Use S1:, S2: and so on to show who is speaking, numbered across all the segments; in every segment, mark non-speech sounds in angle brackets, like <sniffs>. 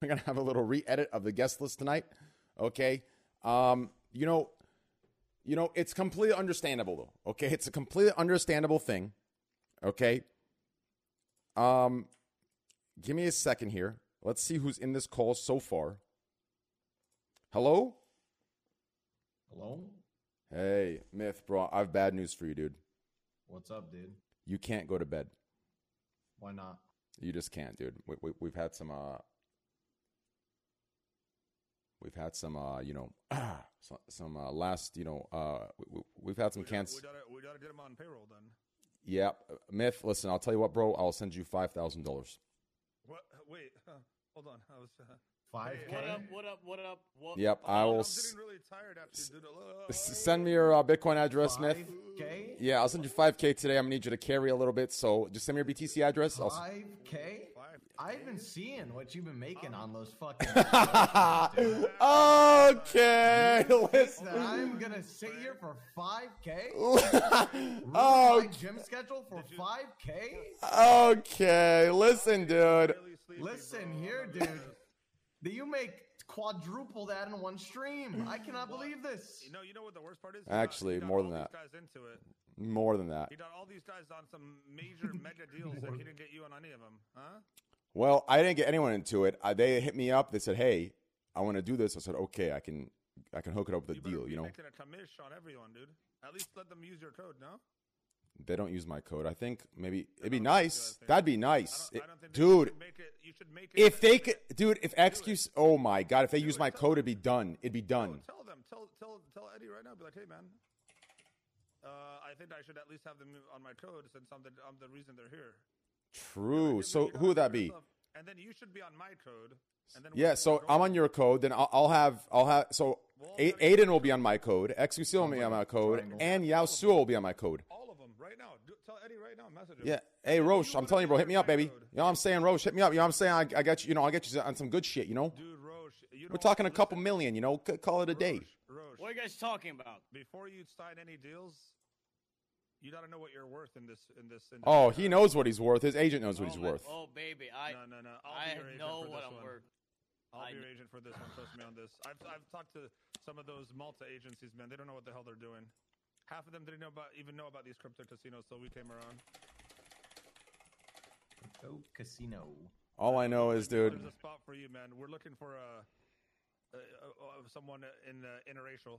S1: We're gonna have a little re-edit of the guest list tonight. Okay. Um, you know, you know, it's completely understandable though. Okay, it's a completely understandable thing. Okay. Um, give me a second here. Let's see who's in this call so far. Hello.
S2: Hello?
S1: Hey, Myth, bro. I have bad news for you, dude.
S2: What's up, dude?
S1: You can't go to bed.
S2: Why not?
S1: You just can't, dude. We, we, we've had some, uh, we've had some, uh, you know, <clears throat> some, some uh, last, you know, uh, we, we've had some
S3: We gotta-
S1: cans.
S3: We gotta, we gotta get him on payroll then.
S1: Yeah, Myth. Listen, I'll tell you what, bro. I'll send you five thousand dollars.
S3: What? <laughs> Wait, hold on. I was. Uh,
S2: Five
S3: Hey,
S2: K.
S3: what
S4: What up? What up? What up? What?
S1: Yep, I will
S3: I'm
S1: s- <laughs>
S3: getting really tired after you oh, did
S1: S- Send me your uh, Bitcoin address, Myth.
S2: Five K.
S1: Yeah, I'll send you five k today. I'm gonna need you to carry a little bit, so just send me your BTC address. I'll s-
S2: Five K.
S3: Five K?
S2: I've been seeing what you've been making on those fucking.
S1: <laughs> okay,
S2: That
S1: listen.
S2: I'm gonna sit here for five K.
S1: oh,
S2: gym schedule for five K.
S1: <laughs> okay, listen, dude.
S2: Listen here, dude. That you make quadruple that in one stream. I cannot believe this.
S3: No, you know what the worst part is?
S1: Actually,
S3: he got, he got
S1: more
S3: all
S1: than
S3: these
S1: that.
S3: Guys into it.
S1: More than that.
S3: He got all these guys on some
S1: <laughs>
S3: major mega deals that he didn't get you on any of them, huh?
S1: Well, I didn't get anyone into it. Uh, they hit me up. They said, "Hey, I want to do this." I said, "Okay, I can, I can hook it up with a
S3: you better
S1: deal."
S3: be
S1: You know,
S3: making a commish on everyone, dude. At least let them use your code, no?
S1: they don't use my code. I think maybe it'd be
S3: don't think they do,
S1: nice.
S3: I think.
S1: That'd be
S3: I
S1: nice,
S3: don't, I
S1: It-
S3: don't think that You
S1: dude.
S3: should make it. You should make it
S1: If they could, dude, if excuse, oh my god, if they use
S3: it.
S1: my code, it'd be done. It'd be
S3: Oh,
S1: done.
S3: tell them. Tell tell tell Eddie right now. Be like, hey man. Uh, I think I should at least have them on my code since I'm the I'm the reason they're here.
S1: True.
S3: Give me-
S1: So
S3: you know,
S1: who would that
S3: give
S1: be?
S3: yourself- And then you should be on my code. And then
S1: Yeah.
S3: we'll-
S1: So
S3: we'll
S1: I'm on your code. Then I'll, I'll have, I'll have. So A- Aiden will be on my code. XQC will be on my code, and Yao Su will be on my code.
S3: all of them right now. Do, tell Eddie right now. Message him.
S1: Yeah. Hey, Roche, I'm
S3: wanna
S1: telling you,
S3: be
S1: bro, hit
S3: on
S1: me
S3: my
S1: up, baby. You
S3: code.
S1: know what I'm saying, Roche? Hit me up. You know what I'm saying? I, I got you. You know, I get you on some good shit. You know,
S3: Dude, Roche. You
S1: we're
S3: don't-
S1: talking a couple
S3: listen,
S1: million. You know, C- call it a day.
S3: Roche,
S4: What are
S3: Roche,
S4: you guys talking about?
S3: before you sign any deals, you got to know what you're worth in this in this. Industry.
S1: Oh, he knows what he's worth. His agent knows what he's
S4: oh, my-
S1: worth.
S4: Oh baby, I
S3: No, no, no. I'll
S4: I
S3: be your agent
S4: know
S3: for
S4: what
S3: this
S4: I'm
S3: one.
S4: worth.
S3: I'll
S4: I
S3: be your
S4: kn-
S3: agent for this one. Trust me on this. I've I've talked to some of those Malta agencies, man. They don't know what the hell they're doing. Half of them didn't know about even know about these crypto casinos till we came around.
S2: Oh, casino.
S1: All I know is, dude,
S3: There's a spot for you, man. We're looking for a, a, a, someone in uh, interracial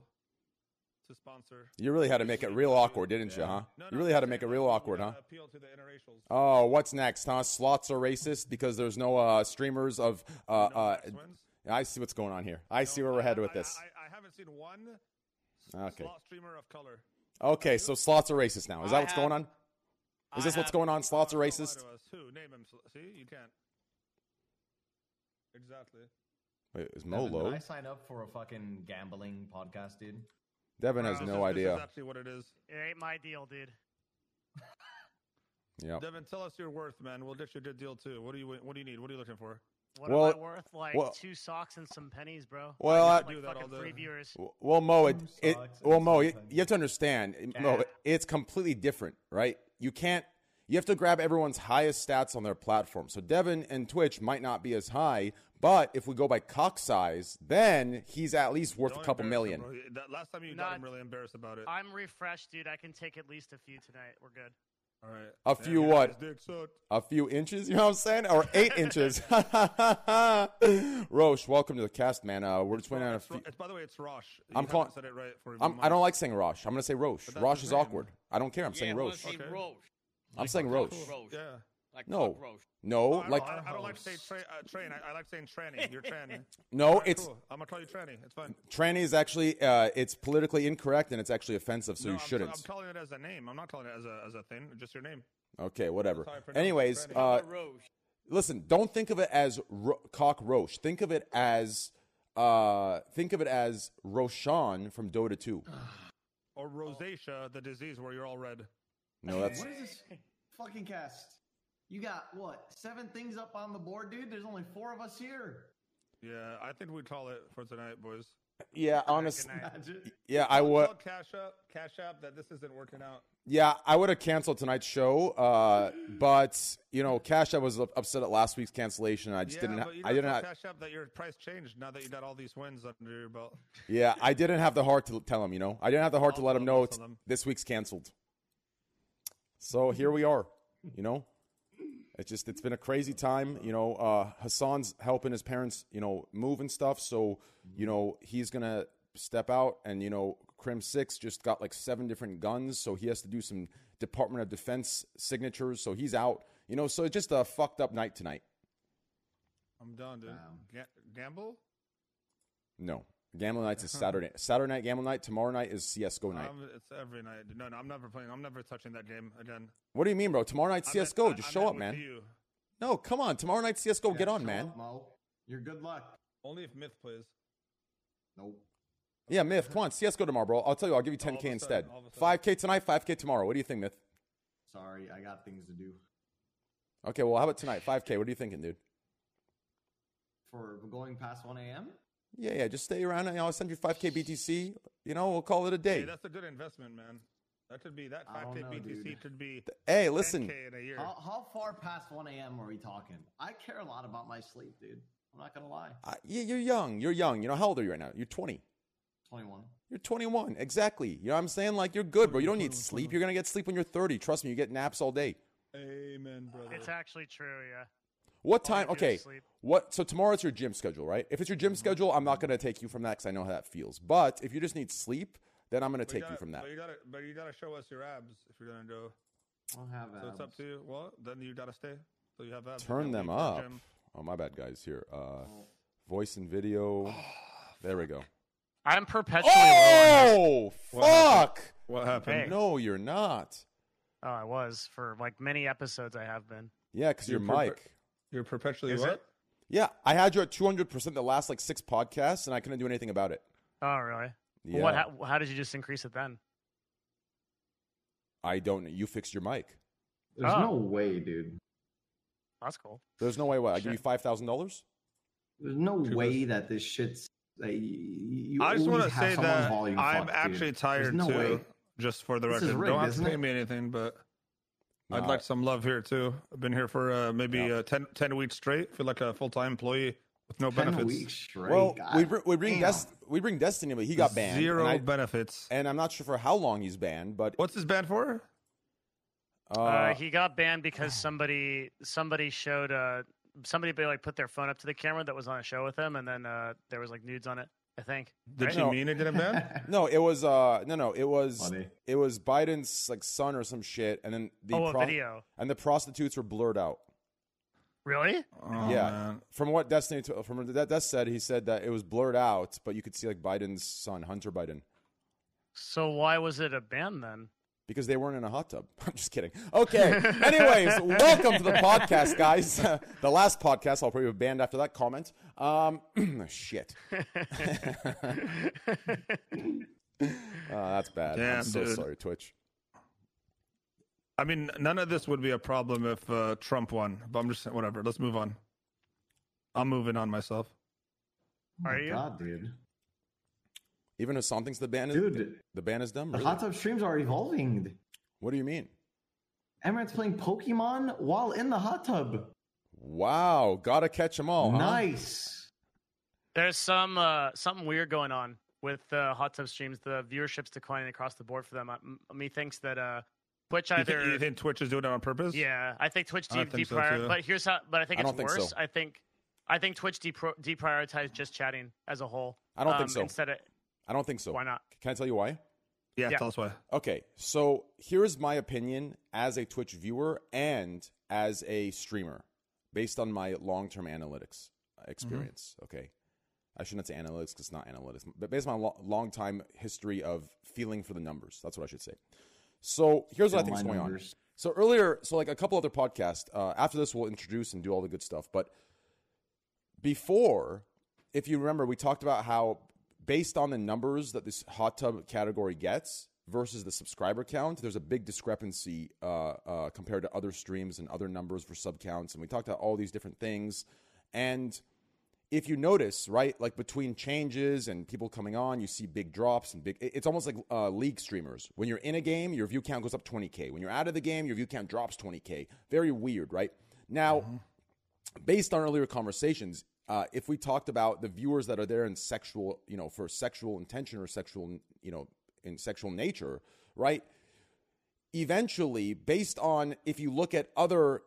S3: to sponsor.
S1: you really had to make it real awkward, didn't you, huh? You really had to
S3: I'm
S1: make it
S3: saying,
S1: real
S3: like,
S1: awkward,
S3: we
S1: huh?
S3: gotta Appeal to the interracials.
S1: Oh, what's next, huh? Slots are racist because there's no uh, streamers of. Uh,
S3: No
S1: uh,
S3: Max wins?
S1: I see what's going on here. I see
S3: No,
S1: where we're
S3: I-
S1: headed with
S3: I-
S1: this.
S3: I, I haven't seen one s-
S1: Okay.
S3: slot streamer of color.
S1: Okay, so slots are racist now. Is that
S4: I
S1: what's
S4: have-
S1: going on? Is this
S4: I
S1: what's
S4: have-
S1: going on? Slots are
S3: Don't lie to
S1: racist.
S3: us. Who? Name him. Sl- See, you can't. Exactly.
S1: Wait, is Mo
S2: Devin, Did
S1: low?
S2: I sign up for a fucking gambling podcast, dude?
S1: Devin has
S3: This
S1: no
S3: is- this is
S1: idea.
S3: actually what it is.
S5: It ain't my deal, dude.
S1: Yep.
S3: Devin, tell us your worth, man. We'll get you a good deal too. What do you What do you need? What are you looking for?
S5: What
S1: Well-
S5: am I worth? Like
S1: well-
S5: two socks and some pennies, bro.
S1: Well, I-
S5: I get,
S3: Do
S5: like
S3: that all
S5: fucking
S3: day.
S5: free viewers.
S1: W- Well, Mo, it,
S2: Some
S1: it
S2: socks and
S1: well, Mo,
S2: some
S1: it,
S2: pennies.
S1: you have to understand, it- Mo, it- it's completely different, right? You can't. You have to grab everyone's highest stats on their platform. So Devin and Twitch might not be as high, but if we go by cock size, then he's at least worth
S3: Don't
S1: a couple
S3: embarrass
S1: million.
S3: Him, bro. That last time you got
S5: Not-
S3: him really embarrassed about it.
S5: I'm refreshed, dude. I can take at least a few tonight. We're good.
S3: All right.
S1: A
S3: Damn,
S1: few
S3: yeah,
S1: what?
S3: his dick sucked.
S1: a few inches, you know what I'm saying? Or
S3: <laughs>
S1: eight inches. <laughs> Roche, welcome to the cast, man. Uh, we're just waiting on a
S3: It's, Ro-
S1: few.
S3: it's- by the way, it's Rosh. You
S1: I'm
S3: haven't
S1: calling-
S3: Said it right for
S1: I'm, I
S3: months.
S1: don't like saying Roche. I'm going to say Roche.
S3: But that's
S1: Roche
S3: his
S1: is
S3: name.
S1: awkward. I don't care. I'm
S4: yeah,
S1: saying
S4: I wanna
S1: Roche.
S4: Say
S3: Okay.
S4: Roche.
S1: I'm saying
S4: fuck
S1: Roche.
S4: Roche.
S3: Yeah.
S4: Like
S1: No.
S4: fuck Roche.
S3: Oh,
S1: No,
S3: I
S1: like,
S3: don't, I, I don't like to say tra- uh, train. I, I like saying tranny.
S1: <laughs>
S3: You're tranny.
S1: no,
S3: Alright,
S1: it's.
S3: cool. I'm gonna call you tranny. It's fine.
S1: Tranny is actually uh, it's politically incorrect and it's actually offensive, so
S3: No,
S1: you
S3: I'm t-
S1: shouldn't.
S3: I'm calling it as a name. I'm not calling it as a as a thing. Just your name.
S1: okay, whatever.
S3: how I pronounce it,
S1: Anyways,
S3: tranny.
S1: uh,
S4: Roche.
S1: listen, don't think of it as ro- cockroach. Think of it as uh, think of it as Roshan from Dota Two.
S3: Or rosacea, the disease where you're all red.
S1: No, that's
S2: What is this fucking cast? You got what? Seven things
S3: <laughs>
S2: up on the board, dude. There's only four of us here.
S3: Yeah, I think we call it for tonight, boys.
S1: yeah, honestly,
S2: Imagine.
S1: yeah, I would.
S3: Tell Cash App, Cash App, that this isn't working out.
S1: Yeah, I would have canceled tonight's show, uh, but you know, Cash, I was up- upset at last week's cancellation. And I just didn't.
S3: but you
S1: I didn't.
S3: tell
S1: Have,
S3: Cash App that your price changed now that you got all these wins under your belt.
S1: yeah, I didn't have the heart to tell him. You know, I didn't have the heart to
S3: I'll
S1: let him
S3: tell him,
S1: know
S3: I'll
S1: it's,
S3: tell him.
S1: this week's canceled. So here we are. You know, it's just it's been a crazy time. You know, uh, Hassan's helping his parents. You know, move and stuff. So you know he's gonna step out, and you know, Crim Six just got like seven different guns, so he has to do some Department of Defense signatures. So he's out. You know, so it's just a fucked up night tonight.
S3: I'm done, dude.
S2: Wow.
S3: Ga- gamble?
S1: No. Gambling night's is Saturday. Saturday night gamble night. Tomorrow night is CS:GO night.
S3: I'm, Um, it's every night. dude. No, no, I'm never playing. I'm never touching that game again.
S1: what do you mean, bro? Tomorrow night
S3: I'm in-
S1: CS:GO.
S3: I-
S1: just
S3: I'm
S1: show
S3: in
S1: up,
S3: with
S1: man.
S3: you.
S1: No, come on. Tomorrow night CS:GO.
S2: Yeah,
S1: get on,
S2: show
S1: man.
S2: up, Mo. You're good luck.
S3: Only if Myth plays.
S2: Nope.
S1: Yeah, Myth, come on, CSGO tomorrow, bro. I'll tell you, I'll give you
S3: All of a
S1: 10K
S3: sudden,
S1: instead.
S3: all of a sudden.
S1: 5K tonight, 5K tomorrow. What do you think, Myth?
S2: Sorry, I got things to do.
S1: Okay, well, how about tonight? 5K. What are you thinking, dude?
S2: For going past 1 a.m.
S1: Yeah, yeah, just stay around and I'll send you 5K BTC. You know, we'll call it a
S3: Hey,
S1: day.
S3: that's a good investment, man. That could be that
S2: I don't
S3: 5K
S2: know,
S3: BTC
S2: dude.
S3: could be
S1: Hey, listen,
S3: 10K in a year.
S2: How, how far past 1 a.m. are we talking? I care a lot about my sleep, dude. I'm not gonna lie.
S1: I, yeah, you're young. You're young. You know, how old are you right now? You're 20.
S2: 21.
S1: You're 21. Exactly. You know what I'm saying? Like, you're good, bro. You don't
S3: <laughs>
S1: need sleep. You're going to get sleep when you're 30. Trust me, you get naps all day.
S3: Amen, brother.
S5: It's actually true, yeah.
S1: What
S5: All you
S1: time?
S5: do
S1: Okay.
S5: is sleep.
S1: What? So tomorrow's your gym schedule, right? If it's your gym schedule, I'm not going to take you from that because I know how that feels. But if you just need sleep, then I'm going to
S3: But
S1: take
S3: gotta,
S1: you from that.
S3: But you gotta, but you gotta show us your abs if you're gonna go.
S2: I don't have
S3: So it's up
S2: abs.
S3: to you. Well, then you gotta stay. So you have abs. You
S1: Turn
S3: can't
S1: them
S3: leave that
S1: up.
S3: gym.
S1: Oh, my bad, guys. Here, uh, voice and
S5: <sighs>
S1: video. There we go.
S5: I'm perpetually low. on this-
S1: Oh,
S3: What happened?
S1: fuck!
S3: What happened?
S5: Hey.
S1: No, you're not.
S5: Oh, I was for like many episodes. I have been.
S1: Yeah, because your
S3: You're perver-
S1: mic.
S3: You're perpetually
S5: Is
S3: what?
S5: it?
S1: Yeah, I had you at 200% the last like six podcasts, and I couldn't do anything about it.
S5: Oh, really?
S1: Yeah,
S5: What? How, how did you just increase it then?
S1: I don't. You fixed your mic.
S2: There's
S5: Oh.
S3: Ah.
S2: no way, dude.
S5: That's cool.
S1: There's no way. What? I give you
S5: Shit.
S1: five thousand dollars?
S2: There's no
S3: Too
S2: way that this shit's. Like, you
S3: I just
S2: want to
S3: say that I'm actually
S2: There's
S3: tired
S2: no
S3: too.
S2: way.
S3: Just for the
S2: This is
S3: record,
S2: rigged,
S3: don't have to
S2: isn't
S3: pay
S2: it?
S3: me anything, but
S1: Nah.
S3: I'd like some love here too. I've been here for uh, maybe
S1: Yeah.
S3: uh, 10, 10 weeks straight. Feel like a full time employee with no
S2: Ten
S3: benefits.
S2: weeks straight.
S1: Well, we,
S2: God
S1: <laughs> br- we bring
S2: damn.
S1: Dest- we bring Destiny, but he got banned.
S3: Zero
S1: and, I,
S3: benefits.
S1: and I'm not sure for how long he's banned, but
S3: What's this banned for?
S1: uh,
S5: Uh, he got
S1: <sighs>
S5: banned because somebody somebody showed uh somebody like put their phone up to the camera that was on a show with him, and then uh there was like nudes on it. I think.
S3: Did
S5: Right?
S3: she
S1: No.
S3: mean it didn't ban?
S1: <laughs> no, it was uh, no, no, it was
S2: Funny.
S1: it was Biden's like son or some shit, and then the
S5: oh,
S1: pro-
S5: a video.
S1: and the prostitutes were blurred out.
S5: Really?
S3: Oh,
S1: yeah,
S3: man.
S1: from what Destiny to, from what that that said, he said that it was blurred out, but you could see like Biden's son, Hunter Biden,
S5: So why was it a
S1: <laughs>
S5: ban then?
S1: because they weren't in a hot tub. <laughs> I'm just kidding. Okay.
S5: <laughs>
S1: Anyways, welcome to the podcast, guys. <laughs> the last podcast, I'll probably be banned after that comment. Um, <clears throat> shit. <laughs> <laughs> Uh, that's bad. I'm
S3: Damn,
S1: so
S3: dude.
S1: sorry, Twitch.
S3: I mean, none of this would be a problem if uh, Trump won, but I'm just whatever. Let's move on. I'm moving on myself.
S5: Are
S2: my
S5: you?
S2: God, dude.
S1: Even Hassan thinks the ban is
S2: Dude,
S1: the ban is dumb.
S2: the
S1: Really?
S2: hot tub streams are evolving.
S1: What do you mean?
S2: Emirates playing Pokemon while in the hot tub.
S1: Wow, gotta catch them all. Oh, huh?
S2: nice.
S5: There's some uh, something weird going on with uh, hot tub streams. The viewership's declining across the board for them. I, m- me thinks that uh, Twitch
S3: You, thi-
S5: either.
S3: you think Twitch is doing it on purpose?
S5: yeah, I think Twitch
S3: I
S5: de-
S3: don't think so,
S5: deprior-
S3: too.
S5: but here's how. But I think
S1: I
S5: it's
S1: don't think so.
S5: worse. I think I think Twitch depro- deprioritized just chatting as a whole. um,
S1: I don't think so.
S5: Instead of
S1: I don't think so.
S5: why not?
S1: Can I tell you why?
S3: Yeah,
S5: Yeah.
S3: tell us why.
S1: Okay, so here's my opinion as a Twitch viewer and as a streamer, based on my long-term analytics uh, experience.
S2: Mm-hmm.
S1: Okay, I shouldn't say analytics because it's not analytics, but based on my lo- long-time history of feeling for the numbers, that's what I should say. So here's what I think is going on. So earlier, so like a couple other podcasts. Uh, after this, we'll introduce and do all the good stuff. But before, if you remember, we talked about how based on the numbers that this hot tub category gets versus the subscriber count, there's a big discrepancy uh, uh, compared to other streams and other numbers for sub counts. And we talked about all these different things, and if you notice, right, like between changes and people coming on, you see big drops and big. it- It's almost like uh, league streamers. When you're in a game, your view count goes up 20k. When you're out of the game, your view count drops 20k. Very weird, right? Now, based on earlier conversations, uh, if we talked about the viewers that are there in sexual, you know, for sexual intention or sexual, you know, in sexual nature, right? Eventually, based on if you look at other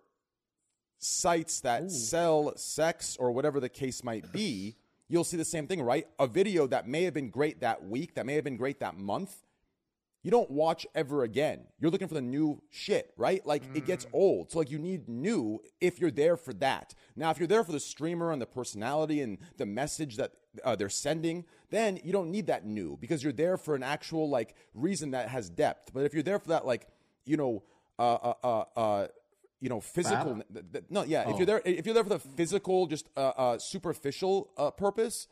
S1: sites that sell sex or whatever the case might be, you'll see the same thing, right? A video that may have been great that week, that may have been great that month, you don't watch ever again. You're looking for the new shit, right? Like it gets old. So like you need new if you're there for that. Now if you're there for the streamer and the personality and the message that uh, they're sending, then you don't need that new because you're there for an actual like reason that has depth. But if you're there for that like, you know, uh uh uh, uh you know, physical th- th- no, yeah, if you're there if you're there for the physical just uh, uh superficial uh, purpose,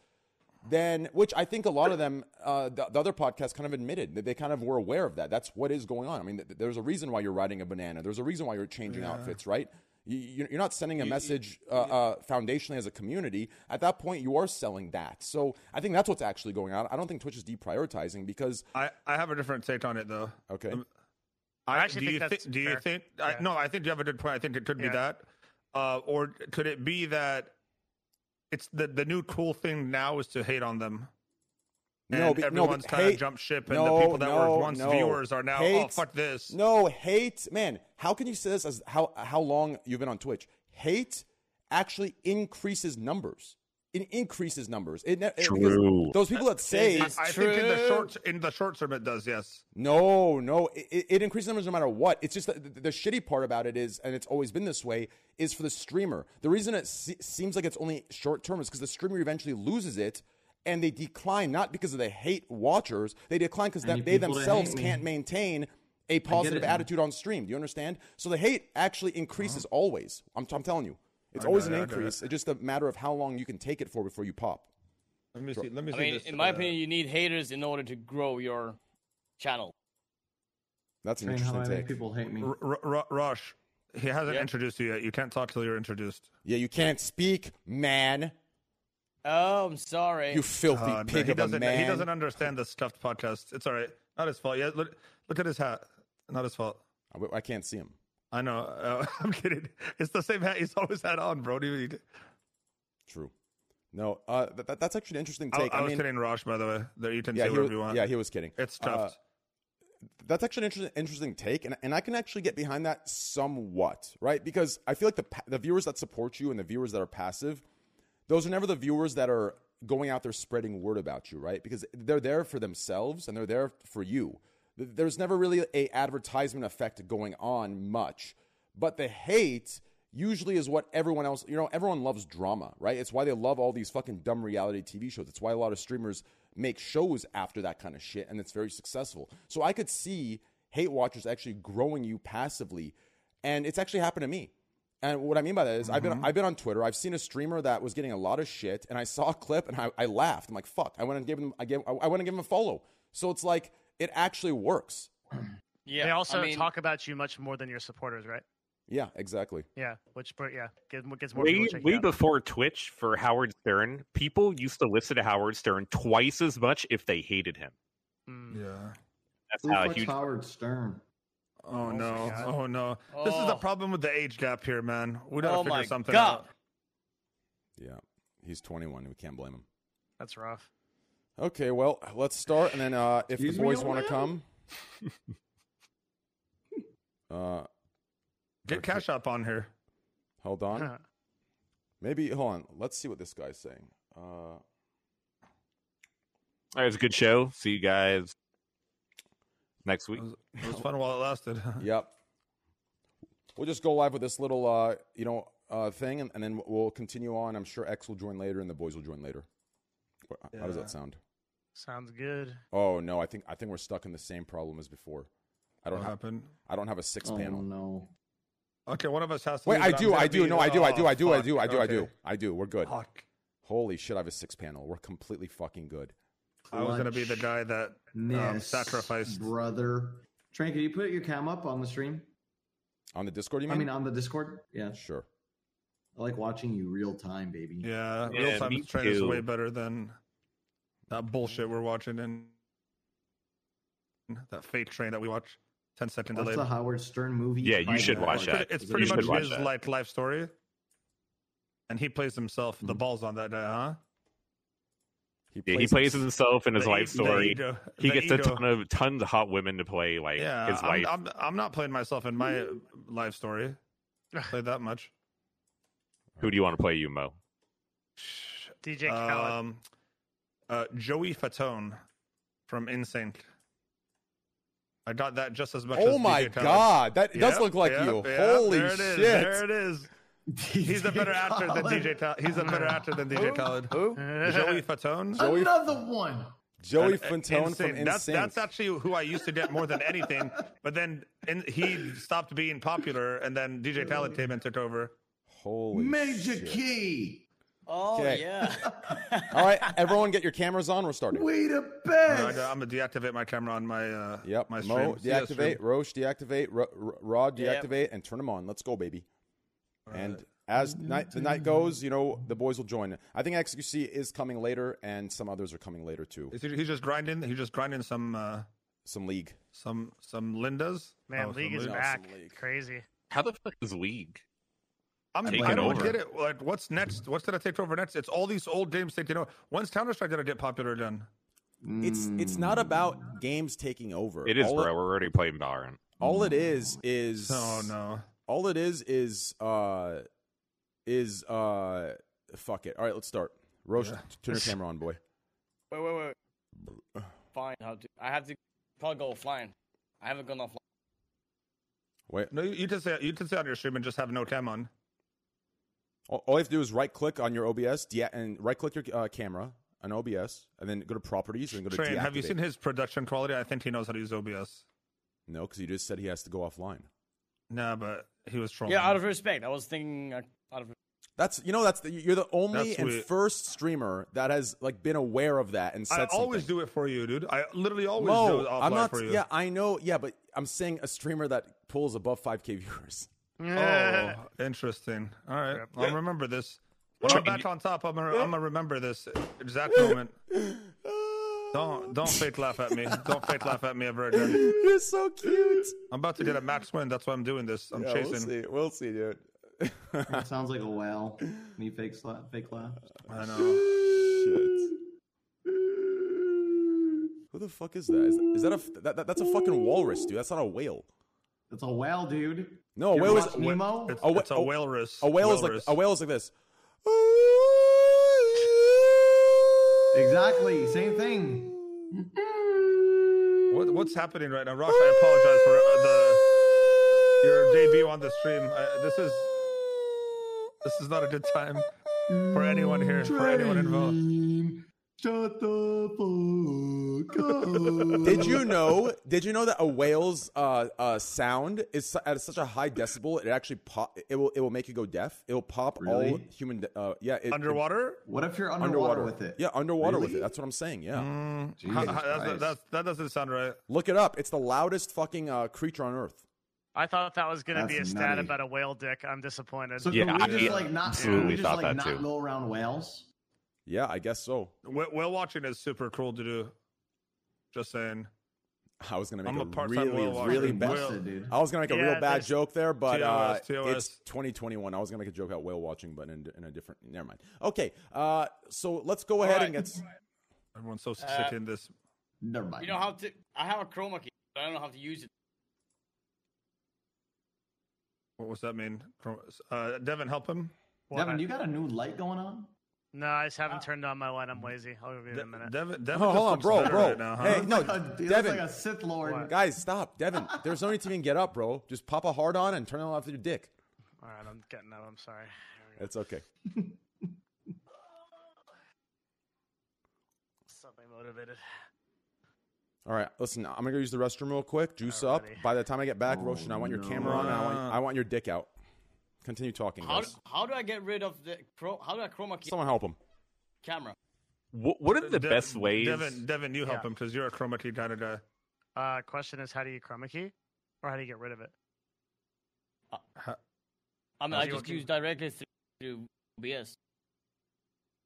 S1: then which I think a lot of them, uh, the, the other podcasts kind of admitted that they kind of were aware of that. That's what is going on. I mean, th- there's a reason why you're riding a banana. There's a reason why you're changing outfits, right? You, you- you're not sending a message uh, uh, foundationally as a community. At that point, you are selling that. So I think that's what's actually going on. I don't think Twitch is deprioritizing because
S3: I, I have a different take on it though.
S1: okay,
S3: Um,
S5: I
S3: do
S5: actually think
S3: you
S5: that's
S3: do you
S5: fair.
S3: think?
S5: Yeah.
S3: I, no, I think you have a good point. I think it could be
S5: Yeah.
S3: that, uh, or could it be that it's the the new cool thing now is to hate on them? And
S1: No, be- no, be-
S3: everyone's kind
S1: hate-
S3: of jumped ship, and
S1: no,
S3: the people that
S1: no,
S3: were once
S1: no.
S3: viewers are now oh
S1: Hate-
S3: fuck this.
S1: No, hate, man. How can you say this as how how long you've been on Twitch? Hate actually increases numbers. It increases numbers. It, ne- it- because
S6: True.
S1: Those people that say
S3: I, I think in the
S4: true.
S3: short in the short term it does yes.
S1: no, no, it, it increases numbers no matter what. It's just the, the, the shitty part about it is, and it's always been this way, is for the streamer. The reason it se- seems like it's only short term is because the streamer eventually loses it. And they decline not because of the hate watchers. They decline because
S6: need
S1: they
S6: people to hate
S1: themselves
S6: me.
S1: can't maintain a positive
S6: it now.
S1: attitude on stream. Do you understand? So the hate actually increases
S6: Uh-huh.
S1: always. I'm, I'm telling you, it's
S3: I
S1: always
S3: got
S1: an
S3: it, I got it.
S1: increase. It's just a matter of how long you can take it for before you pop.
S3: Let me see. Let me
S4: I
S3: see.
S4: mean,
S3: this,
S4: in my
S3: uh,
S4: opinion, you need haters in order to grow your channel.
S1: That's an
S6: Saying how
S1: interesting
S6: I make
S1: take.
S6: people hate me.
S3: R- R- R- Rush, he hasn't
S4: Yeah.
S3: introduced you yet. You can't talk till you're introduced.
S1: Yeah, you can't speak, man.
S4: Oh, I'm sorry.
S1: You filthy
S3: Uh,
S1: pig
S3: he
S1: of a
S3: doesn't.
S1: man.
S3: He doesn't understand the stuffed podcast. It's all right. Not his fault. Yeah, look, look at his hat. Not his fault.
S1: I, I can't see him.
S3: I know. Uh, <laughs> I'm kidding. It's the same hat he's always had on, bro. Do you-
S1: True. No, uh, th- th- that's actually an interesting
S3: I,
S1: take.
S3: I
S1: I,
S3: was
S1: mean,
S3: kidding, Rosh. By the way, there you can
S1: yeah,
S3: say
S1: he was,
S3: whatever you want.
S1: yeah, he was kidding.
S3: it's
S1: Uh,
S3: tough.
S1: that's actually an interesting, interesting take, and, and I can actually get behind that somewhat, right? Because I feel like the pa- the viewers that support you and the viewers that are passive, those are never the viewers that are going out there spreading word about you, right? Because they're there for themselves and they're there for you. Th- There's never really a advertisement effect going on much, but the hate usually is what everyone else, you know, everyone loves drama, right? It's why they love all these fucking dumb reality TV shows. It's why a lot of streamers make shows after that kind of shit and it's very successful. So I could see hate watchers actually growing you passively and it's actually happened to me. And what I mean by that is I've
S7: Mm-hmm.
S1: been I've been on Twitter. I've seen a streamer that was getting a lot of shit, and I saw a clip and I, I laughed. I'm like, fuck. I went and gave him I gave I went and gave him a follow. So it's like it actually works.
S4: yeah.
S5: they
S4: I
S5: also
S4: mean,
S5: talk about you much more than your supporters, right?
S1: Yeah, exactly.
S5: Yeah, which br- yeah gets, more- gets more
S6: Way,
S5: people checking
S6: way
S5: out.
S6: before Twitch for Howard Stern, people used to listen to Howard Stern twice as much if they hated him.
S1: uh,
S5: Mm.
S3: yeah.
S6: That's
S7: Who
S6: how
S7: puts
S6: Ah, huge.
S7: Howard Stern?
S3: Oh,
S5: my
S3: no.
S5: God.
S3: Oh no. This is the
S4: Oh.
S3: problem with the age gap here, man. We gotta
S4: Oh, my
S3: figure something
S4: God.
S3: out.
S1: Yeah, he's 21. We can't blame him.
S5: That's rough.
S1: Okay, well let's start, and then uh, if
S7: Excuse
S1: the
S7: me,
S1: boys
S7: old
S1: want to
S7: man?
S1: come,
S7: <laughs>
S1: uh,
S3: Get Cash App on here.
S1: hold on. Maybe hold on. Let's see what this guy's saying. Uh,
S6: All right, it was a good show. See you guys next week.
S3: It was, it was fun while it lasted. <laughs>
S1: Yep. We'll just go live with this little, uh, you know, uh, thing, and, and then we'll continue on. I'm sure X will join later, and the boys will join later. Wha- How does
S3: Yeah.
S1: that sound?
S5: <laughs> Sounds good.
S1: Oh no, I think I think we're stuck in the same problem as before. I don't
S3: What
S1: have
S3: happened?
S1: I don't have a six
S7: Oh
S1: panel.
S7: no.
S3: Okay, one of us has to.
S1: Wait,
S3: leave,
S1: I
S3: but I'm
S1: do,
S3: gonna
S1: I do,
S3: be-
S1: no, I do, I do,
S3: Oh,
S1: I do, I do,
S3: fuck.
S1: I do, I do,
S3: Okay.
S1: I do. We're good.
S3: Fuck.
S1: Holy shit, I have a six panel. We're completely fucking good.
S3: I was gonna be the
S7: Clutch.
S3: guy that. Um,
S7: Miss
S3: sacrificed.
S7: brother. Train, can you put your cam up on the stream?
S1: On the Discord, you
S7: I
S1: mean?
S7: mean, on the Discord. Yeah.
S1: sure.
S7: I like watching you real time, baby.
S3: Yeah,
S6: Yeah,
S3: real time
S6: me
S3: trade is
S6: too.
S3: way better than that bullshit we're watching and that fake train that we watch. 10 second
S7: That's
S3: delay.
S7: a Howard Stern movie.
S6: Yeah, you
S7: by
S6: should
S7: now.
S6: watch
S3: It's pretty-
S6: that.
S3: It's
S7: You
S3: pretty
S7: should
S3: much
S6: watch
S3: his
S6: that.
S3: like life story, and he plays himself. The
S6: Mm-hmm.
S7: Mhm.
S3: balls on that, day, huh?
S6: Yeah, he plays himself in his
S3: The
S6: life
S3: e- the
S6: story.
S3: ego-
S6: He
S3: the
S6: gets a
S3: ego.
S6: ton of tons of hot women to play like
S3: yeah,
S6: his
S3: I'm,
S6: wife.
S3: I'm, I'm not playing myself in
S6: <laughs>
S3: my life story. Played that much.
S6: Who do you want to play, you Mo?
S5: DJ Khaled.
S7: <laughs>
S3: Um, uh, Joey Fatone from Insync. I got that just as much.
S1: Oh
S3: as
S1: my
S3: DJ Khaled.
S1: god, that does
S3: Yep,
S1: look like
S3: yep,
S1: you.
S3: yep,
S1: Holy
S3: there it is,
S1: shit!
S3: There
S1: <laughs>
S3: it is. He's a
S7: DJ
S3: better
S7: <laughs>
S3: actor than
S7: Khaled.
S3: DJ. Tal- he's a better actor than DJ Khaled.
S1: Who?
S3: <laughs> Joey Fatone.
S1: Joey-
S2: Another one.
S1: Joey
S3: And-
S1: Fantone from
S3: insane. That's,
S1: Insane.
S3: that's actually who I used to get more than anything. but then in, he stopped being popular, and then DJ Khaled came and took over.
S1: Holy
S7: Major
S1: shit.
S7: key.
S4: Oh
S1: Okay.
S4: yeah.
S3: <laughs>
S1: All right, everyone, get your cameras on. We're starting.
S7: Way to
S3: I,
S7: bet.
S3: am gonna deactivate my camera on my uh,
S1: Yep.
S3: my stream.
S1: Mo,
S3: See that stream?
S1: deactivate. Roche, deactivate. Ro- Ro- Rod,
S4: Yep.
S1: deactivate, and turn them on. Let's go, baby. And
S3: Alright.
S1: as night, the night goes, you know the boys will join. I think XQC is coming later, and some others are coming later too.
S3: Is he, he's just grinding. He's just grinding some uh,
S1: Some league.
S3: some some Lindas.
S5: <laughs> Man,
S3: Oh, some
S5: League is
S1: Awesome
S3: Lindas.
S5: back.
S1: League.
S5: Crazy.
S6: How the fuck is League?
S3: I'm,
S6: Taking
S3: I don't
S6: over.
S3: get it. Like, what's next? What's gonna take over next? It's all these old games taking over. When's Counter Strike gonna get popular again?
S1: It's
S3: Mm.
S1: it's not about games taking over.
S6: It is,
S1: all
S6: bro.
S1: It,
S6: We're already playing Valorant.
S1: all it is is
S3: Oh no.
S1: All it is is uh is uh fuck it. All right, let's start. Roche,
S3: Yeah.
S1: turn your camera on, boy.
S4: Wait, wait, wait.
S3: <sighs>
S4: Fine. How to? I have to probably go offline. I haven't gone offline.
S1: Wait.
S3: No, you, you can say you can say on your stream and just have no cam on.
S1: All, all you have to do is right click on your OBS, de- and right click your uh, camera on OBS, and then go to properties and go to
S3: Train, have you
S1: deactivate.
S3: seen his production quality? I think he knows how to use OBS.
S1: No, because you just said he has to go offline.
S3: Nah, but he was trolling.
S4: Yeah, out of respect. I was thinking uh, out of.
S1: That's you know that's the, you're the only
S3: That's
S1: and
S3: weird.
S1: first streamer that has like been aware of that and said
S3: I always
S1: something.
S3: do it for you, dude. I literally always do
S1: Mo,
S3: it offline
S1: I'm not.
S3: for you.
S1: Yeah, I know. Yeah, but I'm saying a streamer that pulls above 5k viewers.
S5: Yeah.
S3: Oh, interesting. All right,
S5: Yep.
S3: I'll remember this. When I'm back on top, I'm gonna, I'm gonna remember this exact moment. Don't don't fake laugh at me. Don't fake laugh at me ever again.
S1: <laughs> You're so cute.
S3: I'm about to get a max win. That's why I'm doing this. I'm
S1: Yeah, we'll
S3: chasing.
S1: see. We'll see, dude.
S7: That sounds like a wow. Me fake slap, fake laugh.
S3: I know.
S1: Oh, Shit. Who the fuck is that? Is, is that a f- that, that- that's a fucking walrus, dude? That's not a whale.
S7: That's a wow, dude.
S1: No, a
S7: You
S1: whale is
S7: watch Nemo?
S3: It's,
S1: A wha-
S3: it's a
S1: a-
S3: walrus.
S1: a whale is like
S3: Walrus.
S1: a whale is like this.
S7: Exactly, same thing.
S3: What, what's happening right now, Rosh? I apologize for uh, the your debut on the stream. I, this is this is not a good time for anyone here, for anyone involved.
S7: Dream. Shut the
S1: <laughs>
S7: fuck up.
S1: Did you know? Did you know that a whale's uh, uh, sound is su- at such a high decibel it actually pop? It will it will make you go deaf. It'll pop all
S7: Really?
S1: human. De- uh, yeah, it,
S3: Underwater?
S7: What if you're
S1: it-
S7: underwater, with it?
S1: Yeah, underwater with
S7: Really? Hmm.
S1: it. That's what I'm saying. Yeah,
S3: Mm,
S7: Jesus
S3: ha- ha- that's-
S7: Christ.
S3: that's- that doesn't sound right.
S1: look it up. It's the loudest fucking uh, creature on earth.
S5: <laughs> I thought that was going to be a
S7: That's
S5: stat
S7: nutty.
S5: about a whale dick. I'm disappointed.
S7: So
S6: Yeah,
S7: can we
S6: I-
S7: just
S6: yeah,
S7: like not, can
S6: absolutely
S7: we just
S6: thought
S7: like
S6: that
S7: not
S6: too.
S7: go around whales?
S1: Yeah, I guess so. <laughs>
S3: Wh- Whale watching is super cool to do. Just saying.
S1: I was gonna make
S3: I'm a
S1: a,
S3: part-time
S1: really,
S3: whale
S1: really
S3: watcher.
S1: bad.
S3: Whale-
S7: Busted, dude.
S1: I was gonna make a
S5: Yeah,
S1: real bad
S5: there's-
S1: joke there, but uh,
S3: TOS, TOS.
S1: it's 2021. I was gonna make a joke about whale watching, but in, in a different. Never mind. Okay, uh, so let's go ahead and
S4: right.
S1: get. s-
S3: Everyone's so sick
S4: Uh,
S3: in this.
S7: Never mind.
S4: You know how to? I have a chroma key, but I don't know how to use it.
S3: What was that mean? Uh, Devin, help him.
S5: What?
S7: Devin, you got Uh, a new light going on?
S5: no, I just haven't turned on my light. I'm lazy. I'll give you it in a
S3: De-
S5: minute.
S3: Devin, Devin
S1: Oh,
S3: just
S1: hold on,
S3: looks
S1: bro,
S3: better
S1: bro.
S3: right now, huh?
S1: Hey,
S7: <laughs>
S1: no,
S7: Like a, he looks
S1: Devin.
S7: like a Sith
S5: What?
S7: Lord.
S1: Guys, stop, Devin. There's no need to even get up, bro. Just pop a hard on and turn it off with your dick.
S5: All right, I'm getting up. I'm sorry.
S1: That's okay.
S5: Something motivated.
S1: All right, listen. I'm gonna go use the restroom real quick. Juice up.
S5: Alrighty.
S1: By the time I get back, Roshan, I want your camera on. And I
S3: no.
S1: want I want your dick out. Continue talking,
S4: How,
S1: guys.
S4: how do I get rid of the chro- How do I chroma key
S1: Someone help him.
S4: camera?
S6: What, what are the
S3: De-
S6: best ways?
S3: Devin, Devin, you help
S5: Yeah.
S3: him because you're a chroma key kind of guy.
S5: Uh, question is, how do you chroma key, or how do you get rid of it?
S4: I mean, I
S5: you
S4: just
S5: looking?
S4: use directly through through OBS.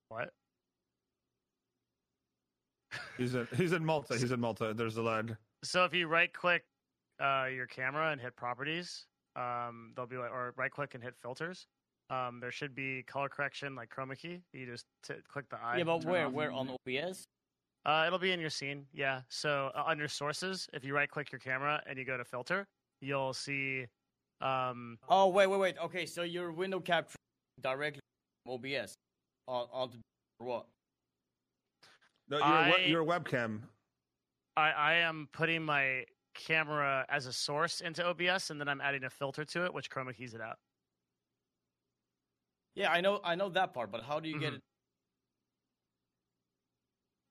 S5: What?
S3: He's in he's in Malta. He's in Malta. There's a lag.
S5: So if you right click uh, your camera and hit properties, um, they'll be like, or right click and hit filters. Um, there should be color correction, like chroma key. You just t- click the eye.
S4: yeah,
S5: and
S4: but
S5: turn
S4: where?
S5: off.
S4: Where on OBS?
S5: Uh, it'll be in your scene. Yeah. So uh, under sources, if you right click your camera and you go to filter, you'll see. Um,
S4: Oh wait, wait, wait. Okay, so your window capture directly from OBS on on the- or what?
S3: No, your,
S5: I-
S3: we- your webcam.
S5: I, I am putting my camera as a source into OBS, and then I'm adding a filter to it, which chroma keys it out.
S4: Yeah, I know, I know that part. But how do you get
S5: Mhm.
S4: it?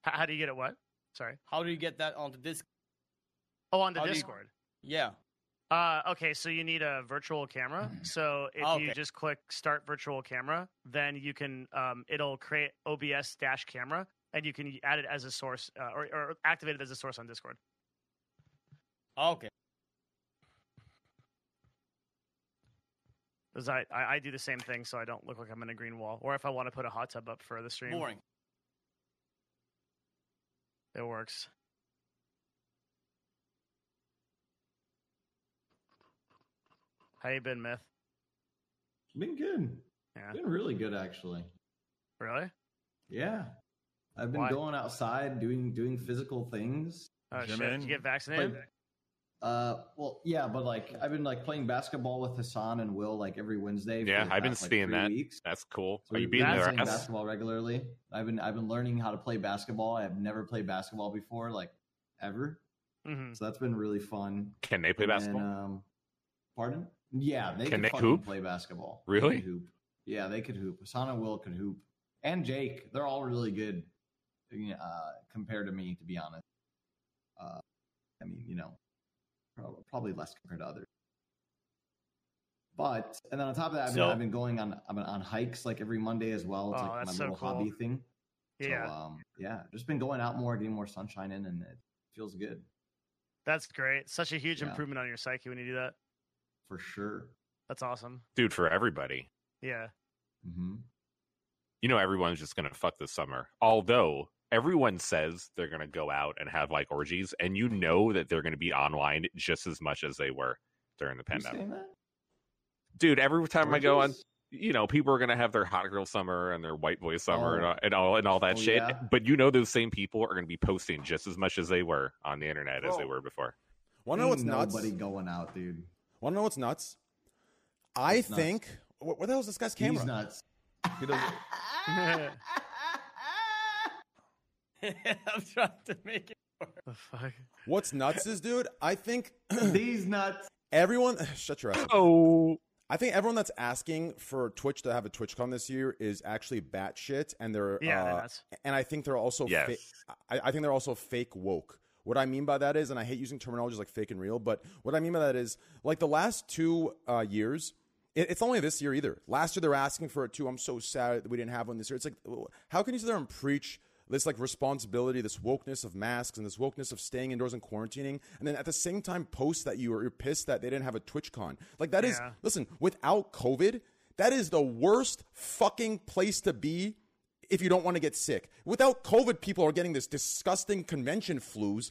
S5: H- how do you get it? What? Sorry.
S4: How do you get that onto this?
S5: Oh, on the
S4: How do you-
S5: Discord.
S4: Yeah.
S5: Uh, okay, so you need a virtual camera. So if you
S4: Mm-hmm. Oh, Okay.
S5: just click Start Virtual Camera, then you can um, it'll create OBS dash camera, and you can add it as a source uh, or, or activate it as a source on Discord.
S4: Oh, Okay.
S5: Because I, I I do the same thing, so I don't look like I'm in a green wall. Or if I want to put a hot tub up for the stream,
S4: Boring. <laughs>
S5: it works. How you been, Myth?
S7: Been good.
S5: Yeah.
S7: Been really good actually.
S5: Really?
S7: Yeah. I've been
S5: Why?
S7: going outside doing doing physical things.
S5: Oh
S3: Yeah,
S5: shit!
S3: man.
S5: Did you get vaccinated?
S7: Like- Uh well yeah, but like I've been like playing basketball with Hassan and Will like every Wednesday. for
S6: Yeah,
S7: the
S6: I've been
S7: past, like,
S6: seeing
S7: three
S6: that.
S7: Weeks.
S6: That's cool.
S7: So
S6: Are you
S7: we've
S6: beating
S7: been
S6: their
S7: playing
S6: ass?
S7: basketball regularly. I've been I've been learning how to play basketball. I have never played basketball before, like ever.
S5: hmm
S7: So that's been really fun.
S6: Can they play
S7: And then,
S6: basketball?
S7: um, pardon? Yeah, they
S6: Can
S7: can
S6: they
S7: fucking
S6: hoop?
S7: play basketball.
S6: Really?
S7: They can hoop. Yeah, they could hoop. Asana Will can hoop, and Jake. They're all really good you know, uh, compared to me, to be honest. Uh, I mean, you know, prob- probably less compared to others. But and then on top of that, I've been,
S4: So-
S7: I've been going on I've been on hikes like every Monday as well. It's
S5: Oh,
S7: like my
S5: that's so
S7: little hobby
S5: cool.
S7: thing.
S5: Yeah,
S7: So, um, yeah, just been going out more, getting more sunshine in, and it feels good
S5: that's great. Such a huge
S7: yeah.
S5: improvement on your psyche when you do that.
S7: for sure.
S5: That's awesome.
S6: Dude, for everybody.
S5: Yeah.
S7: hmm
S6: You know, everyone's just going to fuck this summer. Although everyone says they're going to go out and have like orgies, and you know that they're going to be online just as much as they were during the
S7: You
S6: pandemic.
S7: saying that?
S6: Dude, every time I go on,
S7: Orgies?
S6: you know, people are going to have their hot girl summer and their white boy summer and
S7: Oh.
S6: all- and all and all that
S7: Oh,
S6: shit.
S7: yeah.
S6: But you know, those same people are going to be posting just as much as they were on the internet as they
S4: Bro.
S6: were before.
S1: Want to know what's
S7: Ain't
S1: nuts?
S7: Nobody going out, dude.
S1: Want to know what's nuts? I
S7: What's nuts?
S1: think wh- where the hell is this guy's camera?
S7: He's nuts. <clears throat>
S3: He doesn't.
S4: I'm trying to make it.
S5: The fuck?
S1: What's nuts is, dude. I think
S7: These nuts.
S1: everyone <laughs> shut your ass. Up.
S6: Oh,
S1: I think everyone that's asking for Twitch to have a TwitchCon this year is actually batshit, and they're
S5: Yeah,
S1: uh,
S5: they're nuts.
S1: and I think they're also
S6: Yes.
S1: fa- I, I think they're also fake woke. What I mean by that is, and I hate using terminologies like fake and real, but what I mean by that is, like the last two uh, years, it, it's not only this year either. Last year they're asking for it too. I'm so sad that we didn't have one this year. It's like, w- how can you sit there and preach this like responsibility, this wokeness of masks, and this wokeness of staying indoors and quarantining, and then at the same time post that you were you're pissed that they didn't have a TwitchCon. Like that is
S5: Yeah.
S1: listen without COVID, that is the worst fucking place to be if you don't want to get sick. Without COVID, people are getting this disgusting convention flus,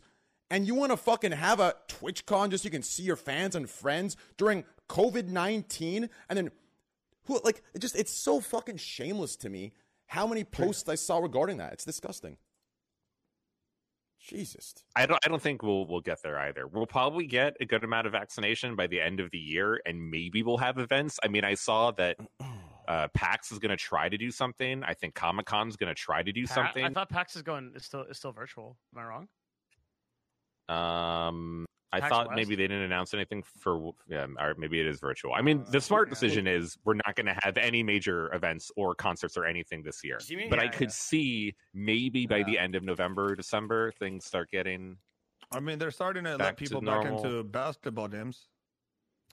S1: and you want to fucking have a TwitchCon just so you can see your fans and friends during COVID 19? And then, who, like, it just, it's so fucking shameless to me how many posts I saw regarding that. It's disgusting. Jesus.
S6: I don't. I don't think we'll we'll get there either. We'll probably get a good amount of vaccination by the end of the year, and maybe we'll have events. I mean, I saw
S5: <clears throat>
S6: that uh, PAX is going to try to do something. I think Comic Con's going to try to do
S5: Pa- I
S6: something.
S5: thought PAX is going is still is still virtual. Am I wrong?
S6: um, I
S5: PAX
S6: thought
S5: West?
S6: maybe they didn't announce anything for, yeah, or maybe it is virtual. I mean, the smart
S5: Uh, yeah.
S6: decision is we're not going to have any major events or concerts or anything this year.
S4: Jimmy?
S6: But I
S5: Yeah,
S6: could
S5: yeah.
S6: see maybe by
S7: Yeah.
S6: the end of November, December, things start getting
S3: I mean, they're starting to
S6: Back
S3: let
S6: to
S3: people back
S6: normal.
S3: into basketball games.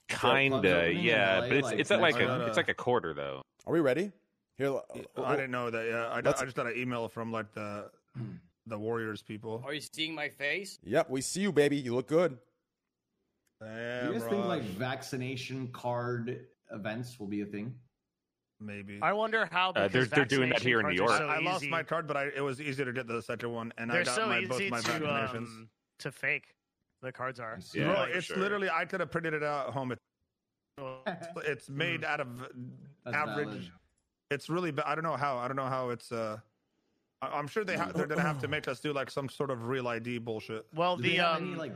S7: clubs
S6: kinda,
S7: opening in
S6: yeah.
S7: LA,
S6: but it's
S7: like,
S6: it's at
S7: next
S6: like a,
S3: month?
S6: it's like a quarter though.
S1: Are we ready? Here, uh, l-
S3: I didn't know that. Yeah, I,
S1: Let's-
S3: I just got an email from like the the Warriors people.
S4: Are you seeing my face?
S1: Yep, we see you, baby. You look good.
S3: Yeah,
S7: Do you guys think
S3: bro.
S7: like vaccination card events will be a thing?
S3: maybe.
S5: I wonder how
S6: Uh, they're-
S5: because
S6: they're doing that
S5: vaccination
S6: here in
S5: cards
S6: New
S5: are
S6: York.
S5: so
S3: I, I lost
S5: easy-
S3: my card, but I, it was easier to get the center one, and I
S5: They're
S3: got
S5: so
S3: my, both
S5: easy
S3: my
S5: to
S3: vaccinations.
S5: um, to fake. The cards are.
S6: Yeah,
S3: Bro,
S6: like,
S3: it's
S6: sure.
S3: literally I could have printed it out at home. It's,
S7: That's
S3: it's made out of average.
S7: valid.
S3: It's really. ba- I don't know how. I don't know how it's. uh I- I'm sure they ha- they're gonna have to make us do like some sort of real ID bullshit.
S5: Well,
S7: Do
S5: the
S7: they have any
S5: um,
S7: like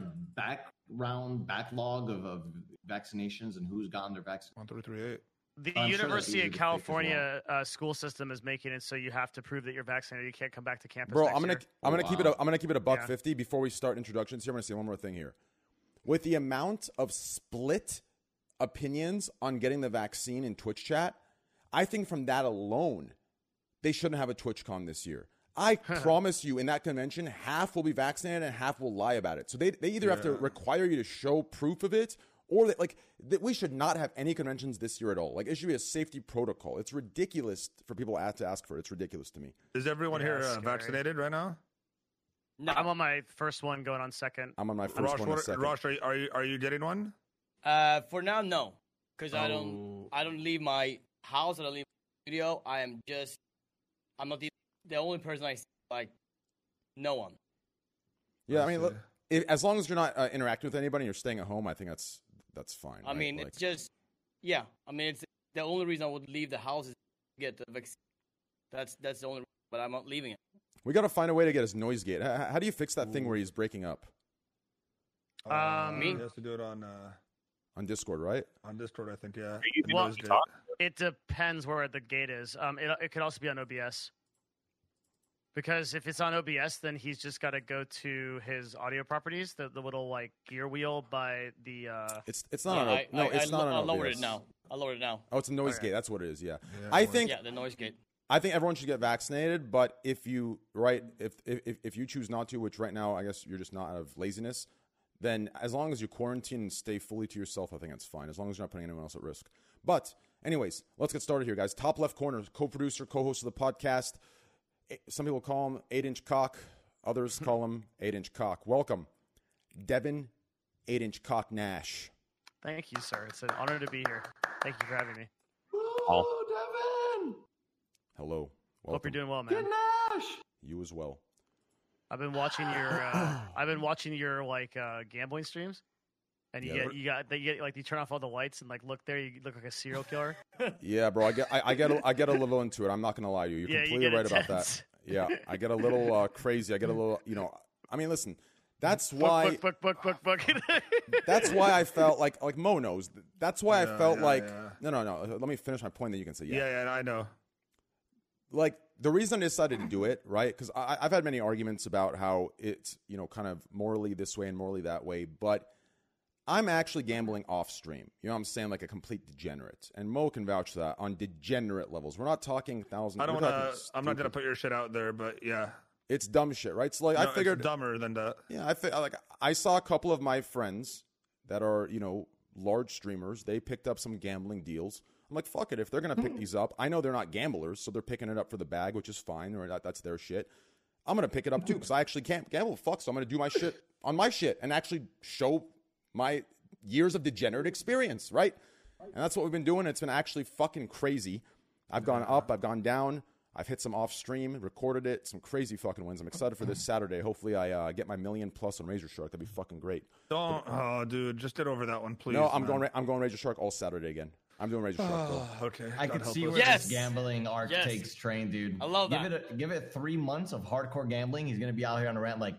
S7: background backlog of, of vaccinations and who's gotten their vaccine?
S3: One three three eight.
S5: the
S7: I'm sure that's
S5: University
S7: easy
S5: of
S7: to fake as well.
S5: California uh, school system is making it so you have to prove that you're vaccinated. You can't come back to campus.
S1: Bro,
S5: next
S1: I'm gonna
S5: year.
S1: I'm gonna keep it.
S7: Wow.
S1: A, I'm gonna keep it a buck
S5: Yeah.
S1: fifty before we start introductions. Here, I'm gonna say one more thing here. With the amount of split opinions on getting the vaccine in Twitch chat, I think from that alone, they shouldn't have a TwitchCon this year. I
S3: <laughs>
S1: promise you, in that convention, half will be vaccinated and half will lie about it. So they, they either have to
S3: Yeah.
S1: require you to show proof of it, or that like that we should not have any conventions this year at all. Like it should be a safety protocol. It's ridiculous for people to have to ask for it. It's ridiculous to me.
S3: Is everyone
S5: Yeah,
S3: here
S5: that's
S3: uh,
S5: scary.
S3: vaccinated right now?
S4: No,
S5: I'm on my first one, going on second.
S1: I'm on my first
S3: Rosh,
S1: one. in a
S3: what,
S1: second.
S3: Rosh, are you, are you are you getting one?
S4: uh, for now, no, because I don't,
S3: Oh.
S4: I don't leave my house. I don't leave my studio. I am just, I'm not the, the only person I see, like, no one.
S1: Yeah,
S3: I
S1: I mean,
S3: see.
S1: look, if, as long as you're not uh, interacting with anybody, and you're staying at home. I think that's that's fine.
S4: I
S1: right?
S4: mean,
S1: Like-
S4: it's just, yeah. I mean, it's the only reason I would leave the house is to get the vaccine. That's that's the only. But I'm not leaving it.
S1: we got to find a way to get his noise gate. How, how do you fix that thing where he's breaking up
S3: Uh,
S5: Um,
S3: you
S4: Me?
S3: have to do it on uh,
S1: on Discord? Right?
S3: on Discord, I think. Yeah.
S6: you doing
S3: Windows
S6: to
S3: did.
S6: talk?
S5: It depends where the gate is. Um, it it could also be on OBS. Because if it's on OBS, then he's just got to go to his audio properties, the, the little like gear wheel by the. Uh,
S1: It's it's not
S4: Yeah,
S1: on.
S4: I,
S1: no,
S4: I,
S1: it's
S4: I,
S1: not
S4: lo-
S1: on.
S4: I lowered
S1: OBS.
S4: it now. I lowered it now.
S1: Oh, it's a noise
S5: Okay.
S1: gate. That's what it is. Yeah.
S3: Yeah,
S1: I
S3: it was.
S1: think
S4: Yeah, the noise gate.
S1: I think everyone should get vaccinated, but if you right if if if you choose not to, which right now I guess you're just not out of laziness, then as long as you quarantine and stay fully to yourself, I think that's fine. As long as you're not putting anyone else at risk. But anyways, let's get started here, guys. Top left corner, co-producer, co-host of the podcast. Eh, Some people call him eight inch cock,
S5: <laughs>
S1: others call him eight inch cock. Welcome, Devin, eight inch cock Nash.
S5: thank you, sir. It's an honor to be here. Thank you for having me.
S6: All.
S7: Oh,
S1: Hello. Welcome.
S5: Hope you're doing well,
S7: Devin!
S5: man.
S7: Get Nash!
S1: You as well.
S5: I've been watching your. Uh, I've been watching your like uh, gambling streams, and you
S1: Yeah.
S5: get you got they get like you turn off all the lights and like look there. You look like a serial killer.
S1: Yeah, bro. I get I, I get a, I get a little into it. I'm not gonna lie to you. You're
S5: yeah, you
S1: completely
S5: get
S1: right about that.
S5: intense. <laughs>
S1: Yeah, I get a little uh, crazy. I get a little, you know. I mean, listen,
S5: <laughs>
S1: that's
S5: Book,
S1: why.
S5: book, book, book, book, <laughs> book.
S1: That's why I felt like like Mo knows. That's why I
S3: Yeah,
S1: felt
S3: yeah,
S1: like
S3: yeah.
S1: no, no, no. Let me finish my point. Then you can say yeah.
S3: Yeah, yeah, I know.
S1: Like the reason I decided to do it, right? Because I've had many arguments about how it's you know kind of morally this way and morally that way, but I'm actually gambling off stream. You know, what I'm saying like a complete degenerate, and Mo can vouch for that on degenerate levels. We're not talking thousand.
S3: I don't
S1: we're
S3: want to.
S1: talking
S3: I'm not
S1: stupid-
S3: gonna put your shit out there, but yeah,
S1: It's dumb shit, right? So like
S3: No,
S1: I figured
S3: it's dumber than that.
S1: Yeah, I feel like I saw a couple of my friends that are you know large streamers. They picked up some gambling deals. I'm like, fuck it. If they're gonna pick these up, I know they're not gamblers, so they're picking it up for the bag, which is fine. Or that, that's their shit. I'm gonna pick it up too because I actually can't gamble. Fuck, so I'm gonna do my shit on my shit and actually show my years of degenerate experience, right? And that's what we've been doing. It's been actually fucking crazy. I've gone up, I've gone down, I've hit some off stream, recorded it, some crazy fucking wins. I'm excited for this Saturday. Hopefully, I uh, get my million plus on Razor Shark. That'd be fucking great.
S3: Don't. Oh, dude, just get over that one, please.
S1: no, I'm
S3: man.
S1: going. Ra- I'm going Razor Shark all Saturday again. I'm doing Razor Shark. Bro.
S3: Oh, <sighs> okay.
S7: I
S3: God
S7: could
S3: help
S7: see
S3: us.
S7: where
S4: Yes!
S7: this gambling arc
S4: Yes.
S7: takes train, dude.
S4: I love
S7: give
S4: that.
S7: It a, give it three months of hardcore gambling. He's gonna be out here on a rant like,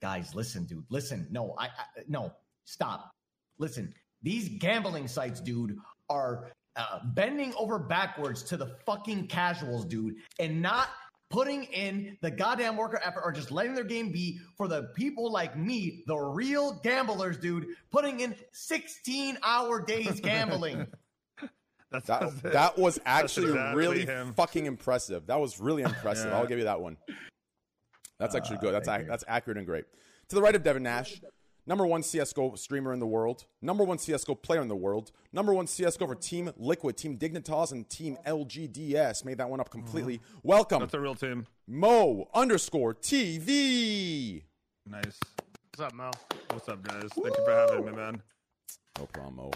S7: guys, listen, dude, listen. No, I, I no, stop. Listen, these gambling sites, dude, are uh, bending over backwards to the fucking casuals, dude, and not putting in the goddamn worker effort or just letting their game be for the people like me, the real gamblers, dude, putting in 16 hour <laughs> days gambling.
S3: <laughs> That's,
S1: That
S3: it.
S1: that was actually
S3: exactly
S1: really
S3: him.
S1: fucking impressive. That was
S3: <laughs>
S1: really impressive.
S3: Yeah. Ah,
S1: I'll give you that one. That's actually
S7: Uh,
S1: good. That's
S7: thank
S1: ac-
S7: you.
S1: that's accurate and great. To the right of Devin Nash, number one CS:GO streamer in the world, number one CS:GO player in the world, number one CS:GO for Team Liquid, Team Dignitas, and Team LGDS. Made that one up completely. Welcome,
S3: Mm-hmm. That's a real team.
S1: Mo underscore TV.
S3: Nice.
S5: What's up, Mo?
S3: What's up, guys? Thank you for having me, man.
S1: No problem, Mo.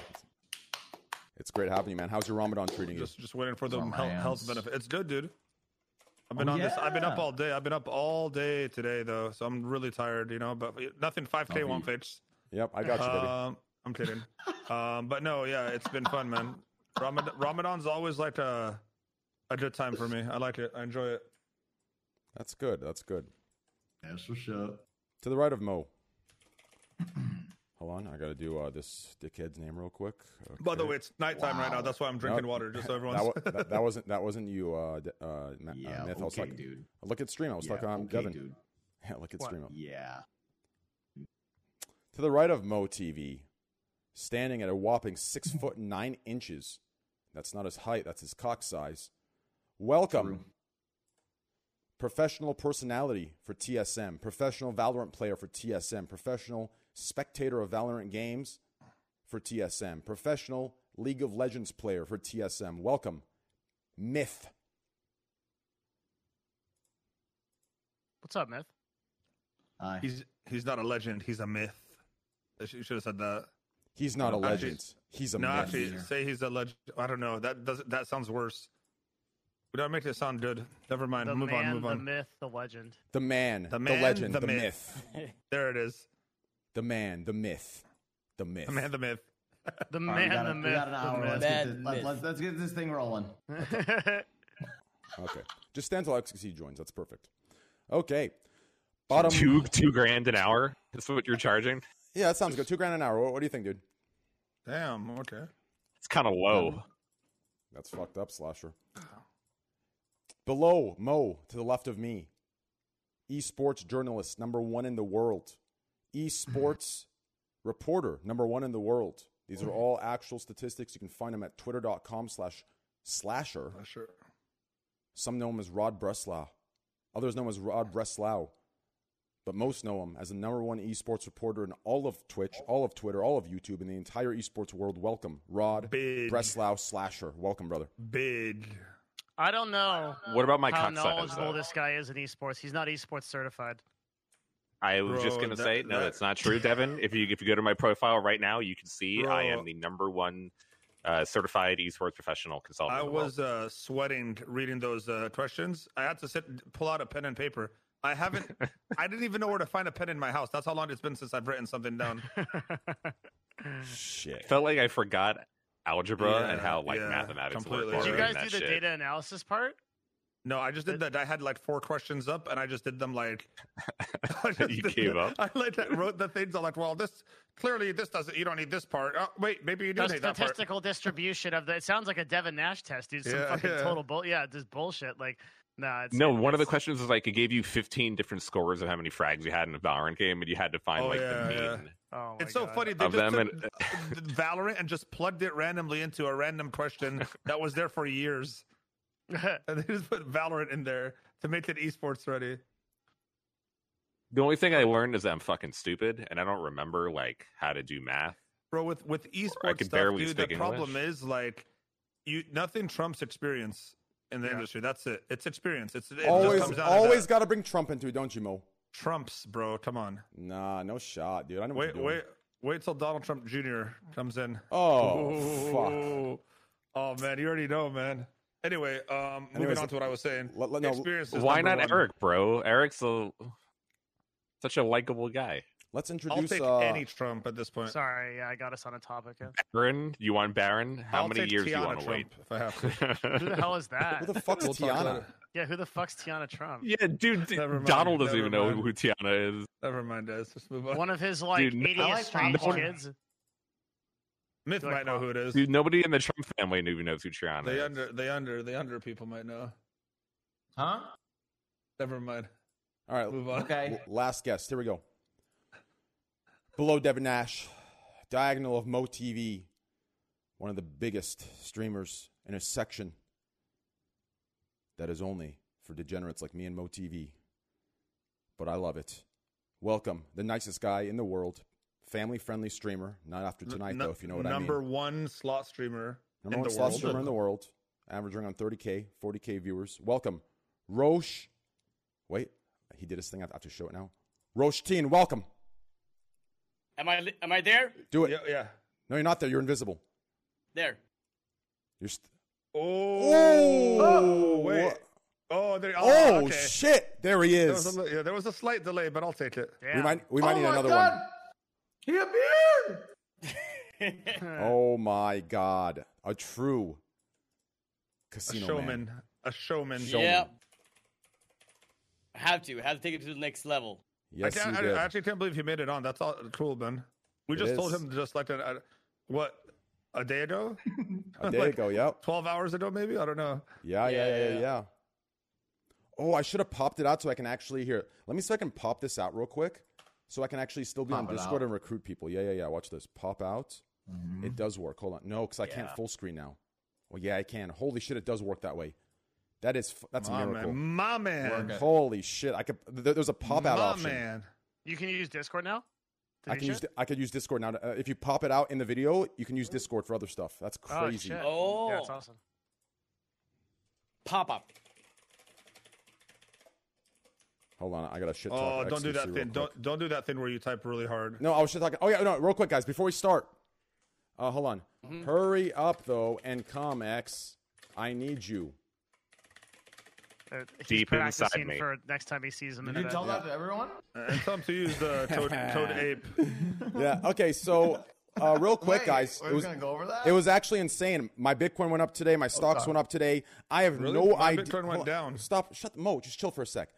S1: It's great having you, man. Hhow's your Ramadan treating you?
S3: Just just waiting for the
S7: on my
S3: health, health
S7: ass.
S3: benefit. It's good, dude. I've been
S7: Oh,
S3: on this. I've been up
S7: yeah.
S3: all day. I've been up all day today, though, so I'm really tired. You know, but nothing. Five k
S7: Oh,
S3: one
S7: yeah.
S3: fits.
S1: Yep, I got you, baby.
S3: Um, I'm kidding. <laughs> um, but no, yeah, it's been fun, man. Ramadan, Ramadan's always like a a good time for me. I like it. I enjoy it.
S1: That's good. That's good.
S7: That's what's up.
S1: To the right of Mo. Hold on, I gotta do uh, this dickhead's name real quick.
S3: By the
S1: Okay.
S3: way, it's nighttime right now.
S7: Wow.
S3: That's why I'm drinking
S1: Nope.
S3: water. Just so everyone's.
S1: that,
S3: <laughs>
S1: wa- that, that wasn't that wasn't you, uh, d- uh, Ma- uh,
S7: Yeah,
S1: Myth. I was
S7: okay,
S1: talking.
S7: dude.
S1: Look at stream. I was
S7: yeah,
S1: talking Oh. on
S7: okay,
S1: Devin.
S7: dude.
S1: Yeah, <laughs> look at
S5: What?
S1: stream.
S7: Yeah.
S1: To the right of Mo TV, standing at a whopping
S3: <laughs>
S1: six foot nine inches. That's not his height. That's his cock size. Welcome,
S7: True.
S1: professional personality for TSM, professional Valorant player for TSM, professional spectator of Valorant games for TSM, professional League of Legends player for TSM. Welcome, Myth.
S5: What's up, Myth?
S7: Hi.
S3: He's he's not a legend. He's a myth. I should have said that.
S1: He's not a
S3: Actually-
S1: legend. He's a
S3: no,
S1: myth.
S3: actually, say he's a legend. I don't know. That does that sounds worse. We don't make it sound good. Never mind.
S5: The
S3: move
S5: man,
S3: on. Move on.
S5: the myth, the legend.
S1: the man, the,
S3: The man,
S1: legend, the,
S3: the
S1: myth.
S3: myth. There it is.
S1: the man, the myth, the myth.
S3: The man, the myth.
S5: The
S7: All right, we
S5: man,
S7: got,
S5: the
S7: a- we got an hour.
S5: myth,
S7: Let's
S4: myth.
S7: get, this, let's, let's, let's get this thing rolling.
S5: the myth.
S1: okay, just stand till XQC joins. That's perfect. Okay, bottom.
S6: two two grand an hour. <laughs> That's what you're charging.
S1: Yeah, that sounds good. Two grand an hour. What, what do you think, dude?
S3: Damn. Okay.
S6: It's kind of low.
S1: That's fucked up, slasher. Below Mo, to the left of me, esports journalist number one in the world, esports reporter number one in the world. These are all actual statistics. You can find them at twitter.com slash slasher.
S3: Not sure.
S1: Some know him as Rod Breslau. Others know him as Rod Breslau. But most know him as the number one esports reporter in all of Twitch, all of Twitter, all of YouTube, and the entire esports world. Welcome, Rod
S3: Big.
S1: Breslau Slasher. Welcome, brother.
S3: Big.
S5: I don't know
S6: What about my
S5: how
S6: cock size?
S5: knowledgeable
S6: though?
S5: this guy is in esports. He's not esports certified.
S6: I was just
S3: Bro,
S6: gonna
S3: that-
S6: say no.
S3: that-
S6: That's not true, Devin. If you if you go to my profile right now, you can see I
S3: Bro.
S6: am the number one uh, certified esports professional
S1: Oh,
S6: consultant.
S3: I
S6: in the world.
S3: was uh, sweating reading those uh, questions. I had to sit, pull out a pen and paper. I haven't.
S1: <laughs>
S3: I didn't even know where to find a pen in my house. That's how long it's been since I've written something down.
S1: Shit.
S6: felt like I forgot algebra
S3: Yeah,
S6: and how like
S3: yeah,
S6: mathematics
S3: completely.
S6: work.
S5: Did you
S3: Alright,
S6: already
S5: guys
S6: and
S5: do
S6: that
S5: the
S6: shit.
S5: data analysis part?
S3: No, I just did that. I had like four questions up, and I just did them like. <laughs> I just
S6: You
S3: did
S6: gave
S3: the-
S6: up?
S3: I like that, wrote the things. I'm like, well, this clearly this doesn't. You don't need this part. Oh, wait, maybe you do
S5: The
S3: need that part.
S5: statistical distribution of the. It sounds like a Devin Nash test, dude. Some
S3: Yeah,
S5: fucking
S3: yeah.
S5: total bull. Yeah, just bullshit. Like, nah. It's,
S6: No,
S5: it-
S6: one of the
S5: it's-
S6: questions was like it gave you 15 different scores of how many frags you had in a Valorant game, and you had to find
S3: Oh,
S6: like
S3: yeah,
S6: the mean.
S3: yeah.
S5: Oh my
S3: It's so
S5: God.
S3: funny. They
S6: Of
S3: just
S6: them
S3: took <laughs> th- Valorant and just plugged it randomly into a random question that was there for
S5: <laughs>
S3: years, and they just put Valorant in there to make it esports ready.
S6: The only thing I learned is that I'm fucking stupid, and I don't remember like how to do math.
S3: bro with with esports
S6: could
S3: stuff,
S6: barely
S3: dude,
S6: speak
S3: the problem
S6: English.
S3: is like you nothing trumps experience in the
S5: Yeah.
S3: industry that's it it's experience it's it
S1: Always,
S3: just comes down
S1: always
S3: to
S1: got to bring Trump into it, don't you, Mo?
S3: that. trumps bro come on
S1: Nah, no shot, dude. I know.
S3: wait
S1: what you're doing.
S3: wait wait till donald trump jr comes in
S1: Oh, fuck.
S3: Ooh. oh man you already know man anyway um
S1: Anyways,
S3: moving on to what i was saying
S1: let- let- no,
S3: experience is
S6: Why not
S3: number one.
S6: Eric, bro? Eric's a, such a likable guy.
S1: Let's
S3: i'll
S1: introduce.
S3: take
S1: uh,
S3: any trump at this point
S5: Sorry, yeah, I got us on a topic. yeah.
S6: Baron, you want Baron? How
S3: I'll
S6: many
S3: take
S6: years do
S3: Tiana
S6: you want to wait?
S3: Trump if i
S1: <laughs>
S3: have to
S6: <laughs>
S5: Who the hell is that?
S1: Who the fuck's
S3: <laughs> We'll talk
S1: Tiana?
S3: later.
S5: yeah, who the fuck's Tiana Trump?
S6: yeah, dude. d-
S3: Never mind,
S6: Donald doesn't
S3: never
S6: even know
S3: mind.
S6: who Tiana is.
S3: never mind guys just move on
S5: One of his like
S6: Dude, no-
S5: 80
S7: I like
S5: strange
S7: Bob Orr.
S5: kids.
S3: <laughs> myth
S5: Like,
S3: might know who it is
S6: Dude, nobody in the Trump family even knows who Tiana
S3: They
S6: is.
S3: under, they under, they under people might know.
S7: Huh?
S3: Never mind.
S1: All right,
S3: Move on.
S7: Okay.
S1: L- last guest. Here we go. Below Devin Nash, diagonal of Mo TV, one of the biggest streamers in a section that is only for degenerates like me and Mo TV. But I love it. Welcome, the nicest guy in the world, family friendly streamer. Not after tonight,
S3: N-
S1: though, if you know what I mean.
S3: number one slot streamer.
S1: Number
S3: in
S1: one
S3: the
S1: slot
S3: world.
S1: streamer in the world, averaging on 30k, 40k viewers. Welcome, Roche. Wait, he did his thing. I have to show it now. Roche Teen, welcome.
S4: Am I am I there?
S1: Do it.
S3: Yeah, yeah.
S1: No, you're not there. You're invisible. <laughs>
S4: There.
S1: You're st-
S3: Oh,
S1: Oh,
S3: wait.
S1: wha-
S3: Oh, there, oh,
S1: oh
S3: okay.
S1: shit! There he
S3: There was,
S1: is.
S3: a, li- yeah, there was a slight delay, but I'll take it.
S5: Yeah.
S1: We might we might
S2: oh
S1: need
S2: my
S1: another
S2: god!
S1: one.
S2: He appeared.
S1: Oh my god! A true
S3: A
S1: casino
S3: showman.
S1: man.
S3: A showman.
S1: Showman.
S4: yeah. Have to. Have to take it to the next level.
S3: I,
S1: Yes,
S3: can't,
S1: you
S3: I,
S1: did.
S3: I actually can't believe he made it on. That's all cool, man. We
S1: It
S3: just told
S1: is.
S3: him just like, an, uh, what, a day ago?
S1: A day
S3: <laughs> like-
S1: ago. Yep.
S3: 12 hours ago, maybe? I don't know.
S1: Yeah, yeah,
S4: Yeah,
S1: yeah,
S4: yeah.
S1: yeah. Oh, I should have popped it out so I can actually hear. Let me see if I can pop this out real quick, so I can actually still be
S7: Pop
S1: on
S7: it
S1: Discord
S7: out.
S1: and recruit people. Yeah, yeah, yeah. Watch this. Pop out.
S7: Mhm.
S3: Mm-hmm.
S1: It does work. Hold on. No, because I can't full screen now. Well, yeah, I can. Holy shit, it does work that way. That is f- that's
S3: My
S1: a miracle.
S3: man. My man.
S7: Work it.
S1: Holy shit! I could. There, there's a pop out
S3: My
S1: option.
S3: man.
S5: You can use Discord now. Did
S1: I
S5: you
S1: can use
S5: shit?
S1: di- I could use Discord now. to- uh, if you pop it out in the video, you can use Discord for other stuff. That's
S5: Oh,
S1: crazy.
S5: shit.
S4: Oh.
S5: yeah, it's awesome.
S4: Pop up.
S1: Hold on, I got a shit talk.
S3: Oh, don't do
S1: XQC
S3: that
S1: real
S3: thing.
S1: quick.
S3: Don't, don't do that thing where you type really hard.
S1: No, I was just talking. Oh yeah, no, real quick, guys, before we start. Uh, hold on.
S3: Mm-hmm.
S1: Hurry up though, and come, X. I need
S3: <laughs>
S1: you.
S5: Uh, he's
S6: Deep inside
S5: practicing
S6: me.
S5: for next time he sees him in
S7: Did you
S5: the
S7: tell that to everyone?
S3: And tell him to use the toad, toad ape.
S1: Yeah. Okay. So, uh, real quick,
S7: Wait,
S1: guys.
S7: We're
S1: It was
S7: gonna go over that.
S1: it was actually insane. My Bitcoin went up today. My stocks went up today. I have
S3: Oh, Really?
S1: no
S3: My
S1: idea.
S3: Bitcoin went
S1: hold on.
S3: down.
S1: Stop. Shut. Mo, just chill for a sec.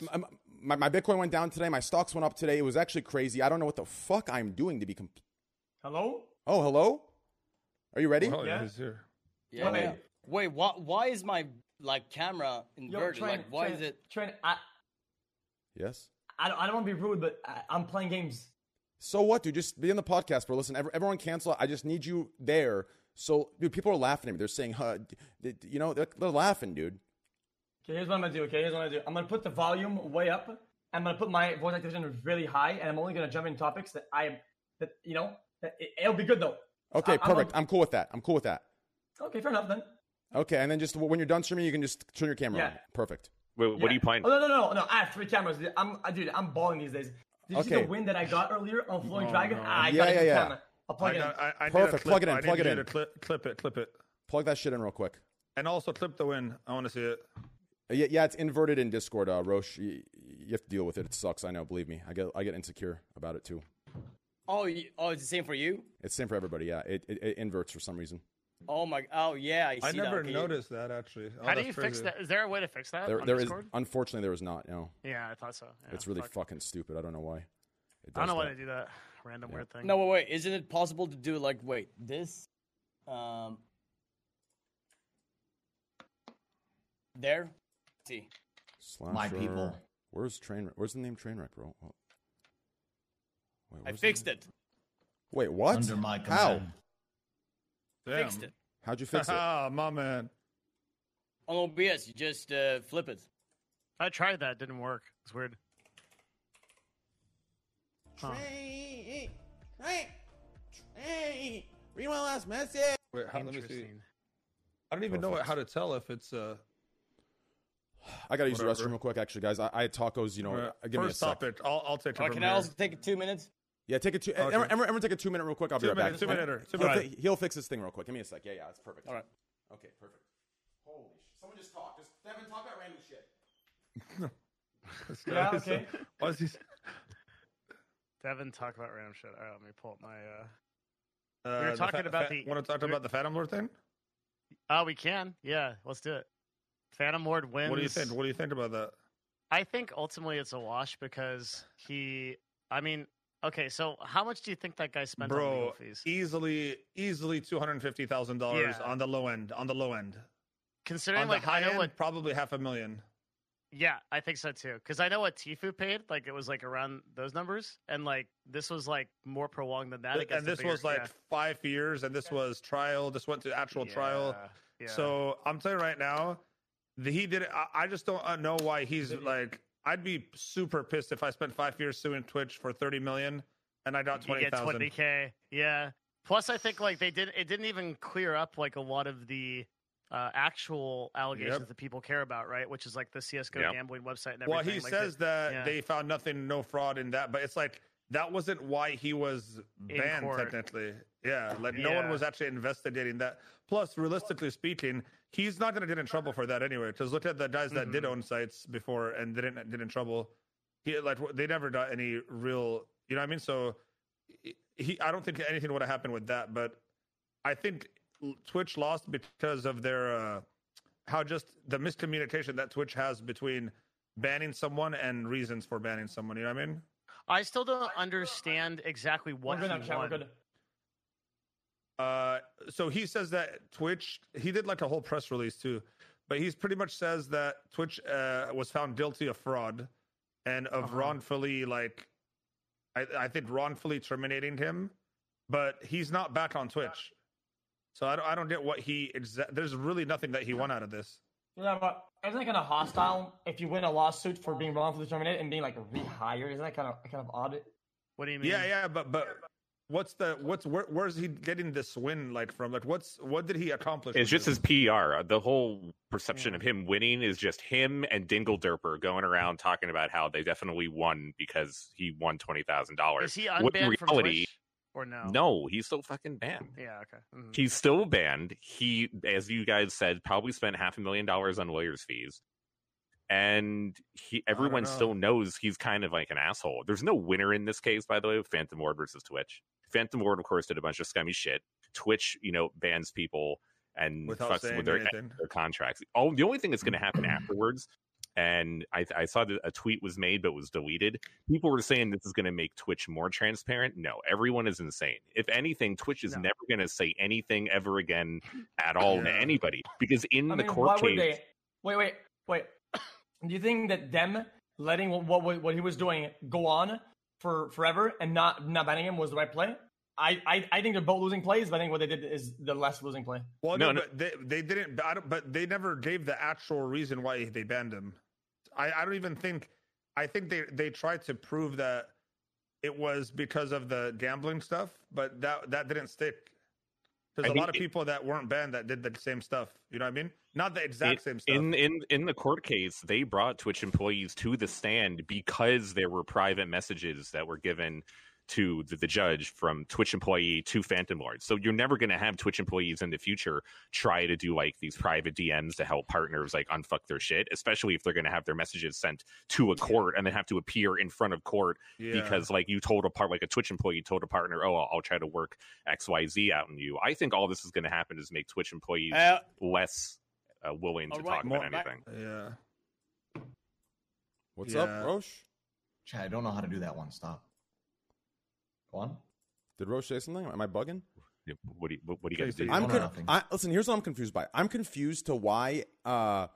S1: My, my, my Bitcoin went down today. My stocks went up today. It was actually crazy. I don't know what the fuck I'm doing to be. Comp-
S8: Hello?
S1: oh, hello. Are you ready?
S3: Oh, yeah,
S8: Yeah.
S3: he's here.
S4: Yeah.
S7: Wait.
S4: yeah. Wait. What? Why is my like camera inverted?
S8: Trent,
S4: like, why
S8: Trent,
S4: is it?
S8: Trent, I,
S1: Yes.
S8: I, don't, I don't want to be rude, but I, I'm playing games.
S1: So what, dude? Just be in the podcast, bro. Listen, ev- everyone cancel. I just need you there. So, dude, people are laughing at me. They're saying, huh, d- d- you know, they're, they're laughing, dude.
S8: Okay, here's what I'm gonna do. Okay, here's what I'm gonna do. I'm gonna put the volume way up. I'm gonna put my voice activation really high, and I'm only gonna jump in topics that I, that you know, that it, it'll be good though.
S1: Okay,
S8: I- I'm
S1: perfect.
S8: a-
S1: I'm, cool with that. I'm cool with that.
S8: Okay, fair enough then.
S1: Okay, and then just w- when you're done streaming, you can just turn your camera
S8: Yeah.
S1: on. Perfect.
S6: Wait, What
S8: Yeah.
S6: are you playing?
S8: Oh no no no no! I have three cameras. dude. I'm uh, dude. I'm balling these days. Did you see
S1: Okay.
S8: the win that I got earlier on Flowing
S3: Oh,
S8: Dragon?
S3: no.
S8: I
S1: Yeah,
S8: got a
S1: yeah,
S8: new
S1: yeah.
S8: camera. I'll
S3: I,
S8: plug it in.
S3: got, I, I need
S1: Perfect.
S3: a clip.
S1: Plug it in,
S3: I need
S1: plug
S3: you
S1: it in.
S3: To clip, clip it. Clip it.
S1: Plug that shit in real quick.
S3: And also clip the win. I want to see it.
S1: Uh, Yeah, yeah, it's inverted in Discord, uh, Roche. You, you have to deal with it. It sucks. I know. Believe me, I get I get insecure about it too.
S4: Oh. You, oh, it's the same for you.
S1: It's same for everybody. Yeah, it, it, it inverts for some reason.
S4: Oh my. Oh yeah. I, see
S3: I
S4: that.
S3: never
S4: Okay, you-
S3: noticed that actually. Oh,
S5: How do
S3: that's
S5: you fix
S3: crazy.
S5: that? Is there a way to fix that
S1: There,
S5: on
S1: there is.
S5: Discord?
S1: Unfortunately, there is not. No,
S5: Yeah, I thought so. Yeah,
S1: it's really
S5: fuck.
S1: fucking stupid. I don't know why. It
S5: I don't know
S1: does
S5: why
S1: that.
S5: they do that random weird thing.
S4: No, wait, wait. Isn't it possible to do like wait this, um, there? see.
S1: Slasher.
S7: My people.
S1: Where's train? Where's the name Trainwreck, bro? Wait,
S4: I
S1: where's the
S4: fixed
S1: name?
S4: it.
S1: Wait, what?
S7: Under my
S1: How?
S7: command.
S3: Damn.
S4: Fixed it
S1: How'd you fix it?
S3: <laughs> Ah, my man.
S4: on OBS. You just uh, flip it.
S5: I tried that. It didn't work. It's weird. Huh.
S1: Read my last message.
S3: Wait, how, Uh, let me see.
S5: Interesting.
S3: I don't even know
S1: Perfect.
S3: how to tell if it's uh.
S1: I gotta use the
S3: Whatever.
S1: restroom real quick, actually, guys. I, I had tacos. You know,
S3: uh,
S1: give me a
S3: first
S1: sec.
S3: topic. I'll, I'll
S5: Oh,
S3: take it
S4: Or
S3: from
S4: can I
S3: <laughs> here.
S4: also take two minutes?
S1: Yeah, take a two. Everyone, everyone, everyone take a two minute real quick. I'll
S3: Two
S1: be right
S3: minute-
S1: back.
S3: two minute-er, two
S1: he'll,
S3: minute-er.
S1: fi- he'll fix this thing real quick. Give me a sec. Yeah, yeah, that's perfect.
S4: All right.
S1: Okay, perfect. Holy shit! Someone just talk. Just Devin, talk about random shit.
S3: This
S8: Yeah,
S3: guy is, uh,
S8: okay.
S3: why is he?
S5: <laughs> Devin, talk about random shit. All right, let me pull up my. uh
S3: Uh,
S5: were talking about the-
S3: Want to talk
S5: we were-
S3: about the Phantom Lord thing?
S5: Oh, we can. Yeah, let's do it. Phantom Lord wins.
S3: What do you think? What do you think about that?
S5: I think ultimately it's a wash because he. I mean, okay, so how much do you think that guy spent on legal
S3: Bro,
S5: fees?
S3: easily, easily two hundred fifty thousand dollars
S5: Yeah.
S3: on the low end. On the low end.
S5: Considering,
S3: on the
S5: like, I
S3: high
S5: know
S3: end,
S5: what.
S3: probably half a million.
S5: Yeah, I think so too. Because I know what Tifu paid. Like, it was like around those numbers, and like this was like more prolonged than that. I guess
S3: and
S5: the
S3: this
S5: bigger-
S3: was like
S5: yeah.
S3: five years, and this was trial. This went to actual trial.
S5: Yeah, yeah.
S3: So I'm telling you right now, the, he did. it- I, I just don't uh, know why he's like. I'd be super pissed if I spent five years suing Twitch for thirty million and I got
S5: you
S3: twenty
S5: get
S3: thousand.
S5: twenty k. Yeah. Plus, I think like they did. It didn't even clear up like a lot of the uh, actual allegations
S3: Yep.
S5: that people care about, right? Which is like the CS:GO
S6: Yep.
S5: gambling website. And everything.
S3: Well, he
S5: like, the-
S3: says that
S5: yeah.
S3: they found nothing, no fraud in that, but it's like that wasn't why he was
S5: In
S3: banned
S5: court.
S3: technically. Yeah, like no one
S5: Yeah.
S3: was actually investigating that. Plus, realistically speaking, he's not going to get in trouble for that anyway. Because look at the guys that did
S5: Mhm.
S3: own sites before and didn't get in trouble. He like w- they never got any real, you know what I mean? So he- he, I don't think anything would have happened with that. But I think l- Twitch lost because of their uh, how just the miscommunication that Twitch has between banning someone and reasons for banning someone. You know what I mean?
S5: I still don't understand exactly what
S8: we're good now,
S5: he
S8: chat, we're
S5: won.
S8: good.
S3: Uh, so he says that Twitch, he did like a whole press release too, but he's pretty much says that Twitch uh, was found guilty of fraud and of
S8: Uh-huh.
S3: wrongfully, like, I, I think wrongfully terminating him, but he's not back on Twitch. So I don't, I don't get what he exa- there's really nothing that he won out of this.
S8: Yeah, but isn't that kind of hostile if you win a lawsuit for being wrongfully terminated and being like rehired? Isn't that kind of kind of
S6: Mm,
S8: odd?
S5: What do you mean?
S3: Yeah, yeah, but but what's the what's where, where's he getting this win like from? Like what's what did he accomplish?
S6: It's
S3: with
S6: just
S3: this?
S6: his PR. The whole perception of him winning is just him and Dingle Derper going around talking about how they definitely won because he won twenty thousand
S5: Is
S6: dollars.
S5: he
S6: What in
S5: unbanned from
S6: reality-
S5: Twitch or no?
S3: Oh.
S6: No, he's still fucking banned.
S5: Yeah. Okay. Mhm.
S6: He's still banned. He, as you guys said, probably spent half a million dollars on lawyers' fees, and he.
S3: don't
S6: Everyone
S3: know.
S6: still knows he's kind of like an asshole. There's no winner in this case, by the way. with Phantom Ward versus Twitch. Phantom Ward, of course, did a bunch of scummy shit. Twitch, you know, bans people and
S3: without
S6: fucks
S3: saying
S6: with their
S3: anything.
S6: their contracts. Oh, the only thing that's going to
S8: <clears throat>
S6: happen afterwards, and I, I saw that a tweet was made but was deleted. People were saying this is going to make Twitch more transparent. No, everyone is insane. If anything, Twitch is
S5: No.
S6: never going to say anything ever again
S8: <clears throat>
S6: at all to
S3: Yeah.
S6: anybody because in
S8: I
S6: the
S8: mean, why
S6: court
S8: would
S6: case,
S8: they? Wait, wait, wait. <coughs> Do you think that them letting what what, what he was doing go on for forever and not not banning him was the right play? I, I, I think they're both losing plays, but I think what they did is the less losing play.
S3: Well, no,
S6: No, no.
S3: But they they didn't. I don't, but they never gave the actual reason why they banned him. I, I don't even think. I think they they tried to prove that it was because of the gambling stuff, but that that didn't stick.
S6: I
S3: Because a
S6: think
S3: lot of
S6: it-
S3: people that weren't banned that did the same stuff. You know what I mean? Not the exact same stuff.
S6: in in in the court case, they brought Twitch employees to the stand because there were private messages that were given to the, the judge from Twitch employee to Phantom Lord. So you're never going to have Twitch employees in the future try to do like these private DMs to help partners like unfuck their shit, especially if they're going to have their messages sent to a court and then have to appear in front of court
S3: Yeah.
S6: because like you told a part like a Twitch employee told a partner, "Oh, I'll, I'll try to work XYZ out on you." I think all this is going to happen is make Twitch employees
S4: Uh,
S6: less uh, willing to
S4: All right,
S6: talk
S3: more
S6: about
S4: back-
S6: anything.
S3: yeah.
S1: What's
S3: Yeah.
S1: up, Roche?
S7: Chad, I don't know how to do that one. Stop. Go on.
S1: Did Roche say something? Am I bugging?
S6: Yeah, What do you, what, what do you guys
S3: Casey.
S6: do?
S1: I'm
S7: don't know
S1: con-
S7: nothing.
S1: I, listen. Here's what I'm confused by. I'm confused to why uh,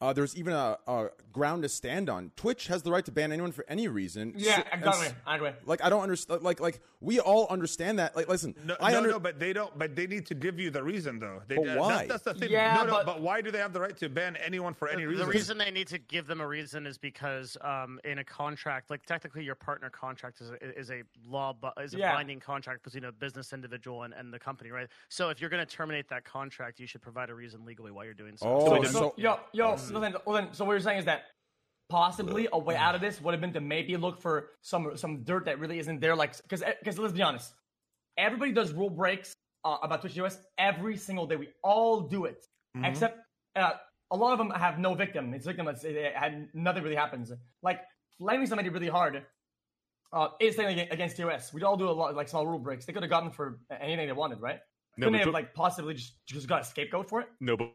S1: uh, there's even a, a ground to stand on. Twitch has the right to ban anyone for any reason.
S8: Yeah,
S1: So- and
S8: exactly.
S1: s-
S8: I agree.
S1: Like I don't understand. Like like we all understand that. Like listen,
S3: No,
S1: I
S3: no,
S1: under-
S3: no, but they don't. But they need to give you the reason, though. They,
S1: But
S3: that's-
S1: why?
S3: That's, the thing.
S8: Yeah,
S3: no, no,
S8: but-
S3: but, why do they have the right to ban anyone for any
S5: The-
S3: reason?
S5: The reason they need to give them a reason is because um, in a contract, like technically your partner contract is a, is a law, bu- is a
S8: Yeah.
S5: binding contract between a business individual and, and the company, right? So if you're going to terminate that contract, you should provide a reason legally why you're doing so.
S1: Oh,
S6: So it
S8: so,
S1: so-
S8: yo, yo, listen, listen, so what you're saying is that possibly a way out of this would have been to maybe look for some some dirt that really isn't there, like because because let's be honest, everybody does rule breaks uh, about Twitch US every single day. We all do it,
S3: Mhm.
S8: except uh, a lot of them have no victim. It's victimless. It, it, had- nothing really happens. Like flaming somebody really hard. Uh, is something aga- against TOS. We'd all do a lot like small rule breaks. They could have gotten for anything they wanted, right?
S6: No, but
S8: Couldn't they have
S6: don't-
S8: like possibly just, just got a scapegoat for it?
S6: No, but,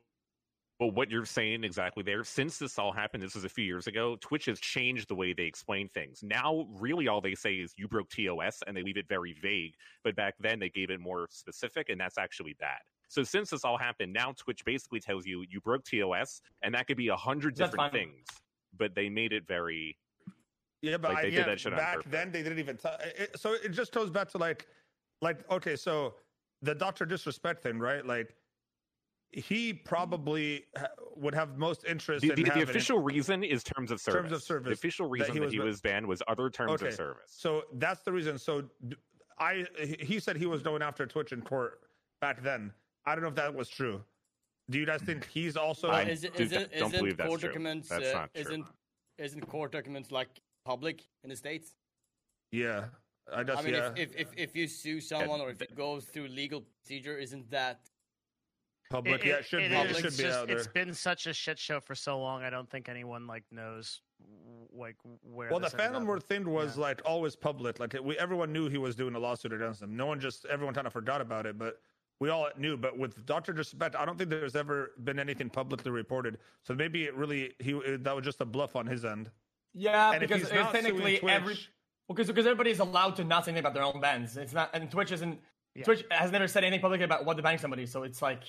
S6: but what you're saying exactly there, since this all happened, this was a few years ago, Twitch has changed the way they explain things. Now, really, all they say is you broke TOS and they leave it very vague. But back then, they gave it more specific, and that's actually bad. So since this all happened, now Twitch basically tells you you broke TOS, and that could be a hundred
S8: That's
S6: different
S8: fine.
S6: things. But they made it very
S3: Yeah, but
S6: Like,
S3: I
S6: they did
S3: think
S6: that shit on
S3: back
S6: purpose.
S3: then they didn't even. T- it, so it just goes back to like, like okay, so the Doctor Disrespect thing, right? Like, he probably ha- would have most interest
S6: the,
S3: in
S6: the- the
S3: having it.
S6: official reason is terms of service.
S3: Terms of service
S6: The official reason
S3: he
S6: that he,
S3: was
S6: was,
S3: ba-
S6: banned was other terms
S3: Okay.
S6: of service.
S3: So that's the reason. So d- I he- he said he was going after Twitch in court back then. I don't know if that was true. Do you guys think he's also?
S6: I
S4: is, it-
S6: do-
S4: is, it-
S6: don't
S4: isn't
S6: believe that's
S4: court
S6: true.
S4: documents?
S6: That's
S4: uh,
S6: not true.
S4: Isn't isn't court documents like public in the states?
S3: Yeah, I just
S4: I mean,
S3: yeah.
S4: if, if, if if you sue someone or if it goes through legal procedure, isn't that
S3: public,
S5: It-
S3: yeah, it should be.
S5: is,
S3: It should
S5: it's
S3: be
S5: just-
S3: out there.
S5: It's been such a shit show for so long. I don't think anyone like knows w- like where.
S3: Well, the
S5: this ended
S3: Phantom
S5: up.
S3: Word thing was
S5: Yeah.
S3: like always public. Like we, everyone knew he was doing a lawsuit against them. No one just, everyone kind of forgot about it, but we all knew. But with Doctor Disrespect, I don't think there's ever been anything publicly reported. So maybe it really he that was just a bluff on his end.
S8: Yeah,
S3: And if
S8: because
S3: he's
S8: it's
S3: not suing
S8: technically
S3: Twitch-
S8: every because because everybody's allowed to not say anything about their own bans. It's not, and Twitch isn't. Twitch has never said anything publicly about what they're banning somebody, so it's like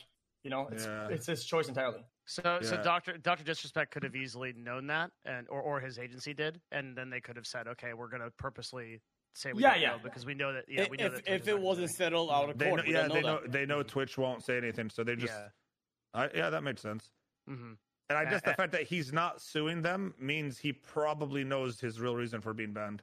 S8: you know, it's
S3: Yeah.
S8: it's his choice entirely.
S5: So, so
S3: Yeah.
S5: Doctor Doctor Disrespect could have easily known that, and or or his agency did, and then they could have said, okay, we're gonna purposely say we
S8: Yeah,
S5: don't
S8: yeah.
S5: know because we know that yeah
S4: if
S5: we know
S4: if,
S5: that Twitch
S4: if
S5: is
S4: it
S5: not
S4: wasn't
S5: gonna
S4: settled out of
S3: They know,
S4: court? we
S3: yeah,
S4: don't
S3: they
S4: know
S3: know they know Twitch won't say anything, so they
S5: do it.
S3: just
S5: yeah.
S3: I, yeah, that makes sense.
S5: Mhm.
S3: And I
S5: Uh,
S3: guess the
S5: <laughs> uh,
S3: fact that he's not suing them means he probably knows his real reason for being banned,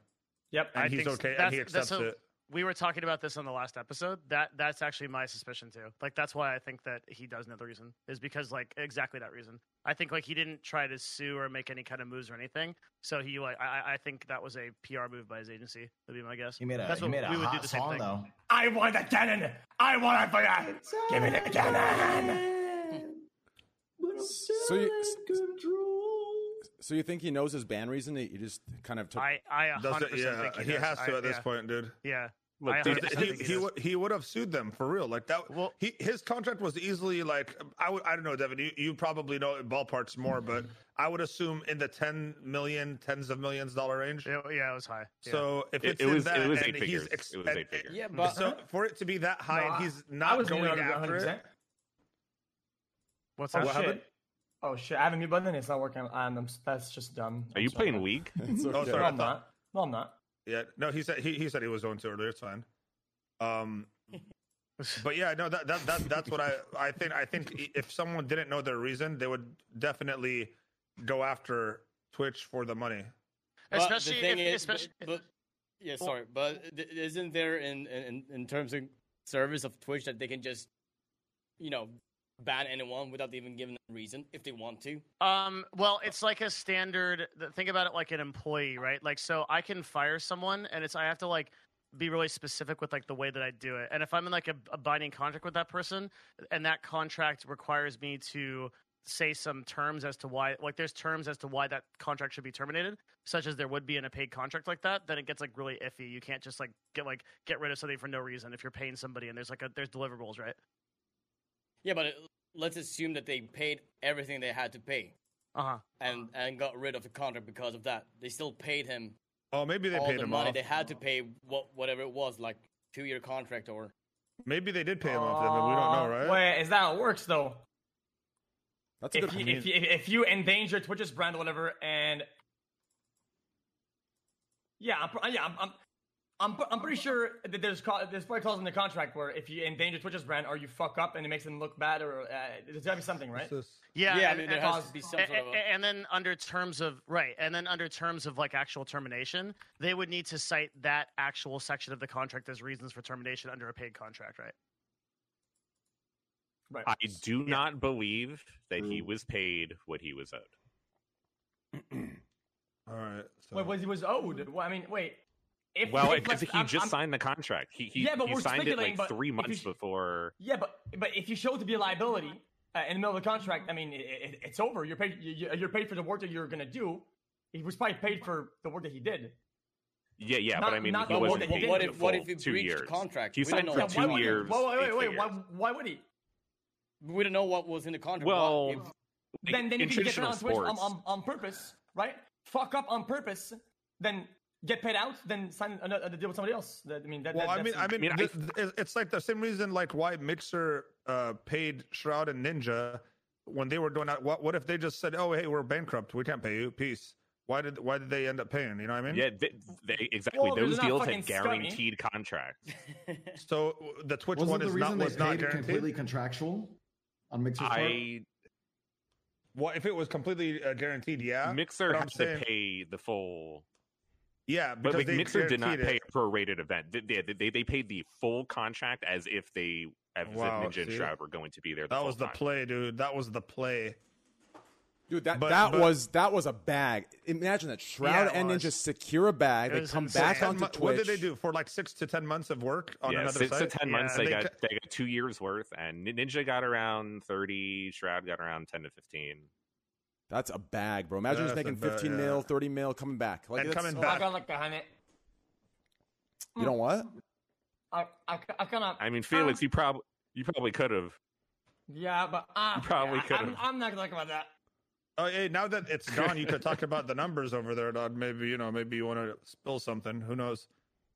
S8: Yep.
S3: and
S5: I
S3: he's
S5: think s-
S3: okay,
S5: that's-
S3: and he
S5: that's
S3: accepts
S5: a-
S3: it.
S5: We were talking about this on the last episode. That that's actually my suspicion too. Like that's why I think that he does know the reason is because like exactly that reason. I think like he didn't try to sue or make any kind of moves or anything. So he like I, I- I think that was a PR move by his agency. Would be my guess.
S7: He made a,
S5: That's
S7: he
S5: what
S7: made a
S5: we would do
S7: hot
S5: the same
S7: song
S5: thing.
S7: though.
S8: I want the cannon. I want it for you. Give me the cannon.
S1: So you, so you think he knows his ban reason? He he just kind of took.
S5: I I a
S3: Does
S5: hundred
S3: it?
S5: percent
S3: Yeah,
S5: think
S3: he,
S5: he, does.
S3: has to
S5: I-
S3: at this
S5: yeah,
S3: point, dude.
S5: Yeah.
S6: Look,
S5: I
S6: dude,
S3: Dude,
S5: 100%
S3: he,
S5: think
S3: he,
S5: does.
S3: would he would have sued them for real. Like that.
S5: Well-
S3: he his contract was easily like I would I don't know Devin. You, you probably know ballparks more, but I would assume in the ten million, tens of millions dollar range.
S5: It- yeah, it was high. Yeah.
S3: So if
S6: It-
S3: it's
S6: it
S3: in
S6: was- it
S3: that,
S6: was
S3: and
S6: eight
S3: he's
S6: figures. It was
S3: and-
S6: eight figures.
S4: Yeah, but
S3: so for it to be that high,
S8: No,
S3: and
S8: I-
S3: he's
S8: I
S3: not
S8: was
S3: going after it.
S8: 100%.
S5: what's
S8: Oh
S3: uh,
S5: that?
S3: What
S8: shit.
S3: happened?
S8: Oh shit! I have a mute button. and It's not working. I'm, I'm, that's just dumb.
S6: Are you
S8: I'm sorry.
S6: playing League?
S1: <laughs> It's
S3: Oh,
S1: okay.
S8: No,
S3: sorry.
S8: I'm not. No, I'm not.
S3: Yeah, no, he said he, he said he was going to earlier. It's fine. Um, but yeah, no, that, that that that's what I I think I think if someone didn't know their reason, they would definitely go after Twitch for the money.
S4: But the
S5: especially
S4: thing
S5: if,
S4: is, but-
S5: especially
S4: but, yeah, sorry, but th- isn't there in, in in terms of service of Twitch that they can just, you know, ban anyone without even giving them a reason if they want to?
S5: Um, well, it's like a standard. th- Think about it like an employee, right? Like, so I can fire someone, and it's I have to like be really specific with like the way that I do it. And if I'm in like a, a binding contract with that person, and that contract requires me to say some terms as to why, like, there's terms as to why that contract should be terminated, such as there would be in a paid contract like that. Then it gets like really iffy. You can't just like get like get rid of something for no reason if you're paying somebody and there's like a there's deliverables, right?
S4: Yeah, but uh, let's assume that they paid everything they had to pay
S5: Uh huh.
S4: and and got rid of the contract because of that. They still paid him
S3: Oh, maybe they
S4: all
S3: paid
S4: the
S3: him
S4: money
S3: off.
S4: they had to pay. What whatever it was, like two year contract or
S3: Maybe they did pay him off. Devin. We don't know, right?
S8: Wait, is that how it works though?
S1: That's a
S8: If
S1: good.
S8: you, if, you, if you endanger Twitch's brand or whatever, and yeah, I'm, pr- yeah, I'm, I'm, I'm, pr- I'm pretty sure that there's cla- there's probably clause in the contract where if you endanger Twitch's brand or you fuck up and it makes them look bad or uh, there's gotta be something, right?
S3: This is-
S5: Yeah,
S4: yeah. I
S5: and-
S4: mean, there
S5: and-
S4: has to be some
S5: A-
S4: sort of.
S5: a-
S4: a-
S5: and then under terms of right and then under terms of like actual termination they would need to cite that actual section of the contract as reasons for termination under a paid contract right
S8: Right.
S6: I do not believe that he was paid what he was owed.
S3: All right. So.
S8: Wait, was he was owed? Well, I mean, wait. If
S6: Well,
S8: if
S6: because he
S8: I'm-
S6: just
S8: I'm-
S6: signed the contract. He he,
S8: Yeah, but
S6: he
S8: we're
S6: signed it
S8: speculating,
S6: like
S8: but
S6: three
S8: if
S6: months
S8: you-
S6: before.
S8: Yeah, but but if you show it to be a liability uh, in the middle of the contract, I mean, it, it, it's over. You're paid. You, you- you're paid for the work that you're gonna do. He was probably paid for the work that he did.
S6: Yeah, yeah,
S8: Not-
S6: but I mean,
S8: not
S6: he
S8: the one
S6: wasn't
S8: that
S6: paid
S8: he did.
S6: what
S8: What
S6: if,
S4: if- what if he
S6: two
S4: breached the
S6: years.
S4: contract?
S6: He
S4: We don't
S6: signed
S4: know.
S6: for
S4: Yeah,
S6: two
S8: why
S6: years.
S8: Would he, wait,
S6: eight
S8: wait, wait, wait. Why,
S6: figures.
S8: why would he?
S4: we don't know what was in the contract.
S6: Well,
S4: Why- if-
S6: Like,
S8: Then then
S6: in
S8: if you get um,
S6: traditional
S8: that on Twitch on,
S6: sports,
S8: on, on purpose, right? Fuck up on purpose, then get paid out, then sign another deal with somebody else. That, I mean, that,
S3: Well,
S8: that,
S3: I mean,
S8: that's-
S3: I mean,
S6: mean, I-
S3: th- th- it's like the same reason, like why Mixer uh, paid Shroud and Ninja when they were doing that. What, what if they just said, "Oh, hey, we're bankrupt. We can't pay you. Peace." Why did Why did they end up paying? You know what I mean?
S6: yeah, they, they, exactly.
S8: Well, they're
S6: Those
S8: not
S6: deals
S8: fucking
S6: had
S8: scummy.
S6: guaranteed contracts.
S3: So w- the Twitch
S7: Wasn't
S3: one
S7: the
S3: is not
S7: reason
S3: was
S7: they
S3: not
S7: paid
S3: guaranteed.
S7: completely contractual on Mixer's part?
S6: I
S3: Well, if it was completely uh, guaranteed, yeah.
S6: Mixer
S3: but I'm
S6: had
S3: saying-
S6: to pay the full.
S3: Yeah,
S6: But
S3: because
S6: like,
S3: they
S6: Mixer did not
S3: guaranteed
S6: pay
S3: it.
S6: a prorated event. They, they, they, they paid the full contract as if they, as
S3: Wow,
S6: if Ninja and
S3: see?
S6: Shroud were going to be there. The
S3: That
S6: full
S3: was the
S6: time.
S3: play, dude. That was the play.
S1: Dude, that,
S3: But-
S1: that
S3: but-
S1: was that was a bag. Imagine that Shroud
S5: Yeah, it
S1: and
S5: was.
S1: Ninja secure a bag.
S5: It
S1: They
S5: was
S1: come
S5: insane.
S1: back
S5: Ten
S1: onto
S3: Mu-
S1: Twitch.
S3: What did they do for like six to ten months of work on
S6: yeah,
S3: another
S6: six to
S3: site?
S6: ten
S5: Yeah,
S6: months. They,
S3: they
S6: got
S3: ca-
S6: they got two years worth, and Nin- Ninja got around thirty. Shroud got around ten to fifteen.
S1: That's a bag, bro. Imagine just
S3: That's a
S1: making
S3: ba-
S1: 15
S3: yeah.
S1: mil, 30 mil, coming back. Like
S3: And
S1: that's-
S3: coming
S8: So I
S3: back.
S8: got like behind it.
S1: You know what?
S8: I, I, I kind of.
S6: I mean, Felix,
S8: Ah.
S6: you probably you probably could have.
S8: Yeah, but uh,
S6: You probably
S8: I'm,
S6: could've.
S8: I'm not gonna talk about that.
S3: Oh, hey, now that it's gone, you could talk about the numbers over there, Dodd. Maybe you know, maybe you want to spill something. Who knows?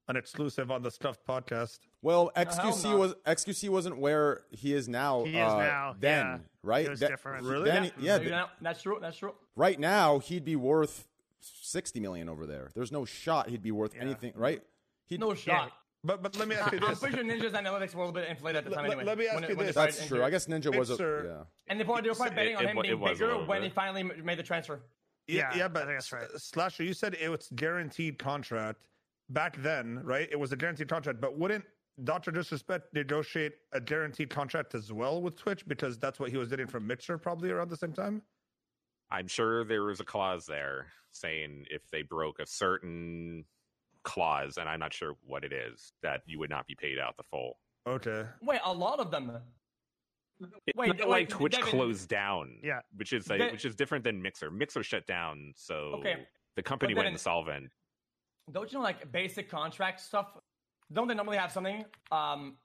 S3: An exclusive on the Stuffed podcast.
S1: Well,
S8: hell
S1: XQC
S8: no.
S1: was XQC wasn't where he is now.
S5: He is
S1: uh,
S5: now,
S1: Then,
S5: yeah.
S1: right?
S5: It was
S1: That-
S5: different.
S3: Really?
S1: Then, yeah.
S8: You
S1: th-
S8: know, that's true. That's true.
S1: right now, he'd be worth 60 million over there. There's no shot he'd be worth anything, right? He'd,
S8: No shot.
S3: But but let me
S8: I,
S6: <laughs>
S3: ask you
S8: I'm
S3: this.
S8: pretty sure Ninja's analytics were a little bit inflated at the
S3: Let-
S8: time.
S3: let-
S8: anyway,
S3: let me ask
S8: when it-
S3: you
S8: when it
S3: this.
S8: started
S1: that's
S8: in
S1: true.
S8: here.
S1: I guess Ninja was a
S3: Pixar-
S1: yeah.
S8: And they probably, they were probably
S6: It-
S8: betting on
S6: it
S8: him
S6: wa- it
S8: being
S6: was a
S8: bigger
S6: little
S8: when he
S6: bit.
S8: finally m- made the transfer.
S5: Yeah, I think that's right.
S3: S- Slasher, you said it was guaranteed contract back then, right? It was a guaranteed contract, but wouldn't Doctor Disrespect negotiate a guaranteed contract as well with Twitch because that's what he was getting from Mitcher probably around the same time?
S6: I'm sure there was a clause there saying if they broke a certain clause, and I'm not sure what it is, that you would not be paid out the full.
S3: Okay,
S8: Wait, a lot of them.
S6: It's
S8: Wait,
S6: not
S8: wait,
S6: like Twitch
S8: Devin-
S6: closed down,
S5: Yeah.
S6: which is like,
S8: Dev-
S6: which is different than Mixer. Mixer shut down, so
S8: Okay.
S6: the company
S8: But
S6: went
S8: then-
S6: insolvent.
S8: Don't you know like basic contract stuff? Don't they normally have something? Um,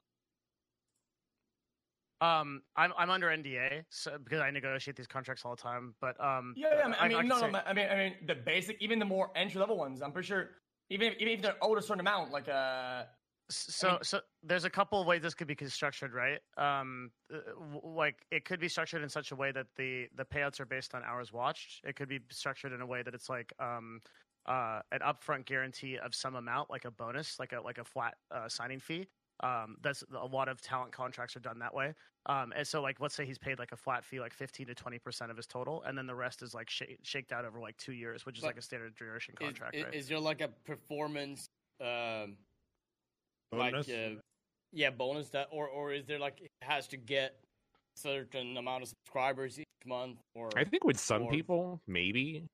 S5: Um, I'm I'm under NDA so, because I negotiate these contracts all the time. But um,
S8: yeah, yeah. I, mean,
S5: can
S8: no,
S5: say-
S8: no. I mean, I mean, the basic, even the more entry level ones. I'm pretty sure, even if, even if they're owed a certain amount, like uh,
S5: So, so there's a couple of ways this could be structured, right? Um, uh, w- like it could be structured in such a way that the the payouts are based on hours watched. It could be structured in a way that it's like um, uh, an upfront guarantee of some amount, like a bonus, like a like a flat uh, signing fee. Um, that's a lot of talent contracts are done that way. Um, and so, like, let's say he's paid like a flat fee, like fifteen to twenty percent of his total, and then the rest is like sh- shaked out over like two years, which is
S4: But
S5: like a standard duration
S4: Is,
S5: contract,
S4: is,
S5: right?
S4: is there like a performance, um,
S3: Bonus?
S4: like uh, yeah, bonus that, or or is there like it has to get certain amount of subscribers each month? Or
S6: I think with some
S4: Or-
S6: people, maybe.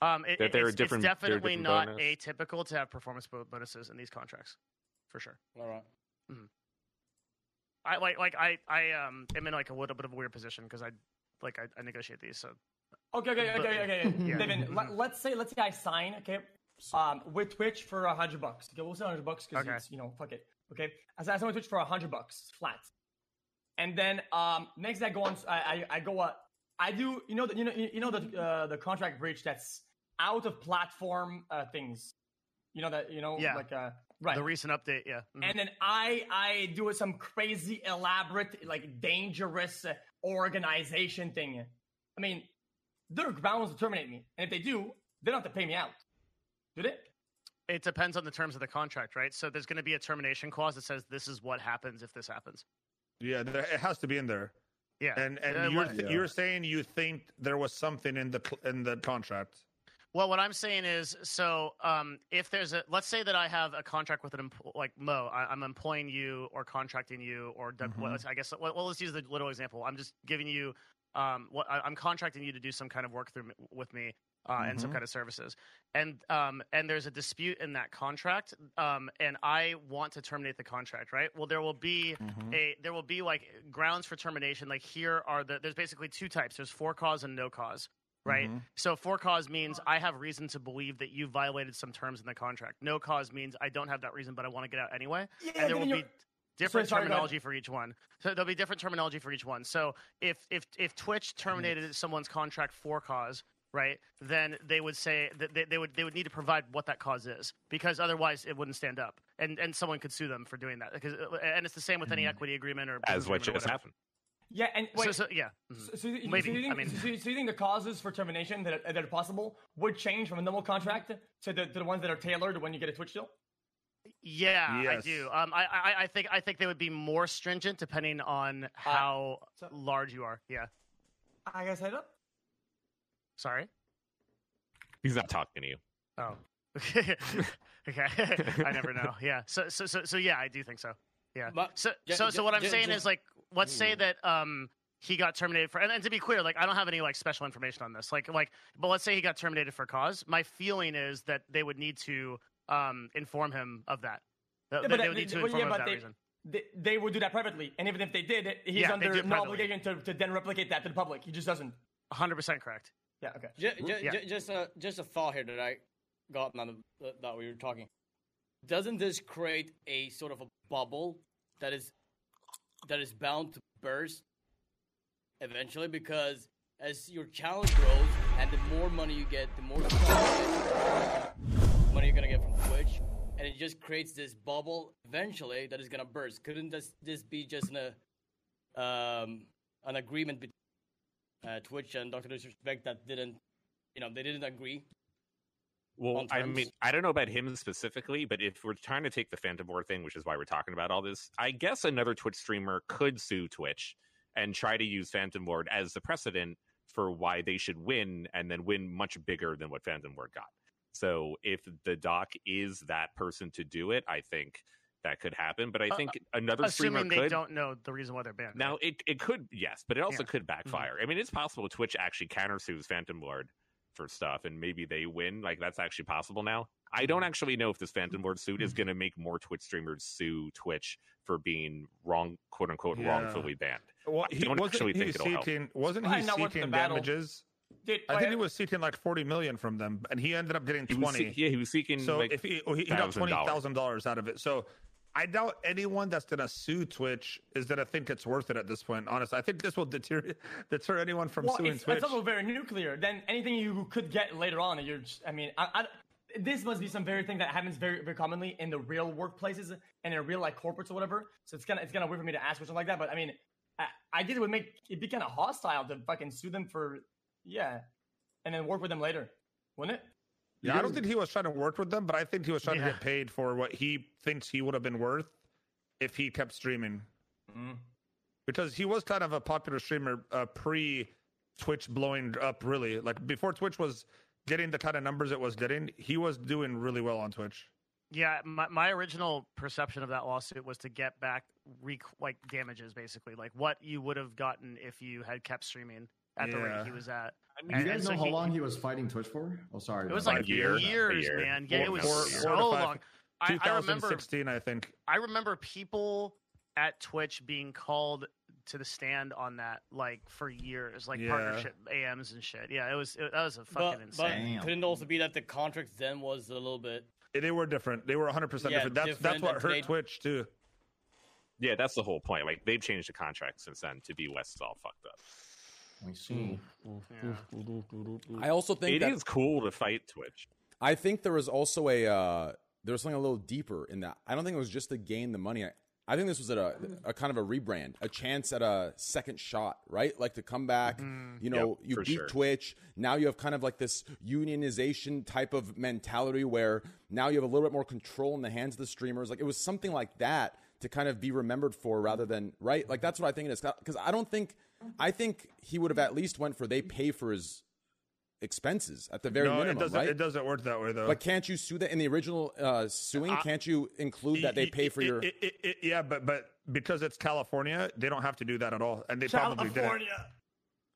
S5: Um, it,
S6: That
S5: it-
S6: there are
S5: it's, it's
S6: different- there are
S5: definitely
S6: different
S5: not
S6: bonus.
S5: atypical to have performance bo- bonuses in these contracts, for sure.
S4: all right.
S5: I like like I I um am in like a little bit of a weird position because I like I, I negotiate these. So
S8: Okay, okay, okay,
S5: But-
S8: okay, okay.
S5: Yeah.
S8: Devin, let, let's say let's say I sign, okay, um, with Twitch for a hundred bucks. Okay, we'll say hundred bucks because
S5: Okay.
S8: it's you know fuck it. Okay, I sign I sign with Twitch for a hundred bucks flat, and then um next day I go on I I, I go uh, I do you know the, you know you know the uh, the contract breach that's out of platform uh, things, you know that you know
S5: Yeah.
S8: like uh right
S5: the recent update, yeah, mhm.
S8: and then I I do some crazy elaborate like dangerous uh, organization thing. I mean, their grounds to terminate me, and if they do, they don't have to pay me out, do they?
S5: it depends on the terms of the contract, right? So there's going to be a termination clause that says this is what happens if this happens.
S3: yeah, there, it has to be in there.
S5: Yeah,
S3: And and
S5: Uh,
S3: you're
S5: what-
S3: th- you're saying you think there was something in the cl- in the contract.
S5: Well, what I'm saying is, so um, if there's a, let's say that I have a contract with an empl- like Mo, I, I'm employing you or contracting you or w- well,
S3: Mhm.
S5: let's- I guess well, well, let's use the literal example. I'm just giving you, um, what I, I'm contracting you to do some kind of work through m- with me uh, and some
S3: Mhm.
S5: kind of services, and um, and there's a dispute in that contract, um, and I want to terminate the contract, right? Well, there will be
S3: Mm-hmm.
S5: a there will be like grounds for termination. Like here are the there's basically two types. There's for cause and no cause, right?
S3: Mhm.
S5: So for cause means I have reason to believe that you violated some terms in the contract. No cause means I don't have that reason, but I want to get out anyway.
S8: Yeah,
S5: and there will be different
S8: sorry, go ahead.
S5: terminology for each one. So there'll be different terminology for each one. So if if if Twitch terminated someone's contract for cause, right, then they would say that they, they would they would need to provide what that cause is because otherwise it wouldn't stand up, and and someone could sue them for doing that. Because and it's the same
S8: Hmm.
S5: with any equity agreement or
S6: As
S5: business
S6: what
S5: agreement or
S6: just
S5: whatever.
S6: happened.
S8: Yeah, and
S5: So-
S8: wait. So,
S5: so- yeah. mhm.
S8: so you, so
S5: maybe,
S8: you think,
S5: I mean-
S8: so, you- so you think the causes for termination that are, that are possible would change from a normal contract to the, to the ones that are tailored when you get a Twitch deal?
S5: Yeah, I
S3: Yes.
S5: do. Um, I, I, I think I think they would be more stringent depending on how
S8: Uh, so-
S5: large you are. Yeah.
S8: I guess I don't.
S5: Sorry.
S6: He's not talking to you.
S5: Oh. okay.
S8: Mm-hmm.
S5: <laughs> I never know. Yeah. So so so so yeah, I do think so. Yeah.
S4: But
S5: So
S4: ju-
S5: so
S4: ju-
S5: so what I'm
S4: ju-
S5: saying
S4: ju-
S5: is like let's say
S4: Ooh.
S5: that um he got terminated for. And, and to be clear, like I don't have any like special information on this. Like like, but let's say he got terminated for cause. My feeling is that they would need to um inform him of that. That-
S8: Yeah,
S5: that
S8: but
S5: they
S8: that-
S5: would need to
S8: well,
S5: inform
S8: yeah,
S5: him
S8: but
S5: of that
S8: they-
S5: reason.
S8: They, they would do that privately, and even if they did, he's
S5: Yeah, they do
S8: under
S5: it
S8: no
S5: privately.
S8: obligation to, to then replicate that to the public. He just doesn't.
S5: 100 percent correct.
S8: Yeah. Okay.
S4: Just,
S5: Yeah.
S4: just a just a thought here that I got now that, that we were talking. Doesn't this create a sort of a bubble that is that is bound to burst eventually? Because as your challenge grows and the more money you get, the more you get, money you're gonna get from Twitch, and it just creates this bubble eventually that is gonna burst. Couldn't this this be just an a um, an agreement between uh, Twitch and Doctor Disrespect that didn't, you know, they didn't agree.
S6: Well, I
S4: Sometimes.
S6: mean, I don't know about him specifically, but if we're trying to take the Phantom War thing, which is why we're talking about all this, I guess another Twitch streamer could sue Twitch and try to use Phantom Ward as the precedent for why they should win and then win much bigger than what Phantom Ward got. So if the doc is that person to do it, I think that could happen. But I
S5: Uh,
S6: think another streamer
S5: Assuming they
S6: could.
S5: don't know the reason why they're banned.
S6: Now
S5: right?
S6: it, it could yes, but it also
S5: Yeah.
S6: could backfire.
S3: Mm-hmm.
S6: I mean, it's possible Twitch actually countersues Phantom Lord for stuff, and maybe they win. Like that's actually possible now. I
S3: Mm-hmm.
S6: don't actually know if this Phantom Lord suit is going to make more Twitch streamers sue Twitch for being wrong, quote unquote,
S3: Yeah.
S6: wrongfully banned.
S3: Well,
S6: I
S3: he,
S6: don't
S3: wasn't
S6: actually
S3: he
S6: think it'll help.
S3: seeking, wasn't he
S8: Probably not worth the
S3: seeking
S8: battle.
S3: damages?
S8: Dude,
S3: I think
S8: wait,
S3: he was seeking like forty million from them, and he ended up getting
S6: He was,
S3: twenty.
S6: se- yeah, he was seeking.
S3: so
S6: like,
S3: if he, oh, he, he got twenty
S6: $1,000.
S3: thousand dollars out of it, so I doubt anyone that's gonna sue Twitch is gonna think it's worth it at this point. Honestly, I think this will deter <laughs> deter anyone from
S8: well,
S3: suing
S8: it's,
S3: Twitch.
S8: it's also very nuclear. Then anything you could get later on, you're. Just, I mean, I, I, this must be some very thing that happens very, very commonly in the real workplaces and in real like corporates or whatever. So it's kind of it's kind of weird for me to ask or something like that. But I mean, I, I guess it would make it'd be kind of hostile to fucking sue them for yeah, and then work with them later, wouldn't it?
S3: yeah, I don't think he was trying to work with them, but I think he was trying
S5: Yeah.
S3: to get paid for what he thinks he would have been worth if he kept streaming. because he was kind of a popular streamer uh, pre Twitch blowing up really like before Twitch was getting the kind of numbers it was getting he was doing really well on Twitch
S5: Yeah, my, my original perception of that lawsuit was to get back re- like damages, basically, like what you would have gotten if you had kept streaming at the rate
S3: Yeah.
S5: he was at.
S7: Do you
S5: And-
S7: guys
S5: and
S7: know
S5: so
S7: how
S5: he-
S7: long he was fighting Twitch for? Oh, sorry.
S5: It was
S7: man.
S5: like
S6: Five year?
S5: years,
S6: A year.
S5: man. Yeah, it was
S6: Four-
S5: so
S3: four to five-
S5: long. I, I remember
S3: 2016 I, think
S5: I remember people at Twitch being called to the stand on that like for years, like
S3: Yeah.
S5: partnership AMs and shit. Yeah, it was it, that was a fucking
S4: But, but
S5: insane.
S7: Damn.
S4: couldn't it also be that the contract then was a little bit.
S3: they were different they were 100%
S4: Yeah,
S3: different that's that's
S4: different
S3: what
S4: and
S3: hurt
S4: they-
S3: Twitch too
S6: yeah, that's the whole point. Like they've changed the contract since then to be less all fucked up.
S7: We see.
S5: yeah.
S1: I also
S6: It
S1: think
S6: is
S1: that
S6: cool to fight Twitch.
S1: I think there was also a uh, there was something a little deeper in that. I don't think it was just to gain the money. I, I think this was at a, a kind of a rebrand, a chance at a second shot, right? Like to come back.
S3: Mm-hmm.
S1: You know,
S6: Yep,
S1: you
S6: for
S1: beat
S6: sure.
S1: Twitch. Now you have kind of like this unionization type of mentality where now you have a little bit more control in the hands of the streamers. Like it was something like that to kind of be remembered for rather than right. Like that's what I think it is because I don't think I think he would have at least went for they pay for his expenses at the very
S3: no
S1: minimum,
S3: it doesn't
S1: right?
S3: it doesn't work that way though
S1: But can't you sue that in the original uh, suing? can't you include that they pay for
S3: It-
S1: your?
S3: it- it- it- e, yeah but but because it's California they don't have to do that at all and they probably didn't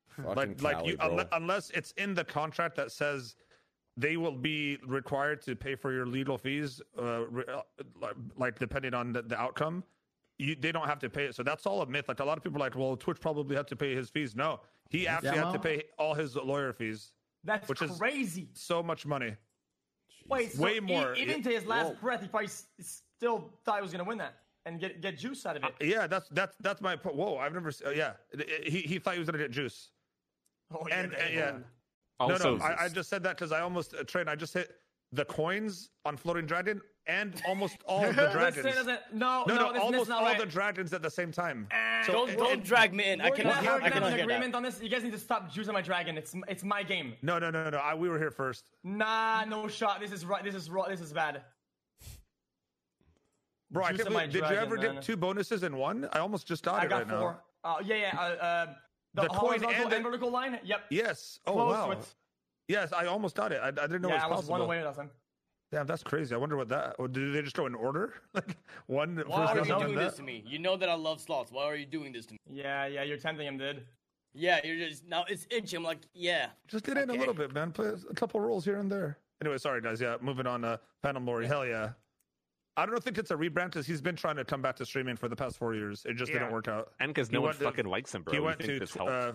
S1: fucking
S3: like like
S1: Cali,
S3: you
S1: bro.
S3: unle- unless it's in the contract that says they will be required to pay for your legal fees uh, re- uh, like, like depending on the, the outcome you they don't have to pay it so that's all a myth like a lot of people are like well twitch probably had to pay his fees no he actually had
S7: Demo?
S3: to pay all his lawyer fees
S8: That's
S3: Which is-
S8: crazy.
S3: so much money
S8: Wait, so
S3: Way
S8: e-
S3: more.
S8: even to his last breath, he probably s- still thought he was gonna win that and get get juice out of it.
S3: yeah that's that's that's my point whoa i've never se- uh, yeah Th- uh, he, he thought he was gonna get juice
S8: <laughs> Oh,
S3: and uh,
S8: man.
S3: yeah no,
S6: Also,
S3: no, I, I just said that because I almost uh, trained. I just hit the coins on Floating Dragon and
S8: <laughs>
S3: almost all of the
S8: Let's
S3: dragons.
S8: say that- no,
S3: no,
S8: oh, no,
S3: no,
S8: this- this
S3: almost
S8: is not
S3: all
S8: right. Eh.
S3: the dragons at the same time. So
S4: Don't
S3: it-
S4: don't
S3: it-
S4: drag me in. I
S8: We're
S4: cannot.
S8: not
S4: hear- I
S8: working on
S4: cannot
S8: an
S4: hear
S8: agreement
S4: that.
S8: on this. You guys need to stop juicing my dragon. It's m- it's my game.
S3: No, no, no, no, no. I, we were here first.
S8: Nah, no shot. This is right. This is raw. This is bad.
S3: Bro, I
S8: Juice
S3: can't
S8: of my
S3: believe, did you
S8: dragon,
S3: ever
S8: man.
S3: get two bonuses in one? I almost just got
S8: I
S3: it
S8: got
S3: right now.
S8: four. Uh, yeah, yeah. Uh, uh, the,
S3: The coin
S8: horizontal
S3: and
S8: and,
S3: the-
S8: vertical line. Yep.
S3: Yes. Oh,
S8: Close
S3: wow.
S8: with-
S3: Yes, I almost got it. I, I didn't know
S8: yeah, I
S3: it was
S8: was
S3: possible.
S8: one away last time.
S3: Damn, that's crazy. I wonder what that. Or did they just go in order? <laughs> Like one
S4: Why
S3: first
S4: are
S3: up
S4: you
S3: and
S4: doing
S3: that?
S4: this to me? You know that I love slots. Why are you doing this to me?
S8: Yeah, yeah. You're tempting him, dude.
S4: Yeah, you're just now it's itching. I'm like, yeah.
S3: Just get in a
S4: Okay.
S3: little bit, man. Play a couple rolls here and there. Anyway, sorry guys. Yeah, moving on. Uh, Phantom Lord, hell yeah. I don't think it's a rebrand because he's been trying to come back to streaming for the past four years. It just
S5: Yeah.
S3: didn't work out.
S6: And because
S3: He
S6: no one
S3: went to-
S6: fucking likes him, bro.
S3: he
S6: You
S3: went
S6: think
S3: to
S6: this
S3: tw-
S6: helped?
S3: uh,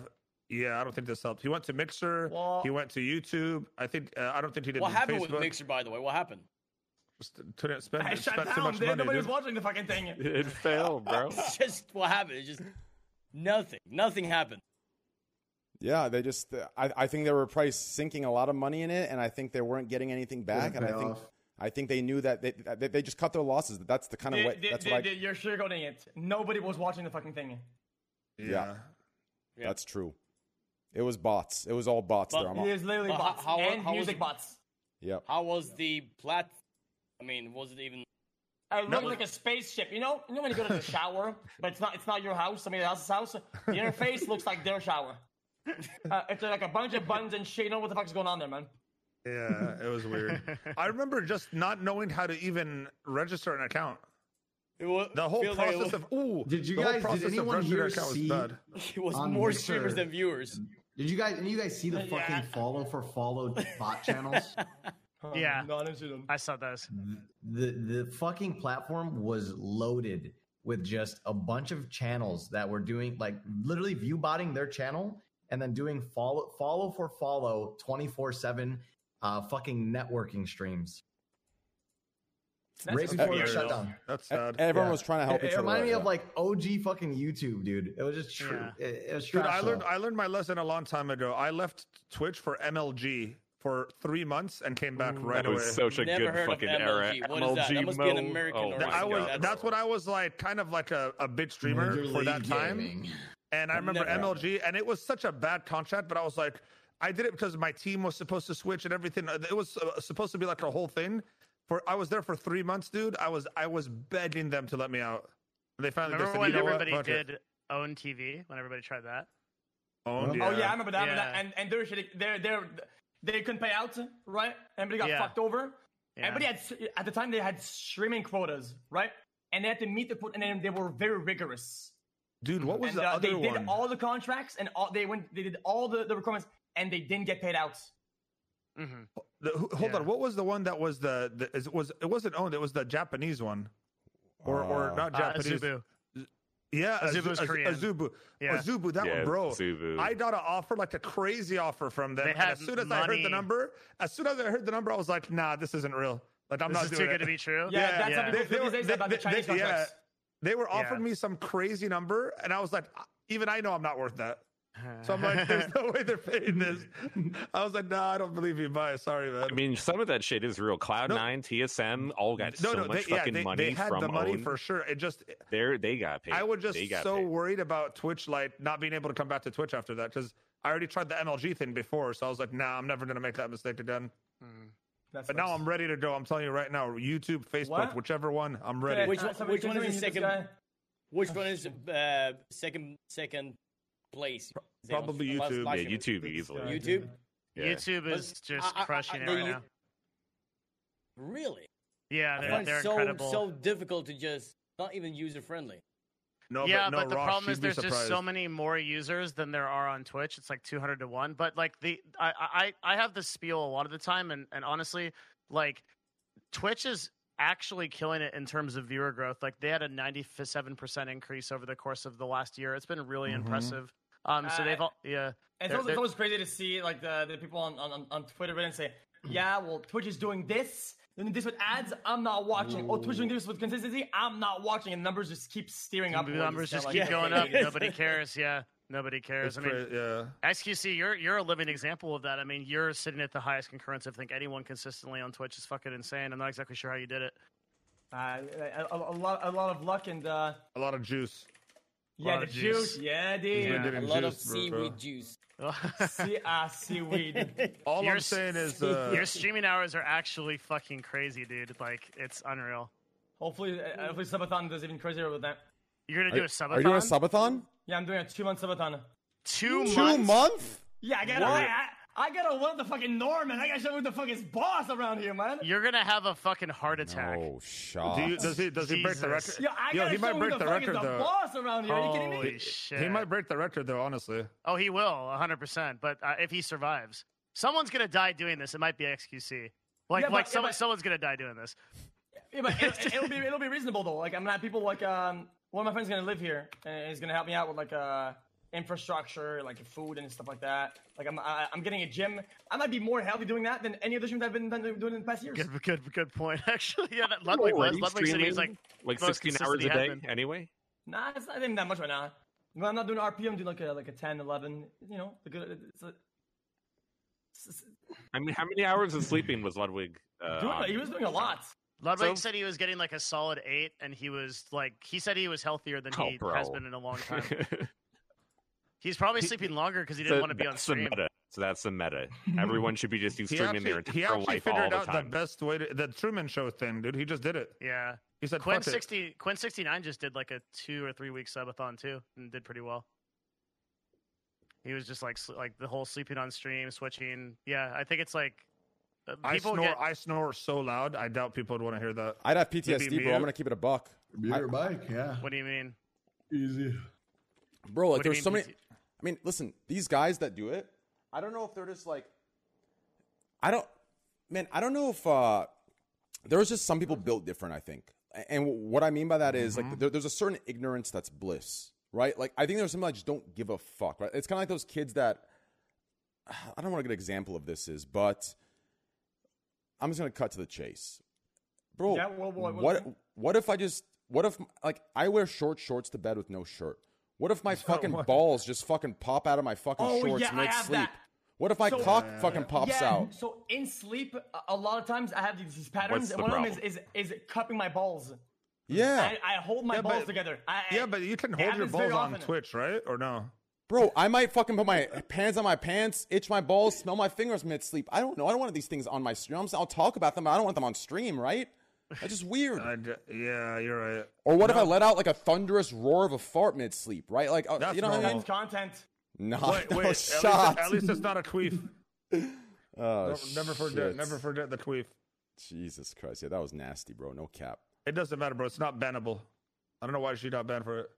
S3: yeah. I don't think this helped. He went to Mixer.
S8: Well-
S3: he went to YouTube. I think uh, I don't think he did.
S4: What
S3: his
S4: happened
S3: Facebook.
S4: with Mixer, by the way? What happened? <laughs>
S3: Just couldn't spend,
S8: I
S3: it.
S8: shut
S3: spent too
S8: down.
S3: much
S8: Dude.
S3: money.
S8: Nobody was
S3: dude.
S8: watching the fucking
S3: <laughs>
S6: <laughs>
S8: thing.
S6: it failed, bro.
S4: It's just what happened? It's just nothing. Nothing happened.
S1: Yeah, they just. I, I think they were probably sinking a lot of money in it, and I think they weren't getting anything back. And
S7: Didn't
S1: I
S7: pay
S1: think
S7: off.
S1: I think they knew that they that- that they just cut their losses. That's the kind of way.
S8: Dude, dude,
S1: that's
S8: dude,
S1: what I,
S8: dude, you're sugarcoating it. Nobody was watching the fucking thing.
S1: Yeah.
S3: yeah.
S4: Yeah.
S1: That's true. It was bots. It was all bots.
S4: But-
S1: there. I'm
S8: It
S1: not,
S8: is literally
S4: Well, how-
S8: bots
S4: how-
S8: and
S4: how was
S8: music
S4: it-
S8: bots.
S1: yep.
S4: How was the plat? I mean, was it even?
S8: It looked
S3: was-
S8: like a spaceship. You know, you know when you go to the shower, but it's not it's not your house, somebody else's house. The interface looks like their shower. Uh, it's like a bunch of buttons and shit. You know what the fuck's going on there, man?
S3: Yeah, it was weird. <laughs> I remember just not knowing how to even register an account.
S4: It was
S3: The whole
S4: feels like it
S3: process
S4: was,
S3: of ooh,
S7: Did you
S3: the whole
S7: guys- did
S3: process of
S7: anyone
S3: registering
S7: here
S3: an account was
S7: see-
S3: bad.
S4: <laughs> it was
S7: on
S4: more
S7: Mixer.
S4: streamers than viewers.
S7: Did you guys? Any of you guys see the fucking
S8: Yeah.
S7: follow for follow
S3: <laughs>
S7: bot channels?
S8: Oh,
S5: Yeah.
S8: no, I didn't see them.
S5: I saw those.
S7: the the fucking platform was loaded with just a bunch of channels that were doing like literally view botting their channel and then doing follow follow for follow 24/7 uh fucking networking streams
S8: That's
S7: right
S8: just
S7: before the
S8: weird.
S7: shutdown.
S3: That's
S1: E-
S3: sad.
S1: Everyone
S7: Yeah.
S1: was trying to help
S7: It,
S1: each
S7: it
S1: other.
S7: reminded
S1: out,
S7: me
S1: yeah.
S7: of like OG fucking YouTube, dude. It was just true.
S5: Yeah.
S7: It, it was
S3: Dude,
S7: trash.
S3: I learned
S7: though.
S3: I learned my lesson a long time ago. I left Twitch for MLG for three months and came back right
S6: That
S3: away.
S6: was such a
S4: Never
S6: good
S4: heard of
S6: fucking era.
S4: MLG. What is that? That must be an
S6: mode.
S4: American
S6: Oh
S4: origin.
S3: Th-
S6: my
S3: I was,
S6: God.
S4: God.
S3: that's when I was like kind of like a, a big streamer
S7: Major
S3: for that
S7: League
S3: time.
S7: Gaming.
S3: And I remember
S4: Never.
S3: MLG, and it was such a bad contract, but I was like, I did it because my team was supposed to switch and everything. It was uh, supposed to be like a whole thing. For I was there for three months, dude. I was I was begging them to let me out. And they finally
S5: Remember
S3: just said,
S5: when
S3: "You know what?
S5: everybody
S3: Fuck it."
S5: did own TV? When everybody tried that?
S3: Owned,
S8: Oh yeah, I remember that. I remember
S5: Yeah.
S8: that. And and they're shitty. They're they're they couldn't pay out, right? Everybody got
S5: Yeah.
S8: fucked over.
S5: Yeah.
S8: Everybody had s- at the time they had streaming quotas, right? And they had to meet the quota, and then they were very rigorous.
S3: dude. What was
S8: and
S3: the
S8: uh,
S3: other
S8: they
S3: one?
S8: did all the contracts and all they went they did all the, the requirements and they didn't get paid out
S5: Mm-hmm.
S3: The- who- hold
S5: Yeah.
S3: on. What was the one that was the, the is, was it wasn't owned? It was the Japanese one, or or
S1: Uh,
S3: not Japanese?
S5: Oh. Ah, Azubu.
S3: Yeah, Azu-
S5: Azubu's
S3: Az-
S5: Korean.
S3: Azubu.
S5: Yeah.
S3: Azubu. That one, bro.
S6: Zubu.
S3: I got an offer, like a crazy offer from them.
S5: They
S3: and
S5: had
S3: as soon as I heard
S5: money.
S3: the number, as soon as I heard the number, I was like, nah, this isn't real. Like I'm
S5: This
S3: not
S5: is
S3: doing
S5: too
S3: it.
S5: good to be true.
S8: yeah, that's
S5: yeah.
S8: how people feel these days about the chinese
S3: they- yeah.
S8: contracts
S3: They were offering
S5: Yeah.
S3: me some crazy number, and I was like, even I know I'm not worth that.
S5: <laughs>
S3: So I'm like, there's no way they're paying this. I was like, nah, I don't believe you. Bye. Sorry, man.
S6: I mean, some of that shit is real. Cloud
S3: No.
S6: Nine, TSM, all got so much fucking
S3: they,
S6: money
S3: they had
S6: from
S3: the money
S6: own.
S3: for sure. It just,
S6: They're- they got paid.
S3: I was just
S6: They got
S3: so
S6: paid.
S3: worried about Twitch, like not being able to come back to Twitch after that because I already tried the MLG thing before, so I was like, nah, I'm never gonna make that mistake again.
S8: That's
S3: But
S8: nice.
S3: now I'm ready to go. I'm telling you right now, YouTube, Facebook,
S8: What?
S3: whichever one, I'm
S8: Yeah,
S3: ready.
S4: Which-
S8: uh, somebody-
S4: which one is the
S8: somebody hit this
S4: second-
S8: guy.
S4: Which one is uh, second second place? Is it on-
S3: probably
S4: on last-
S3: YouTube.
S6: yeah,
S4: last year?
S6: YouTube easily.
S7: YouTube.
S4: YouTube.
S6: Yeah.
S5: YouTube
S4: But
S5: is just
S4: I- I- I-
S5: crushing
S4: they
S5: it right
S4: u-
S5: now.
S4: Really?
S5: Yeah,
S4: I
S5: they're,
S4: find
S5: they're
S4: so
S5: incredible.
S4: so difficult to just not even user friendly.
S3: no,
S5: yeah,
S3: but, no,
S5: the
S3: Ross,
S5: problem
S3: you'd
S5: is
S3: be
S5: there's just
S3: surprised.
S5: so many more users than there are on Twitch. It's like 200 to one. But like the I I, I have this spiel a lot of the time, and and honestly, like Twitch is actually killing it in terms of viewer growth. Like they had a 97 percent increase over the course of the last year. It's been really
S3: Mhm.
S5: impressive. Um, so
S8: Uh,
S5: they've all, yeah.
S8: it's
S5: They're-
S8: always,
S5: they're-
S8: it's always crazy to see like the, the people on, on, on- on twitter and say yeah well twitch is doing this doing this with ads i'm not watching oh twitch doing this with consistency i'm not watching and numbers just keep steering up
S5: The numbers just keep
S4: like-
S5: going
S8: <laughs>
S5: up.
S4: Yeah.
S5: Nobody cares. Yeah, nobody cares.
S3: It's
S5: I mean,
S3: cra- yeah.
S5: XQC, you're you're a living example of that. I mean, you're sitting at the highest concurrence. I think anyone consistently on Twitch is fucking insane. I'm not exactly sure how you did it.
S8: uh, a, a, a lot, a lot of luck and uh,
S3: A lot of juice.
S8: yeah
S5: lot
S8: the
S5: of juice.
S8: juice yeah
S3: He's been
S8: dude
S4: A
S3: getting
S4: lot of
S3: juice, bro, bro.
S4: seaweed juice.
S8: <laughs> see uh, seaweed
S3: <laughs> All
S5: You're
S3: I'm
S5: s-
S3: saying
S5: <laughs>
S3: is, uh,
S5: Your streaming hours are actually fucking crazy, dude. Like it's unreal.
S8: Hopefully, uh, hopefully subathon does even crazier with that.
S5: You're gonna do a subathon.
S1: Are you doing a subathon?
S8: Yeah, I'm doing a two month subathon.
S5: Two
S1: Two
S5: months.
S1: month?
S8: Yeah, I got it. I, I gotta want the fucking norm, and I gotta show who the fuck is boss around here, man.
S5: You're gonna have a fucking heart attack.
S1: Oh, shot.
S3: Do you, does he does he break the
S5: Jesus.
S3: record?
S8: Yo, I
S3: Yo,
S8: gotta
S3: he might
S8: show who
S3: break
S8: the,
S3: the
S8: fuck
S3: record,
S8: is the
S3: though.
S8: boss around here. Are you kidding me?
S5: Holy shit!
S3: He might break the record though. Honestly,
S5: Oh, he will, 100%. But uh, if he survives, someone's going to die doing this. It might be XQC. Like,
S8: Yeah, but-
S5: like
S8: yeah,
S5: someone,
S8: but-
S5: someone's going to die doing this.
S8: Yeah, but it, will be it'll be reasonable though. Like I'm not people like um one of my friends gonna live here and he's gonna help me out with like uh infrastructure, like food and stuff like that. Like I'm I, I'm getting a gym. I might be more healthy doing that than any of the gyms I've been done, doing in the past years.
S5: Good, good, good point, <laughs> actually. Yeah, that Ludwig was. Ludwig said he was like,
S6: like
S5: most
S6: 16 hours a
S5: consistent he
S6: day
S5: had been.
S6: anyway.
S8: Nah, it's not even that much right now. When I'm not doing RP, I'm doing like a like a 10, 11, You know, the good. It's a, it's, it's,
S6: I mean, how many hours of sleeping was Ludwig? Uh,
S8: doing,
S6: on?
S8: he was doing a lot.
S5: Ludwig
S6: So-
S5: said he was getting like a solid eight, and he was like, he said he was healthier than
S6: Oh,
S5: he
S6: bro.
S5: has been in a long
S6: <laughs>
S5: time. He's probably
S6: He-
S5: sleeping longer because he
S6: So
S5: didn't want to be on
S6: that's the
S5: stream.
S6: meta. So that's
S5: <laughs>
S6: the meta. Everyone should be just
S3: he
S6: streaming
S3: actually,
S6: their
S3: he
S6: entire
S3: actually
S6: life all
S3: figured
S6: the
S3: out the
S6: time.
S3: best way to the Truman Show thing, dude. He just did it.
S5: Yeah.
S3: He said,
S5: Quinn
S3: "Fuck it."
S5: sixty Quinn sixty nine just did like a two or three week subathon too, and did pretty well. He was just like sl- like the whole sleeping on stream switching. Yeah, I think it's like uh,
S3: I
S5: people
S3: snore.
S5: get
S3: I snore so loud. I doubt people would want to hear that.
S1: I'd have PTSD,
S3: Maybe
S1: bro. I'm
S3: mute.
S1: gonna keep it a buck,
S7: Commuter bike, yeah.
S5: What do you mean?
S7: Easy.
S1: bro. Like
S5: What do you
S1: there's
S5: mean
S1: so many.
S5: PT?
S1: I mean, listen, these guys that do it, I don't know if they're just like, I don't, man, I don't know if uh, there's just some people built different. I think, A- and wh- what I mean by that is,
S8: Mm-hmm.
S1: like there, there's a certain ignorance that's bliss, right? Like I think there's some that just don't give a fuck, right? It's kind of like those kids that <sighs> I don't know what a good example of this is, but I'm just gonna cut to the chase, bro.
S8: Yeah, what- what- what-
S1: what what if I just what if like I wear short shorts to bed with no shirt? What if
S8: <laughs>
S1: my fucking balls just fucking pop out of my fucking
S8: Oh,
S1: shorts
S8: yeah, I
S1: mid
S8: have
S1: sleep?
S8: that.
S1: What if my
S8: So-
S1: cock fucking pops
S8: yeah,
S1: out?
S8: So in sleep, a- a lot of times I have these, these
S6: What's
S8: patterns, and
S6: the
S8: one of them
S6: problem?
S8: is, is is cupping my balls.
S1: Yeah,
S8: I, I hold my
S3: Yeah,
S8: balls
S3: but-
S8: together. I, I-
S3: Yeah, but you can
S8: it
S3: hold your
S8: happens very
S3: balls on
S8: often.
S3: Twitch, right? Or no?
S1: bro, I might fucking put my hands on my pants, itch my balls, smell my fingers mid sleep. I don't know. I don't want these things on my stream. I'm, saying I'll talk about them, but I don't want them on stream, right? That's just weird.
S3: <laughs> I d- yeah, you're right.
S1: Or what if I let out like a thunderous roar of a fart mid sleep, right? Like, uh,
S3: That's
S1: you know what I mean?
S8: It's content.
S1: Nah,
S3: Wait,
S1: no
S3: wait. at, least,
S1: shot.
S3: at least it's not a queef.
S1: Oh,
S3: Don't- never
S1: shit.
S3: forget. Never forget the queef.
S1: Jesus Christ. Yeah, that was nasty, bro. No cap.
S3: It doesn't matter, bro. It's not bannable. I don't know why she got banned for it.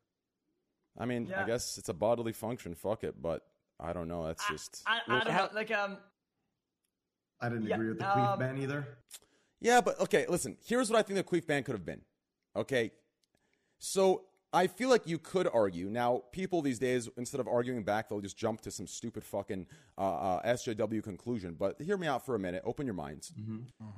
S1: I mean, I
S8: Yeah.
S1: guess it's a bodily function. Fuck it. But I don't know. That's just.
S8: I, I don't know, like um.
S7: I didn't
S8: Yeah,
S7: agree with the
S8: um,
S7: queef ban either.
S1: Yeah, but okay, listen, here's what I think the Queef ban could have been. Okay. So I feel like you could argue. Now, people these days, instead of arguing back, they'll just jump to some stupid fucking uh, uh, SJW conclusion. But hear me out for a minute. Open your minds.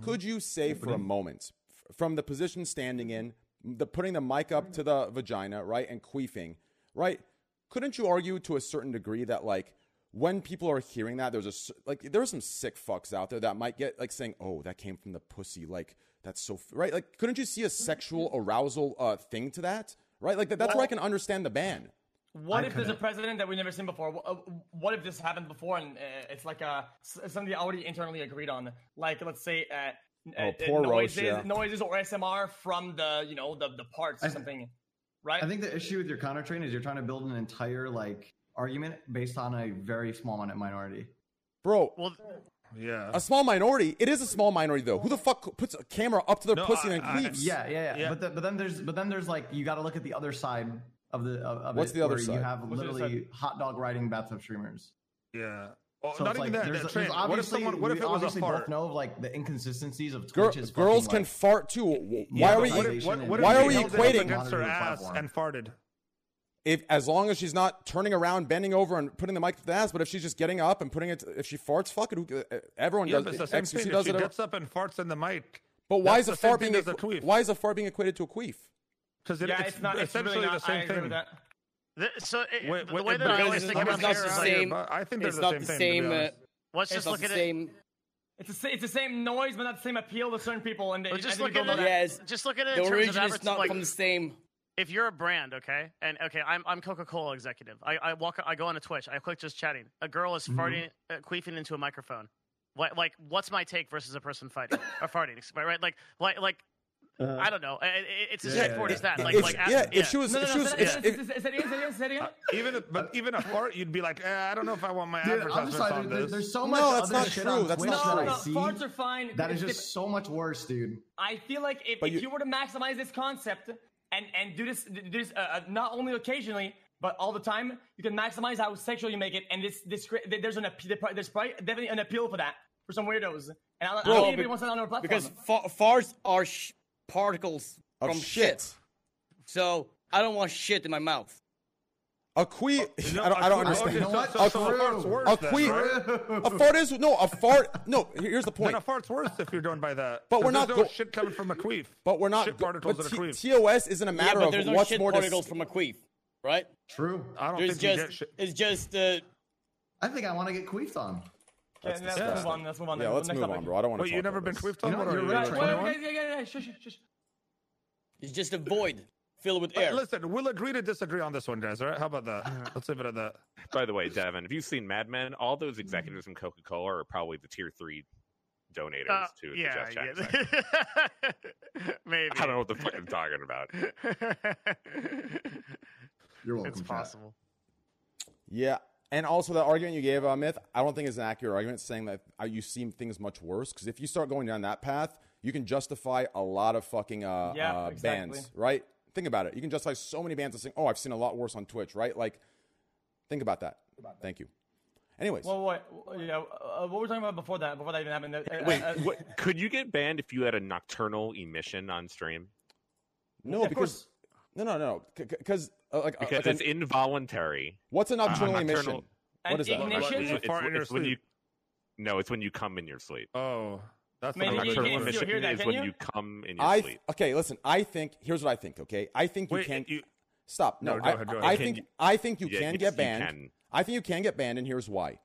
S1: Could you say for a moment, f- from the position standing in, the putting the mic up to the vagina, right, and queefing, right? Couldn't you argue to a certain degree that like when people are hearing that, there's a cer- like there are some sick fucks out there that might get like saying, "Oh, that came from the pussy," like that's so f-, right. Like, couldn't you see a sexual
S3: Mm-hmm.
S1: arousal uh, thing to that, right? Like that, that's where I can understand the ban.
S8: What if there's a president that we've never seen before? Wh- uh, What if this happened before and uh, it's like uh, s- something they already internally agreed on? Like let's say uh,
S1: Oh,
S8: uh,
S1: poor
S8: noises,
S1: Roche, yeah.
S8: noises or SMR from the you know the the parts or
S7: I-
S8: something, right?
S7: I think the issue with your counter train is you're trying to build an entire like argument based on a very small min- minority.
S1: Bro,
S5: well.
S3: Yeah.
S1: a small minority. It is a small minority though. Who the fuck puts a camera up to their
S3: No,
S1: pussy
S3: I-
S1: and
S3: I-
S1: queefs?
S7: Yeah, yeah, yeah.
S3: Yeah.
S7: But, the, but then there's but then there's like you got to look at the other side of the of, of
S1: What's
S7: it,
S1: the other
S7: where
S1: side?
S7: You have
S3: What's the other
S7: literally hot dog riding bathtub streamers.
S3: Yeah. Oh,
S7: So
S3: not
S7: it's like,
S3: even that.
S7: there's, there's
S3: that train. What if
S7: obviously-
S3: someone? What if
S7: we
S3: it was a
S7: obviously both
S3: fart?
S7: know of like the inconsistencies of
S1: Gir-
S7: Twitch's
S1: girls
S7: fucking,
S1: can
S7: like,
S1: fart too. W- Why
S7: Yeah,
S1: are we?
S7: but
S3: What if, what, what if
S1: Why
S3: she
S1: are we
S3: held it up
S1: equating-
S3: against her
S7: Monitor
S3: ass
S7: platform.
S3: and farted?
S1: if as long as she's not turning around, bending over, and putting the mic to the ass, but if she's just getting up and putting it, if she farts, fuck it. Who, uh, everyone
S3: Yeah, but
S1: does.
S3: it's the same
S1: XQC
S3: thing. If
S1: does
S3: she
S1: it. every-
S3: gets up and farts in the mic.
S1: but why is
S3: that's
S1: a
S3: the same
S1: fart
S3: thing
S1: being
S3: as a queef.
S1: why is a fart being equated to a queef?
S3: Because it,
S8: yeah,
S3: it's,
S8: it's, not it's really
S3: essentially
S8: not,
S3: the same
S8: I agree
S3: thing.
S8: With that.
S5: th- so it,
S3: Wait,
S5: the
S3: wait,
S5: way that I
S3: because
S5: always
S3: it's
S5: think
S3: not
S5: about
S3: the
S4: same-
S5: this is
S4: it's
S5: like,
S4: same-
S3: but I think they're
S4: It's
S3: the
S4: not
S3: same
S4: the
S3: thing. to be
S4: same. Uh,
S3: honest.
S5: let's
S4: it's
S5: just
S4: not
S5: look
S4: the
S5: at it.
S4: same.
S8: It's the, sa- it's the same noise, but not the same appeal to certain people. And they,
S5: Well, just
S8: I
S5: look
S8: think people
S5: at
S8: know
S5: it.
S8: that.
S4: Yes,
S5: Just look at it
S4: the
S5: in terms of
S4: origin is
S5: advertising.
S4: not
S5: Like,
S4: from the same.
S5: if you're a brand, okay, and okay, I'm I'm Coca-Cola executive. I, I walk, I go on a Twitch. I click just chatting. A girl is farting, uh, queefing into a microphone. What, like, what's my take versus a person fighting or farting? ex- Right, right? Like, like, like,
S7: Uh-huh.
S5: I don't know. I- I- it's as
S7: Yeah,
S5: straightforward
S7: yeah,
S5: as that.
S7: yeah.
S5: Like,
S1: If-
S5: like Uh,
S1: yeah,
S5: a-
S1: if she was,
S8: No, no,
S1: if she
S8: no.
S1: was,
S8: Say
S1: if,
S8: that
S1: if,
S8: again. Say that again. Say that again. Say that
S2: Uh,
S8: again.
S3: Even if, but even a fart, you'd be like, eh, I don't know if I want my
S2: Dude, I'm
S3: advertisements
S2: sorry,
S3: on
S2: there-
S3: this.
S2: there's so
S1: No,
S2: much
S1: that's
S2: other
S1: not
S2: shit
S1: true.
S2: on
S1: That's
S2: Twitch
S1: not
S2: that
S8: No,
S1: true.
S2: I
S8: no,
S2: see.
S8: farts are fine.
S2: That is
S8: It's
S2: just so much worse, dude.
S8: I feel like if,
S1: But
S8: if
S1: you-
S8: you, were to maximize this concept and and do this do this uh, uh, not only occasionally but all the time, you can maximize how sexual you make it. And this this cre- there- there's an appeal. There's probably definitely an appeal for that for some weirdos. And I, don't-
S4: Bro,
S8: I don't think anybody
S4: be-
S8: wants that on our platform.
S4: because fa- farts are sh- particles
S1: of
S4: from
S1: shit.
S4: So I don't want shit in my mouth.
S1: A quee.
S3: No,
S1: I don't, I don't
S3: okay,
S1: understand.
S3: so-
S2: what?
S3: so- so
S1: A
S3: a fart's
S2: crew.
S3: worse
S1: A
S3: then,
S1: queen-
S3: right?
S1: A fart is no. A fart. No. Here's the
S3: Then
S1: point.
S3: a fart's worse if you're doing by that.
S1: But we're
S3: 'Cause there's
S1: not
S3: no
S1: go-
S3: shit coming from a queef.
S1: But we're not.
S3: shit particles
S1: but
S3: in a queef.
S1: T- TOS isn't a matter
S4: yeah, but
S1: of
S4: there's no
S1: what's
S4: shit
S1: more.
S4: particles
S1: Dis-
S4: from a queef, right?
S2: True.
S3: I don't
S4: There's
S3: think you get
S4: just
S3: shit.
S4: it's just uh,
S2: I think I want to get queefed on.
S1: That's
S8: Okay, let's
S3: disgusting.
S8: move on. Let's move on.
S1: yeah,
S8: then.
S1: let's
S8: Next
S1: move
S8: topic.
S1: on, bro. I don't want to.
S3: Wait, you never been queefed on?
S2: You know,
S3: What are
S2: you're
S3: you,
S2: right.
S3: like
S8: Wait, wait,
S3: 21?
S8: wait, yeah, yeah, yeah, shush, shush, shush.
S4: it's just a void filled with
S3: Uh,
S4: air.
S3: Listen, we'll agree to disagree on this one, guys. All right? How about that? Let's leave it at that.
S6: By the way, Devin, have you seen Mad Men? All those executives from Coca Cola are probably the tier three donators
S5: Uh,
S6: to the
S5: yeah,
S6: Jeff Jackson.
S5: yeah. <laughs> Maybe.
S6: <laughs> I don't know what the fuck I'm talking about.
S5: Uh,
S2: You're welcome.
S5: it's
S2: chat.
S5: possible.
S1: Yeah, and also the argument you gave, Myth, I don't think is an accurate argument saying that uh, you see things much worse. Because if you start going down that path, you can justify a lot of fucking uh,
S8: Yeah,
S1: uh,
S8: exactly.
S1: bans, right? Think about it. You can justify so many bans and saying, "Oh, I've seen a lot worse on Twitch," right? Like, think about that. Thank you. Anyways,
S8: Well, wait, w- yeah, uh, what were we talking about before that? Before that even happened? Uh, uh,
S6: Wait,
S8: uh,
S6: what, could you get banned if you had a nocturnal emission on stream?
S1: no,
S8: of
S1: because
S8: course.
S1: no, no, no, because uh, like, uh,
S6: Because
S1: like
S6: it's
S1: an-
S6: involuntary.
S1: what's an nocturnal
S6: uh,
S1: emission?
S6: nocturnal-
S1: What
S8: An
S1: is that?
S3: What
S8: ignition?
S3: is
S6: It's,
S3: it?
S6: it's-
S3: Fart in your
S6: it's when you.
S3: sleep.
S6: No, it's when you come in your sleep.
S3: Oh, that's
S8: Maybe
S3: not
S8: you
S3: true.
S6: nocturnal
S8: can still
S6: emission
S8: hear that,
S6: is
S8: can
S6: when
S8: you?
S6: you come in your
S1: I
S6: sleep.
S1: th- okay, listen. I think here's what I think. Okay, I think you
S3: Wait,
S1: can't
S3: you-
S1: stop. No,
S3: No, go
S1: I,
S3: ahead,
S1: I
S3: go ahead.
S1: think
S6: Can you-
S1: I think you
S6: Yeah,
S1: can
S6: yes,
S1: get
S6: you
S1: banned.
S6: can.
S1: I think you can get banned, and here's why.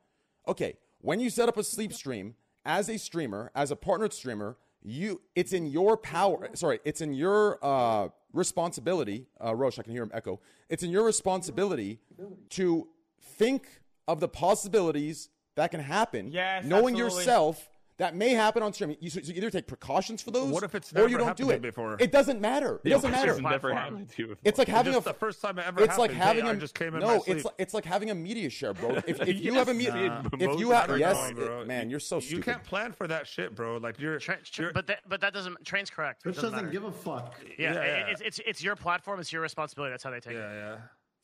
S1: Okay, when you set up a sleep stream as a streamer, as a partnered streamer, you it's in your power. Sorry, it's in your uh, responsibility. Uh, Roche, I can hear him echo. It's in your responsibility to think of the possibilities that can happen.
S8: Yes,
S1: knowing
S8: absolutely.
S1: yourself. That may happen on streaming. You, so you either take precautions for those,
S3: What if it's
S1: or you
S3: never
S1: don't do
S3: happened
S1: it.
S3: before?
S1: It doesn't matter. It doesn't
S6: It's
S1: matter.
S6: never
S5: platform.
S6: happened to you before.
S1: It's like having
S3: just
S1: a.
S3: the first time it ever
S1: it's like
S3: happened. Hey,
S1: having
S3: I
S1: a.
S3: just came in
S1: no,
S3: my
S1: it's
S3: sleep.
S1: like, it's like having a media share, bro. If, if
S3: <laughs>
S1: you
S6: Yes,
S1: have a media,
S5: Uh,
S6: nah.
S1: if you
S6: Mimosas
S1: have
S6: are
S1: yes,
S6: gone,
S1: it, man, you're so stupid.
S3: You can't plan for that shit, bro. Like you're,
S5: Tra- tra-
S3: you're
S5: but that, but that doesn't. Train's correct.
S2: Twitch
S5: it doesn't,
S2: doesn't
S5: matter.
S2: give a fuck.
S5: yeah,
S3: Yeah,
S5: it-
S3: yeah.
S5: It's, it's it's your platform. It's your responsibility. That's how they take
S3: yeah,
S5: it.
S3: yeah.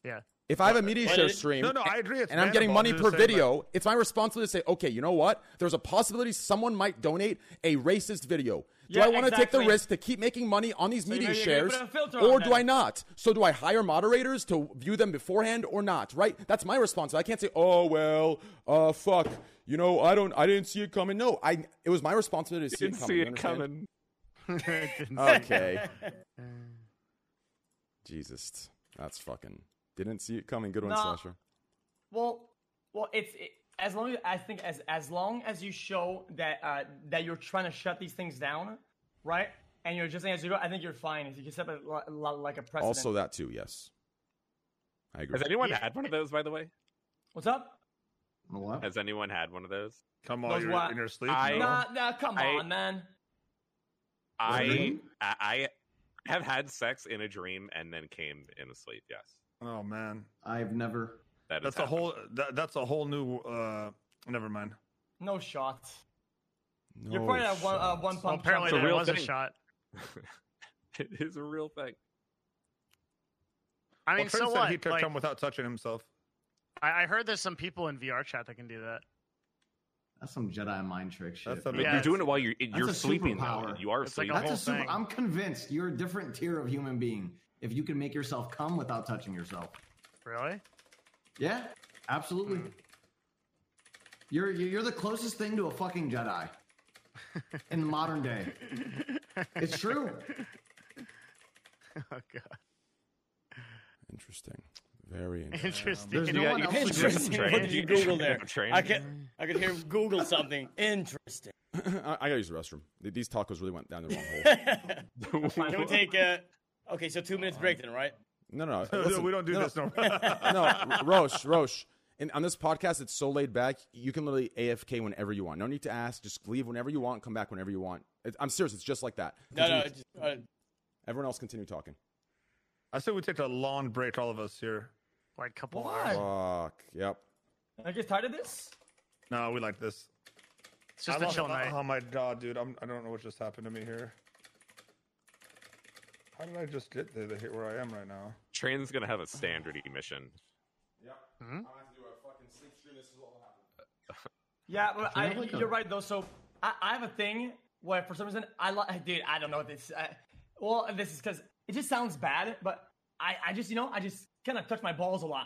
S5: Yeah.
S1: if I have a media
S4: But
S1: share
S4: it-
S1: stream,
S3: No, no, I agree. It's
S1: and I'm getting
S3: bannable.
S1: money
S3: I'm
S1: per
S3: just saying,
S1: video, it's my responsibility to say, okay, you know what? There's a possibility someone might donate a racist video. Do
S8: Yeah,
S1: I want to take
S8: exactly.
S1: the risk to keep making money on these media
S8: maybe you gotta
S1: shares,
S8: put a filter on
S1: or do
S8: that.
S1: I not? So do I hire moderators to view them beforehand or not? Right? That's my responsibility. I can't say, oh well, uh, fuck. You know, I don't, I didn't see it coming. No, I. It was my responsibility to see
S6: didn't
S1: it coming.
S6: see
S1: you
S6: it
S1: understand?
S6: coming. <laughs>
S1: Okay. Jesus, that's fucking. Didn't see it coming. Good one,
S8: Nah.
S1: Slasher.
S8: Well, well, it's it, as long as I think as as long as you show that uh, that you're trying to shut these things down, right? And you're just as you go, I think you're fine. You can set a, lo- lo- like a precedent.
S1: Also, that too. Yes, I agree.
S6: Has anyone
S5: Yeah.
S6: had one of those, by the way?
S8: what's up?
S2: What?
S6: Has anyone had one of those?
S3: Come
S8: Those
S3: on, you're
S8: what?
S3: in your sleep.
S6: I-
S3: no?
S8: Nah, nah, come
S6: I-
S8: on, man.
S6: I I I have had sex in a dream and then came in a sleep. Yes,
S3: Oh man,
S7: I've never.
S6: that is
S3: that's a whole. That, that's a whole new. uh Never mind.
S8: No shots.
S1: No
S8: you're probably at one, uh,
S1: shots.
S8: one
S5: Well,
S8: pump.
S5: apparently
S6: It's a
S5: there
S6: real
S5: was a
S6: thing.
S5: shot.
S6: <laughs> it is a real thing.
S5: I
S3: well,
S5: mean,
S3: Finn
S5: so
S3: said
S5: what?
S3: he took
S5: Like,
S3: them without touching himself.
S5: I, I heard there's some people in VR chat that can do that.
S7: That's some Jedi mind trick shit.
S3: That's a
S6: But
S3: big-
S5: Yeah,
S6: you're
S5: it's-
S6: doing it while you're you're
S7: a
S6: sleeping. Though.
S7: superpower.
S6: You are
S5: It's like
S6: sleeping.
S5: a
S7: That's
S5: whole
S7: a super.
S5: thing.
S7: I'm convinced you're a different tier of human being if you can make yourself come without touching yourself.
S5: Really?
S7: Yeah, absolutely.
S5: Hmm.
S7: You're you're you're the closest thing to a fucking
S5: <laughs>
S7: Jedi in the modern day. It's true.
S5: <laughs> Oh god.
S1: Interesting. Very interesting.
S5: <laughs> Interesting.
S7: There's
S6: You
S7: no
S6: got-
S7: one
S6: uh, you
S7: else
S6: can
S7: would
S6: just
S7: do
S4: <laughs>
S6: train.
S7: it.
S4: What did you Google there?
S6: Train.
S4: I can I could hear him Google something interesting.
S1: <laughs> I, I gotta use the restroom. Th- These tacos really went down the wrong hole.
S6: <laughs>
S8: <laughs>
S4: Can we take a okay? So two minutes break then, right?
S1: No, no, no.
S3: <laughs> No,
S1: listen,
S3: we don't do
S1: no, <laughs>
S3: this normal.
S1: No, no R- Roche, Roche. And on this podcast, it's so laid back. You can literally AFK whenever you want. No need to ask. Just leave whenever you want. Come back whenever you want. It, I'm serious. It's just like that.
S4: No, no. Just, uh,
S1: Everyone else continue talking.
S3: I say we take a long break, all of us here.
S5: Like couple
S8: Why?
S5: hours.
S1: Fuck. Yep.
S8: I get tired of this.
S3: No, we like this.
S5: It's just
S3: I
S5: a
S3: lost-
S5: chill night.
S3: Oh my god, dude! I'm, I don't know what just happened to me here. How did I just get there to hit where I am right now?
S6: Train's gonna have a standard emission.
S8: Yeah, but I,
S7: have, like, a-
S8: you're right though. So I, I have a thing where for some reason I like, dude, I don't know if this. I, well, and this is because it just sounds bad, but I, I just you know I just kind of touch my balls a lot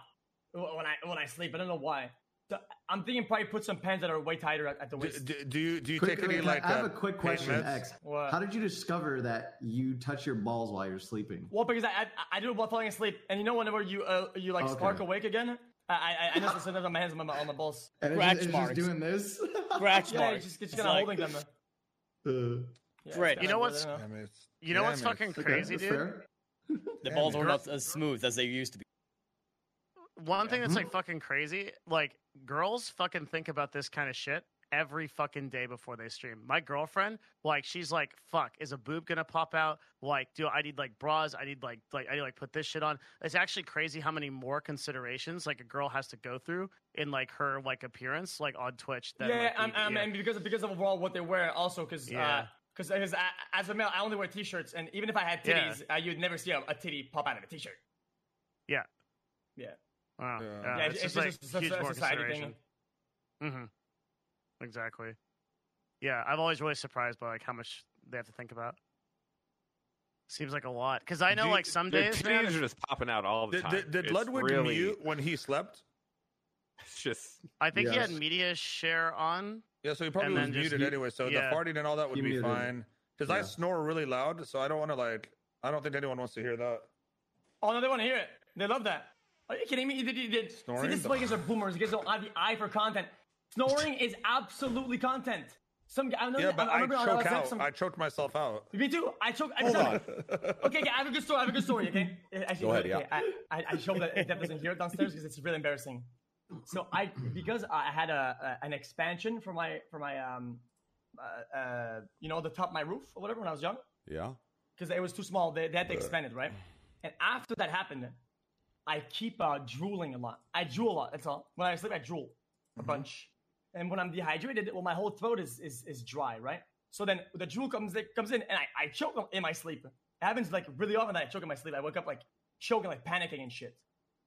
S8: wh- when I when I sleep. I don't know why. So I'm thinking probably put some pants that are way tighter at, at the
S3: Do,
S8: waist.
S3: do, do you do you
S7: Quick-
S3: take any
S7: wait,
S3: like?
S7: I have
S3: uh,
S7: a quick
S3: pain
S7: question,
S3: meds?
S7: X.
S8: What?
S7: How did you discover that you touch your balls while you're sleeping?
S8: well, because I, I I do it while falling asleep, and you know whenever you uh, you like
S7: Okay.
S8: spark awake again, I I, I notice <laughs> sometimes on my hands and on my, on my balls.
S7: And it's
S4: Scratch
S7: just, it's
S4: marks.
S7: just doing this. <laughs>
S4: Scratch
S8: Yeah,
S4: marks.
S8: it's just, it's
S4: It's
S8: kind of
S4: like-
S8: holding them.
S7: Uh,
S8: Yeah,
S4: Great.
S8: it's
S4: You
S5: know
S8: kinda-
S5: what's-
S8: I don't know.
S3: Damn it.
S5: You know
S3: Damn
S5: what's
S3: it.
S5: fucking
S7: okay,
S5: crazy,
S7: that's
S5: dude?
S7: fair.
S4: The
S3: Damn
S4: balls
S3: it.
S4: are not as smooth as they used to be.
S5: One thing that's like fucking crazy, like girls fucking think about this kind of shit every fucking day before they stream. My girlfriend, like, she's like, "Fuck, is a boob gonna pop out? Like, do I need like bras? I need like like I need like put this shit on." It's actually crazy how many more considerations like a girl has to go through in like her like appearance like on Twitch. Than,
S8: yeah,
S5: like, E
S8: I'm,
S5: the-
S8: I'm,
S5: yeah.
S8: and because because of overall what they wear, also because
S5: Yeah.
S8: because as a male, I only wear t-shirts, and even if I had
S5: Yeah.
S8: titties, uh, you'd never see a, a titty pop out of a t-shirt.
S5: Wow.
S3: Yeah.
S5: Yeah,
S8: yeah,
S5: Uh, it's, just, like
S8: a-
S5: huge
S8: a
S5: more
S8: society
S5: consideration.
S8: thing.
S5: Mm-hmm. Exactly. Yeah, I'm always really surprised by like how much they have to think about. Seems like a lot because I know
S3: Dude,
S5: like some
S6: The
S5: days, man,
S6: teenagers are just popping out all the
S3: Did,
S6: time.
S3: did, did
S6: It's
S3: Ludwig
S6: really,
S3: mute when he slept?
S6: it's <laughs> Just <laughs>
S5: I think he had
S7: Yes.
S5: media share on.
S3: Yeah, so he probably was
S5: then just
S3: muted
S5: mute-
S3: anyway. So
S5: yeah.
S3: the farting and all that would
S7: He
S3: be
S7: muted it.
S3: fine. Because I
S7: Yeah.
S3: snore really loud, so I don't want to like. I don't think anyone wants to hear that.
S8: Oh no, they want to hear it. They love that. Are you kidding me? You did- you did- See,
S3: Snoring?
S8: this is why you guys are boomers. You guys don't have the eye for content. Snoring is absolutely content. Some I know.
S3: Yeah, but
S8: I,
S3: I,
S8: remember on
S3: choke
S8: LSF
S3: out.
S8: Some,
S3: I choked myself
S7: <laughs>
S3: out.
S8: Me too. I choke. I
S1: Hold
S8: choke.
S1: on.
S8: Okay, okay, I have a good story. I have a good story. Okay, Actually,
S1: Go ahead,
S8: okay,
S1: yeah.
S8: I, I, I hope that Dev doesn't hear it downstairs because it's really embarrassing. So I, because I had a, a an expansion for my for my um, uh, uh, you know, the top of my roof or whatever when I was young
S1: Yeah.
S8: because it was too small. They, they had to expand it, right? And after that happened, I keep uh, drooling a lot. I drool a lot. That's all. When I sleep, I drool a bunch. And when I'm dehydrated, well, my whole throat is is, is dry, right? So then the drool comes in, comes in, and I, I choke in my sleep. It happens like really often that I choke in my sleep. I wake up like choking, like panicking and shit.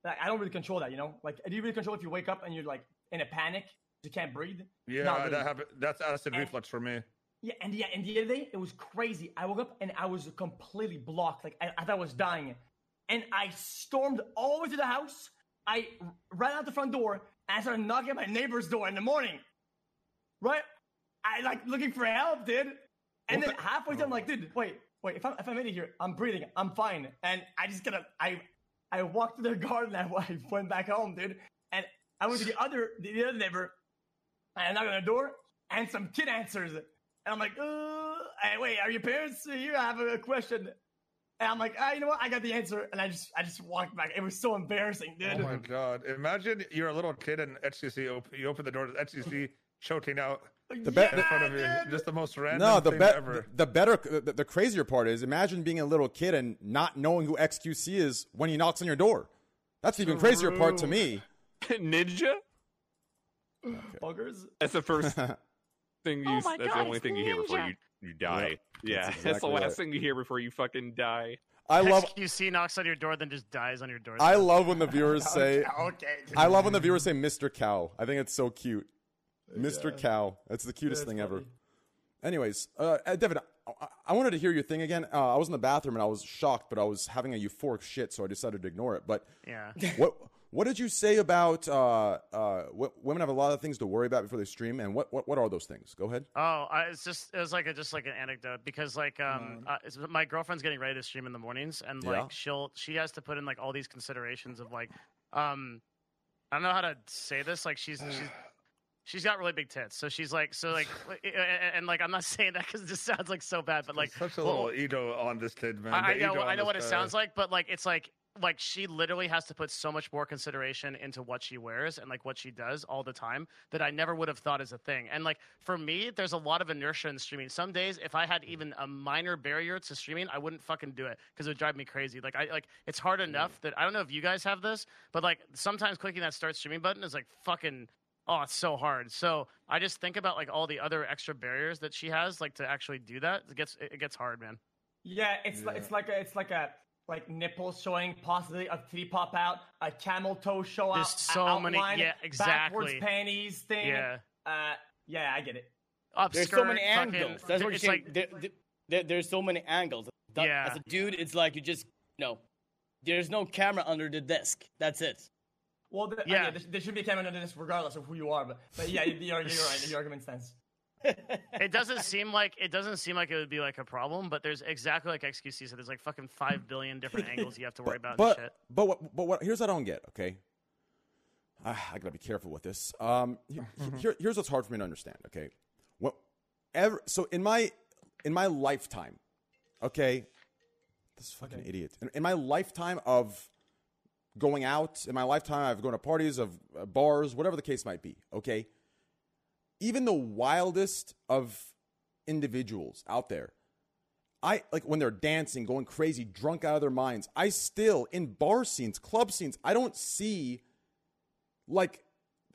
S8: Like, I don't really control that, you know. Like, do you really control if you wake up and you're like in a panic, you can't breathe?
S3: Yeah,
S8: Not really.
S3: that happened. That's acid
S8: And-
S3: reflux for me.
S8: Yeah, and yeah, and the other day it was crazy. I woke up and I was completely blocked. Like I, I thought I was dying, and I stormed all the way to the house. I r- ran out the front door and I started knocking at my neighbor's door in the morning. Right? I like looking for help, dude. And then halfway through, I'm like, dude, wait, wait. If I'm if I'm in here, I'm breathing, I'm fine. And I just gotta, I I walked to their garden. <laughs> I, I went back home, dude. And I went to the other the other neighbor. And I knocked on the door, and some kid answers. And I'm like, uh, hey, wait, are your parents here? I have a question. And I'm like, ah, you know what? I got the answer. And I just, I just walked back. It was so embarrassing, dude.
S3: Oh
S8: <laughs>
S3: my god! Imagine you're a little kid and HTC. Op- you open the door to HTC choking out
S1: The be-
S3: in front of you. Just the most random
S1: No, the
S3: thing
S1: better,
S3: ever.
S1: the better, the, the crazier part is imagine being a little kid and not knowing who XQC is when he knocks on your door. That's the even crazier part to me.
S6: ninja.
S8: Buggers.
S6: That's the first thing you.
S9: Oh my
S6: that's
S9: God,
S6: the only
S9: it's
S6: thing you hear before
S9: ninja.
S6: you you die.
S1: Yep,
S6: yeah,
S1: that's
S6: that's, the
S1: exactly
S6: last
S1: right.
S6: thing you hear before you fucking die.
S1: I
S5: <laughs>
S1: love,
S5: XQC knocks on your door, then just dies on your door.
S1: I love when the
S3: <laughs>
S1: viewers say,
S8: Okay.
S1: I love when the viewers say Mr. Cow. I think it's so cute. Mr. Cow. That's the cutest thing ever. Anyways, uh, uh, Devin, I, I- I wanted to hear your thing again. Uh, I was in the bathroom and I was shocked, but I was having a euphoric shit, so I decided to ignore it. But
S5: yeah.
S1: what what did you say about uh, uh, what, women have a lot of things to worry about before they stream, and what, what, what are those things? Go ahead.
S5: Oh, I, it's just it was like a, just like an anecdote because like um uh, it's, my girlfriend's getting ready to stream in the mornings and like
S1: Yeah.
S5: she'll she has to put in like all these considerations of like um I don't know how to say this like she's she's she's got really big tits so she's like so like li- a- a- and, like I'm not <laughs> saying that because it just sounds like so bad but like
S3: such a
S5: well,
S3: little ego on this kid, man.
S5: I, I
S3: The
S5: know
S3: ego
S5: I
S3: on
S5: know what it
S3: this guy.
S5: sounds like but like it's like like she literally has to put so much more consideration into what she wears and like what she does all the time that I never would have thought is a thing. And like for me, there's a lot of inertia in streaming. Some days, if I had even a minor barrier to streaming, I wouldn't fucking do it because it would drive me crazy. Like I like it's hard enough that I don't know if you guys have this, but like sometimes clicking that start streaming button is like fucking oh it's so hard. So I just think about like all the other extra barriers that she has like to actually do that. It gets it gets hard, man.
S8: Yeah, it's Like, it's like a, it's like a like nipples showing, possibly a titty pop out, a camel toe show out.
S5: There's
S8: a
S5: so many-
S8: outline,
S5: yeah,
S8: Backwards
S5: exactly.
S8: panties thing.
S5: Yeah.
S8: Uh, yeah, I get it.
S5: Upskirt,
S4: There's so many
S5: fucking-
S4: angles. That's what you're
S5: it's
S4: saying.
S5: like
S4: there, there- there- there's so many angles. That-
S5: Yeah.
S4: As a dude, it's like you just no. There's no camera under the desk. That's it. <laughs>
S8: Well, the, yeah,
S5: Yeah.
S8: there, there should be a camera under this, regardless of who you are. But, but yeah, you're, you're right. Your argument stands.
S5: it doesn't seem like it doesn't seem like it would be like a problem, but there's exactly like XQC said. There's like fucking five billion different angles you have to worry about.
S1: but
S5: and shit.
S1: but what, but what here's what I don't get. Okay, Ah, I gotta be careful with this. Um, he-
S5: Mm-hmm.
S1: he- here, here's what's hard for me to understand. Okay, what ever so in my in my lifetime, okay, this fucking idiot. In, in my lifetime of going out, in my lifetime I've gone to parties, of uh, bars, whatever the case might be. Okay, even the wildest of individuals out there I like when they're dancing, going crazy, drunk out of their minds. I still in bar scenes, club scenes, I don't see like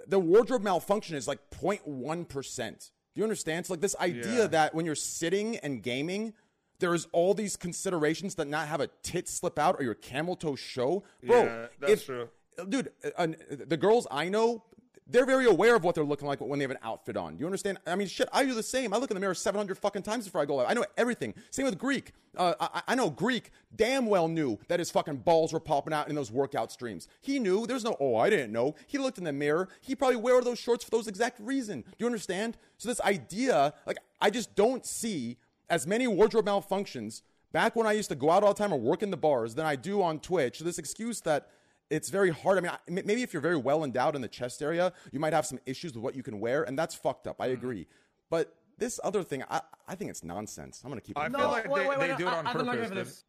S1: the wardrobe malfunction is like 0.1%. Do you understand? So like this idea
S3: Yeah.
S1: that when you're sitting and gaming, there is all these considerations that not have a tit slip out or your camel toe show. Bro,
S3: Yeah, that's
S1: if-
S3: true.
S1: Dude, uh, uh, the girls I know, they're very aware of what they're looking like when they have an outfit on. You understand? I mean, shit, I do the same. I look in the mirror 700 fucking times before I go out. I know everything. Same with Greek. Uh, I, I- I know Greek damn well knew that his fucking balls were popping out in those workout streams. He knew. There's no, oh, I didn't know. He looked in the mirror. He probably wore those shorts for those exact reason. Do you understand? So this idea, like, I just don't see as many wardrobe malfunctions back when I used to go out all the time or work in the bars than I do on Twitch. This excuse that it's very hard. I mean, I, m- maybe if you're very well endowed in the chest area, you might have some issues with what you can wear, and that's fucked up. I agree. But this other thing, I, I think it's nonsense. I'm gonna keep.
S3: I
S1: it
S3: feel
S1: going.
S3: like they- they do it
S8: I-
S3: on
S8: I have an argument
S3: purpose,
S8: for this.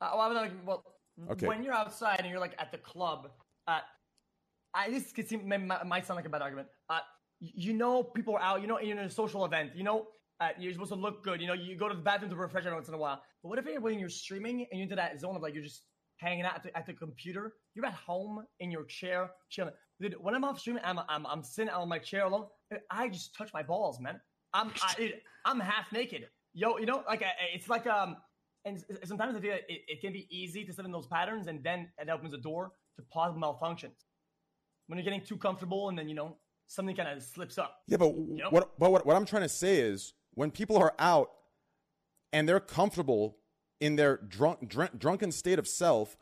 S8: Uh, well, I have an argument- well,
S1: Okay.
S8: when you're outside and you're like at the club, uh, I, this could seem may- might might sound like a bad argument. Uh, y- you know, people are out. You know, you're in a social event. You know, uh, you're supposed to look good. You know, you go to the bathroom to refresh every once in a while. But what if you're- when you're streaming and you're into that zone of like you're just hanging out at the, at the computer? You're at home in your chair chilling. Dude, when I'm off streaming, I'm I'm, I'm sitting on my chair alone. and I just touch my balls, man. I'm I, dude, I'm half naked. Yo, you know, like uh, it's like um, and s- s- sometimes I feel like it, it can be easy to set in those patterns, and then it opens the door to possible malfunctions when you're getting too comfortable, and then you know something kind of slips up.
S1: Yeah, but
S8: know?
S1: what but what, what I'm trying to say is when people are out and they're comfortable in their drunk drunk drunken state of self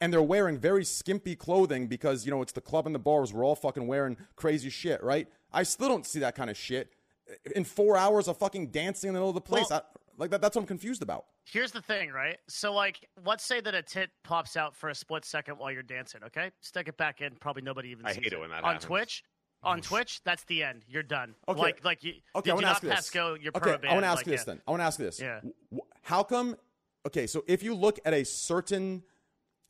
S1: and they're wearing very skimpy clothing because you know it's the club and the bars we're all fucking wearing crazy shit, right? I still don't see that kind of shit in 4 hours of fucking dancing in the middle of the place.
S5: Well-
S1: I, like that that's what I'm confused about.
S5: Here's the thing, right? So, like, let's say that a tit pops out for a split second while you're dancing. Okay, stick it back in. Probably nobody even.
S6: I
S5: sees
S6: hate it when that
S5: on
S6: happens.
S5: Twitch. On Twitch, that's the end. You're done.
S1: Okay.
S5: Like, like you.
S1: Okay,
S5: you
S1: I want to
S5: do not
S1: ask you
S5: pass
S1: this.
S5: go. You're
S1: okay,
S5: pro
S1: I want to
S5: banned,
S1: ask
S5: like,
S1: you this
S5: yeah.
S1: then. I want to ask you this.
S5: Yeah.
S1: Wh- How come? Okay, so if you look at a certain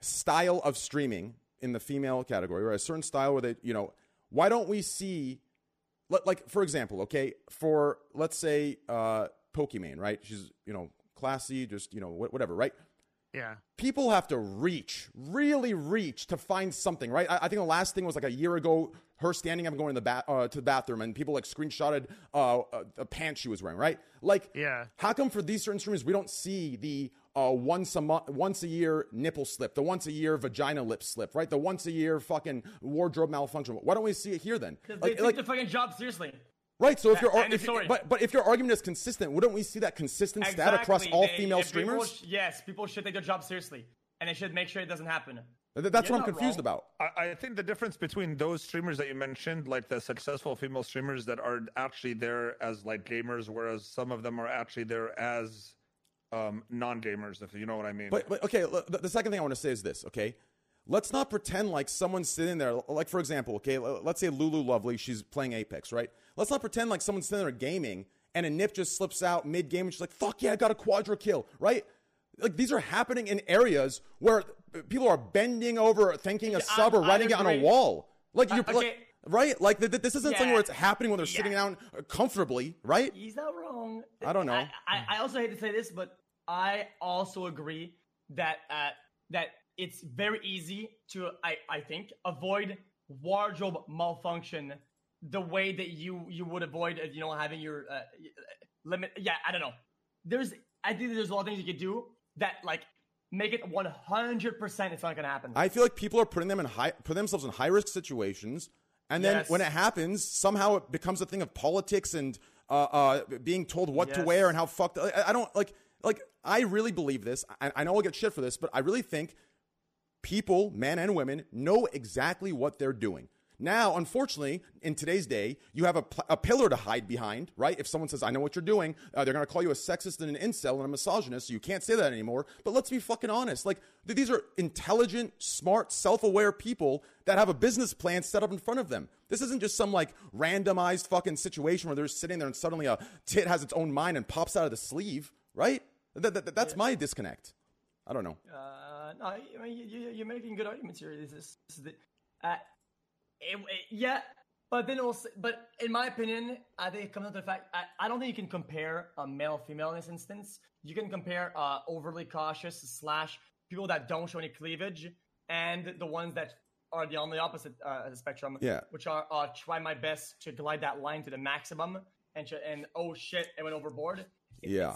S1: style of streaming in the female category, or a certain style where they, you know, why don't we see, like, like for example, okay, for let's say uh, Pokimane, right? She's you know classy, just you know wh- whatever, right?
S5: Yeah.
S1: people have to reach, really reach to find something, right? I, I think the last thing was like a year ago, her standing up and going to the, ba- uh, to the bathroom, and people like screenshotted uh, uh, the pants she was wearing, right? Like,
S5: Yeah.
S1: how come for these certain streamers we don't see the uh, once a month, once a year nipple slip, the once a year vagina lip slip, right? The once a year fucking wardrobe malfunction. Why don't we see it here then?
S8: They take the fucking job seriously.
S1: Right. So if your ar-
S8: end of
S1: if,
S8: story.
S1: but but if your argument is consistent, wouldn't we see that consistent stat across
S8: Exactly.
S1: all
S8: They-
S1: female
S8: if people
S1: streamers?
S8: sh- yes, people should take their job seriously, and they should make sure it doesn't happen.
S1: Th- That's
S8: You're
S1: what I'm
S8: not
S1: confused
S8: wrong.
S1: about.
S3: I, I think the difference between those streamers that you mentioned, like the successful female streamers that are actually there as like gamers, whereas some of them are actually there as um, non-gamers, if you know what I mean.
S1: But, but okay, l- the, the second thing I want to say is this, okay? Let's not pretend like someone's sitting there, l- like for example, okay, l- let's say Lulu Lovely, she's playing Apex, right? Let's not pretend like someone's sitting there gaming and a nip just slips out mid game and she's like, fuck yeah, I got a quadra kill, right? Like these are happening in areas where uh, people are bending over, thanking a sub, or
S8: I
S1: writing it on a
S8: agree.
S1: wall. Like
S8: Uh,
S1: you're like-
S8: okay.
S1: right. Like th- th- this isn't something
S8: Yeah.
S1: where it's happening when they're sitting down uh, comfortably, right?
S8: He's not wrong.
S1: I don't know.
S8: I, I, I also hate to say this, but I also agree that uh, that it's very easy to I, I think avoid wardrobe malfunction the way that you you would avoid uh, you know having your uh, limit. Yeah, I don't know. There's I think there's a lot of things you could do that like make it 100. percent It's not gonna happen.
S1: I feel like people are putting them in high, putting themselves in high risk situations, and then
S8: Yes.
S1: when it happens, somehow it becomes a thing of politics and uh, uh, being told what to wear and how fucked. I, I don't like, like I really believe this. I, I know I'll get shit for this, but I really think people, men and women, know exactly what they're doing. Now, unfortunately, in today's day, you have a, pl- a pillar to hide behind, right? If someone says, I know what you're doing, uh, they're going to call you a sexist and an incel and a misogynist, so you can't say that anymore. But let's be fucking honest. Like, th- these are intelligent, smart, self aware people that have a business plan set up in front of them. This isn't just some like randomized fucking situation where they're sitting there and suddenly a tit has its own mind and pops out of the sleeve, right? Th- th- th- that's my disconnect. I don't know.
S8: Uh, no, you- I mean, you, you, you're making good arguments here. This is, this is the, uh, it, it- yeah, but then also, but in my opinion, I think it comes down to the fact I, I don't think you can compare a male female in this instance. You can compare uh, overly cautious slash people that don't show any cleavage and the ones that are the on the opposite uh, of the spectrum.
S1: Yeah.
S8: which are uh, try my best to glide that line to the maximum and sh- and oh shit, it went overboard.
S1: Yeah.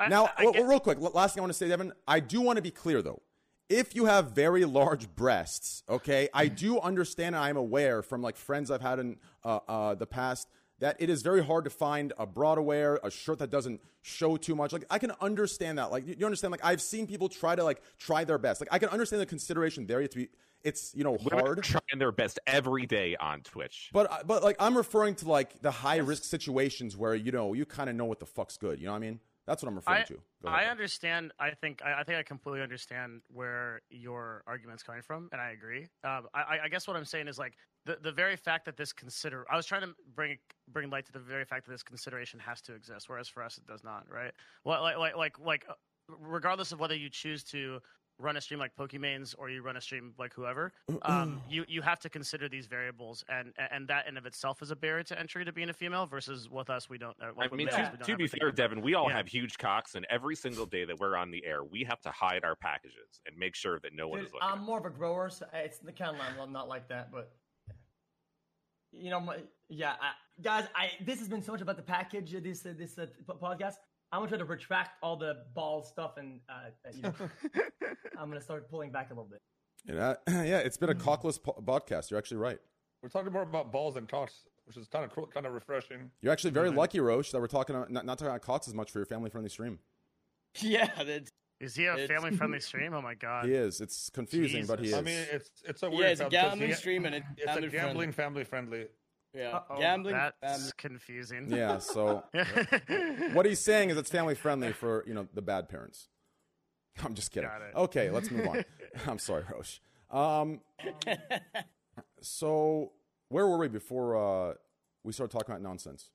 S5: I-
S1: Now,
S5: I- I
S1: well,
S5: get-
S1: real quick, l- last thing I want to say, Devin, I do want to be clear though. If you have very large breasts, okay, I do understand and I'm aware from like friends I've had in uh, uh, the past that it is very hard to find a broad wear, a shirt that doesn't show too much. Like I can understand that. Like you you understand, like I've seen people try to like try their best. Like I can understand the consideration there. You have to be, it's you know
S6: Women are
S1: hard.
S6: trying their best every day on Twitch.
S1: But uh, but like I'm referring to like the high risk situations where you know you kind of know what the fuck's good. You know what I mean? That's what I'm referring
S5: I,
S1: to. Go
S5: I
S1: ahead.
S5: understand. I think I, I think I completely understand where your argument's coming from, and I agree. Um, I, I- I guess what I'm saying is like the, the very fact that this consider I was trying to bring bring light to the very fact that this consideration has to exist, whereas for us it does not, right? Well, like like like like uh, regardless of whether you choose to run a stream like Pokemane's or you run a stream like whoever,
S6: Mm.
S1: <clears throat>
S5: um, you you have to consider these variables, and and that in of itself is a barrier to entry to being a female. Versus with us, we don't. Uh,
S6: I
S5: with
S6: mean,
S5: males,
S6: to,
S5: we don't
S6: to
S5: have
S6: be
S5: to think
S6: fair,
S5: about that.
S6: Devin, we all
S5: Yeah.
S6: have huge cocks, and every single day that we're on the air, we have to hide our packages and make sure that no one
S8: Dude,
S6: is looking.
S8: I'm
S7: um,
S8: more of a grower, so it's the kind of line. Well, I'm not like that, but you know, my, yeah, I, guys. I this has been so much about the package. uh, This uh, this uh, p- podcast. I'm gonna try to retract all the ball stuff, and uh, uh, you know, I'm gonna start pulling back a little bit.
S1: Yeah, <clears throat> yeah, it's been a cockless po- podcast. You're actually right.
S3: We're talking more about balls than cocks, which is kind of cool, kind of refreshing.
S1: You're actually very
S5: Mm-hmm.
S1: lucky, Roche, that we're talking about, not, not talking about cocks as much for your family friendly stream.
S4: Yeah, that's
S5: Is he a
S4: It's-
S5: family friendly stream? Oh my god.
S1: He is. It's confusing, but he is.
S5: Jesus.
S3: I mean, it's it's a weird.
S4: yeah, it's
S3: fam-
S4: a
S3: 'cause
S4: gambling
S3: ga-
S4: stream and it's,
S3: It's a
S4: family
S3: gambling family
S4: friendly.
S3: friendly.
S4: Yeah,
S8: Uh-oh.
S4: gambling.
S5: Oh, That's
S4: family-
S5: confusing. <laughs>
S1: yeah. So
S5: what
S1: what he's saying is it's family friendly for you know the bad parents. I'm just kidding.
S5: Got it.
S1: Okay, let's move on. <laughs> I'm sorry, Roche. Um, so where were we before uh, we started talking about nonsense?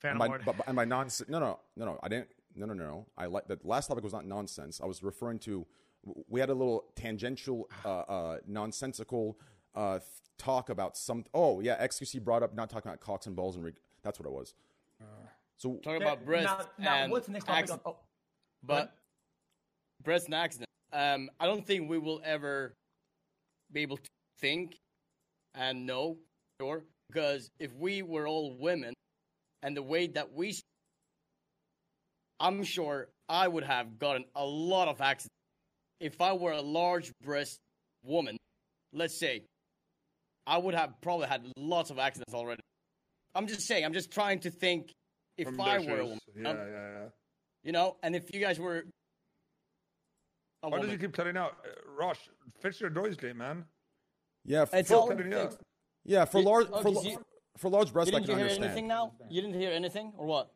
S5: Fan
S1: And by, but, but- and by nonsense, no, no, no, no. I didn't. No, no, no, no. I like that. Last topic was not nonsense. I was referring to. We had a little tangential, uh, uh, nonsensical uh, th- talk about some. Oh yeah, XQC brought up not talking about cocks and balls and. Reg- that's what it was. So
S4: Talking
S8: Now-
S4: about breasts
S8: now,
S4: and
S8: what's the next topic?
S4: accident-
S8: Oh,
S4: but breast and accident. Um, I don't think we will ever be able to think and know sure because if we were all women and the way that we, s- I'm sure I would have gotten a lot of accidents if I were a large breast woman. Let's say I would have probably had lots of accidents already. I'm just saying. I'm just trying to think if
S3: from
S4: I
S3: their
S4: were a
S3: shoes.
S4: woman. um,
S3: yeah,
S4: I'm-
S3: yeah, yeah.
S4: you know, and if you guys were a
S3: Why
S4: woman,
S3: does he keep cutting out, uh, Rosh? Fix your noise gate, man.
S1: yeah, f-
S4: it's
S1: for,
S4: all
S3: cutting out.
S1: yeah, for
S4: You-
S1: large
S4: oh,
S1: for,
S4: did
S1: la-
S4: you-
S1: for, for large breasts, I
S4: Didn't
S1: can
S4: you hear
S1: understand.
S4: anything now? You didn't hear anything or what?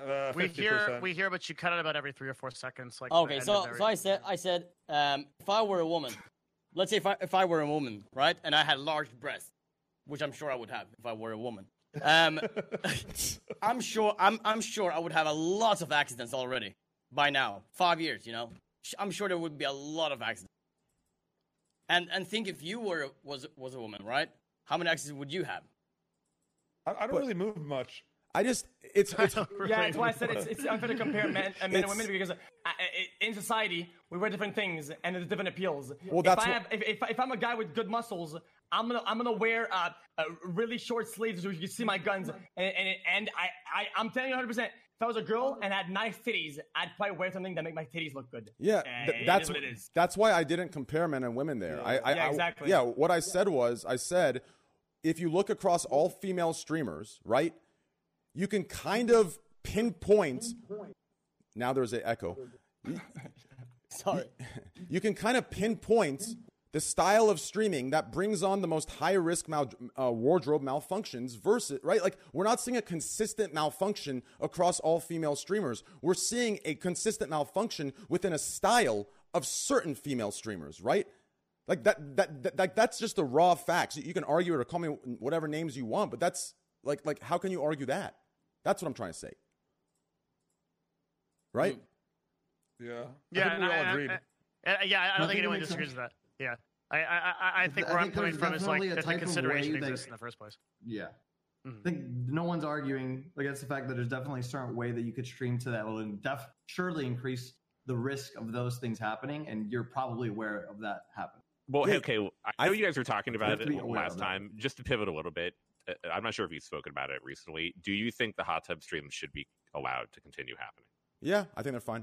S3: Uh,
S5: we
S3: 50%.
S5: hear we hear, but you cut it about every three or four seconds. Like the
S4: Okay,
S5: end
S4: so
S5: of every-
S4: so I said I said um, if I were a woman, let's say if I if I were a woman, right, and I had large breasts, which I'm sure I would have if I were a woman. <laughs>
S5: <laughs>
S4: Um, I'm sure I'm I'm sure I would have a lot of accidents already. by now. Five years, you know. Sh- I'm sure there would be a lot of accidents. And and think if you were was was a woman, right? How many accidents would you have?
S3: I, I don't
S1: But-
S3: really move much.
S1: I just it's
S5: <laughs>
S1: it's
S8: Yeah, that's why I said it's, it's unfair to compare men and men and
S1: It's-
S8: women because uh, I- I- in society we wear different things and there's different appeals.
S1: Well,
S8: if
S1: that's
S8: I
S1: what-
S8: have, if, if, if I'm a guy with good muscles, I'm gonna I'm gonna wear uh, uh, really short sleeves so you can see my guns. And and, and I, I I'm telling you 100. percent If I was a girl and had nice titties, I'd probably wear something that make my titties look good.
S1: <laughs> Yeah,
S8: Uh,
S1: th-
S8: it is
S1: that's
S8: what it is.
S1: That's why I didn't compare men and women there. I, I,
S8: Yeah,
S1: I-
S8: exactly.
S1: yeah, what I said was, I said, if you look across all female streamers, right, you can kind of pinpoint. Now there's an echo.
S4: Sorry.
S1: You can kind of pinpoint the style of streaming that brings on the most high risk mal- uh, wardrobe malfunctions versus right like we're not seeing a consistent malfunction across all female streamers we're seeing a consistent malfunction within a style of certain female streamers right like that that, that like that's just the raw facts you can argue it or call me whatever names you want but that's like like how can you argue that that's what i'm trying to say right
S3: Yeah. I
S5: Yeah,
S3: think we all agreed.
S5: I- I- yeah, I don't
S7: No, I think
S5: think
S7: it
S5: anyone
S7: makes
S5: disagrees with that. Yeah, I, I, I, I think
S7: I
S5: where I'm
S7: think
S5: coming
S7: there's
S5: from is like
S7: definitely a
S5: that the
S7: type of
S5: consideration
S7: way that-
S5: exists in the first place.
S7: Yeah.
S5: Mhm.
S4: Hmm.
S7: I think no one's arguing against the fact that there's definitely a certain way that you could stream to that will def- surely increase the risk of those things happening, and you're probably aware of that happening.
S6: Well, hey,
S1: Yeah.
S6: okay. well, I know
S1: I've-
S6: you guys were talking
S7: have
S6: about
S7: to
S6: it
S7: be aware
S6: last
S7: of that.
S6: time. Just to pivot a little bit, uh, I'm not sure if you've spoken about it recently. Do you think the hot tub streams should be allowed to continue happening?
S1: yeah i think they're fine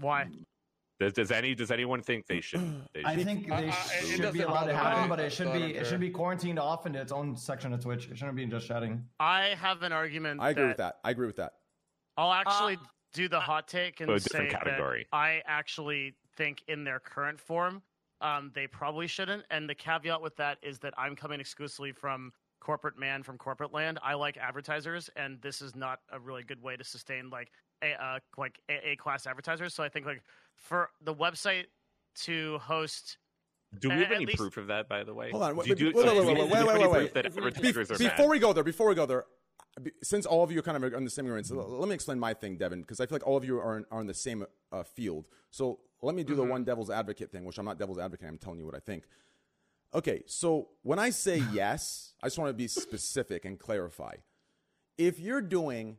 S5: Why?
S6: Does, does any does anyone think they should? They
S7: I
S6: should?
S7: think
S3: I-
S7: they
S3: I- it
S7: should
S3: doesn't
S7: be allowed to
S3: matter.
S7: happen, but it should
S3: I don't
S7: be it
S3: care.
S7: should be quarantined off into its own section of Twitch. It shouldn't be just shouting.
S5: I have an argument.
S1: i agree with that i agree with that
S5: I'll actually
S8: Uh,
S5: do the hot take and
S6: a
S5: say
S6: different category.
S5: that I actually think in their current form, um, they probably shouldn't. And the caveat with that is that I'm coming exclusively from corporate man from corporate land. I like advertisers, and this is not a really good way to sustain like a uh, like a class advertisers. So I think like for the website to host
S6: Do we have
S5: at
S6: any
S5: least-
S6: proof of that, by the way?
S1: Hold on,
S6: Do
S1: wait,
S6: you do-
S1: wait, wait,
S6: do you
S1: wait,
S6: have
S1: wait, wait,
S6: any
S1: wait,
S6: proof
S1: wait.
S6: that
S1: Be-
S6: advertisers are bad?
S1: before we go there, before we go there, be- since all of you kind of are on the same agreement, so let me explain my thing, Devin, because I feel like all of you are in, are in the same uh, field. So let me do
S6: Mm-hmm.
S1: the one devil's advocate thing, which I'm not devil's advocate. I'm telling you what I think. Okay, so when I
S6: <sighs>
S1: say yes, I just want to be specific and clarify. If you're doing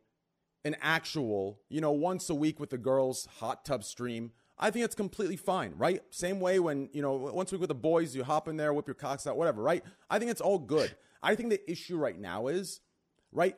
S1: an actual, you know, once a week with the girls hot tub stream, I think it's completely fine, right? Same way when, you know, once a week with the boys, you hop in there, whip your cocks out, whatever, right? I think it's all good. I think the issue right now is, right?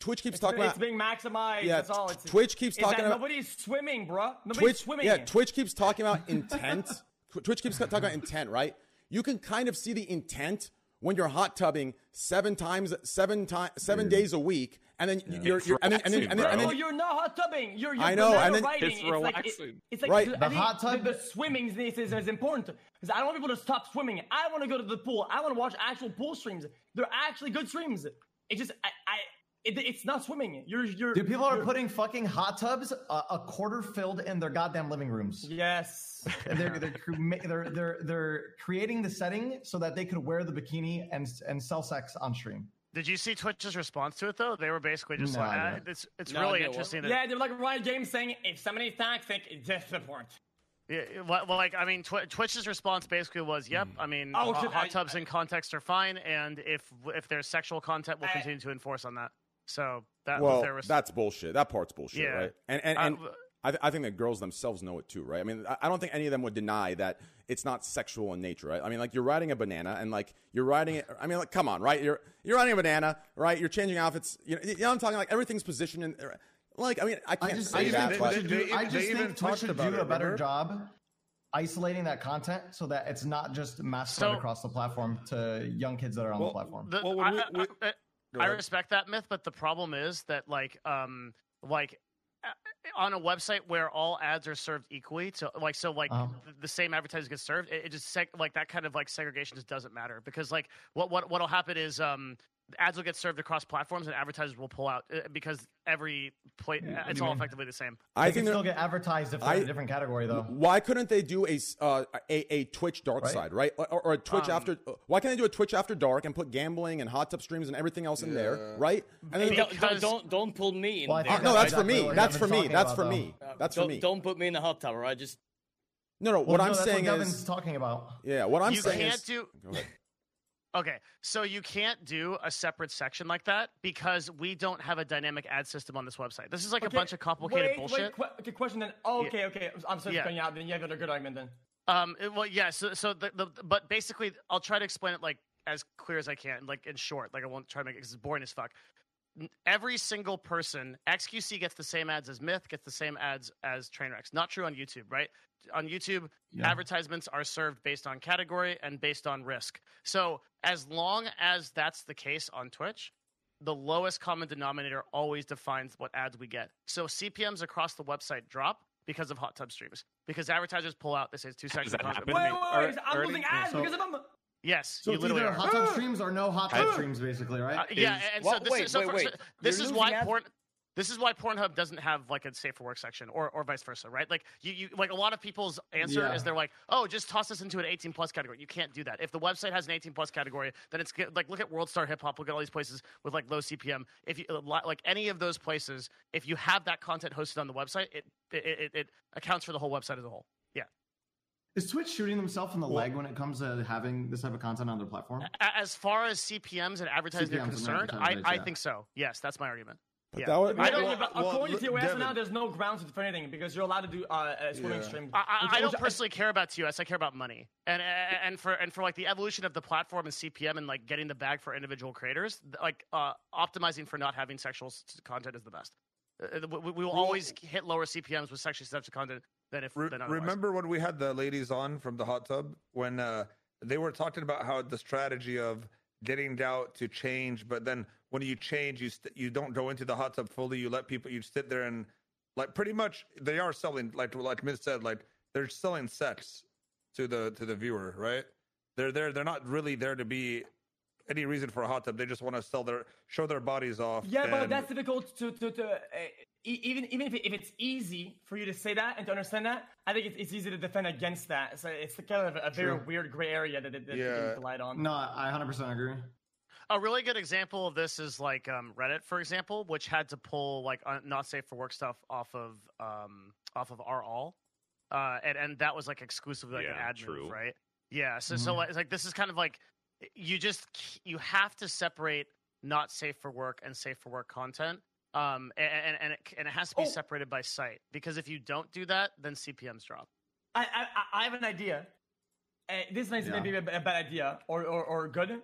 S1: Twitch keeps talking
S8: it's
S1: about
S8: being maximized.
S1: Yeah,
S8: that's all. It's,
S1: Twitch keeps
S8: is that
S1: talking about-
S8: nobody's swimming, bruh. Nobody's
S1: Twitch,
S8: swimming.
S1: yeah, Twitch keeps talking about intent. <laughs> Tw- Twitch keeps talking about intent, right? You can kind of see the intent when you're hot tubbing seven times, seven times, seven days a week, and then you're, you're and then and then, and then, and
S8: no,
S1: then
S8: Oh, you're not hot tubbing. You're, you're
S1: I know,
S8: banana
S1: and then-
S8: riding.
S6: It's
S8: like, it-
S6: relaxing.
S8: it's like
S1: Right.
S8: I
S1: The
S8: think
S7: hot tub-
S8: The, the swimming is, is, is important because I don't want people to stop swimming. I want to go to the pool. I want to watch actual pool streams. They're actually good streams. It's just I, I it, it's not swimming. You're you're
S7: Dude, people are
S8: you're-
S7: putting fucking hot tubs a, a quarter filled in their goddamn living rooms. <laughs>
S8: Yes.
S7: they're, they're, cre- ma- they're they're they're creating the setting so that they could wear the bikini and and sell sex on stream.
S5: Did you see Twitch's response to it though? They were basically just
S7: No,
S5: like,
S7: I
S5: "Ah,
S7: didn't.
S5: "It's it's
S4: No, I
S5: really
S4: didn't.
S5: interesting." That,
S8: yeah, they're like Riot Games saying if somebody's toxic, just report.
S5: yeah, well, well, like I mean, Tw- Twitch's response basically was, "Yep, I mean,
S8: Oh,
S5: hot,
S8: shit,
S5: hot
S8: I-
S5: tubs and context are fine, and if if there's sexual content, we'll
S8: I-
S5: continue to enforce on that." So that was
S1: well,
S5: their response.
S1: that's bullshit. That part's bullshit,
S5: Yeah.
S1: right? And and, and
S5: Uh,
S1: I, th- I think the girls themselves know it too, right? I mean, I, I don't think any of them would deny that it's not sexual in nature, right? I mean, like you're riding a banana and like you're riding it. I mean, like come on, right? You're you're riding a banana, right? You're changing outfits. You know, you know what I'm talking like everything's positioned in. Like, I mean, I can't
S7: just-
S1: say
S7: I just
S1: that,
S3: think
S1: but
S3: they-
S7: Should do-
S3: even-
S7: I just
S3: they even
S7: think Twitch
S3: talked
S7: should
S3: about
S7: do
S3: it,
S7: a better
S3: remember?
S7: job isolating that content so that it's not just mass spread
S5: So-
S7: across the platform to young kids that are on
S3: Well,
S7: the platform.
S5: The-
S3: Well, when
S5: I,
S3: we-
S5: I-
S3: we-
S5: I-
S3: Go
S5: I
S3: ahead.
S5: respect that myth, but the problem is that like um like uh, on a website where all ads are served equally, so like so like
S7: Uh-huh.
S5: th- the same advertising gets served, it, it just seg- like that kind of like segregation just doesn't matter because like what what what'll happen is um ads will get served across platforms, and advertisers will pull out uh, because every play
S7: Yeah,
S5: it's
S7: I
S5: all
S7: mean-
S5: effectively the same.
S7: I
S1: I
S7: can
S1: think
S7: still
S1: they're-
S7: get advertised if they're in
S1: I-
S7: a different category though.
S1: why couldn't they do a s- uh, a, a Twitch dark
S7: Right.
S1: side, right? Or, or a Twitch
S5: Um,
S1: after why can't they do a Twitch after dark and put gambling and hot tub streams and everything else in there, right? And then-
S4: Don't-
S5: Because-
S4: Don't, don't don't pull me in
S7: Well, I
S4: there.
S1: Uh,
S7: think
S1: no, that's
S7: That's
S1: for
S7: exactly
S1: me.
S7: what
S1: That's
S7: Devin's
S1: for me.
S7: talking
S1: That's
S7: about,
S1: for
S7: though.
S1: me.
S4: Uh,
S1: That's for
S4: don't,
S1: me.
S4: Don't put me in the hot tub, right? Just
S1: No, no. What
S7: Well,
S1: I'm
S7: no, that's
S1: saying
S7: what Devin's
S1: is,
S7: talking about.
S1: yeah. What I'm
S5: you
S1: saying
S5: can't
S1: is,
S5: do.
S1: Go ahead.
S5: Okay, so you can't do a separate section like that because we don't have a dynamic ad system on this website. This is like a bunch of complicated
S8: wait,
S5: bullshit.
S8: Wait, que- okay, question then. Oh,
S5: Yeah.
S8: okay, okay. I'm sorry
S5: Yeah.
S8: for cutting you out. Then you have another good argument then.
S5: Um. it- Well, yeah. So, so the, the but basically, I'll try to explain it like as clear as I can, like in short. Like I won't try to make it 'cause it's boring as fuck. N- Every single person, XQC gets the same ads as Myth, gets the same ads as Trainwrecks. Not true on YouTube, right? On YouTube,
S7: Yeah.
S5: advertisements are served based on category and based on risk. So as long as that's the case on Twitch, the lowest common denominator always defines what ads we get. So CPMS across the website drop because of hot tub streams because advertisers pull out. This is two
S6: Does
S5: seconds.
S6: that
S5: of content.
S6: happen?
S8: Wait, wait, wait.
S6: Alright,
S8: I'm
S6: already?
S8: losing ads
S7: So-
S8: because of them.
S5: Yes,
S7: So
S5: you
S7: it's
S5: literally
S7: either
S5: are.
S7: hot tub streams or no hot tub
S6: I-
S7: streams, basically,
S5: Uh,
S7: right?
S5: yeah,
S6: is-
S5: and
S4: Well,
S5: so this
S4: wait,
S5: is so,
S4: wait,
S5: for-
S4: wait.
S5: so this
S4: You're
S5: is
S4: losing
S5: why
S4: ads-
S5: porn. This is why Pornhub doesn't have like a safe for work section, or, or vice versa, right? Like you, you like a lot of people's answer
S7: Yeah.
S5: is they're like, oh, just toss this into an 18 plus category. You can't do that. If the website has an 18 plus category, then it's good- like look at World Star Hip Hop, look at all these places with like low CPM. If you like any of those places, if you have that content hosted on the website, it it, it, it accounts for the whole website as a whole. Yeah,
S7: Is Twitch shooting themselves in the leg when it comes to having this type of content on their platform?
S5: A- as far as CPMS and advertising
S7: CPMs
S5: are
S7: and
S5: concerned, I,
S7: advertising,
S5: I
S7: yeah.
S5: think so. Yes, that's my argument.
S1: but
S5: Yeah.
S1: that would,
S5: I
S8: I
S5: don't-
S8: don't.
S3: well, well,
S8: according to
S3: look,
S8: TOS now,
S3: Devin.
S8: there's no grounds for anything because you're allowed to do uh, uh, swimming
S3: Yeah.
S8: streams.
S5: I,
S8: which-
S5: I- I don't
S8: which
S5: personally care about TOS. I care about money, and and and for and for like the evolution of the platform and CPM and like getting the bag for individual creators, th- like uh, optimizing for not having sexual s- content is the best. Uh, uh, We, we will always hit lower CPMS with sexually sensitive content than if
S3: Re-
S5: than otherwise.
S3: remember when we had the ladies on from the hot tub when uh, they were talking about how the strategy of getting out to change, but then when you change, you st- you don't go into the hot tub fully. You let people you sit there and like pretty much they are selling like like Miz said like they're selling sex to the to the viewer, right? They're there. They're not really there to be any reason for a hot tub. They just want to sell their show their bodies off.
S8: Yeah, but
S3: and-
S8: that's difficult to to, to uh, e- even even if, it- if it's easy for you to say that and to understand that, I think it's, it's easy to defend against that. So it's the kind of a, very
S3: True.
S8: weird gray area that, that, that you
S3: Yeah.
S8: can light on.
S7: No, I 100% agree.
S5: A really good example of this is like um, Reddit, for example, which had to pull like un- not safe for work stuff off of um, off of our all, uh, and and that was like exclusively like an
S6: Yeah,
S5: ad
S6: true.
S5: move, right? Yeah. So so like, it's like this is kind of like you just c- you have to separate not safe for work and safe for work content, um, a- a- and and it, c- and it has to be
S8: Oh.
S5: separated by site because if you don't do that, then CPMS drop.
S8: I, I I- I have an idea. Uh, this might
S7: Yeah.
S8: maybe be a, b- a bad idea or, or or good.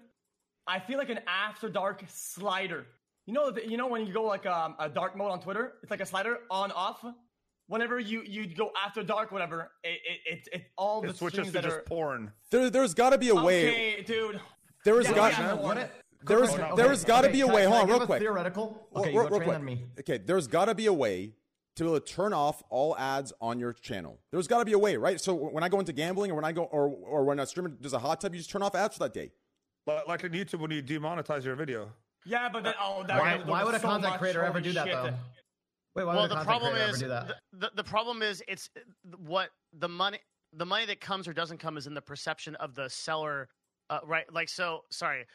S8: I feel like an after dark slider. You know the, you know when you go like um, a dark mode on Twitter, it's like a slider on off. Whenever you you go after dark, whatever, it it it, it all the
S3: it switches
S8: streams
S3: to
S8: that
S3: just
S8: are.
S3: porn.
S1: there, there's got to be a way.
S8: Okay, dude.
S1: There has
S8: Yeah,
S1: got.
S8: yeah,
S7: What
S8: yeah.
S7: it-
S1: There's
S7: Okay, okay,
S1: there's got to
S7: okay,
S1: be a
S7: can I-
S1: way.
S7: can I
S1: Hold on,
S7: give
S1: real
S7: a
S1: quick.
S7: Theoretical.
S1: Well,
S7: Okay, you
S1: real,
S7: go
S1: real
S7: train
S1: quick.
S7: on me.
S1: Okay, there's got to be a way to be able to turn off all ads on your channel. There's got to be a way, right? So when I go into gambling, or when I go, or or when a streamer does a hot tub, you just turn off ads for that day.
S3: Like, like on YouTube when you demonetize your video.
S8: Yeah, but then oh, that
S7: Why,
S8: that
S7: why
S8: was
S7: would a
S8: so
S7: content
S8: much-
S7: creator ever
S8: holy
S7: do that
S8: shit.
S7: though? Wait, why
S5: well,
S7: would a
S5: the
S7: content
S5: problem
S7: creator ever
S5: is
S7: do that?
S5: the, the, the problem is it's uh, th- what the money the money that comes or doesn't come is in the perception of the seller, uh, right? Like so, sorry.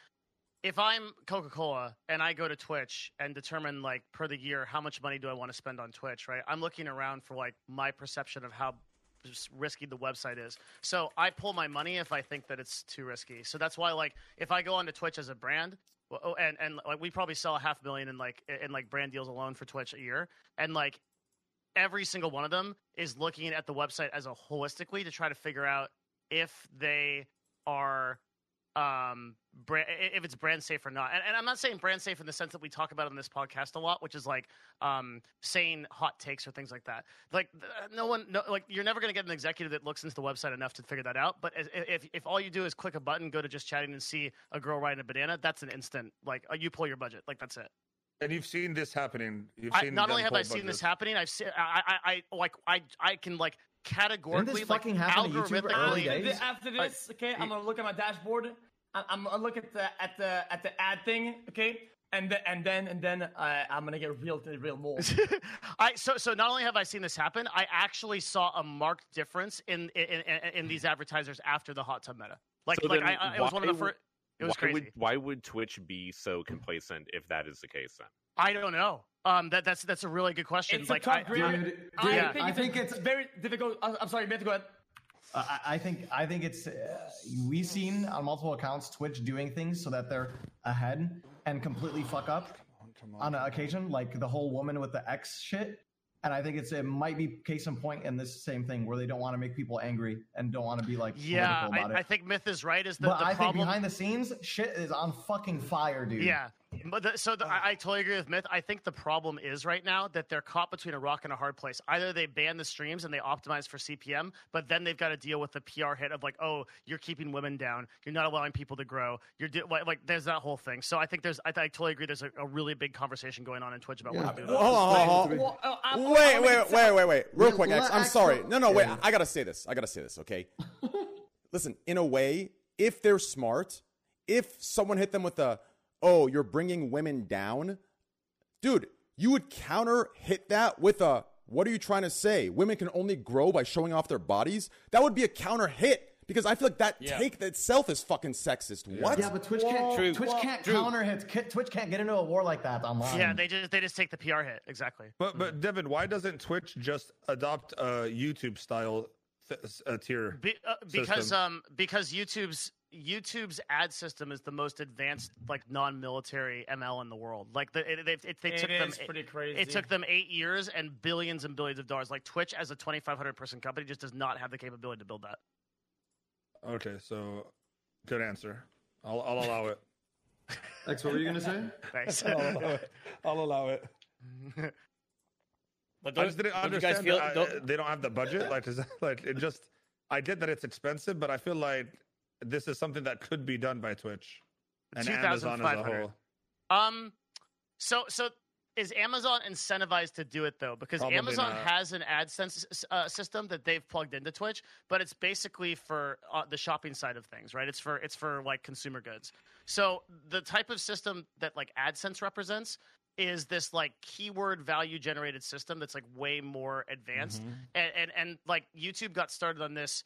S5: If I'm Coca Cola and I go to Twitch and determine like per the year how much money do I want to spend on Twitch, right? I'm looking around for like my perception of how s- risky the website is. So I pull my money if I think that it's too risky. So that's why like if I go onto Twitch as a brand well, oh, and and like we probably sell a half million in like in like brand deals alone for Twitch a year and like every single one of them is looking at the website as a holistically to try to figure out if they are um brand, if it's brand safe or not and, and i'm not saying brand safe in the sense that we talk about on this podcast a lot which is like um saying hot takes or things like that like th- uh, no one no like you're never going to get an executive that looks into the website enough to figure that out but as- if if all you do is click a button go to just chatting and see a girl riding a banana that's an instant like uh, you pull your budget like that's it
S3: And you've seen this happening. You've
S5: I,
S3: seen
S5: not
S3: them
S5: only have
S3: pull
S5: I seen
S3: budgets.
S5: this happening, I've seen I I, I like I I can like categorically like
S7: fucking happen to YouTube
S5: <laughs> algorithmically.
S7: early
S8: After,
S7: days?
S8: thi- after this, okay, I'm gonna look at my dashboard I- I'm gonna look at the at the at the ad thing, okay, and the, and then and then uh, I'm gonna get real to real
S5: <laughs>
S8: more.
S5: I so so not only have I seen this happen, I actually saw a marked difference in in, in, in these advertisers after the hot tub meta. Like
S6: So
S5: like
S6: then
S5: I, I it was one of the
S6: why would-
S5: first. It was
S6: why
S5: crazy.
S6: Would, why would Twitch be so complacent if that is the case? Then
S5: I don't know. Um, that that's that's a really good question.
S8: It's a
S5: like
S8: tough
S5: I,
S8: grade.
S5: I-
S7: Dude,
S8: I
S5: Yeah.
S8: think
S7: I
S8: it's,
S7: think it's-
S8: very difficult. I- I'm sorry, Matt, go ahead.
S7: I, I think I think it's uh, we've seen on multiple accounts Twitch doing things so that they're ahead and completely fuck up on occasion, like the whole woman with the X shit. And I think it's it might be case in point in this same thing where they don't want to make people angry and don't want to be like
S5: yeah,
S7: political about
S5: I, I
S7: it.
S5: think Myth is right. Is the,
S7: but
S5: the
S7: I think
S5: problem?
S7: behind the scenes, shit is on fucking fire, dude.
S5: Yeah. But the, so the, I, I totally agree with Myth. I think the problem is right now that they're caught between a rock and a hard place. Either they ban the streams and they optimize for CPM, but then they've got to deal with the PR hit of like, oh, you're keeping women down, you're not allowing people to grow, you're do- like, like there's that whole thing. So I think there's, I, I totally agree. There's a, a really big conversation going on in Twitch about what to do.
S1: Hold on, hold on, hold on.
S8: Well, uh, I'm-
S1: Wait,
S8: I'm-
S1: wait, wait, wait, wait. Real
S7: Yeah,
S1: quick, X.
S7: let
S1: I'm
S7: X
S1: sorry.
S7: go.
S1: No, no, wait.
S7: Yeah.
S1: I gotta say this. I gotta say this. Okay.
S7: <laughs>
S1: Listen, in a way, if they're smart, if someone hit them with a, "Oh, you're bringing women down," dude, you would counter hit that with a, "What are you trying to say? Women can only grow by showing off their bodies." That would be a counter hit because I feel like that
S4: Yeah.
S1: take itself is fucking sexist. What?
S7: Yeah, but Twitch can't
S6: True.
S7: Twitch can't
S6: True.
S7: counter hits. Twitch can't get into a war like that online.
S5: Yeah, they just they just take the PR hit exactly.
S3: But but Devin, why doesn't Twitch just adopt a YouTube style th- s- uh, tier?
S5: Be, uh, because
S3: system.
S5: um because YouTube's YouTube's ad system is the most advanced like non-military ML in the world. Like the, it, they it, they
S8: It
S5: took
S8: is
S5: them
S8: pretty
S5: it,
S8: crazy.
S5: It took them eight years and billions and billions of dollars. Like Twitch as a 2,500 person company just does not have the capability to build that.
S3: Okay, so good answer. I'll I'll allow it.
S7: X, what were you gonna say?
S8: <laughs>
S3: <laughs>
S5: Thanks.
S3: I'll allow it. I'll allow it.
S4: But
S3: I
S4: don't,
S3: just didn't
S4: don't you guys
S3: understand.
S4: feel?
S3: that, uh,
S4: don't-
S3: they don't have the budget. Like, is that, like it just. I did that. It's expensive, but I feel like this is something that could be done by Twitch and Amazon as a
S5: 2,500.
S3: whole.
S5: Um, so so is Amazon incentivized to do it though? Because
S3: Probably
S5: Amazon
S3: not.
S5: has an AdSense s- uh, system that they've plugged into Twitch, but it's basically for uh, the shopping side of things, right? It's for it's for like consumer goods. So the type of system that like AdSense represents is this like keyword value generated system that's like way more
S3: Mm-hmm.
S5: advanced and, and and like YouTube got started on this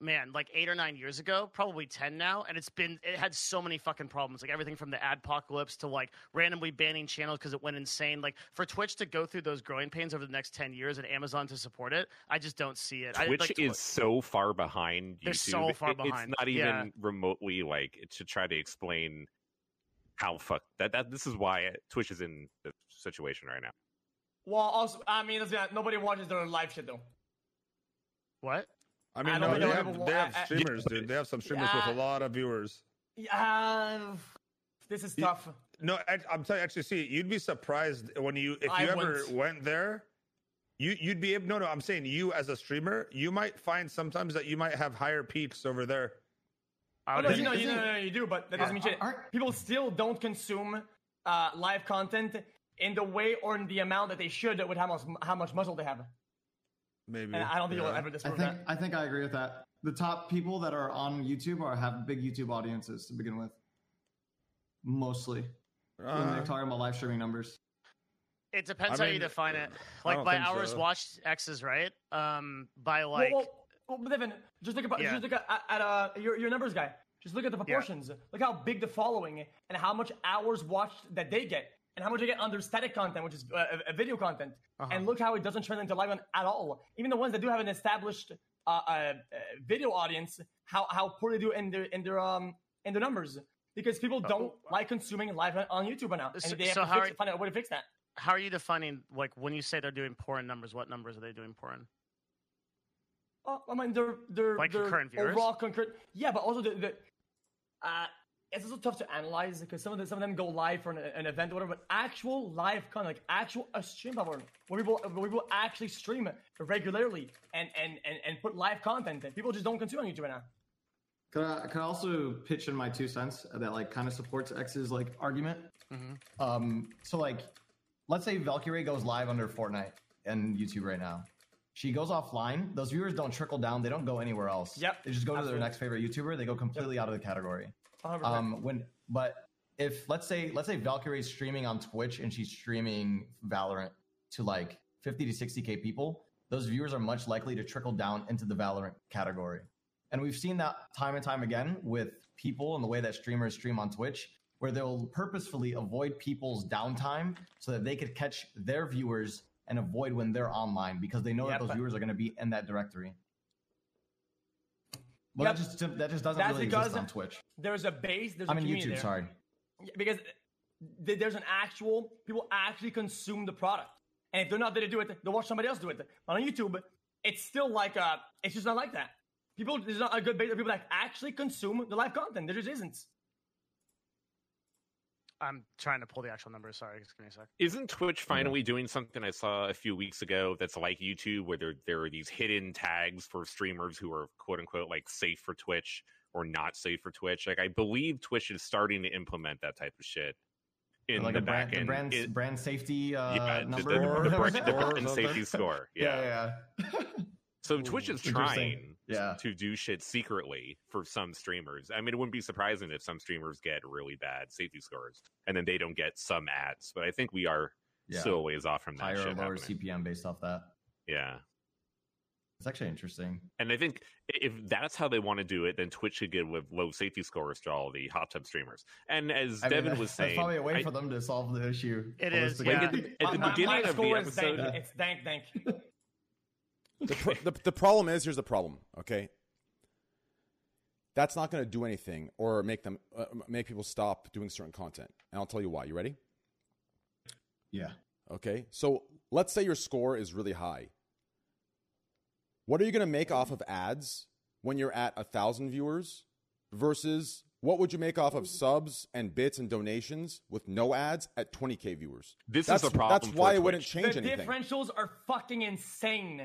S5: man like eight or nine years ago probably 10 now and it's been it had so many fucking problems like everything from the adpocalypse to like randomly banning channels because it went insane like for twitch to go through those growing pains over the next 10 years and amazon to support it i just don't see it I,
S6: Twitch
S5: like,
S6: is so far behind YouTube.
S5: They're so far
S6: It-
S5: behind,
S6: It's not even
S5: yeah.
S6: remotely like to try to explain how fuck that that this is why Twitch is in the situation right now.
S8: Well, also, I mean, let's be honest, nobody watches their live shit though.
S5: what
S3: I mean,
S8: I
S3: no,
S8: don't
S3: they
S8: know.
S3: have, they have
S8: I- I-
S3: streamers, dude. They have some streamers with a
S8: Yeah.
S3: lot of viewers.
S7: uh,
S8: Yeah, this is
S3: Yeah.
S8: tough.
S3: No, I, I'm telling you, actually, see, you'd be surprised when you if you
S8: I
S3: ever
S8: wouldn't.
S3: went there. You you'd be able. No, no, I'm saying you as a streamer, you might find sometimes that you might have higher peaks over there.
S5: I
S8: No,
S5: would
S8: you know, you
S7: Isn't-
S8: know, no, no, you do, but that doesn't mean shit.
S7: Aren't-
S8: People still don't consume uh, live content in the way or in the amount that they should with how much how much muscle they have.
S3: Maybe.
S8: And I don't think
S3: yeah.
S8: you'll ever
S7: I
S8: disprove
S7: think
S8: that.
S7: I think I agree with that. The top people that are on YouTube are have big YouTube audiences to begin with, mostly when
S3: Uh-huh.
S7: they're talking about live streaming numbers.
S5: it depends
S3: I
S5: how you
S3: mean,
S5: define it
S3: uh, I
S5: like
S3: don't
S5: by
S3: think
S5: hours
S3: so.
S5: watched x's right um by like
S8: well, well, well, Devin, just look about
S5: Yeah.
S8: just look at, at uh, your your numbers guy. Just look at the proportions. Look how big the following and how much hours watched that they get, and how much they get under static content, which is uh, uh, video content. And look how it doesn't turn into live on at all. Even the ones that do have an established uh, uh, uh, video audience, how how poor they do in their in their um in their numbers because people don't like consuming live on, on YouTube right now, and
S5: Uh, oh, So-
S8: they have
S5: so
S8: to
S5: how
S8: fix,
S5: are-
S8: find out a way to fix that.
S5: how are you defining like when you say they're doing porn numbers what numbers are they doing porn
S8: Uh, I mean, they're they're
S5: Like
S8: they're
S5: concurrent viewers?
S8: overall concurrent. Yeah, but also the, the uh, it's also tough to analyze because some of the, some of them go live for an, an event or whatever. But actual live con, like actual a stream power, where people where people actually stream regularly and and and, and put live content that people just don't consume on YouTube right now.
S7: Could I, could I also pitch in my two cents that like kind of supports X's like argument?
S8: Mm-hmm.
S7: Um, so like, let's say Valkyrie goes live under Fortnite and YouTube right now. She goes offline. Those viewers don't trickle down. They don't go anywhere else.
S8: Yep,
S7: They just go to
S8: absolutely.
S7: their next favorite YouTuber. They go completely out of the category.
S8: 100%.
S7: Um, when but if let's say let's say Valkyrie's streaming on Twitch and she's streaming Valorant to like 50 to 60k people, those viewers are much likely to trickle down into the Valorant category. And we've seen that time and time again with people and the way that streamers stream on Twitch, where they'll purposefully avoid people's downtime so that they could catch their viewers and avoid when they're online because they know
S8: Yeah,
S7: that those
S8: but-
S7: viewers are going to be in that directory. Well,
S8: Yep.
S7: that just that just doesn't
S8: That's
S7: really
S8: because-
S7: exist on Twitch.
S8: There's a base. There's
S7: I
S8: a
S7: mean
S8: community
S7: YouTube.
S8: there.
S7: Sorry.
S8: Yeah, because th- there's an actual people actually consume the product, and if they're not there to do it, they'll watch somebody else do it. But on YouTube, it's still like uh, it's just not like that. People, there's not a good base of people that actually consume the live content. There just isn't.
S5: I'm trying to pull the actual numbers. Sorry, just give me a sec.
S6: Isn't Twitch finally doing something I saw a few weeks ago that's like YouTube, where there, there are these hidden tags for streamers who are quote unquote like safe for Twitch or not safe for Twitch? Like I believe Twitch is starting to implement that type of shit in
S7: like
S6: the
S7: a brand,
S6: back
S7: the
S6: end.
S7: brand,
S6: It-
S7: brand safety uh,
S6: yeah, the-
S7: number.
S6: the,
S7: <laughs>
S6: the
S7: or
S6: brand-
S7: whatever.
S6: the brand
S3: something.
S6: safety score.
S7: <laughs> yeah,
S6: yeah.
S7: yeah.
S6: So Twitch is
S7: interesting.
S6: trying
S7: Yeah.
S6: to do shit secretly for some streamers. I mean, it wouldn't be surprising if some streamers get really bad safety scores and then they don't get some ads. But I think we are
S7: yeah.
S6: still a ways off from that
S7: higher
S6: shit.
S7: or lower
S6: happening.
S7: CPM based off that.
S6: yeah.
S7: It's actually interesting.
S6: And I think i- if that's how they want to do it, then Twitch should give with low safety scores to all the hot tub streamers. And as
S7: I mean,
S6: Devin
S7: <laughs> that-
S6: was
S7: that's
S6: saying,
S7: probably a way
S6: I-
S7: for them to solve the issue.
S5: It is,
S7: holistically.
S5: yeah.
S6: like at the, at the
S8: My- my
S6: beginning of the
S8: score is
S6: episode,
S8: dank. It's dank, dank.
S1: The, pro- the, the problem is here's the problem. Okay, that's not going to do anything or make them uh, make people stop doing certain content. And I'll tell you why. You ready?
S7: Yeah.
S1: Okay, so let's say your score is really high. What are you going to make off of ads when you're at a thousand viewers versus what would you make off of subs and bits and donations with no ads at 20k viewers?
S6: This is
S1: that's,
S6: the problem
S1: That's
S6: for
S1: why it wouldn't
S6: Twitch.
S1: change
S8: the
S1: anything.
S8: differentials are fucking insane.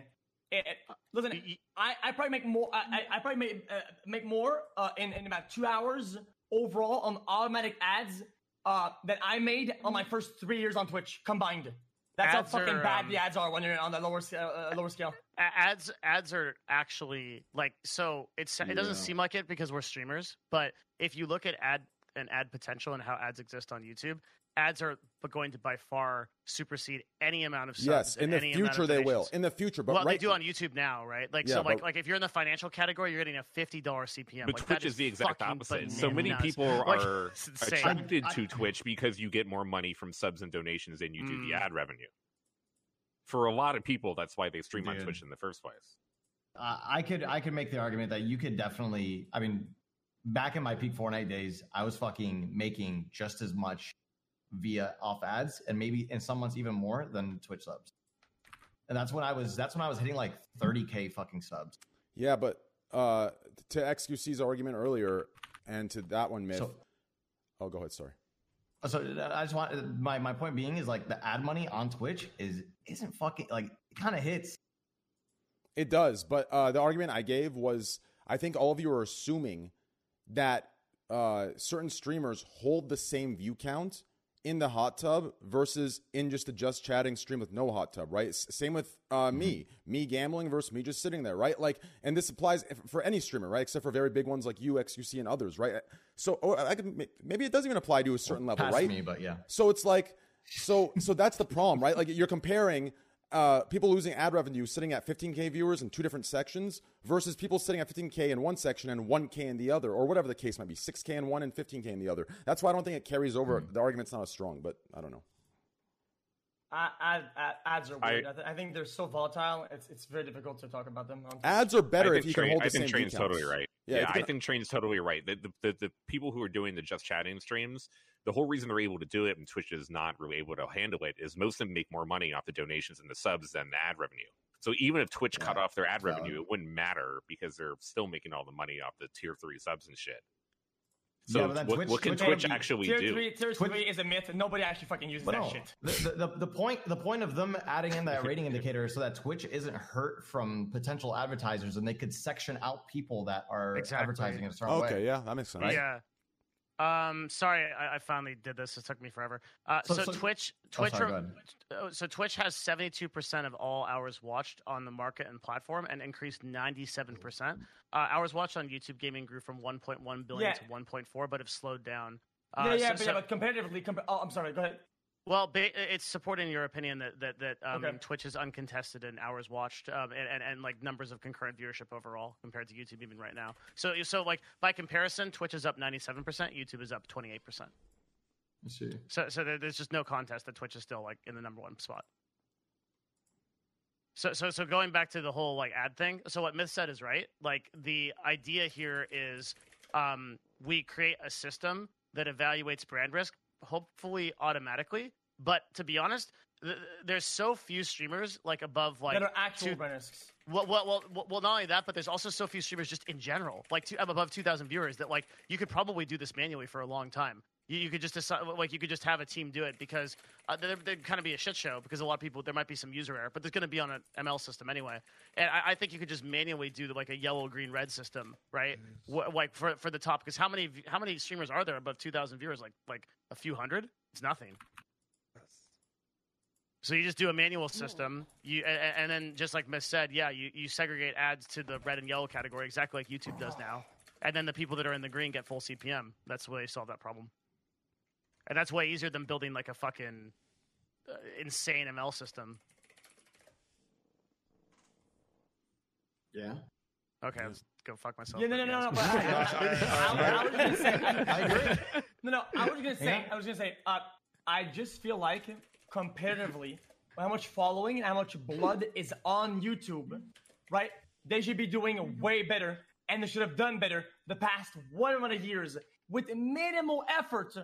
S8: It- it- listen,
S5: Uh, Y- y-
S8: I, I probably make more. I, I- I probably make, uh, make more uh, in in about two hours overall on automatic ads uh, than I made on my first three years on Twitch combined. That's
S5: Ads
S8: how fucking
S5: are,
S8: bad
S5: um,
S8: the ads are when you're on the lower scale. Uh, lower scale.
S5: A- ads ads are actually like so it's it doesn't
S7: Yeah.
S5: seem like it because we're streamers but if you look at ad and ad potential and how ads exist on youtube ads are b- going to by far supersede any amount of subs
S1: yes, in
S5: and
S1: the
S5: any amount
S1: future
S5: of
S1: they will.
S5: donations.
S1: In the future, but
S5: well
S1: right
S5: they do on youtube now right like
S1: Yeah,
S5: so like
S1: but-
S5: like if you're in the financial category you're getting a $50 cpm like,
S6: But
S5: that
S6: Twitch is the exact
S5: fucking
S6: opposite. So many
S5: bananas.
S6: people
S5: <laughs> Like,
S6: are
S5: it's insane.
S6: attracted
S7: I- I-
S6: to Twitch because you get more money from subs and donations than you do the
S5: Mm.
S6: ad revenue. For a lot of people, that's why they stream on
S7: Dude.
S6: Twitch in the first place.
S7: I I could I could make the argument that you could definitely. I mean, back in my peak Fortnite days, I was fucking making just as much via off ads, and maybe in some months even more than Twitch subs. And that's when I was. That's when I was hitting like 30k fucking subs.
S1: Yeah, but uh, to XQC's argument earlier and to that one myth.
S7: So-
S1: oh, go ahead. Sorry.
S7: So I just want my my point being is like the ad money on Twitch is isn't fucking like it kind of hits.
S1: It does, but uh, the argument I gave was I think all of you are assuming that uh, certain streamers hold the same view count in the hot tub versus in just a just chatting stream with no hot tub, right? S- same with uh,
S7: Mm-hmm.
S1: me, me gambling versus me just sitting there, right? Like, and this applies f- for any streamer, right? Except for very big ones like you, XUC, and others, right? So, or I could ma- maybe it doesn't even apply to a certain level,
S7: Past
S1: right?
S7: me, but yeah.
S1: So it's like, so so that's the problem, right? Like you're comparing uh, people losing ad revenue sitting at 15k viewers in two different sections versus people sitting at 15k in one section and 1k in the other, or whatever the case might be, 6k in one and 15k in the other. That's why I don't think it carries over.
S6: Hmm.
S1: The argument's not as strong, but I don't know.
S8: Ad, ad, ad, ads are
S6: I-
S8: weird. I, th- I think they're so volatile. It's it's very difficult to talk about them. Um, on Twitch.
S1: Ads are better
S6: I
S1: if
S6: think,
S1: you
S6: Train-
S1: can hold
S6: I
S1: the
S6: think
S1: same
S6: Train's
S1: view counts.
S6: totally right.
S1: Yeah,
S6: Yeah,
S1: if you
S6: I
S1: can-
S6: think Train's totally right. The, the, the, the people who are doing the just chatting streams, the whole reason they're able to do it and Twitch is not really able to handle it is most of them make more money off the donations and the subs than the ad revenue. So even if Twitch cut
S7: Yeah,
S6: off their ad
S7: valid.
S6: revenue, it wouldn't matter because they're still making all the money off the tier three subs and shit. So
S7: but then
S6: what,
S7: Twitch-
S6: what can
S7: Twitch
S6: Twitch,
S7: would be-
S6: actually
S8: tier
S6: do?
S8: three, tier
S7: Twitch-
S8: three is a myth. Nobody actually fucking uses
S7: But
S8: that
S7: no,
S8: shit.
S7: The, the, the point the point of them adding in
S5: <laughs>
S7: that rating indicator is so that Twitch isn't hurt from potential advertisers and they could section out people that are
S5: Exactly.
S7: advertising in a certain way.
S1: Okay, yeah, that makes sense.
S5: yeah Um, sorry, I, I finally did this. It took me forever. Uh,
S7: So-
S5: so,
S7: so-
S5: Twitch,
S7: Oh,
S5: Twitch,
S7: sorry,
S5: re-
S7: go ahead.
S5: uh, so Twitch has seventy-two percent of all hours watched on the market and platform, and increased ninety-seven percent. Uh, hours watched on YouTube gaming grew from one point one billion
S8: Yeah.
S5: to one point four, but have slowed down. Uh,
S8: yeah, yeah,
S5: so-
S8: but, yeah,
S5: so-
S8: but comparatively, compa- oh, I'm sorry. Go ahead.
S5: well, ba- uh, it's supporting your opinion that that that um,
S8: Okay.
S5: Twitch is uncontested in hours watched um, and, and and like numbers of concurrent viewership overall compared to YouTube even right now. So so like by comparison, Twitch is up ninety seven percent, YouTube is up twenty eight percent.
S7: I see.
S5: So so there, there's just no contest that Twitch is still like in the number one spot. So so so going back to the whole like ad thing. So what Myth said is right. Like the idea here is um, we create a system that evaluates brand risk, hopefully automatically. But to be honest, th- th- there's so few streamers like above like
S8: that are actual
S5: two-
S8: brand risks.
S5: well, well, well, well, well, not only that, but there's also so few streamers just in general, like two, above 2,000 viewers, that like you could probably do this manually for a long time. You, you could just decide, like, you could just have a team do it because uh, there, there'd kind of be a shit show because a lot of people, there might be some user error, but there's going to be on an ML system anyway. And I, I think you could just manually do like a yellow, green, red system, right? Wh- like for, for the top, because how many v- how many streamers are there above 2,000 viewers? Like like a few hundred? It's nothing. So you just do a manual system, you a- a- and then just like Miss said, yeah, you, you segregate ads to the red and yellow category, exactly like YouTube does now, and then the people that are in the green get full CPM. That's the way you solve that problem, and that's way easier than building like a fucking uh, insane ML system.
S7: Yeah.
S5: Okay, let's go fuck myself.
S8: Yeah, no, no,
S5: but
S8: no, no.
S5: yes.
S8: But I, I- I- I was gonna say,
S7: <laughs> I agree.
S8: no, no. I was gonna say,
S7: Yeah.
S8: I was gonna say. Uh, I just feel like comparatively, how much following and how much blood is on YouTube, right? They should be doing way better, and they should have done better the past 100 years with minimal effort uh,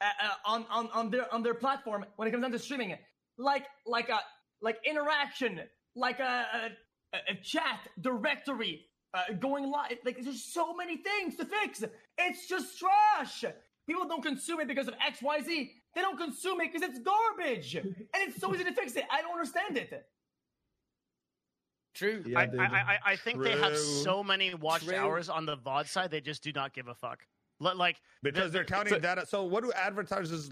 S8: uh, on, on on their on their platform when it comes down to streaming, like like a like interaction, like a, a, a chat directory. Uh, going live, like there's so many things to fix. It's just trash. People don't consume it because of X, Y, Z. They don't consume it because it's garbage, and it's so easy to fix it. I don't understand it.
S4: True.
S7: <laughs> Yeah,
S5: I,
S7: dude.
S5: I, I, I think they have
S3: True.
S5: so many watched
S4: True.
S5: hours on the VOD side, they just do not give a fuck. Li- Like
S3: because they're counting
S6: so-
S3: that. So what do advertisers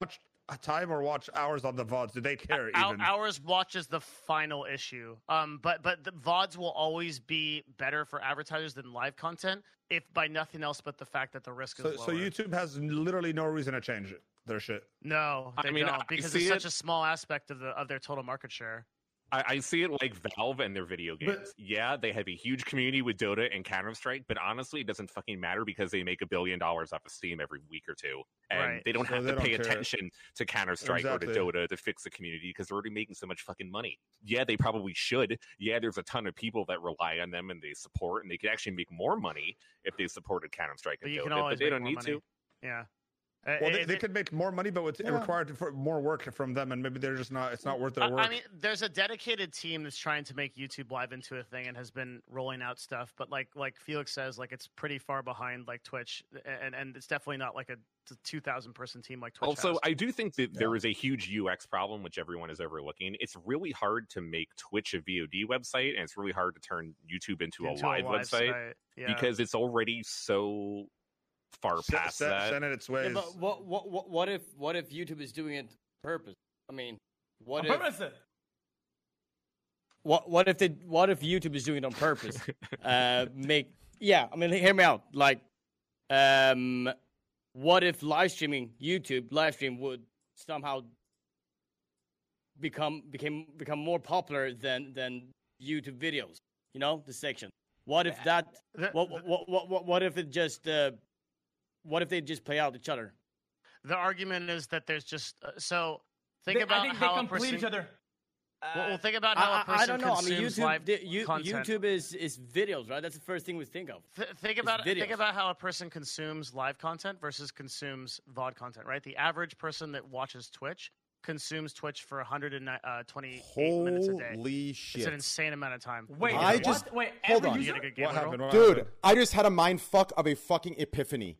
S3: watch uh, time or watch hours on the vods? Do they care
S5: Ou-
S3: even?
S5: Hours watch is the final issue. Um, but but the VODs will always be better for advertisers than live content, if by nothing else but the fact that the risk is
S3: So,
S5: lower.
S3: so YouTube has literally no reason to change it, their shit.
S5: no,
S6: I
S5: they
S6: mean,
S5: don't,
S6: I
S5: because
S6: see
S5: it's such
S6: it-
S5: a small aspect of the of their total market share.
S6: I, I see it like Valve and their video games. yeah, they have a huge community with Dota and Counter Strike, but honestly, it doesn't fucking matter because they make a billion dollars off of Steam every week or two, and
S5: Right.
S6: they don't
S3: So
S6: have
S3: they
S6: to
S3: don't
S6: pay
S3: care.
S6: attention to Counter Strike
S3: Exactly.
S6: or to Dota to fix the community because they're already making so much fucking money. Yeah, they probably should. Yeah, there's a ton of people that rely on them and they support, and they could actually make more money if they supported Counter Strike
S5: But
S6: and
S5: you
S6: Dota,
S5: can always
S6: but they
S5: make
S6: don't
S5: more
S6: need
S5: money.
S6: to.
S5: Yeah. Uh,
S3: Well, they,
S5: if
S3: they
S5: it-
S3: could make more money, but it's, it
S7: Yeah.
S3: required for more work from them, and maybe they're just not. It's not worth
S5: I,
S3: their
S5: I
S3: work.
S5: mean, there's a dedicated team that's trying to make YouTube Live into a thing and has been rolling out stuff. But like like Felix says, like it's pretty far behind like Twitch, and and it's definitely not like a two thousand person team like Twitch.
S6: also,
S5: has.
S6: I do think that there is a huge UX problem, which everyone is overlooking. It's really hard to make Twitch a VOD website, and it's really hard to turn YouTube into,
S5: Into
S6: a, live website
S5: Yeah.
S6: because it's already so far
S3: Se-
S6: past
S3: se-
S6: that.
S3: send it its
S4: Yeah,
S3: ways.
S4: but what, what what what if what if YouTube is doing it purpose? I mean, what
S8: On
S4: if
S8: purpose.
S4: what what if they what if YouTube is doing it on purpose?
S3: <laughs>
S4: uh, make yeah. I mean, hear me out. Like, um, what if live streaming YouTube live stream would somehow become became become more popular than than YouTube videos? You know, the section. What if that?
S5: The-
S4: What what what what, what if it just? Uh, what if they just play out each other?
S5: the argument is that there's just uh, so think
S8: They-
S5: about
S8: I think
S5: how
S8: they uh,
S5: a
S8: complete
S5: person.
S8: each other.
S5: Well, well, think about how a
S4: I, I,
S5: person
S4: I don't know. I mean,
S5: consumes
S4: YouTube,
S5: live
S4: di- you-
S5: content.
S4: YouTube is is videos, right? That's the first thing we think of.
S5: Th- think about think
S4: videos.
S5: about how a person consumes live content versus consumes VOD content, right? The average person that watches Twitch consumes Twitch for 128 uh, minutes a day.
S1: Holy
S5: It's an
S1: shit.
S5: insane amount of time.
S8: Wait,
S1: I
S8: what?
S1: just-
S8: wait.
S1: hold
S8: every
S1: on.
S5: you
S8: user-
S5: get a good game
S3: what
S5: at all?
S3: happened? What
S1: Dude,
S3: happened?
S1: I just had a mind fuck of a fucking epiphany.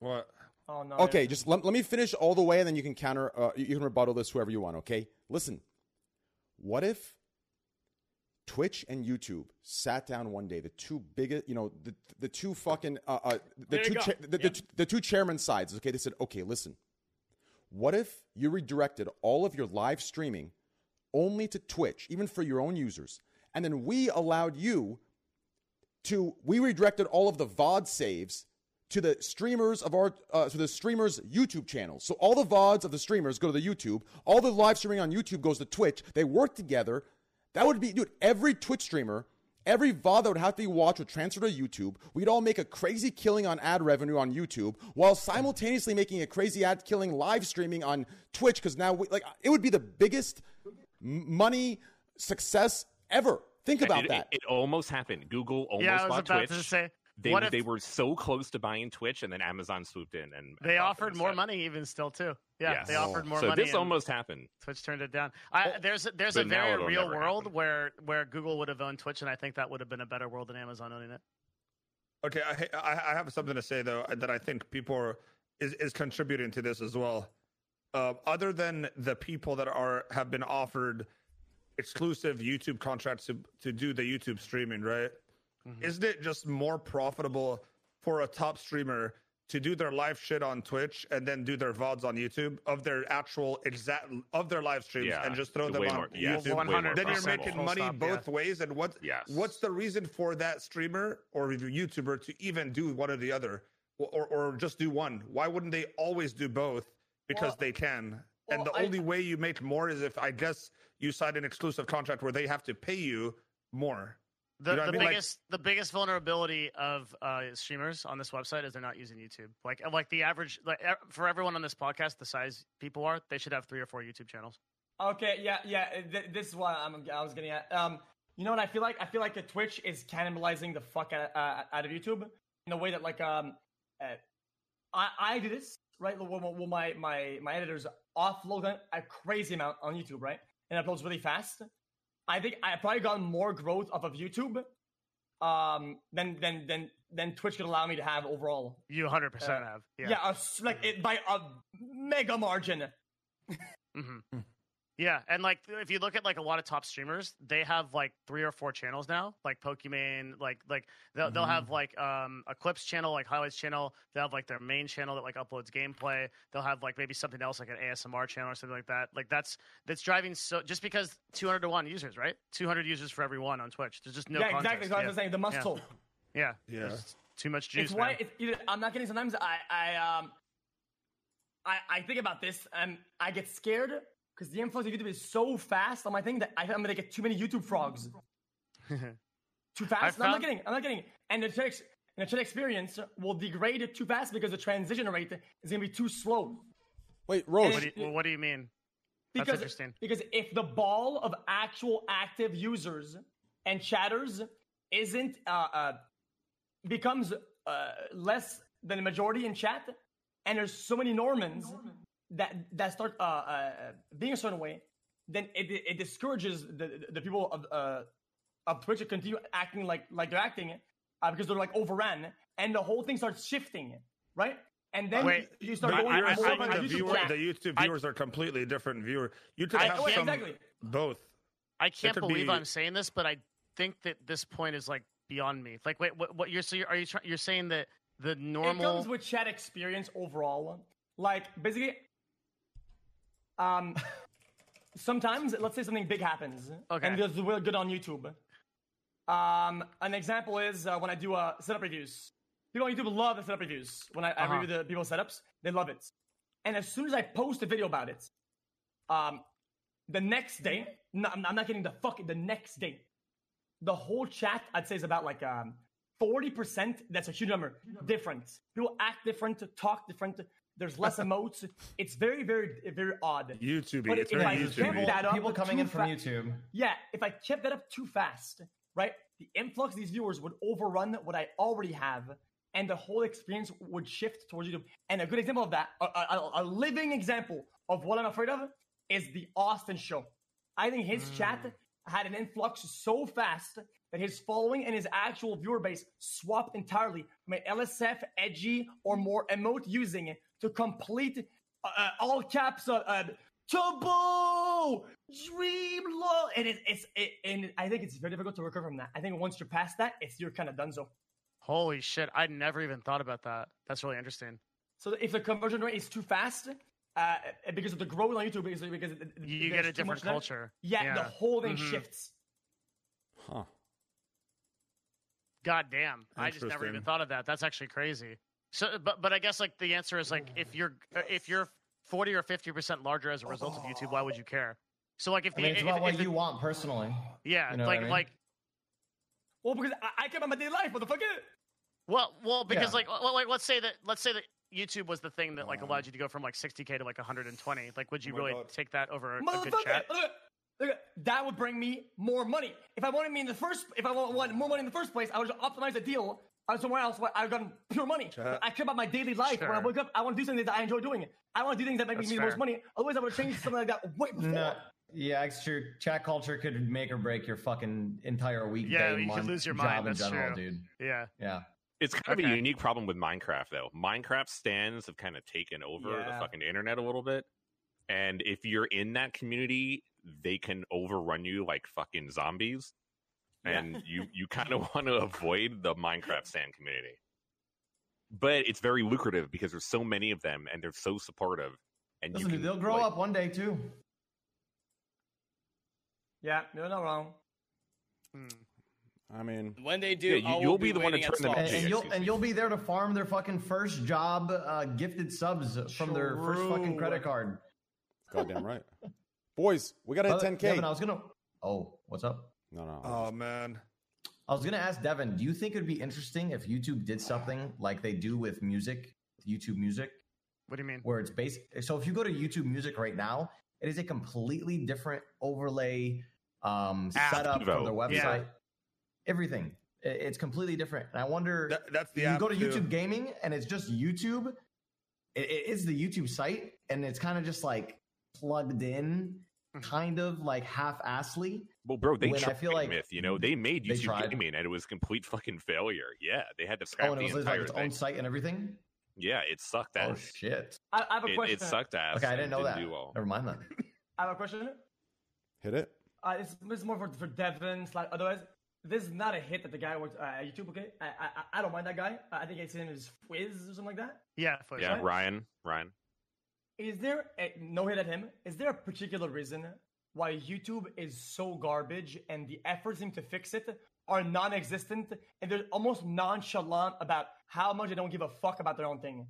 S3: What?
S8: Oh no.
S1: Okay, just let, let me finish all the way and then you can counter, uh, you can rebuttal this whoever you want, okay? Listen, what if Twitch and YouTube sat down one day, the two biggest, you know, the the two fucking uh, uh the
S4: There you
S1: two
S4: go.
S1: cha- the, the, the two chairman sides. Okay, they said, okay, listen, what if you redirected all of your live streaming only to Twitch, even for your own users, and then we allowed you to we redirected all of the VOD saves to the streamers of our uh, to the streamers YouTube channels. So all the VODs of the streamers go to the YouTube. All the live streaming on YouTube goes to Twitch. They work together. That would be dude. Every Twitch streamer, every VOD that would have to be watched would transfer to YouTube. We'd all make a crazy killing on ad revenue on YouTube while simultaneously making a crazy ad killing live streaming on Twitch. Because now we like it would be the biggest m- money success ever. Think about
S6: it,
S1: that.
S6: It, it almost happened. Google almost
S5: yeah, I was
S6: bought
S5: about
S6: Twitch.
S5: to say
S6: they
S5: what if
S6: they were so close to buying Twitch, and then Amazon swooped in and and
S5: they
S6: bought them
S5: offered more
S6: instead.
S5: money even still too. Yeah,
S6: Yes.
S5: they offered more
S6: so
S5: money.
S6: this
S5: and
S6: almost happened.
S5: Twitch turned it down. I, there's there's a
S6: but now
S5: very
S6: it'll
S5: real
S6: never
S5: world
S6: happen.
S5: where where Google would have owned Twitch, and I think that would have been a better world than Amazon owning it.
S3: Okay, I, ha- I I have something to say though that I think people are, is is contributing to this as well. Uh, other than the people that are have been offered exclusive YouTube contracts to to do the YouTube streaming, right?
S6: Mm-hmm.
S3: Isn't it just more profitable for a top streamer to do their live shit on Twitch and then do their vods on YouTube of their actual exact of their live streams
S6: Yeah,
S3: and just throw
S6: it's
S3: them
S6: way
S3: on
S6: more-
S3: YouTube?
S6: yeah, it's way more
S5: 100%
S3: then you're
S6: profitable.
S3: making
S5: Full
S3: money
S5: stop, yeah.
S3: both ways. And what
S6: Yes.
S3: what's the reason for that streamer or YouTuber to even do one or the other, or or, or just do one? Why wouldn't they always do both? Because
S8: Well-
S3: they can. and
S8: well,
S3: the
S8: I-
S3: only way you make more is if I guess you sign an exclusive contract where they have to pay you more.
S5: The,
S3: You know what
S5: the
S3: I mean? Like-
S5: biggest the biggest vulnerability of uh, streamers on this website is they're not using YouTube. Like like the average like e- for everyone on this podcast, the size people are, they should have three or four YouTube channels.
S8: Okay, yeah, yeah. uh, Th- this is what I'm, I was getting at. Um, you know what I feel like? I feel like uh, Twitch is cannibalizing the fuck out, uh, out of YouTube in a way that, like, um, uh, I, I did this right. Well, well, well, my my my editors offload a- a crazy amount on YouTube, right? And uploads really fast. I think I probably got more growth off of YouTube um, than than than than Twitch could allow me to have overall.
S5: You hundred percent
S8: Uh,
S5: have.
S8: Yeah,
S5: Yeah.
S8: a s- like it by a mega margin. Hmm.
S5: Mm-hmm. Yeah, and like if you look at like a lot of top streamers, they have like three or four channels now, like Pokimane, like like they'll, they'll
S8: Mm-hmm.
S5: have like um a clips channel, like highlights channel. They'll have like their main channel that like uploads gameplay. They'll have like maybe something else like an ASMR channel or something like that. Like that's that's driving so just because 200 to 1 users, right? 200 users for every one on Twitch. There's just no
S8: yeah,
S5: context.
S8: exactly. So I was
S5: Yeah.
S8: saying the must
S5: Yeah.
S8: toll.
S5: yeah.
S3: Yeah.
S5: There's just too much juice.
S8: it's why
S5: man.
S8: it's either, I'm not getting. Sometimes I I um I I think about this and I get scared because the influence of YouTube is so fast on my thing that I, I'm gonna get too many YouTube
S5: <laughs>
S8: frogs. too fast? No, I'm not
S5: found-
S8: kidding. I'm not kidding. And the Twitch and the Twitch experience will degrade it too fast because the transition rate is gonna be too slow.
S1: Wait, Rose.
S5: what, do you, well, what do you mean? That's
S8: Because,
S5: interesting.
S8: Because if the ball of actual active users and chatters isn't uh, uh, becomes uh, less than the majority in chat, and there's so many Normans that that start uh, uh, being a certain way, then it, it discourages the the people of uh, of Twitch to continue acting like like they're acting uh, because they're like overran, and the whole thing starts shifting, right? And then
S5: Wait,
S8: you
S3: But
S8: start
S5: I-
S8: going
S5: I-
S3: you're
S5: I-
S8: more
S3: assuming
S8: on
S3: the,
S8: YouTube
S3: viewer,
S8: chat.
S3: the YouTube
S5: I-
S3: viewers are completely different viewer. You could
S5: I-
S3: have
S8: oh, yeah,
S3: some
S8: exactly.
S3: both.
S5: I can't
S3: could
S5: believe
S3: be-
S5: I'm saying this, but I think that this point is like beyond me. Like, wait, what, what you're so you're, are you try, you're saying that the
S8: It
S5: normal
S8: comes with chat experience overall. Like basically, um, sometimes let's say something big happens,
S5: Okay.
S8: and there's real good on YouTube. Um, an example is uh, when I do uh, setup reviews. People on YouTube love the setup reviews. When I,
S5: Uh-huh.
S8: I review the people's setups, they love it. And as soon as I post a video about it, um, the next day, no, I'm I'm not getting the fucking the next day. The whole chat, I'd say, is about like um forty percent. That's a huge number. Different people act different, talk different. There's less emotes. It's very, very, very odd.
S3: YouTube.
S8: But
S3: It's
S8: if
S3: very
S8: I
S3: YouTube.
S8: can't-
S3: -y.
S8: that up
S7: people coming
S8: too
S7: in from
S8: fa-
S7: YouTube.
S8: Yeah, if I kept that up too fast, right, the influx of these viewers would overrun what I already have, and the whole experience would shift towards YouTube. And a good example of that, a, a- a living example of what I'm afraid of, is the Austin show. I think his chat had an influx so fast that his following and his actual viewer base swapped entirely from an LSF edgy or more emote using to complete uh, uh, all caps uh, uh, Turbo dream low, and it, it's it, and I think it's very difficult to recover from that. I think once you're past that, it's you're kind of done. So,
S5: Holy shit! I never even thought about that. That's really interesting.
S8: so if the conversion rate is too fast, uh, because of the growth on YouTube, because because it- it-
S5: You
S8: there's
S5: get a
S8: too much
S5: different
S8: there,
S5: culture.
S8: Yeah, the whole thing
S5: Mhm.
S8: shifts.
S1: Huh.
S5: God damn! I just never even
S3: Interesting.
S5: thought of that. That's actually crazy. So, but but I guess like the answer is like if you're if you're forty or fifty percent larger as a result of YouTube, why would you care? So like if
S9: I
S5: the
S9: mean, it's
S5: if-
S9: about
S5: if
S9: what
S5: the-
S9: you want personally.
S5: yeah
S9: you know what
S5: like
S9: I mean?
S5: like
S8: Well, because I, I care about my daily life, motherfucker.
S5: well well because
S9: Yeah.
S5: like well, like let's say that let's say that YouTube was the thing that like allowed you to go from like sixty k to like one hundred and twenty. Like, would you
S3: my
S5: really
S3: God.
S5: take that over a, a good
S8: motherfucker.
S5: chat?
S8: Look, at- look, at- that would bring me more money. If I wanted me in the first, if I want, want more money in the first place, I would just optimize the deal. I was somewhere else where I've gotten pure money.
S3: Chat.
S8: I care about my daily life. When I
S5: Sure.
S8: wake up, I want to do something that I enjoy doing. I want to do things that make
S5: That's
S8: me the most
S5: fair.
S8: money. Otherwise, I would change something like that way before.
S9: No, yeah, it's true. Chat culture could make or break your fucking entire week.
S5: Yeah,
S9: day,
S5: you could
S9: month,
S5: lose your
S9: job
S5: mind,
S9: in
S5: that's
S9: general,
S5: true.
S9: dude.
S5: Yeah.
S9: Yeah,
S6: It's kind of a
S5: Okay.
S6: unique problem with Minecraft, though. Minecraft stands have kind of taken over
S8: Yeah.
S6: the fucking internet a little bit, and if you're in that community, they can overrun you like fucking zombies, and you
S7: <laughs>
S6: you kind of want to avoid the Minecraft stand community. But it's very lucrative because there's so many of them, and they're so supportive. And you
S7: Listen, dude,
S6: can,
S7: they'll grow
S6: like-
S7: up one day too.
S8: Yeah, you're not wrong.
S1: I mean,
S4: When they do,
S6: Yeah, you-
S4: I will
S6: you'll be the one to
S4: waiting at
S6: turn them
S7: And,
S4: Starbucks.
S6: on.
S7: and you'll
S6: GXCC.
S7: and you'll be there to farm their fucking first job uh, gifted subs from their first fucking
S8: True.
S7: credit card.
S1: goddamn right. Boys, we got to
S7: By
S1: hit
S7: the-
S1: 10K.
S7: Devin, I was gonna. Oh, what's up?
S1: no, no.
S3: Oh man,
S7: I was gonna ask Devin. Do you think it would be interesting if YouTube did something like they do with music, YouTube Music,
S5: What do you mean?
S7: where it's basic? So if you go to YouTube Music right now, it is a completely different overlay um,
S5: App.
S7: setup for their
S6: Devo,
S7: website.
S5: yeah.
S7: Everything. I- It's completely different. And I wonder.
S3: that, that's the
S7: you
S3: app
S7: go to
S3: too.
S7: YouTube Gaming and it's just YouTube. It- it is the YouTube site, and it's kind of just like plugged in,
S3: Hmm.
S5: Mhm.
S7: kind of like half-assly.
S6: Well, bro, they
S7: When I
S6: tried
S7: feel like-
S6: Myth. You know, they made
S7: They
S6: YouTube
S7: tried.
S6: Gaming, and it was complete fucking failure. Yeah, they had to
S7: Oh,
S6: scrap
S7: and
S6: the
S7: it was like
S6: entire
S7: its
S6: thing.
S7: own site and everything.
S9: Oh,
S6: Yeah, it sucked
S7: Oh
S6: ass.
S7: shit!
S8: I, I have a
S6: it,
S8: question.
S6: it sucked ass.
S7: Okay, I didn't
S6: and
S7: know that.
S6: do well.
S7: Never mind that.
S8: I have a question.
S1: hit it.
S8: Uh, this, this is more for, for Devin. Slash, otherwise, this is not a hit that the guy works uh, at YouTube. Okay, I, I I- I don't mind that guy. I I think his name is Fizz or something like that.
S5: Yeah. Flips.
S6: Yeah,
S8: Right?
S6: Ryan, Ryan.
S8: Is there a, no hit at him? Is there a particular reason why YouTube is so garbage and the efforts seem to fix it are non-existent and they're almost nonchalant about how much they don't give a fuck about their own thing?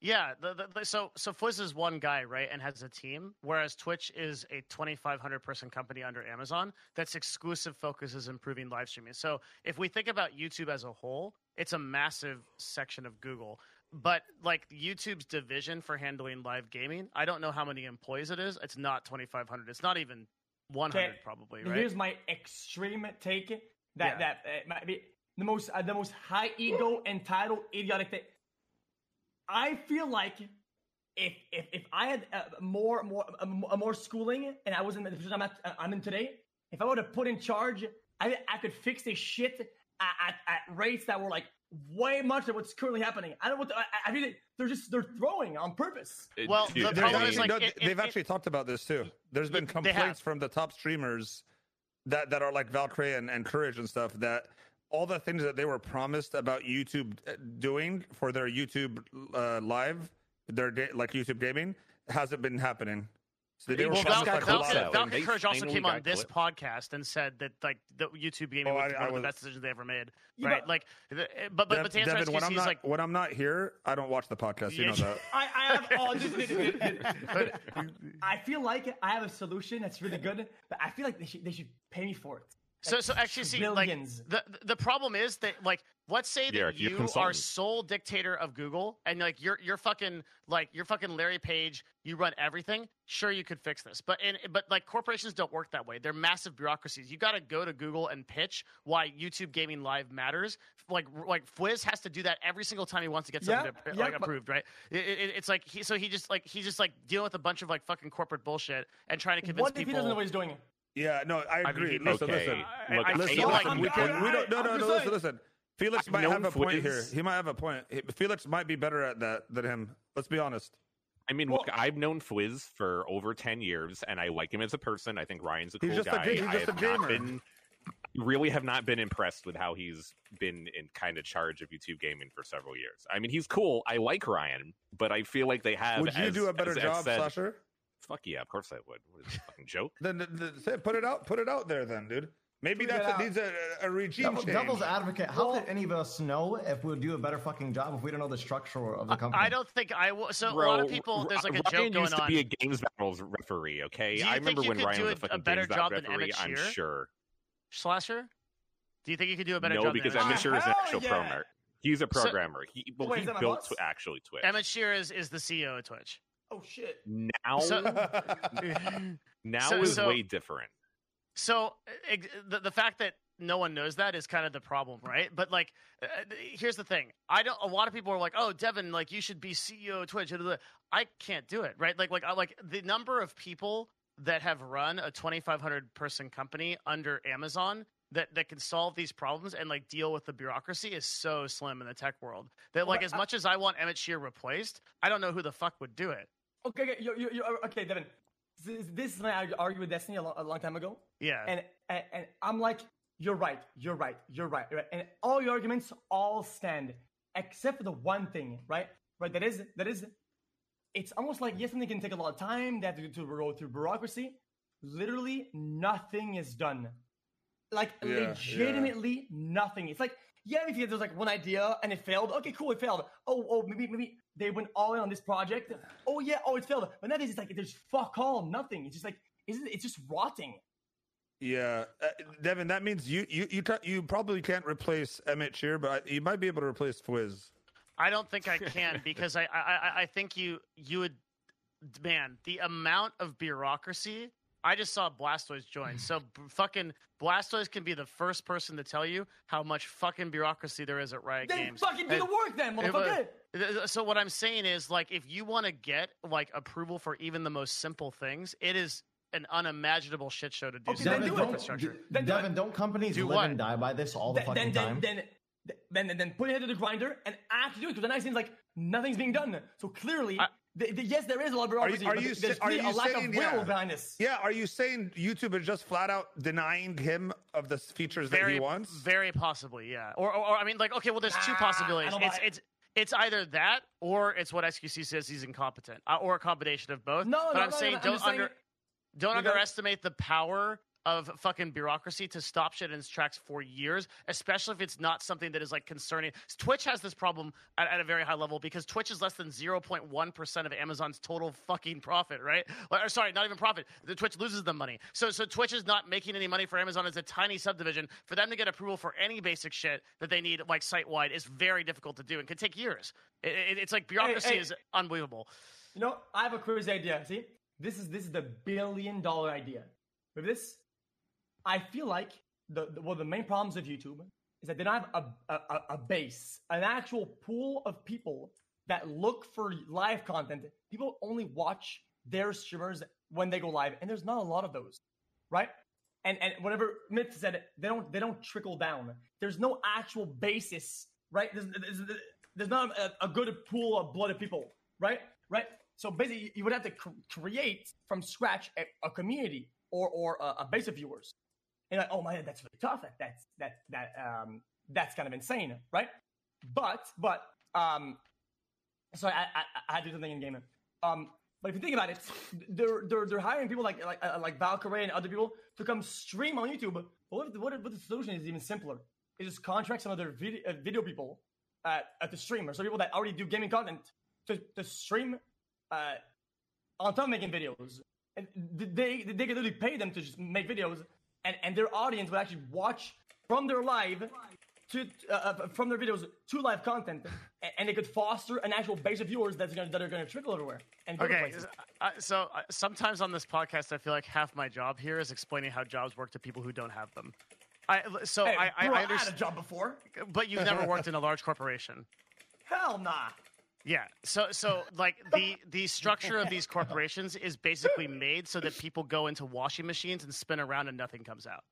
S5: Yeah, the, the, the, so so Fizz is one guy, right, and has a team, whereas Twitch is a 2,500 person company under Amazon that's exclusive focus is improving live streaming. So if we think about YouTube as a whole, it's a massive section of Google. But like YouTube's division for handling live gaming, I don't know how many employees it is. It's not 2,500. It's not even 100
S8: Okay,
S5: probably,
S8: And
S5: right?
S8: Here's my extreme take
S5: Yeah.
S8: that that uh, might be the most uh, the most high ego entitled idiotic thing. I feel like if if, if I had uh, more more uh, m- more schooling and I wasn't in the position I'm at uh, I'm in today, if I would have put in charge, I I could fix this shit at, at, at rates that were like way much of what's currently happening. I don't want to, I, I mean they're just they're throwing on purpose.
S6: It-
S5: Well,
S6: dude,
S5: the
S6: I
S3: There's
S5: problem
S6: mean,
S5: is,
S3: actually-
S5: like,
S3: no,
S5: it-
S3: they've
S5: it-
S3: actually talked about this too. There's been
S5: they have.
S3: complaints from the top streamers that that are like Valkyrie and, and Courage and stuff that all the things that they were promised about YouTube uh, doing for their YouTube uh, live, their ga- like YouTube gaming hasn't been happening. So they were
S5: well,
S6: Well,
S3: promised
S5: Val-
S6: Valka-
S3: like a
S6: Valka-
S3: lot.
S5: Valka,
S6: Valka-
S3: of-
S6: Valka-
S5: Valka
S6: they
S5: Courage also
S6: finally
S5: came on
S6: got
S5: this
S6: clipped.
S5: podcast and said that like the YouTube gaming
S3: Oh,
S5: was
S3: I-
S5: one
S3: I
S5: of the
S3: was-
S5: best decisions they ever made,
S8: Yeah,
S5: right?
S8: but-
S5: Like, the- eh, but but, but to answer
S3: Devin, when
S5: SQC,
S3: I'm
S5: he's
S3: not
S5: like,
S3: when I'm not here, I don't watch the podcast. You
S5: Yeah.
S3: know that.
S8: I, I have all dude, dude, dude, dude,
S5: <laughs>
S8: dude. I feel like I have a solution that's really good, but I feel like they should they should pay me for it.
S5: So, so actually, see, like
S8: trillions.
S5: the the problem is that, like, let's say that
S6: Yeah, you're
S5: you are
S6: consultant.
S5: sole dictator of Google, and like you're you're fucking like you're fucking Larry Page. You run everything. Sure, you could fix this, but in but like corporations don't work that way. They're massive bureaucracies. You got to go to Google and pitch why YouTube gaming live matters. Like like Fwiz has to do that every single time he wants to get something
S8: Yeah,
S5: to,
S8: yeah,
S5: like
S8: but-
S5: approved, right? It, it, it's like he, so he just like he's just like dealing with a bunch of like fucking corporate bullshit and trying to convince
S8: What if he
S5: people.
S8: doesn't know what he's doing?
S3: Yeah, no, I
S5: mean,
S3: agree.
S5: he-
S3: listen,
S6: okay.
S3: listen.
S5: I-
S6: Look,
S5: I
S6: I
S5: feel
S6: feel
S5: like
S6: like
S8: I'm
S6: we
S8: good.
S6: can
S3: When we don't, no,
S8: I'm
S3: no,
S8: just
S3: no.
S8: saying.
S3: Listen, listen. Felix
S6: I've
S3: might have
S6: known
S3: a point
S6: Fwiz.
S3: here. He might have a point. He- Felix might be better at that than him. Let's be honest.
S6: I mean, look, I've known Fwiz for over ten years, and I like him as a person. I think Ryan's a cool
S3: He's just a
S6: guy.
S3: ga- he's
S6: I
S3: just a
S6: have
S3: gamer.
S6: not been- really have not been impressed with how he's been in kind of charge of YouTube gaming for several years. I mean, he's cool. I like Ryan, but I feel like they have.
S3: Would you
S6: as-
S3: do a better
S6: as Ed
S3: job,
S6: said-
S3: Slasher?
S6: Fuck yeah, of course I would. What is this, a fucking joke?
S3: Then th- th- say- put it out. Put it out there, then, dude. Maybe
S2: Tweet
S3: that's
S2: it
S3: a,
S2: out.
S3: needs a, a regime
S9: Double,
S3: change.
S9: devil's
S3: <laughs>
S9: advocate. How could any of us know if we'll do a better fucking job if we don't know the structure of the company?
S5: I don't think I will. So a lot of
S6: Bro,
S5: people, there's like a joke
S6: Ryan
S5: going
S6: used to
S5: on.
S6: be a games battles referee. Okay,
S5: Do you
S6: I
S5: think
S6: remember
S5: you
S6: when
S5: could
S6: Ryan
S5: do
S6: was
S5: a-
S6: a fucking
S5: a better
S6: games battle
S5: job than
S6: referee.
S5: Emmett
S6: I'm
S5: Shear?
S6: sure.
S5: Slasher, do you think you could do a better
S6: no,
S5: job?
S6: because
S5: than Ah,
S6: Emmett
S5: Emmett
S6: Shear is an
S3: Hell
S6: actual
S3: yeah.
S6: programmer. He's a
S5: So-
S6: programmer. he well,
S8: Wait,
S6: he
S8: is that on
S6: built
S8: us?
S6: to actually Twitch.
S5: Shear? Emmett Shear is, is the CEO of Twitch.
S8: Oh shit.
S6: now,
S5: So-
S6: now
S5: so-
S6: is
S5: so-
S6: way different.
S5: So e-, ex- the, the fact that no one knows that is kind of the problem, right? But like, uh, here's the thing: I don't. A lot of people are like, "Oh, Devin, like you should be CEO of Twitch." I can't do it, right? Like, like, I- like the number of people that have run a 2,500 person company under Amazon that that can solve these problems and like deal with the bureaucracy is so slim in the tech world that like
S8: But
S5: as
S8: I-
S5: much as I want Emmett Shear replaced, I don't know who the fuck would do it.
S8: Okay, okay, you, you, you, okay, Devin. This, this is when I argued with Destiny a long, a long time ago,
S5: Yeah,
S8: and, and and I'm like, you're right, you're right, you're right, you're right, and all your arguments all stand except for the one thing, right? Right, that is that is, it's almost like yes, something can take a lot of time. They have to, to go through bureaucracy. Literally, nothing is done. Like
S3: Yeah, yeah.
S8: legitimately, nothing. It's like yeah, if there's like one idea and it failed, okay, cool, it failed. Oh, oh, maybe maybe they went all in on this project. Oh yeah, oh it failed. But nowadays it's like there's fuck all, nothing. It's just like isn't it's just rotting.
S3: yeah, uh, Devin. That means you you you, ca- you probably can't replace Emmett Shear, but I, you might be able to replace Fwiz.
S5: I don't think I can because I, I- I I think you you would man the amount of bureaucracy. I just saw Blastoise join, so b- fucking Blastoise can be the first person to tell you how much fucking bureaucracy there is at Riot
S8: Then
S5: Games.
S8: fucking do the
S5: And-
S8: work then,
S5: it was-
S8: motherfucker.
S5: Th- th- So what I'm saying is, like, if you want to get like approval for even the most simple things, it is an unimaginable shit show to do.
S8: Okay,
S5: so
S8: then
S5: with
S8: do it.
S5: infrastructure.
S9: d-
S8: Then do
S9: Devin,
S8: it.
S9: don't companies
S5: Do
S9: live
S5: what?
S9: and die by this all the
S8: Then
S9: fucking
S8: then, then
S9: time?
S8: then then then then put it into the grinder and actually do it because then it seems like nothing's being done. So clearly,
S5: I-
S8: th- th- yes, there is a lot of
S3: Are you-
S8: bureaucracy.
S3: are
S8: but
S3: you
S8: there's
S3: sa- are
S8: clearly
S3: you
S8: a lack of
S3: saying-
S8: will
S3: yeah.
S8: behind this?
S3: Yeah, are you saying YouTube is just flat out denying him of the features that
S5: very,
S3: he wants?
S5: Very possibly, yeah. Or, or, or I mean, like, okay, well, there's two
S8: Ah,
S5: possibilities.
S8: I don't
S5: It's,
S8: buy it.
S5: it's, it's either that or it's what SQC says he's incompetent, uh, or a combination of both.
S8: No,
S5: but
S8: no,
S5: I'm
S8: no,
S5: saying
S8: no, no, I'm
S5: don't
S8: just saying-
S5: under, don't
S8: You gotta-
S5: underestimate the power of fucking bureaucracy to stop shit in its tracks for years, especially if it's not something that is like concerning. Twitch has this problem at, at a very high level because Twitch is less than 0.1% of Amazon's total fucking profit, right? Or, or sorry, not even profit. The Twitch loses the money. So so Twitch is not making any money for Amazon as a tiny subdivision. For them to get approval for any basic shit that they need like site wide is very difficult to do and could take years. It- it- it's like bureaucracy
S8: hey.
S5: is unbelievable.
S8: You know, I have a crazy idea. See, this is this is the billion dollar idea. With this, I feel like the, the well, the main problems of YouTube is that they don't have a, a a- a base, an actual pool of people that look for live content. People only watch their streamers when they go live, and there's not a lot of those, right? And and whatever Myth said, they don't they don't trickle down. There's no actual basis, right? There's, there's, there's not a, a good pool of blood of people, right? Right. So basically, you would have to cr- create from scratch a, a community or or a, a base of viewers. And like, oh my, that's really tough. That that's that that um that's kind of insane, right? But but um, sorry, I I, I had to do something in gaming. Um, but if you think about it, they're they're they're hiring people like like uh, like Valkyrie and other people to come stream on YouTube. But what if the, what if what if the solution is even simpler? Is just contract some other video, uh, video people uh, at the streamer, so people that already do gaming content to, to stream uh, on top of making videos. And th- they they can literally pay them to just make videos, and, and their audience will actually watch from their live to uh, uh, from their videos to live content, and, and they could foster an actual base of viewers that's gonna that are gonna trickle everywhere. And go to
S5: Okay,
S8: places.
S5: uh, so uh, sometimes on this podcast, I feel like half my job here is explaining how jobs work to people who don't have them. I so
S8: Hey,
S5: I, I,
S8: bro,
S5: I
S8: I had a
S5: understand,
S8: job before.
S5: but you've never
S8: <laughs>
S5: worked in a large corporation.
S8: Hell nah.
S5: Yeah. So so like the the structure of these corporations is basically made so that people go into washing machines and spin around and nothing comes out.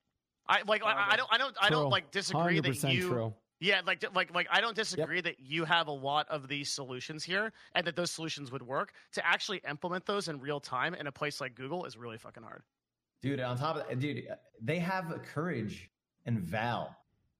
S5: I like I, I don't I don't I don't like disagree that you
S10: true.
S5: Yeah, like like like I don't disagree that you have a lot of these solutions here and that those solutions would work. To actually implement those in real time in a place like Google is really fucking hard.
S9: dude. On top of that, dude, they have courage and Val,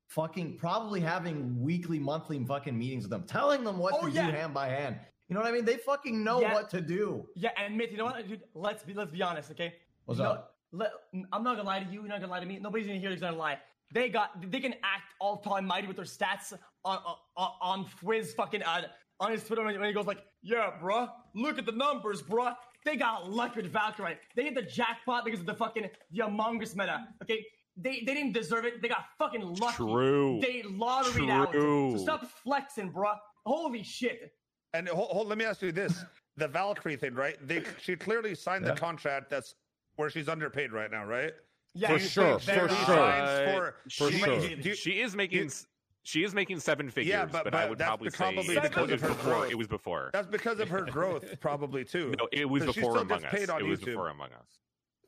S9: fucking probably having weekly, monthly fucking meetings with them, telling them what
S8: Oh,
S9: to
S8: yeah.
S9: do hand by hand. You know what I mean? They fucking know
S8: Yeah.
S9: what to do.
S8: Yeah, and Myth, you know what, dude? Let's be let's be honest, okay?
S9: What's
S8: no,
S9: up?
S8: Let, I'm not gonna lie to you. You're not gonna lie to me. Nobody's gonna hear. He's gonna lie. They got. They can act all almighty with their stats on on, on Fwiz fucking uh, on his Twitter when he goes like, "Yeah, bruh, look at the numbers, bruh." They got luck with Valkyrie. They hit the jackpot because of the fucking the Among Us meta. Okay, they they didn't deserve it. They got fucking lucky.
S6: True.
S8: They lotteried out. So
S6: True.
S8: stop flexing, bruh. Holy shit.
S3: And hold, hold, let me ask
S9: <laughs>
S3: you this: the Valkyrie thing, right? They she clearly signed
S9: Yeah.
S3: the contract that's where she's underpaid right now, right?
S8: Yeah,
S1: For
S8: you
S1: sure,
S8: think
S1: for
S8: they're-
S3: She
S1: sure.
S3: signs for-
S6: For
S3: she-
S6: sure.
S3: do you-
S6: she is making
S3: you-
S6: s- she is making seven figures,
S3: but-
S6: but, I
S3: but
S6: would
S3: that's
S6: probably say
S3: probably
S6: it
S8: because
S6: was
S8: of her
S6: before.
S3: growth.
S6: It was before.
S3: That's because of her
S9: <laughs>
S3: growth, probably too.
S6: No, it was
S3: 'Cause she
S6: before
S3: still
S6: Among
S3: gets
S6: Us.
S3: paid on
S6: It was
S3: YouTube.
S6: before Among Us.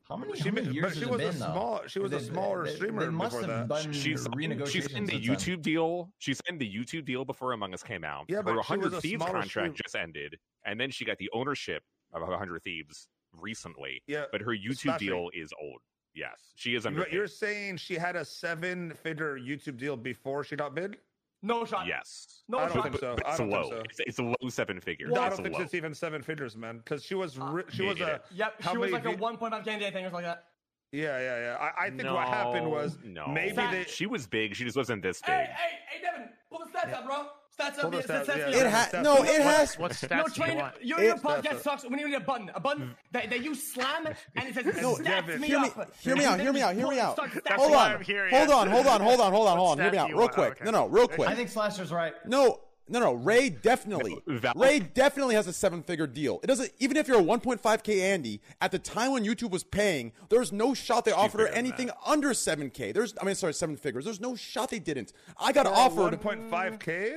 S9: How many, how
S3: She ma-
S9: many
S3: but
S9: years
S3: she
S9: has it
S3: was a
S9: been, though?
S3: small- she was a smaller streamer
S9: They must
S3: before
S9: have
S3: that.
S9: done
S6: She signed, she
S9: renegotiations
S6: signed the
S9: since then.
S6: YouTube deal. She signed the YouTube deal before Among Us came out.
S3: Yeah, but
S6: her
S3: she was
S6: 100
S3: a
S6: Thieves
S3: smaller
S6: contract
S3: stream-
S6: just ended, and then she got the ownership of 100 Thieves recently.
S3: Yeah,
S6: But her YouTube
S3: Smashing.
S6: deal is old. Yes, she is
S3: but you're
S6: underpaid.
S3: saying she had a seven-figure YouTube deal before she got bid?
S8: No shot.
S6: Yes,
S8: No
S3: I don't
S8: shot.
S3: think so.
S6: but
S3: I
S6: it's
S3: don't think
S6: low.
S3: so.
S6: It's, it's a low seven figure.
S3: No, I
S6: it's
S3: don't think
S6: low.
S3: it's even seven figures, man. Because she was ri- she was a
S8: Uh, Yep,
S3: How
S8: she was
S3: many
S8: like a
S3: vi-
S8: 1.5 candidate thing or something like that.
S3: yeah, yeah, yeah. I, I think what happened was
S6: no.
S3: maybe they.
S6: she was big. She just wasn't this big.
S8: Hey, hey, hey, Devin, pull the stats up, bro. Stats
S3: Pull
S8: up,
S3: the
S8: yeah,
S3: stats,
S8: stats,
S3: yeah.
S8: stats.
S1: It
S8: yeah.
S1: has <laughs> no. It has.
S5: What stats
S8: No,
S5: do you
S8: train.
S5: want?
S8: Your, your
S1: It-
S8: podcast sucks. We need a button, a button that, that you slam and it says
S1: <laughs> No,
S8: stats
S3: Devin,
S8: me
S1: hear me,
S8: up.
S1: hear me
S8: And
S1: out.
S8: then
S1: Hear me
S8: you
S1: out. Hear
S8: pull
S1: me
S8: and
S1: out.
S8: start stacking
S1: Hold
S5: why
S1: on.
S5: I'm here,
S1: Hold
S5: yes.
S1: on. Hold on. Hold on. Hold on. Hold on.
S5: What
S1: Hear me
S5: stat
S1: out.
S5: do you
S1: Real
S5: want?
S1: quick.
S5: Okay.
S1: No, no. Real
S9: I
S1: quick.
S9: think Slasher's right.
S1: No. No, no, Ray definitely.
S6: Val-
S1: Ray definitely has a seven-figure deal. It doesn't even if you're a 1.5k Andy at the time when YouTube was paying, there was no shot they offered her
S6: bigger than
S1: anything under 7k. There's, I mean, sorry, seven figures. There's no shot they didn't. I got offered.
S3: 1.5k.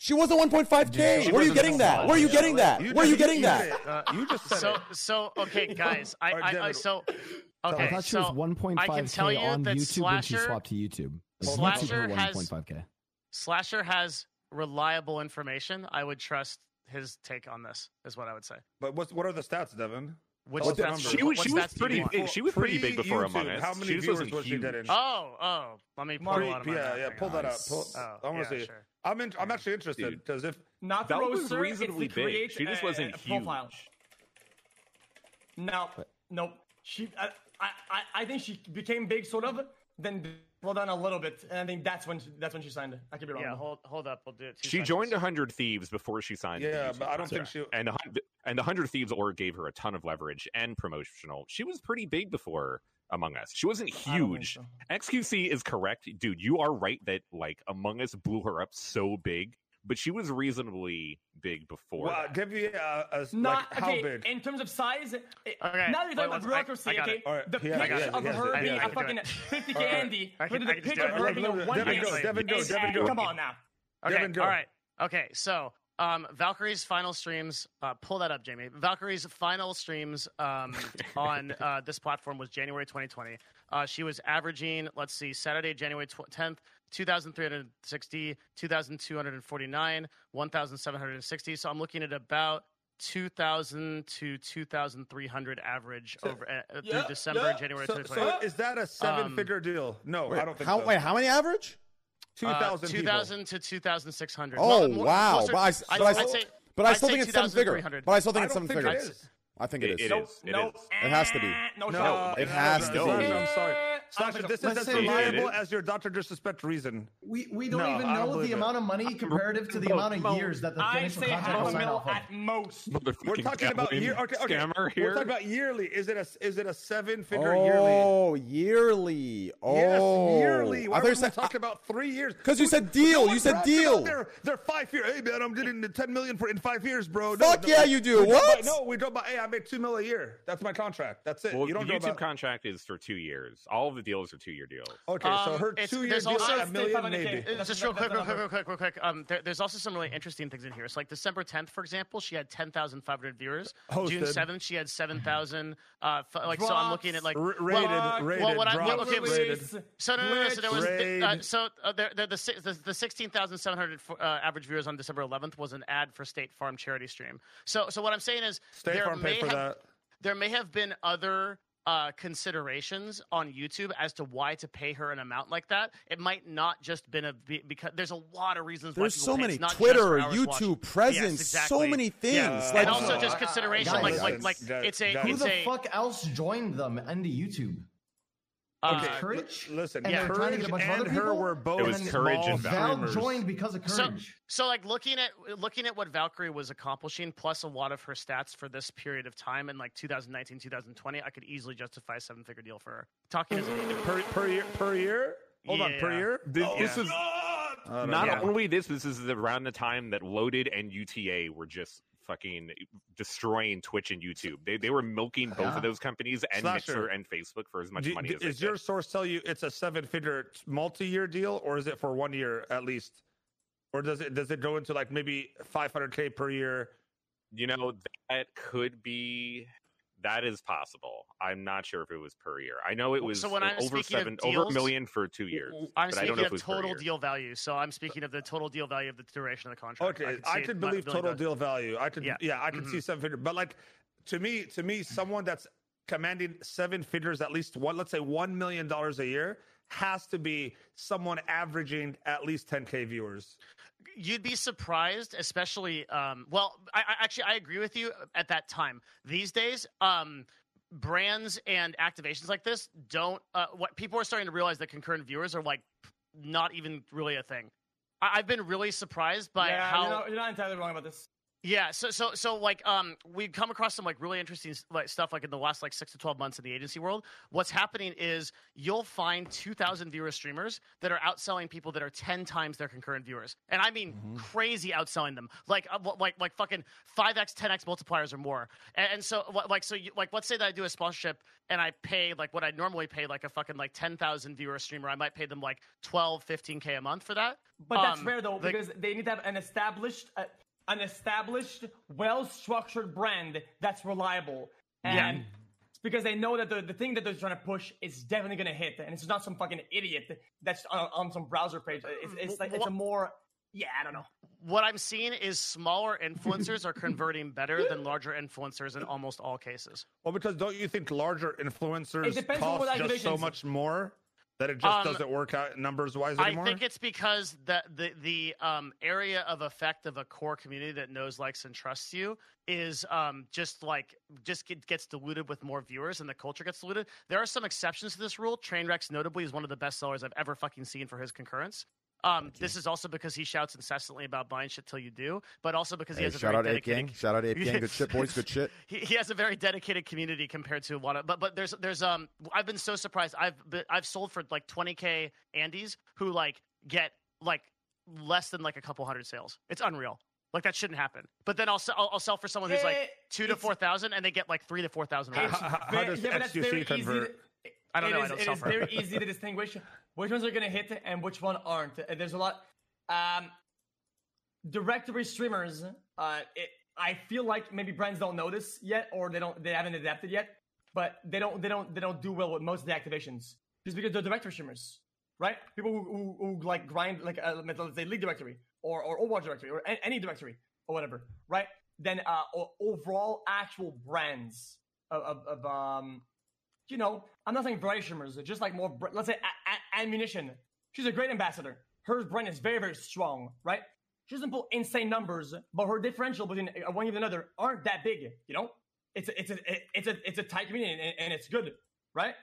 S1: She was a 1.5k. Where are you
S6: wasn't
S1: getting that?
S6: small.
S1: Where are you getting that? Where are you
S3: just-
S1: getting
S3: said
S1: that?
S3: it. you just said
S5: So
S3: it.
S5: so okay guys, I,
S3: Alright,
S5: I, I
S3: Devin.
S5: so
S10: I
S5: okay
S10: thought she
S5: so
S10: was 1.5k
S5: I can tell you
S10: on
S5: that
S10: YouTube when she
S5: Slasher-
S10: swapped to YouTube. Like,
S5: Slasher
S10: YouTube
S5: has-
S10: 1.5k.
S5: Slasher has reliable information. I would trust his take on this. Is what I would say.
S3: But what's what are the stats, Devin?
S5: Which
S3: What's the
S5: stats?
S3: number?
S6: she
S5: what
S6: was, she was
S5: stats do you
S6: pretty
S5: want?
S6: big. She was pretty
S3: Pre-
S6: big before
S3: YouTube,
S6: Among Us.
S3: How many
S6: she just
S3: viewers
S6: wasn't
S3: was she
S6: huge.
S3: getting?
S5: Oh oh, let me pull
S3: Pre-
S5: it out of my
S3: yeah,
S5: map.
S3: yeah.
S5: Hang
S3: Pull
S5: on.
S3: that up.
S10: Nice.
S3: Pull,
S5: Oh,
S3: I want
S5: yeah,
S3: to see.
S5: sure.
S3: I'm in, I'm actually interested
S6: Dude.
S3: because if
S8: Not
S6: That
S8: the
S6: was
S8: roaster,
S6: reasonably
S8: it's the create,
S6: big. She just
S8: uh,
S6: wasn't
S8: uh, Profile.
S6: huge.
S8: No, no. She, I, I, I- I think she became big, sort of, then rolled down a little bit, and I think that's when she, that's when she signed it. I could be wrong.
S5: Yeah, hold hold up. We'll do it. two
S6: She
S5: seconds.
S6: joined 100 Thieves before she signed. the
S3: Yeah,
S6: YouTube
S3: but I don't think
S6: contract.
S3: she-
S6: And a hun- and the 100 Thieves org gave her a ton of leverage and promotional. She was pretty big before Among Us. She wasn't
S8: I don't think
S6: huge.
S8: so.
S6: XQC is correct, dude. You are right that like Among Us blew her up so big, but she was reasonably big before.
S3: well,
S6: that.
S3: give you uh, a, s-
S8: Not
S3: like how
S8: okay,
S3: big?
S8: in terms of size. It,
S5: Okay,
S8: Now you're
S5: wait,
S8: talking about
S5: one- I-
S8: bureaucracy,
S5: I got
S8: okay?
S5: it.
S3: All right,
S8: The
S3: he has
S5: it,
S8: picture
S5: he has
S8: of
S5: it,
S8: her
S5: I can
S8: being a
S5: do <laughs>
S8: fucking
S5: it.
S8: 50k
S3: All right.
S8: Andy,
S5: I can-
S8: with
S5: I
S8: the
S5: can just
S8: picture
S5: do
S8: of
S5: it.
S8: her
S5: Let
S8: being a
S5: me-
S8: one
S5: let me
S8: year
S5: go.
S8: old.
S3: Devin, go.
S8: Is-
S3: Devin, go.
S8: Come on now.
S5: Okay.
S3: Devin, do
S5: all
S3: it.
S5: right. Okay. So, um, Valkyrie's final streams. Uh, pull that up, Jamie. Valkyrie's final streams um, on uh, this platform was January 2020. Uh, she was averaging, let's see, Saturday, January tw- 10th, 2,360, 2,249, 1,760. So I'm looking at about 2,000 to 2,300 average over uh, through
S8: yeah,
S5: December,
S8: yeah.
S5: January Um,
S3: So,
S5: 2020.
S3: so is that a seven-figure deal? No, I don't think
S1: How
S3: so.
S1: wait? uh, How many average?
S3: two
S5: Uh,
S3: thousand.
S5: 2,000 to 2,600.
S1: Oh
S5: Well, more-
S1: wow!
S5: closer-
S1: But I,
S5: I'd-
S1: but I,
S5: I'd say-
S1: but I
S5: I'd
S1: still
S5: say
S1: think it's seven figure.
S5: 2,300.
S1: But I still think
S3: I
S1: it's
S3: don't
S1: seven
S3: think
S1: figure.
S3: it is.
S1: I think
S6: It-
S1: it
S6: it
S1: is.
S6: is. It
S8: No,
S6: is.
S1: It has to be.
S8: eh, No,
S3: No,
S8: shot.
S1: it has
S3: no,
S1: to
S3: no,
S1: be.
S3: no, I'm sorry.
S8: Eh,
S3: Sasha, this is
S7: Let's
S3: as
S7: say-
S3: reliable as your Dr. Disrespect reason.
S7: We, we don't
S3: No,
S7: even
S3: I don't
S7: know
S3: believe
S7: the
S3: it.
S7: amount of money comparative to the amount of years that the
S8: I
S7: initial
S8: say
S7: contract
S8: half
S7: was
S8: a
S7: signed
S8: mil
S7: off of.
S8: at most.
S3: We're talking about year, okay, okay.
S6: scammer
S3: We're
S6: here.
S3: talking about yearly. Is it a is it a seven figure yearly?
S1: Oh, yearly. Oh,
S3: Yes, yearly. Why
S1: I
S3: are
S1: thought
S3: we
S1: you said uh,
S3: talking about three years?
S1: because you
S3: Who-
S1: said deal.
S3: no
S1: you
S3: one
S1: said
S3: brags about
S1: deal.
S3: Their, their five year. Hey man, I'm doing the ten million for in five years, bro. No,
S1: Fuck
S3: no,
S1: yeah, you do.
S3: we don't
S1: What?
S3: buy- no, we don't buy. Hey, I made two mil a year. That's my contract. That's it.
S6: Well,
S3: you don't
S6: the
S3: know
S6: YouTube
S3: about.
S6: contract is for two years. All of the deals are two year deals.
S3: Okay, so
S5: Um,
S3: her
S5: it's-
S3: two years
S5: there's also-
S3: a
S5: I'd say
S3: million
S8: 500K.
S3: maybe.
S8: That's-
S5: Uh, Just
S8: that's
S5: real quick,
S8: the
S5: real quick,
S8: number.
S5: real quick, real quick. Um, there, there's also some really interesting things in here. So, like December 10th, for example, she had 10,500 viewers. June
S3: Hosted.
S5: 7th, she had 7,000. Uh, f- like, so I'm looking at like.
S3: R- rated,
S8: Fuck.
S3: rated,
S5: Well, what I-
S3: dropped,
S5: well, okay, wait,
S3: rated.
S8: Please.
S5: So no, no, no, no. So there was
S3: Raid.
S5: the, uh, so uh, there, the the, six- the, the sixteen thousand seven hundred uh, average viewers on December eleventh was an ad for State Farm charity stream. So so what I'm saying is
S3: State
S5: there
S3: Farm
S5: may
S3: paid for
S5: have,
S3: that.
S5: there may have been other uh, considerations on YouTube as to why to pay her an amount like that. It might not just been a be- because there's a lot of reasons.
S1: There's
S5: why people
S1: so
S5: pay.
S1: many
S5: It's not just
S1: Twitter,
S5: for hours
S1: YouTube
S5: watched.
S1: presence,
S5: Yes, exactly.
S1: so many
S5: Yeah.
S1: things.
S5: and
S1: Like- uh,
S5: also
S3: Oh,
S5: just
S3: I-
S5: consideration,
S9: guys,
S5: like like
S3: guys,
S5: like
S3: guys,
S5: it's a
S3: guys.
S9: Who
S5: it's
S9: the
S5: a
S9: fuck else joined them into YouTube?
S5: uh,
S3: Okay,
S9: Courage?
S3: l- listen,
S5: And they were
S9: trying to
S3: Courage
S9: get a bunch of
S3: and
S9: other
S3: her
S9: people?
S3: were both
S6: It was Courage
S3: small
S6: and
S9: Val
S3: streamers.
S9: joined because of
S5: So-
S9: courage.
S5: So like looking at looking at what Valkyrie was accomplishing plus a lot of her stats for this period of time in like 2019 2020 I could easily justify a seven figure deal for her. Talking as an individual.
S3: per, per year. Per year. Hold on, per
S5: Yeah.
S3: year.
S6: This,
S3: Oh,
S6: this
S5: yeah.
S6: was
S3: I don't
S6: not
S3: know.
S6: only this, this is around the time that Loaded and UTA were just fucking destroying Twitch and YouTube. They they were milking both
S9: Yeah.
S6: of those companies and
S3: Slasher.
S6: Mixer and Facebook for as much
S3: Do-
S6: money
S3: do-
S6: as they
S3: is your
S6: did.
S3: source tell you it's a seven-figure t- multi-year deal, or is it for one year at least? Or does it does it go into like maybe 500k per year?
S6: You know that could be. That is possible. I'm not sure if it was per year. I know it
S5: Well,
S6: was
S5: so when I'm
S6: over
S5: speaking of
S6: seven, over a
S5: deals-
S6: million for two years.
S5: I'm
S6: but I don't know
S5: speaking
S6: if it
S5: of
S6: was per
S5: total
S6: year.
S5: deal value. So I'm speaking of the total deal value of the duration of the contract.
S3: Okay,
S5: could see
S3: I
S5: it
S3: could
S5: might-
S3: believe
S5: billion
S3: total
S5: dollars.
S3: deal value. I could, yeah,
S5: Yeah.
S3: I could see seven figures. But like, to me, to me, someone that's commanding seven figures, at least one, let's say one million dollars a year, has to be someone averaging at least 10k viewers.
S5: You'd be surprised, especially. Um, well, I, I actually I agree with you at that time. These days, um, brands and activations like this don't. Uh, what people are starting to realize that concurrent viewers are like not even really a thing. I, I've been really surprised by
S8: yeah,
S5: how
S8: you're not, you're not entirely wrong about this.
S5: yeah, so so so like um we've come across some like really interesting s- like stuff like in the last like 6 to 12 months in the agency world. What's happening is you'll find 2000 viewer streamers that are outselling people that are 10 times their concurrent viewers. And I mean
S8: Mm-hmm.
S5: crazy outselling them. Like uh, wh- like like fucking 5x 10x multipliers or more. And, and so wh- like so you, like let's say that I do a sponsorship and I pay like what I normally pay like a fucking like 10,000 viewer streamer, I might pay them like 12 15k a month for that.
S8: But that's
S5: Um,
S8: fair though,
S5: the-
S8: because they need to have an established, uh, an established, well-structured brand that's reliable, and it's because they know that the, the thing that they're trying to push is definitely gonna hit, and it's not some fucking idiot that's on, on some browser page. It's, it's like it's a more, yeah, I don't know.
S5: what I'm seeing is smaller influencers are converting better than larger influencers in almost all cases.
S3: Well, because don't you think larger influencers
S8: It depends on
S3: cost
S8: what
S3: just so
S8: activations-
S3: much more that it just
S5: Um,
S3: doesn't work out numbers wise
S5: I
S3: anymore?
S5: think it's because the the the um, area of effect of a core community that knows, likes, and trusts you is um, just like just get, gets diluted with more viewers, and the culture gets diluted. There are some exceptions to this rule. Trainwrecks, notably, is one of the best sellers I've ever fucking seen for his concurrence. Um, this is also because he shouts incessantly about buying shit till you do, but also because he
S1: Hey,
S5: has a
S1: shout
S5: very
S1: out Ape
S5: dedicated
S1: Gang. Shout out Ape
S5: <laughs>
S1: Gang. Good
S5: Yes.
S1: shit, boys. Good shit.
S5: he, he has a very dedicated community compared to a lot of but but there's there's um I've been so surprised I've been, I've sold for like 20k Andes who like get like less than like a couple hundred sales. It's unreal. Like that shouldn't happen. But then I'll sell, I'll, I'll sell for someone who's like
S8: Eh,
S5: two to
S8: it's-
S5: four thousand and they get like three to four thousand.
S3: how,
S5: <laughs>
S8: it's
S5: views.
S3: how- how
S8: very-
S3: does
S8: yeah, but that's very
S3: XQC
S8: easy
S3: convert?
S8: to-
S5: I don't
S8: it
S5: know. I
S8: is-
S5: don't
S8: it
S5: sell
S8: is
S5: for it. <laughs>
S8: very easy to distinguish which ones are going to hit and which one aren't. Uh, There's a lot. Um, directory streamers. Uh, it, I feel like maybe brands don't know this yet, or they don't. They haven't adapted yet. But they don't. They don't. They don't do well with most of the activations just because they're directory streamers, right? People who who, who like grind like uh, let's say League directory or or Overwatch directory or a- any directory or whatever, right? Then uh, o- overall actual brands of, of, of um you know, I'm not saying variety streamers, just like more, br- let's say a- a- ammunition. She's a great ambassador. Her brand is very, very strong, right? She doesn't pull insane numbers, but her differential between uh, one and another aren't that big, you know? It's a, it's a, it's a, it's a tight community and, and it's good, right?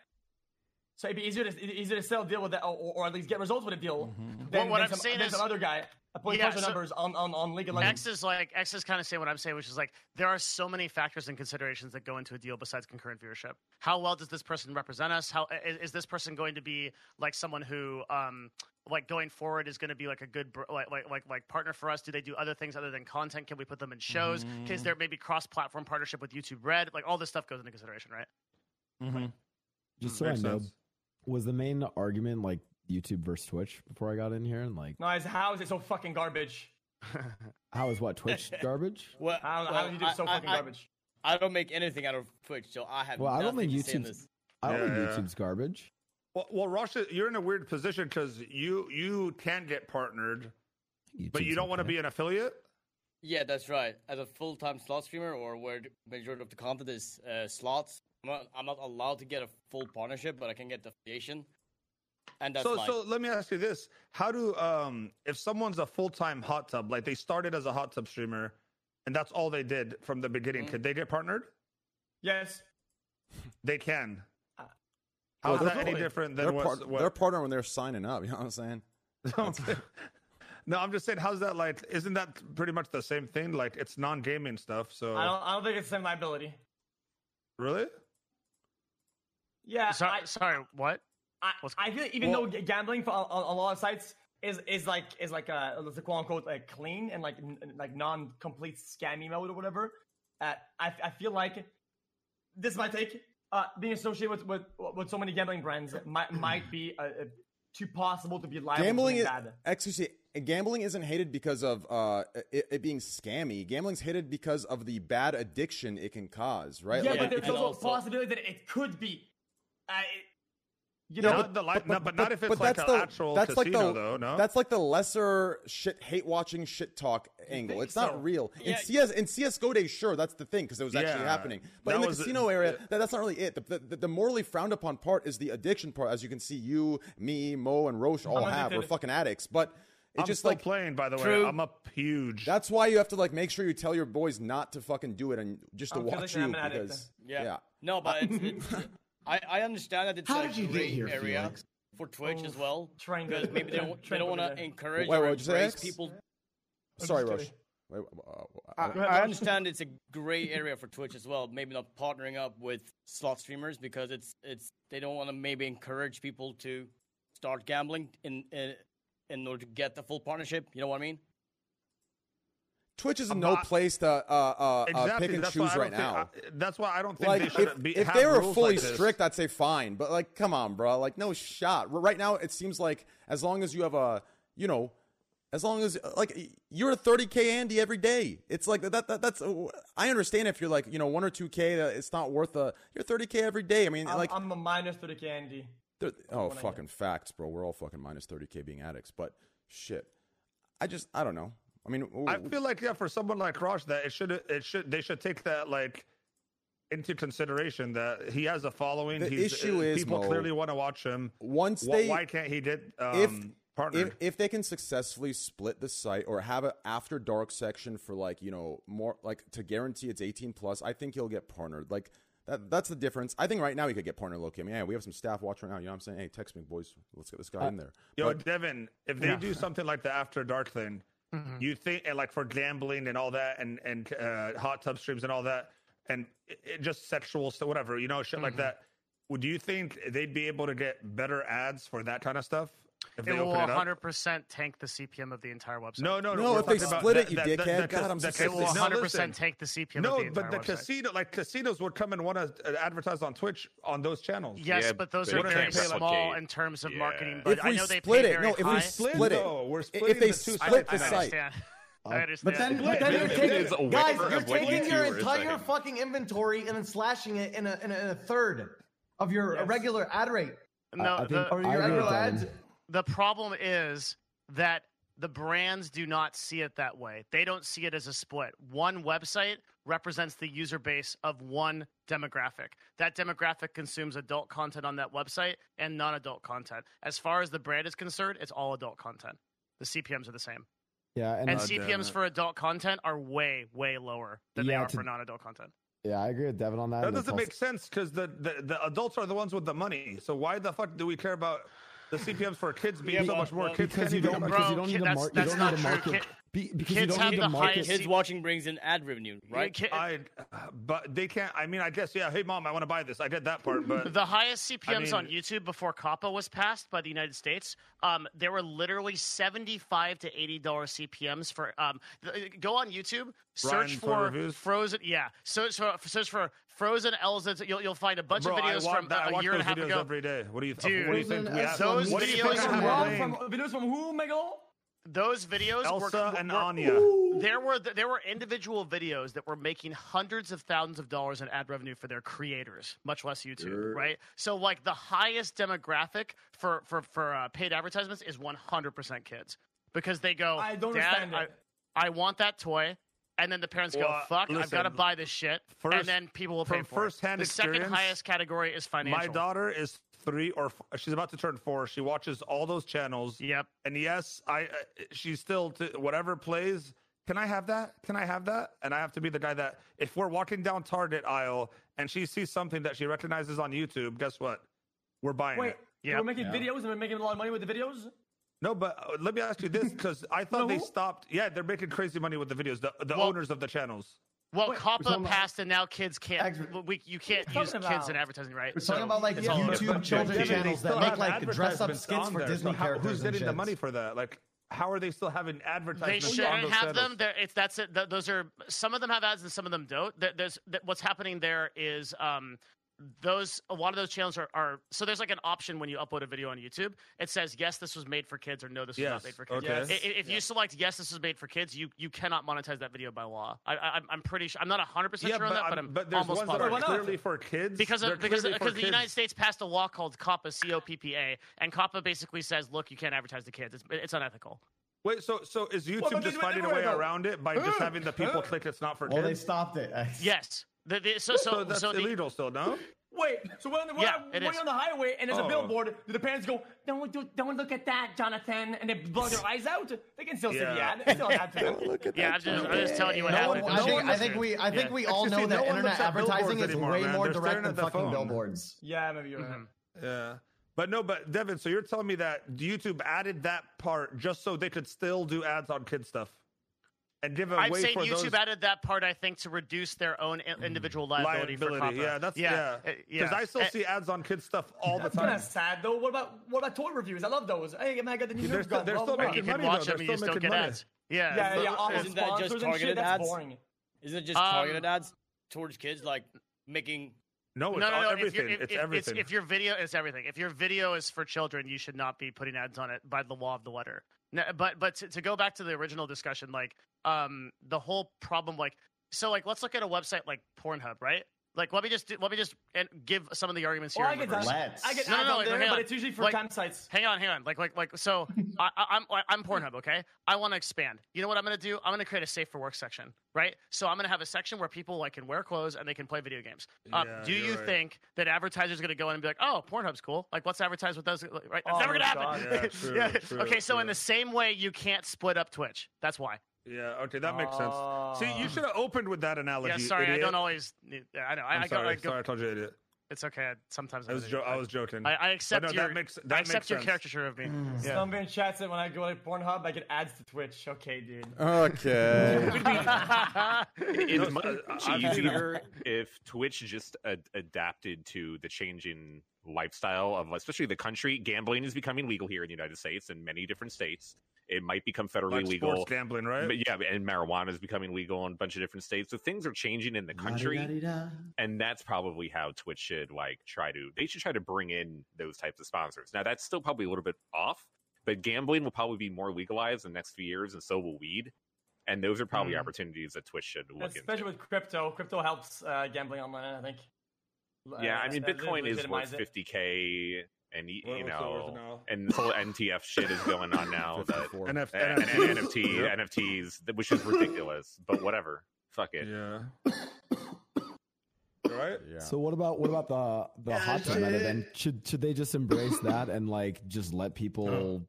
S8: So it'd be easier to, it'd be easier to sell a deal with that or, or at least get results with a deal than,
S5: Mm-hmm. Well, what
S8: than
S5: I'm
S8: some,
S5: saying
S8: than
S5: is-
S8: some other guy pulling
S5: Yeah,
S8: bunch of
S5: so-
S8: numbers on, on, on League of Legends.
S5: X is like X is kind of saying what I'm saying, which is like there are so many factors and considerations that go into a deal besides concurrent viewership. How well does this person represent us? How i- is, this person going to be like someone who, um, like going forward, is going to be like a good br- like, like like like partner for us? Do they do other things other than content? Can we put them in shows? Is there maybe cross platform partnership with YouTube Red? Like all this stuff goes into consideration, right?
S3: Mhm.
S10: Just so I
S3: Makes
S10: know,
S3: sense.
S10: was the main argument like YouTube versus Twitch before I got in here and like
S8: No, it's, how is it so fucking garbage?
S10: how is what
S3: <laughs>
S10: Twitch garbage?
S4: Well,
S8: How,
S4: well,
S8: how do you do
S4: I-
S8: so
S4: I-
S8: fucking
S4: I-
S8: garbage?
S4: I don't make anything out of Twitch, so I have.
S10: Well, I don't think
S4: nothing to say in
S10: YouTube's
S4: this.
S10: I don't
S3: Yeah,
S10: think
S3: yeah.
S10: YouTube's garbage.
S3: Well, well, Rosh, you're in a weird position because you you can get partnered, but you
S10: YouTube's
S3: don't want to
S10: okay.
S3: be an affiliate.
S4: Yeah, that's right. As a full-time slot streamer, or where the majority of the content is uh, slots, I'm not, I'm not allowed to get a full partnership, but I can get the affiliation, and that's
S3: so
S4: like
S3: so let me ask you this: How do um if someone's a full time hot tub, like they started as a hot tub streamer, and that's all they did from the beginning,
S4: Mhm.
S3: could they get partnered?
S8: Yes.
S3: They can.
S8: Uh,
S3: How is
S1: well,
S3: that any
S8: absolutely.
S3: different
S1: They're,
S3: than what's,
S1: part,
S3: what?
S1: they're partner when they're signing up. <laughs> You know what I'm saying?
S3: <laughs> no, I'm just saying, how's that like? Isn't that pretty much the same thing? Like it's non gaming stuff. So
S8: I don't. I don't think it's the same liability.
S3: really,
S8: Yeah.
S5: So-
S8: Uh, I,
S5: sorry, what?
S8: I,
S5: What's-
S8: I feel even
S5: Well-
S8: though g- gambling for, on, on a lot of sites is is like is like a is a quote unquote like clean and like n- like non complete scammy mode or whatever. Uh, I I feel like this is my take. Uh, being associated with, with with so many gambling brands might might be uh, uh, too possible to be liable.
S1: gambling
S8: to
S1: is
S8: being bad.
S1: excuse me. Gambling isn't hated because of uh, it, it being scammy. Gambling's hated because of the bad addiction it can cause, right?
S8: yeah,
S1: Like,
S8: but
S1: it-
S8: there's
S1: it-
S8: also,
S4: also-
S8: a possibility that it could be. Uh, it- you
S3: No,
S8: know,
S3: but, the li- no, but not if it's
S1: but
S3: like an
S1: that's the-
S3: actual
S1: that's
S3: casino,
S1: like the-
S3: though. No,
S1: That's like the lesser shit, hate watching shit talk angle.
S8: think
S1: It's not
S8: so?
S1: real. In
S4: Yeah.
S1: CS, in CS:GO days, sure, that's the thing because it was actually
S3: Yeah.
S1: happening. But
S3: That
S1: in the
S3: was-
S1: casino area, that, that's not really it. The, the, the morally frowned upon part is the addiction part, as you can see, you, me, Mo, and Roche all
S8: I'm
S1: have. We're
S8: addicted.
S1: fucking addicts, but it's
S3: I'm
S1: just
S3: still
S1: like
S3: playing. By the way,
S4: True.
S3: I'm up huge.
S1: that's why you have to like make sure you tell your boys not to fucking do it and just to
S8: Oh, 'cause I
S1: watch
S8: said
S1: you
S8: I'm an addict.
S1: because
S4: Yeah. No, but it's, it's- I, I understand that it's
S7: How
S4: a
S7: did you get
S4: great
S7: here,
S4: area
S7: Felix?
S4: for Twitch as
S8: Oh,
S4: well.
S8: trying to-
S4: Because maybe
S8: <laughs>
S4: they don't, they
S8: trying
S4: don't want
S8: to do
S4: to
S8: that.
S4: encourage
S1: Wait,
S4: or
S1: what'd you say,
S4: embrace
S1: X?
S4: people.
S1: Sorry,
S8: just
S1: Roche.
S8: kidding.
S1: Wait, uh, uh,
S4: I,
S1: uh,
S4: I understand it's a gray area for Twitch as well. Maybe not partnering up with slot streamers because it's it's they don't want to maybe encourage people to start gambling in, in in order to get the full partnership. You know what I mean?
S1: Twitch is
S3: I'm
S1: no
S3: not-
S1: place to uh, uh, uh,
S3: exactly.
S1: pick and
S3: that's why
S1: choose
S3: I
S1: right
S3: don't
S1: now.
S3: Think, I, that's why I don't think
S1: like
S3: they should
S1: if,
S3: be.
S1: if
S3: have
S1: they were
S3: rules
S1: fully
S3: like this.
S1: strict i'd say fine but like come on bro like no shot R- right now it seems like as long as you have a you know as long as like you're a 30k andy every day it's like that, that that's i understand if you're like you know 1 or 2k that it's not worth a you're 30k every day i mean
S8: I'm,
S1: like
S8: I'm a minus to the candy.
S1: there- oh,
S8: I
S1: fucking facts, bro. We're all fucking minus 30k being addicts, but shit. I just I don't know. I mean, w-
S3: I feel like yeah, for someone like Rosh, that it should it should they should take that like into consideration that he has a following.
S1: The
S3: he's,
S1: issue
S3: uh,
S1: is,
S3: people
S1: Mo,
S3: clearly want to watch him.
S1: once
S3: Wh-
S1: they
S3: why can't he get
S1: if-
S3: um, partnered?
S1: if, if they can successfully split the site or have an after dark section for like you know more like to guarantee it's 18 plus i think he'll get partnered like that, that's the difference i think right now he could get partnered loki i mean hey, we have some staff watch right now you know what i'm saying hey text me boys let's get this guy in there
S3: Yo,
S1: But-
S3: Devin, if they do something like the After Dark thing,
S1: Mm-hmm.
S3: you think and like for gambling and all that, and and uh, hot tub streams and all that, and it, it just sexual stuff, whatever, you know, shit
S1: Mm-hmm.
S3: like that. Would you think they'd be able to get better ads for that kind of stuff if they
S5: It will
S3: open it up?
S5: 100% tank the CPM of the entire website.
S3: No, no, no.
S1: No,
S3: we're
S1: if they
S3: talking about
S1: split it,
S3: that-
S1: you
S3: that- that-
S1: dickhead.
S3: that-
S1: God, I'm so
S3: that-
S5: it
S1: sick.
S5: will
S1: No,
S5: 100%
S3: listen.
S5: tank the CPM of the
S3: No,
S5: entire
S3: but the
S5: website.
S3: casino, like casinos, would come and want to advertise on Twitch on those channels.
S5: Yes,
S6: Yeah,
S5: but those
S6: but
S5: are
S3: it
S5: very
S3: can't replicate.
S5: small in terms of
S6: Yeah.
S5: marketing.
S6: If
S5: But
S1: if
S5: I
S1: we
S5: know they
S1: split
S5: pay
S1: it
S5: very
S1: no if
S5: high.
S1: we split it
S3: though, we're
S1: i-
S3: splitting
S1: if they
S3: the two
S1: split
S3: sites
S1: the
S5: I
S1: site Uh,
S5: understand. I understand.
S9: But then,
S7: But
S9: but then you're
S7: Bitcoin
S9: taking,
S6: is a
S7: guys,
S6: waiver
S7: you're
S6: of what
S7: taking
S6: you
S7: your
S6: do or
S7: entire
S6: something.
S7: fucking inventory and then slashing it in a, in a, in a third of your
S8: Yes.
S7: regular ad rate.
S5: no,
S10: I think-
S5: the,
S7: Or your
S10: I agree
S7: regular
S10: with
S7: ads.
S10: Devin.
S5: the problem is that the brands do not see it that way. They don't see it as a split. One website represents the user base of one demographic. That demographic consumes adult content on that website and non adult content. As far as the brand is concerned, it's all adult content. The CPMs are the same.
S10: Yeah, and
S5: And
S3: God damn
S5: CPMs
S3: it.
S5: for adult content are way, way lower than they
S10: Yeah,
S5: are
S10: to-
S5: for non adult content.
S10: yeah, I agree with Devin on that.
S3: That
S10: and it's
S3: doesn't
S10: also-
S3: make sense because the, the the adults are the ones with the money. So why the fuck do we care about the CPMs for kids being
S4: Yeah,
S3: so
S4: well-
S3: much more?
S4: well,
S3: kids can't
S10: because you
S3: even
S10: don't
S3: come
S10: because
S3: back.
S10: you
S5: Bro,
S10: don't
S5: kid-
S10: need to
S5: that's-
S10: market.
S5: that's
S10: you don't
S5: not
S10: need to
S5: true.
S10: market
S5: Kid-
S10: Be- because you
S5: Kids
S10: don't
S5: have
S10: need
S5: the
S10: to market.
S5: highest-
S4: Kids watching brings in ad revenue,
S5: Right?
S4: right?
S3: I, but they can't. I mean, I guess yeah. Hey, mom, I want to buy this. I get that part, but
S5: <laughs> The highest CPMs
S3: mean-
S5: on YouTube before COPPA was passed by the United States, um, there were literally seventy-five to eighty dollars CPMs for. Um, th- go on YouTube, search
S3: Ryan, for
S5: for,
S3: reviews?
S5: Frozen. Yeah, so, so search for Frozen Elsa. You'll, you'll find a bunch
S3: bro,
S5: of
S3: I
S5: videos
S3: watch
S5: from
S3: that. I
S5: a
S3: watch
S5: year and
S3: those
S5: a half
S3: videos
S5: ago.
S3: every day. What do you?
S5: Dude,
S3: what do you think we have?
S5: those
S3: what do you think
S5: videos
S3: I
S5: are
S3: have
S5: wrong
S3: playing?
S8: from, videos from who, Miguel?
S5: Those videos
S3: Elsa
S5: were,
S3: and
S5: were-
S3: Anya.
S5: There were there were individual videos that were making hundreds of thousands of dollars in ad revenue for their creators, much less YouTube, right? So like the highest demographic for for for uh, paid advertisements is 100% kids because they go,
S8: I don't
S5: Dad,
S8: understand it.
S5: I, I want that toy, and then the parents go,
S3: Well,
S5: "Fuck, I've got to
S3: listen,
S5: buy this shit,"
S3: first-
S5: and then people will
S3: from
S5: pay for
S3: first-hand
S5: it. The second
S3: experience,
S5: highest category is financial.
S3: My daughter is three or f- she's about to turn four. She watches all those channels.
S5: Yep.
S3: And yes, I uh, she's still to whatever plays. Can I have that? Can I have that? And I have to be the guy that if we're walking down Target aisle and she sees something that she recognizes on YouTube, guess what? We're buying
S8: Wait,
S3: it.
S5: Yeah.
S8: we're making videos and we're making a lot of money with the videos.
S3: No, but uh, let me ask you this because I thought they
S8: <laughs> No.
S3: stopped. Yeah, they're making crazy money with the videos. The the
S5: Well-
S3: owners of the channels.
S5: Well,
S8: Wait,
S5: COPPA
S9: talking about-
S5: passed, and now kids can't.
S9: Ex-
S5: we, you can't
S8: What are you
S5: use
S8: talking
S5: kids
S8: about?
S5: in advertising, right?
S9: We're talking about like
S5: it's all-
S9: YouTube children's
S3: Devin, they
S9: channels that
S3: still
S9: make
S3: have
S9: like dress up
S3: advertisements
S9: skits
S3: on
S9: for
S3: there,
S9: Disney
S3: so how-
S9: characters.
S3: Who's
S9: and
S3: getting the
S9: shits.
S3: money for that? Like, how are they still having
S5: They
S3: advertisements? on
S5: shouldn't
S3: those
S5: have them.
S3: channels?
S5: There, it's that's it. Th- those are some of them have ads and some of them don't. There, there's th- what's happening there is um those a lot of those channels are, are so there's like an option when you upload a video on YouTube. It says yes, this was made for kids, or no, this was
S3: Yes.
S5: not made for kids.
S3: Okay.
S8: Yes.
S5: I- i- If you select yes, this was made for kids, you you cannot monetize that video by law. I, I, I'm- I'm pretty sure. I'm not 100 percent
S3: Yeah,
S5: sure on
S3: but,
S5: that, but
S3: I'm-
S5: I'm
S3: but there's
S5: almost
S3: ones that
S5: positive.
S3: are
S8: Why not?
S3: clearly for kids.
S5: because
S3: They're
S5: of, because
S3: clearly for
S5: because the
S3: kids.
S5: United States passed a law called COPPA, C O P P A, and COPPA basically says, look, you can't advertise to kids. It's, it's unethical.
S3: Wait, so so is YouTube
S8: but
S3: just
S8: they-
S3: finding a
S8: they
S3: way
S8: were though.
S3: around it by just
S8: Uh,
S3: having the people
S8: uh.
S3: click it's not for
S9: Well, they
S3: kids?
S9: stopped it. <laughs>
S5: Yes. The, the, so so
S3: so that's
S5: so the,
S3: illegal still,
S5: <laughs>
S3: no?
S8: Wait, so we're on the, we're
S5: Yeah,
S8: on,
S5: it
S8: we're
S5: is.
S8: on the highway and there's
S3: Oh.
S8: a billboard. Do the parents go, don't, do, don't look at that, Jonathan, and they blow their eyes out? They can still see the
S3: Yeah.
S8: ad. It's still an ad to them.
S10: Look at
S5: Yeah, I'm
S10: that.
S5: just, I'm just telling you what
S9: No
S5: happened.
S9: one,
S5: at
S9: I,
S5: the
S9: think,
S5: Super
S9: I think
S5: Bowl.
S9: we I think
S3: <laughs>
S5: Yeah.
S9: we all
S3: Excuse
S9: know
S3: me, no
S9: that
S3: one
S9: internet
S3: looks at billboards
S9: advertising is
S3: anymore,
S9: way
S3: man.
S9: more
S3: They're
S9: direct
S3: staring
S9: than
S3: at the
S9: fucking
S3: phone.
S9: billboards.
S8: Yeah, maybe you're
S5: Mm-hmm.
S8: right.
S3: Yeah. But no, but Devin, so you're telling me that YouTube added that part just so they could still do ads on kid stuff and give away
S5: I'm saying
S3: for
S5: YouTube
S3: those Mm.
S5: added that part, I think, to reduce their own i- individual liability, for
S3: liability.
S5: COPPA.
S3: Yeah, that's yeah.
S5: yeah,
S3: Because
S5: uh, yeah.
S3: I still
S5: Uh,
S3: see ads on kids stuff all
S8: <laughs>
S3: the
S8: That's kind
S3: time.
S8: of sad, though. What about what about toy reviews? I love those. Hey, man, I got the new
S3: They're
S8: Nerf
S3: still-
S8: gun.
S3: they're
S8: blah,
S3: still
S8: blah, blah.
S5: You
S3: making
S5: can
S3: money,
S5: watch
S3: though.
S5: them,
S3: They're
S5: and
S3: still
S5: you still
S3: making
S5: get
S3: money.
S5: ads. Yeah, uh,
S8: Yeah, yeah, all the
S4: Isn't that just
S8: sponsors and shit,
S4: targeted
S8: that's
S4: ads?
S8: boring.
S4: Isn't it just
S5: Um,
S4: targeted ads towards kids, like making?
S3: No, Oh, it's
S5: No, no,
S3: all-
S5: no. If,
S3: everything.
S5: you're, if,
S3: it's
S5: if,
S3: everything.
S5: It's, if your video is everything, if your video is for children, you should not be putting ads on it by the law of the letter. No, but but to, to go back to the original discussion, like um the whole problem, like so, like let's look at a website like Pornhub, right? Like let me just do, let me just and give some of the arguments here.
S8: Well, I
S5: in
S8: get
S5: reverse.
S8: ads.
S9: Let's.
S8: I get ads
S5: No, no, no,
S8: on
S5: wait,
S8: there,
S5: hang
S8: but
S5: on.
S8: it's usually for
S5: Like-
S8: time sites.
S5: Hang on, hang on. Like, like, like.
S8: <laughs>
S5: So, I, I, I'm, I'm Pornhub. Okay, I want to expand. You know what I'm gonna do? I'm gonna create a safe for work section, right? So I'm gonna have a section where people like can wear clothes and they can play video games. Um,
S3: Yeah,
S5: do
S3: you're
S5: you
S3: right.
S5: think that advertisers gonna go in and be like, oh, Pornhub's cool? Like, let's advertise with those? Right? That's
S8: Oh
S5: never
S8: my
S5: gonna happen.
S3: God.
S5: <laughs>
S3: Yeah, true, true,
S5: okay, so in
S3: true.
S5: the same way, you can't split up Twitch. That's why.
S3: yeah, okay, that makes sense. See, you
S8: Ah.
S3: should have opened with that analogy.
S5: Oh. yeah, sorry,
S3: idiot.
S5: I don't always. I know. I,
S3: I'm
S5: I go,
S3: sorry,
S5: I go-
S3: sorry, I told you idiot.
S5: It's okay. Sometimes
S3: I was, jo- I was joking.
S5: I, I accept
S3: no, that
S5: your.
S3: makes- that
S5: I
S3: makes
S5: accept your
S3: sense.
S5: caricature
S10: <laughs>
S5: of me. Yeah.
S8: Somebody in chat said when I go to Pornhub, I get ads to Twitch. Okay, dude.
S1: Oh, Okay.
S3: <laughs>
S5: <laughs>
S6: <laughs> It's
S3: No,
S6: much
S3: uh, I've seen <laughs>
S6: easier if Twitch just a- adapted to the change in lifestyle of especially the country. Gambling is becoming legal here in the United States and many different states. It might become federally
S3: like
S6: legal.
S3: sports gambling, right?
S6: But yeah, and marijuana is becoming legal in a bunch of different states. So things are changing in the country, and that's probably how Twitch should like try to. They should try to bring in those types of sponsors. Now that's still probably a little bit off, but gambling will probably be more legalized in the next few years, and so will weed. And those are probably
S5: Hmm.
S6: opportunities that Twitch should look into.
S8: Especially with crypto. Crypto helps uh, gambling online, I think. L-
S6: yeah,
S8: uh,
S6: I mean,
S8: uh,
S6: Bitcoin is worth
S8: legitimize it.
S6: fifty k, and y-
S3: What-
S6: you
S3: what's it worth
S6: know,
S3: now?
S6: and this whole NTF shit is going on
S1: <laughs>
S6: now. that,
S10: Fifty-four.
S3: NF-
S6: and, and, and NFT,
S3: <laughs> Yeah.
S6: NFTs, which is ridiculous, but whatever. Fuck it.
S3: Yeah. You all right?
S1: Yeah.
S10: So what about what about the the hot tub meta then? Should should they just embrace that and like just let
S9: Uh-huh.
S10: people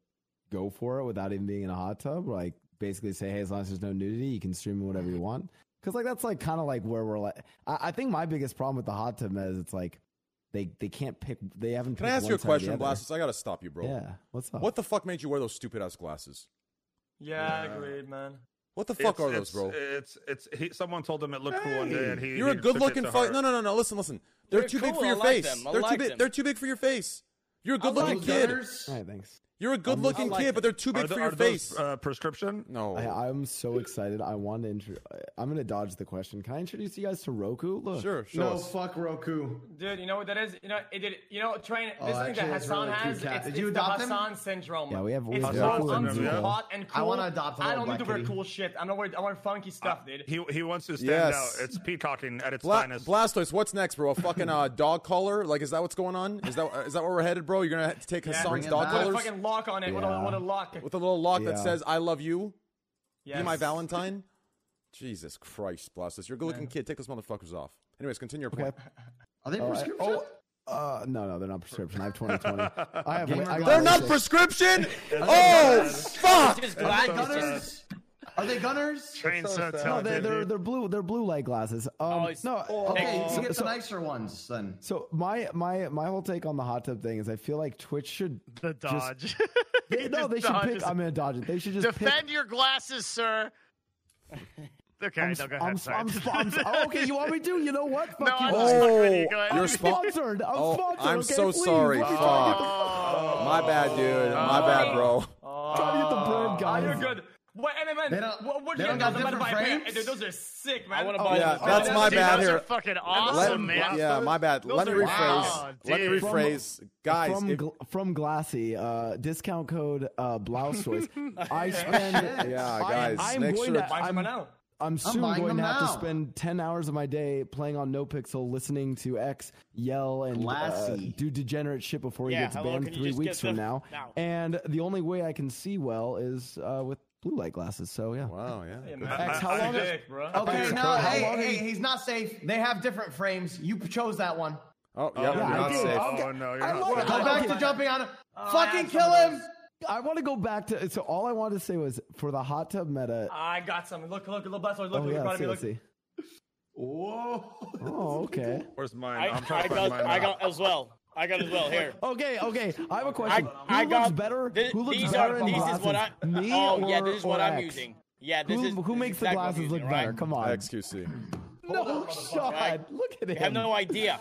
S10: go for it without even being in a hot tub? Like basically say, hey, as long as there's no nudity, you can stream whatever you want. Because like that's like kind of like where we're like. I, I think my biggest problem with the hot tub meta is it's like they they can't pick. They haven't.
S1: Can I ask
S10: picked one
S1: you a
S10: side or the
S1: question,
S10: other.
S1: Blasis? I gotta stop you, bro.
S10: Yeah. What's up?
S1: What the fuck made you wear those stupid ass glasses?
S8: Yeah,
S3: Yeah.
S8: agreed, man.
S1: What the fuck
S3: It's-
S1: are those,
S3: it's-
S1: bro?
S3: It's it's he, someone told him it looked cool one day, and he
S1: You're a
S3: he took it
S1: good looking
S3: to
S1: fuck.
S3: heart.
S1: No, no, no, no. Listen, listen. They're,
S4: They're
S1: too big
S4: cool.
S1: for
S4: I
S1: your
S4: like
S1: face.
S4: them. I
S1: They're too
S4: like
S1: big.
S4: them.
S1: They're too big for your face. You're a good looking kid.
S10: All right, thanks.
S1: You're a good looking
S4: I like
S1: kid, but they're too big
S3: Are, the,
S1: for
S3: are
S1: your face.
S3: those uh, prescription?
S1: no.
S10: I, I'm so excited. I want to. Intro- I'm going to dodge the question. Can I introduce you guys to Roku? Look,
S1: Sure, show
S9: No,
S1: us.
S9: Oh, fuck Roku.
S8: Dude, you know what that is? You know, it did. You know, train.
S9: Oh,
S8: This thing that
S9: actually, that's
S8: Hassan
S9: really cute
S8: has,
S9: cat.
S8: it's,
S9: Did
S8: it's
S9: you
S8: the
S9: adopt him?
S8: Hassan syndrome.
S10: Yeah, we have- we
S8: It's
S10: have
S8: hot,
S3: Hassan
S8: I'm
S3: syndrome, yeah.
S8: hot and cool.
S9: I wanna adopt a
S8: I
S9: little
S8: don't need to
S9: black
S8: wear
S9: kitty.
S8: cool shit. I'm not wearing. I want funky stuff, dude.
S3: He he wants to stand
S1: Yes.
S3: out. It's peacocking at its
S1: Bla-
S3: finest.
S1: Blastoise, what's next, bro? A fucking uh, dog collar? Like, is that what's going on? Is that uh, is that where we're headed, bro? You're gonna have to take Hassan's
S9: Bring it
S1: dog
S9: back.
S8: Put a
S1: collars
S8: fucking lock on it. What, a,
S10: Yeah.
S8: what a lock.
S1: with a little lock that
S10: Yeah.
S1: says "I love you."
S8: Yes.
S1: Be my Valentine. Jesus Christ, Blastoise, you're a good-looking kid. Take those motherfuckers off. Anyways, continue your point.
S9: Are they
S10: Oh, I-
S9: prescription?
S10: oh, uh, no, no, they're not prescription. I have 2020. I have.
S9: Gamer
S10: I got
S1: They're not
S10: LASIK.
S1: prescription. oh fuck!
S3: That's
S4: Just glad
S3: so
S4: it's just-
S9: gunners? Are they gunners?
S5: Train
S3: so
S5: so,
S3: sad.
S10: No,
S5: tough.
S10: they're,
S5: dude.
S10: they're they're blue. They're blue light glasses. Um,
S4: it's-
S10: no,
S9: Okay,
S10: so-
S9: you get the
S10: so-
S9: nicer ones then.
S10: So my my my whole take on the hot tub thing is I feel like Twitch should
S5: the
S10: just-
S5: dodge. <laughs>
S10: they, no
S5: Just
S10: they should
S5: dodge
S10: pick
S5: is-
S10: I'm gonna dodge it they should just pick
S5: Defend your glasses,
S10: <laughs>
S5: sir. Okay,
S10: I'm,
S5: no, go ahead.
S10: I'm,
S5: sorry.
S10: I'm, I'm,
S5: <laughs>
S10: oh, okay you want me to you know what fuck
S5: No,
S10: you
S5: I'm
S10: I'll-
S5: just
S1: Oh,
S5: fucking with you. Go ahead.
S10: I'm
S1: you're
S5: <laughs>
S1: spo-
S10: sponsored I'm
S1: Oh,
S10: sponsored
S1: I'm
S10: okay,
S1: so
S10: please,
S1: sorry.
S10: let me try to get the-
S5: Oh.
S1: Fuck. My bad, dude. My bad, bro.
S10: try to get the brand
S8: Oh,
S10: guys
S8: you're good. What, hey, man,
S9: They
S8: man,
S9: don't-
S8: what, what
S9: they
S8: you
S9: don't
S8: got?
S9: got
S8: Somebody buy a
S9: different
S8: pair.
S9: frames?
S8: Hey, dude, those are sick, man.
S4: I wanna buy
S1: yeah,
S4: them.
S1: that's
S4: Oh,
S1: my
S5: Dude,
S1: bad
S5: those
S1: here.
S5: Are fucking
S1: Let-
S5: awesome, man.
S1: Yeah, my bad.
S5: Those
S1: Let me
S5: are-
S1: rephrase.
S5: Wow,
S1: Let me
S5: dude.
S1: rephrase, guys.
S10: from
S1: if-
S10: gl- from Glassy, uh, discount code uh, Blausoise. I spend.
S1: Yeah,
S10: I-
S1: guys,
S10: I'm
S1: make
S10: going
S1: sure
S10: to.
S1: to-
S8: Buy some
S10: I'm,
S8: now.
S10: I'm soon
S9: buying
S10: going to
S9: them
S10: have to
S9: now.
S10: spend ten hours of my day playing on No Pixel, listening to X yell and uh,
S9: Glassy.
S10: do degenerate shit before
S4: Yeah,
S10: he gets
S4: hello,
S10: banned
S4: can you
S10: three
S4: just get
S10: weeks from
S4: the-
S10: now.
S4: now?
S10: And the only way I can see well is uh, with blue light glasses. So yeah.
S1: wow, yeah.
S8: Hey,
S1: good.
S8: man,
S10: X, how
S8: that's
S10: long Oh, is-
S8: sick, bro.
S9: Okay,
S10: How
S9: no, hey,
S10: long
S9: hey, he's not safe. They have different frames. You chose that one.
S1: Oh, yeah, you're
S10: I
S1: not
S10: did.
S1: safe.
S10: I'll
S3: Oh
S10: get-
S3: no, you're
S10: I
S3: not.
S10: love
S3: safe.
S10: it.
S9: Go
S10: Oh,
S9: back
S10: okay.
S9: to jumping on him.
S8: Oh, I
S9: Fucking
S8: have
S9: kill
S8: some of
S9: him.
S8: those.
S10: I want to go back to. So all I wanted to say was for the hot tub meta.
S8: I got some. Look, look, look, look, look,
S10: oh
S8: look
S10: yeah,
S8: in front of
S10: let's see,
S8: me.
S10: let's
S8: Look.
S10: see.
S9: Whoa.
S4: <laughs>
S10: Oh okay.
S3: Where's mine?
S4: I,
S3: I'm trying
S4: I
S3: to find
S4: got,
S3: mine.
S4: I
S3: now.
S4: got as well. I got as well here.
S10: Okay, okay. Oh, I have a question. Who
S4: I
S10: looks
S4: got-
S10: better?
S4: Thi-
S10: who looks
S4: these
S10: better
S4: are
S10: in
S4: these
S10: glasses?
S4: is what I
S10: Me
S4: oh
S10: or,
S4: yeah this is what
S10: or
S4: I'm
S10: X?
S4: using. Yeah, this
S10: Who,
S4: is
S10: who
S4: this
S10: makes
S4: is
S10: the
S4: exactly what I'm
S10: glasses
S4: using,
S10: look
S4: right? Oh,
S10: better? Come on.
S1: XQC.
S10: no shot.
S4: Right?
S10: Look at him.
S4: You have no idea.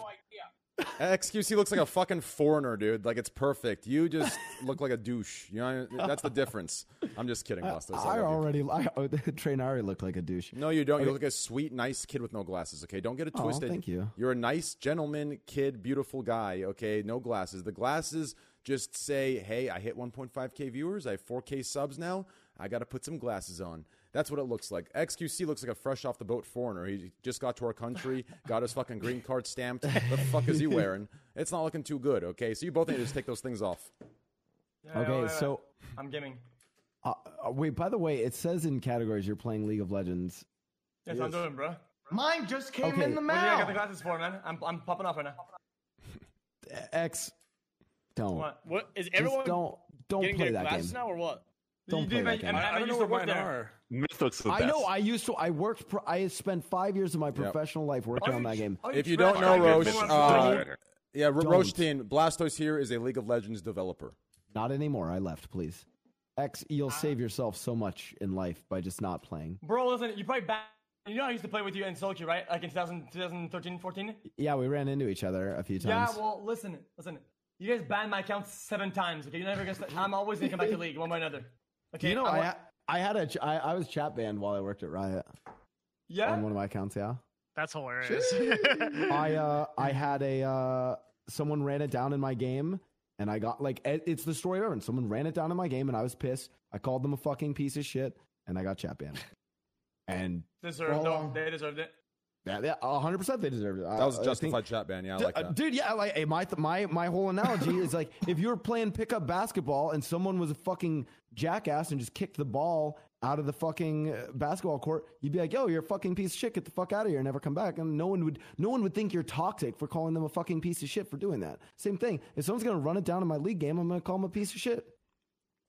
S1: XQC looks like a fucking foreigner, dude. Like it's perfect. You just look like a douche. You know that's the difference. I'm just kidding, Bustos.
S10: I already. I, <laughs> oh, Train already looked like a douche.
S1: No, you don't. You look like a sweet, nice kid with no glasses. Okay, don't get it
S10: Aw,
S1: twisted.
S10: thank you.
S1: You're a nice gentleman, kid, beautiful guy. Okay, no glasses. The glasses just say, "Hey, I hit 1.5k viewers. I have 4k subs now. I got to put some glasses on." That's what it looks like. XQC looks like a fresh off the boat foreigner. He just got to our
S10: <laughs>
S1: country, got his fucking green card stamped. the fuck is he wearing? It's not looking too good. Okay, so you both need to just take those things off.
S8: Yeah,
S10: Okay,
S8: yeah, yeah.
S10: so
S8: I'm gaming.
S10: uh, uh, wait. By the way, it says in categories you're playing League of Legends.
S8: That's what I'm doing, bro. What
S9: Mine just came
S10: Okay.
S9: in the
S8: do
S10: What
S8: you got the
S9: mail.
S8: glasses for, man? I'm, I'm popping off right now.
S10: uh, X, don't.
S8: What?
S4: What is
S10: Just
S4: everyone
S10: don't. Don't
S4: getting
S10: play
S4: their
S10: that game.
S4: glasses now or what?
S10: Don't
S8: You
S10: play
S8: did,
S10: that
S8: man.
S10: game.
S3: I, I don't
S8: used
S3: know
S8: to
S3: where
S8: work
S3: mine
S8: there.
S3: are.
S6: Myth looks the
S10: I know.
S6: best.
S10: I used to. I worked. Pro, I spent five years of my professional life working on that game.
S8: Oh,
S1: If you
S8: trash.
S1: don't know
S8: I
S1: Roche,
S8: guess you want
S1: uh,
S8: to-
S1: Yeah, Ro-
S10: Don't.
S1: Rochteen, Blastoise here is a League of Legends developer.
S10: Not anymore. I left, please. X, you'll
S8: Uh-huh.
S10: save yourself so much in life by just not playing.
S8: Bro, listen, you probably back. You know I used to play with you in Sochi, right? Like in 2000, 2013, 14?
S10: Yeah, we ran into each other a few
S8: Yeah,
S10: times.
S8: well, listen, listen. You guys banned my account seven times, okay? You're never gonna. St- I'm always gonna come back to League one way or another. Okay,
S10: you know,
S8: I'm-
S10: I, ha- I had a ch- I, I was chat banned while I worked at Riot
S8: Uh-huh.
S10: on
S8: yeah?
S10: one of my accounts. Yeah,
S5: That's hilarious. <laughs>
S10: I uh I had a uh someone ran it down in my game, and I got like it- it's the story of everyone. Someone ran it down in my game, and I was pissed. I called them a fucking piece of shit, and I got chat banned. And
S8: Deserved,
S9: Well,
S10: um,
S8: no, they deserved it.
S10: that, that 100% they deserved it.
S1: That was a justified chat ban. Yeah, I like
S10: Uh,
S1: that.
S10: Dude, yeah, like hey, my th- my my whole analogy is
S1: <laughs>
S10: like if you were playing pickup basketball and someone was a fucking jackass and just kicked the ball out of the fucking uh, basketball court, you'd be like, "Yo, you're a fucking piece of shit. Get the fuck out of here and never come back." And no one would no one would think you're toxic for calling them a fucking piece of shit for doing that. Same thing. If someone's gonna run it down in my league game, I'm gonna call them a piece of shit.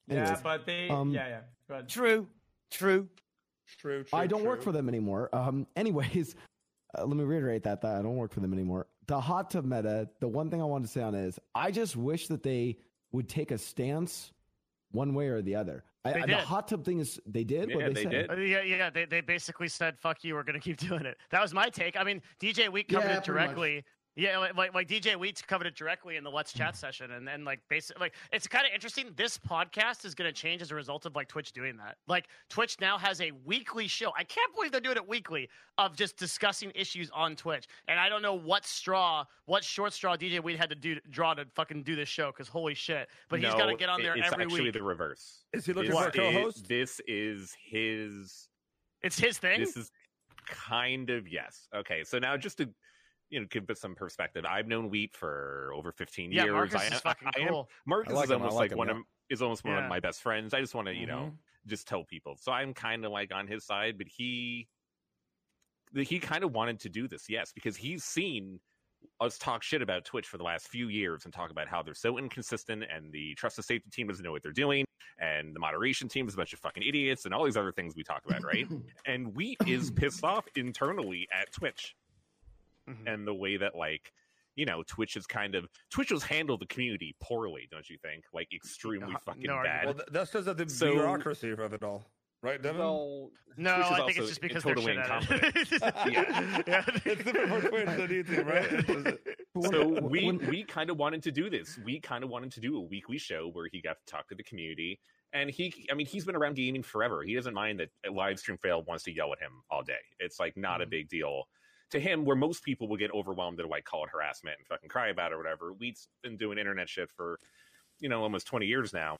S8: yeah,
S10: Anyways,
S8: but they.
S10: um,
S8: yeah, yeah. Go ahead.
S4: True. True.
S3: True,
S10: I don't work for them anymore. Um, anyways, <laughs> uh, let me reiterate that that I don't work for them anymore. The hot tub meta. The one thing I wanted to say on it is I just wish that they would take a stance one way or the other. I,
S5: They
S10: I- the
S5: did.
S10: hot tub thing is they did what
S6: Yeah,
S10: they,
S6: they
S10: said.
S6: did.
S5: Uh, Yeah, yeah. They, they basically said, "Fuck you. We're gonna keep <laughs> doing it." That was my take. I mean, DJ Wheat covered
S7: Yeah,
S5: it
S7: pretty much.
S5: directly. Yeah, like, like like DJ Wheat covered it directly in the Let's
S7: Mm.
S5: Chat session, and then like basically, like it's kind of interesting. This podcast is gonna change as a result of like Twitch doing that. Like Twitch now has a weekly show. I can't believe they're doing it weekly of just discussing issues on Twitch. And I don't know what straw, what short straw DJ Wheat had to do draw to fucking do this show because holy shit! But he's
S6: No,
S5: got to get on
S6: it-
S5: there
S6: it's
S5: every
S6: actually
S5: week.
S6: the reverse.
S3: Is he looking
S6: This
S3: for a
S6: is-
S3: co-host?
S6: This is his.
S5: It's his thing.
S6: This is kind of yes. Okay, so now just to you know give it some perspective, I've known Wheat for over fifteen
S5: yeah,
S6: years.
S5: Marcus
S6: I,
S5: is
S6: am-
S5: fucking
S6: I am-
S5: cool.
S6: Marcus
S1: I like
S6: is
S1: him, I
S6: almost
S1: like
S6: like,
S1: him,
S6: one
S1: yeah.
S6: of is almost one
S5: Yeah.
S6: of my best friends. I just want to you know just tell people. So I'm kind of like on his side, but he the- he kind of wanted to do this, yes, because he's seen us talk shit about Twitch for the last few years and talk about how they're so inconsistent and the trust and safety team doesn't know what they're doing and the moderation team is a bunch of fucking idiots and all these other things we talk about, right? and Wheat is pissed off internally at Twitch
S5: Mhm.
S6: and the way that like you know Twitch is kind of Twitch has handled the community poorly, don't you think? Like extremely
S5: no
S6: fucking
S5: argument.
S6: bad.
S3: Well, th- that's just the
S6: So-
S3: bureaucracy of it all, right, Devin? <laughs>
S4: No,
S5: No,
S6: Twitch is
S5: I think
S6: also
S5: it's just because
S6: totally
S5: they're shit at it. <laughs>
S6: incompetent. <laughs>
S5: yeah.
S3: It's different for Twitch than you think, right? It's just-
S10: But
S6: so
S10: when-
S6: we
S10: when-
S6: we kind of wanted to do this. We kind of wanted to do a weekly show where he got to talk to the community. And he, I mean, he's been around gaming forever. He doesn't mind that a live stream fail wants to yell at him all day. It's like not a big deal to him. Where most people will get overwhelmed at like call it harassment and fucking cry about it or whatever. We've been doing internet shit for you know almost twenty years now.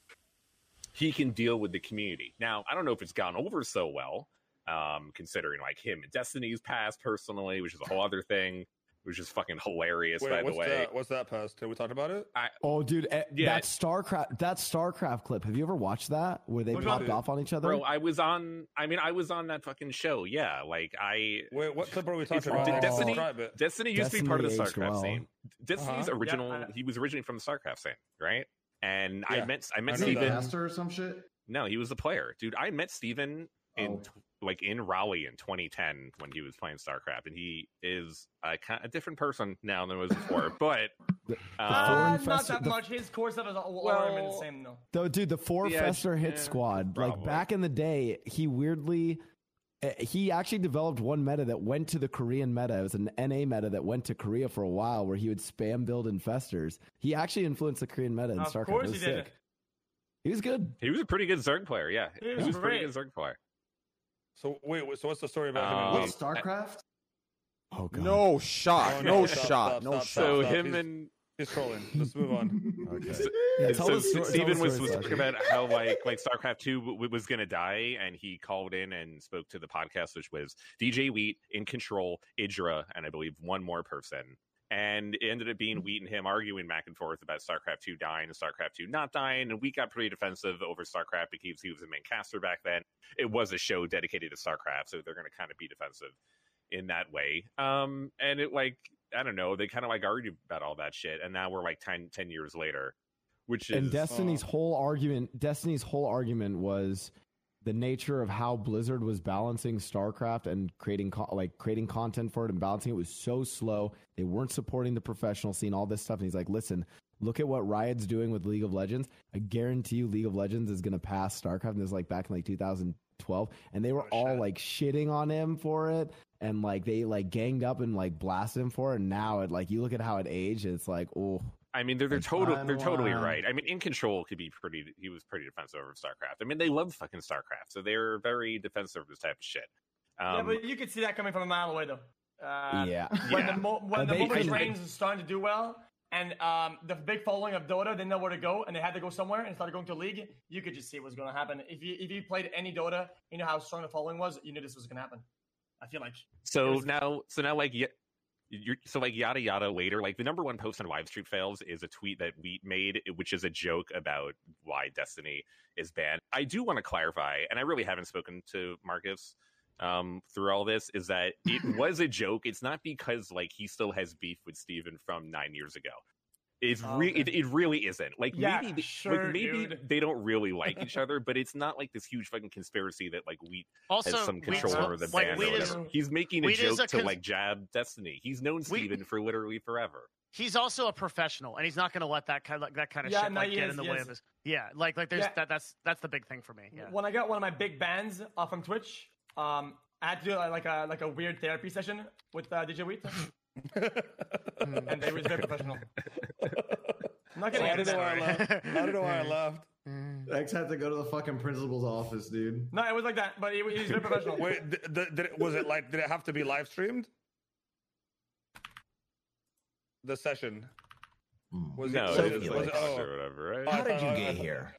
S6: He can deal with the community. Now I don't know if it's gone over so well, um, considering like him and Destiny's past personally, which is a whole other thing, which is fucking hilarious by
S3: Wait,
S6: the
S3: what's
S6: way.
S3: that? What's that past? Have we talked about it?
S10: Oh, dude, eh,
S6: Yeah.
S10: that Starcraft that Starcraft clip. Have you ever watched that where they
S3: Which one?
S10: popped off on each other?
S6: Bro, I was on. I mean, I was on that fucking show. Yeah, like I.
S3: Wait, what clip are we talking
S6: It's-
S3: about?
S10: did
S3: Like,
S10: Destiny-
S3: describe it.
S6: Destiny used to be part of the
S10: Destiny aged
S6: StarCraft
S10: well.
S6: scene. Destiny's
S3: Uh-huh.
S6: original.
S8: Yeah, I-
S6: he was originally from the StarCraft scene, right? And
S3: Yeah,
S6: I met. I met
S3: I know that.
S6: Steven.
S7: Master or some shit.
S6: No, he was the player, dude. I met Steven in
S7: Oh.
S6: tw like in Raleigh in 2010 when he was playing StarCraft, and he is a, ki- a different person now than he was
S10: <laughs>
S6: before. but
S10: The-
S6: um,
S10: foreign
S8: Uh, not
S10: festi-
S8: that
S10: the-
S8: much. His core stuff is all, all
S6: Well-
S8: Iron Man the same, though.
S10: Though, dude, the four
S6: Yeah,
S10: Fester hit
S6: yeah,
S10: squad, like
S6: probably.
S10: back in the day, he weirdly, eh, he actually developed one meta that went to the Korean meta. It was an NA meta that went to Korea for a while, where he would spam build infestors. He actually influenced the Korean meta in
S8: Of
S10: StarCraft. It
S8: course
S10: was
S8: he did.
S10: sick. He was good.
S6: he was a pretty good Zerg player. Yeah,
S8: He
S6: he
S8: was
S6: was, a pretty
S8: great.
S6: good Zerg player.
S3: So wait, wait, so what's the story about him?
S6: Um,
S3: and
S7: What
S3: Wheat?
S7: Starcraft?
S10: Oh god,
S1: No
S3: Oh,
S1: shot.
S3: no,
S1: No
S3: stop,
S1: shot.
S3: stop,
S1: No
S3: stop,
S1: shot.
S6: So
S3: stop.
S6: him
S3: He's-
S6: and
S3: He's trolling. Let's move
S6: <laughs>
S3: on.
S9: <laughs>
S3: <laughs>
S1: Okay.
S10: Yeah,
S6: so
S10: tell the story- tell the
S6: Steven was,
S10: story,
S6: was
S10: Sasha.
S6: talking about how like like StarCraft two w- w- was gonna die, and he called in and spoke to the podcast, which was DJ Wheat in control, Idra, and I believe one more person. And it ended up
S10: Mm.
S6: being Wheat and him arguing back and forth about StarCraft two dying and StarCraft two not dying, and Wheat got pretty defensive over StarCraft because he was the main caster back then. It was a show dedicated to StarCraft, so they're gonna kind of be defensive in that way. Um, and it like I don't know, they kind of like argued about all that shit, and now we're like 10, 10 years later, which is
S10: and Destiny's whole argument, Destiny's whole argument was the nature of how Blizzard was balancing StarCraft and creating co- like creating content for it and balancing it was so slow. They weren't supporting the professional scene, all this stuff. And he's like, "Listen, look at what Riot's doing with League of Legends. I guarantee you, League of Legends is going to pass StarCraft." And this is like back in like 2012, and they were all like shitting on him for it. And like they like ganged up and like blasted him for it. And now it like you look at how it aged, it's like, oh,
S6: I mean, they're they're total
S7: Time
S6: they're totally
S7: Alarm.
S6: right. I mean, in control could be pretty. He was pretty defensive over StarCraft. I mean, they love fucking StarCraft, so they're very defensive of this type of shit.
S8: yeah,
S6: Um,
S8: but you could see that coming from a mile away, though. Uh,
S10: yeah.
S8: When
S6: Yeah.
S8: the, mo- when
S10: Uh,
S8: the
S10: they
S8: moment
S10: couldn't-
S8: Reigns is starting to do well, and um, the big following of Dota didn't know where to go, and they had to go somewhere and started going to League, you could just see what's going to happen. If you if you played any Dota, you know how strong the following was. You knew this was going to happen. I feel like
S6: so
S8: There's-
S6: now, so now, like, y- you're, so like yada yada later. Like the number one post on Live Street fails is a tweet that Wheat made, which is a joke about why Destiny is banned. I do want to clarify, and I really haven't spoken to Marcus um through all this is
S8: <laughs>
S6: that it was a joke it's not because like he still has beef with steven from nine years ago It's re- it, it really isn't. Like
S8: Oh, Yeah,
S6: maybe they-
S8: sure,
S6: like, maybe
S8: dude.
S6: they don't really like
S8: <laughs>
S6: each other, but it's not like this huge fucking conspiracy that like Wheat
S5: Also,
S6: has some
S5: Wheat's
S6: control
S5: a-
S6: over the
S5: like,
S6: band
S5: Wheat
S6: or
S5: is-
S6: whatever. He's making a
S5: Wheat is
S6: joke
S5: a
S6: to
S5: cons-
S6: like jab Destiny. He's known
S5: Wheat-
S6: Steven for literally forever.
S5: He's also a professional, and he's not going to let that kind of, that kind of
S8: Yeah,
S5: shit
S8: no,
S5: like
S8: he
S5: get
S8: is,
S5: in the
S8: he
S5: way
S8: is.
S5: of his. Yeah, like like there's
S8: Yeah.
S5: that that's that's the big thing for me. Yeah.
S8: When I got one of my big bans uh, from Twitch, um, I had to do uh, like a like a weird therapy session with uh, DJ Wheat, and they was very professional. I'm not gonna
S5: Like
S8: edit
S5: that.
S8: that.
S5: I
S11: don't know why I laughed.
S9: X had to go to the fucking principal's office, dude.
S8: No, it was like that, but it, was- it was very professional.
S3: Wait, d- d- did it, was it like did it have to be live streamed? The session. Was
S6: Hmm. No,
S3: it,
S6: it
S3: was
S6: is
S3: it,
S6: like
S3: was it, oh.
S6: or whatever,
S3: Oh, I
S6: right?
S9: How did you
S3: thought-
S8: uh,
S9: get here?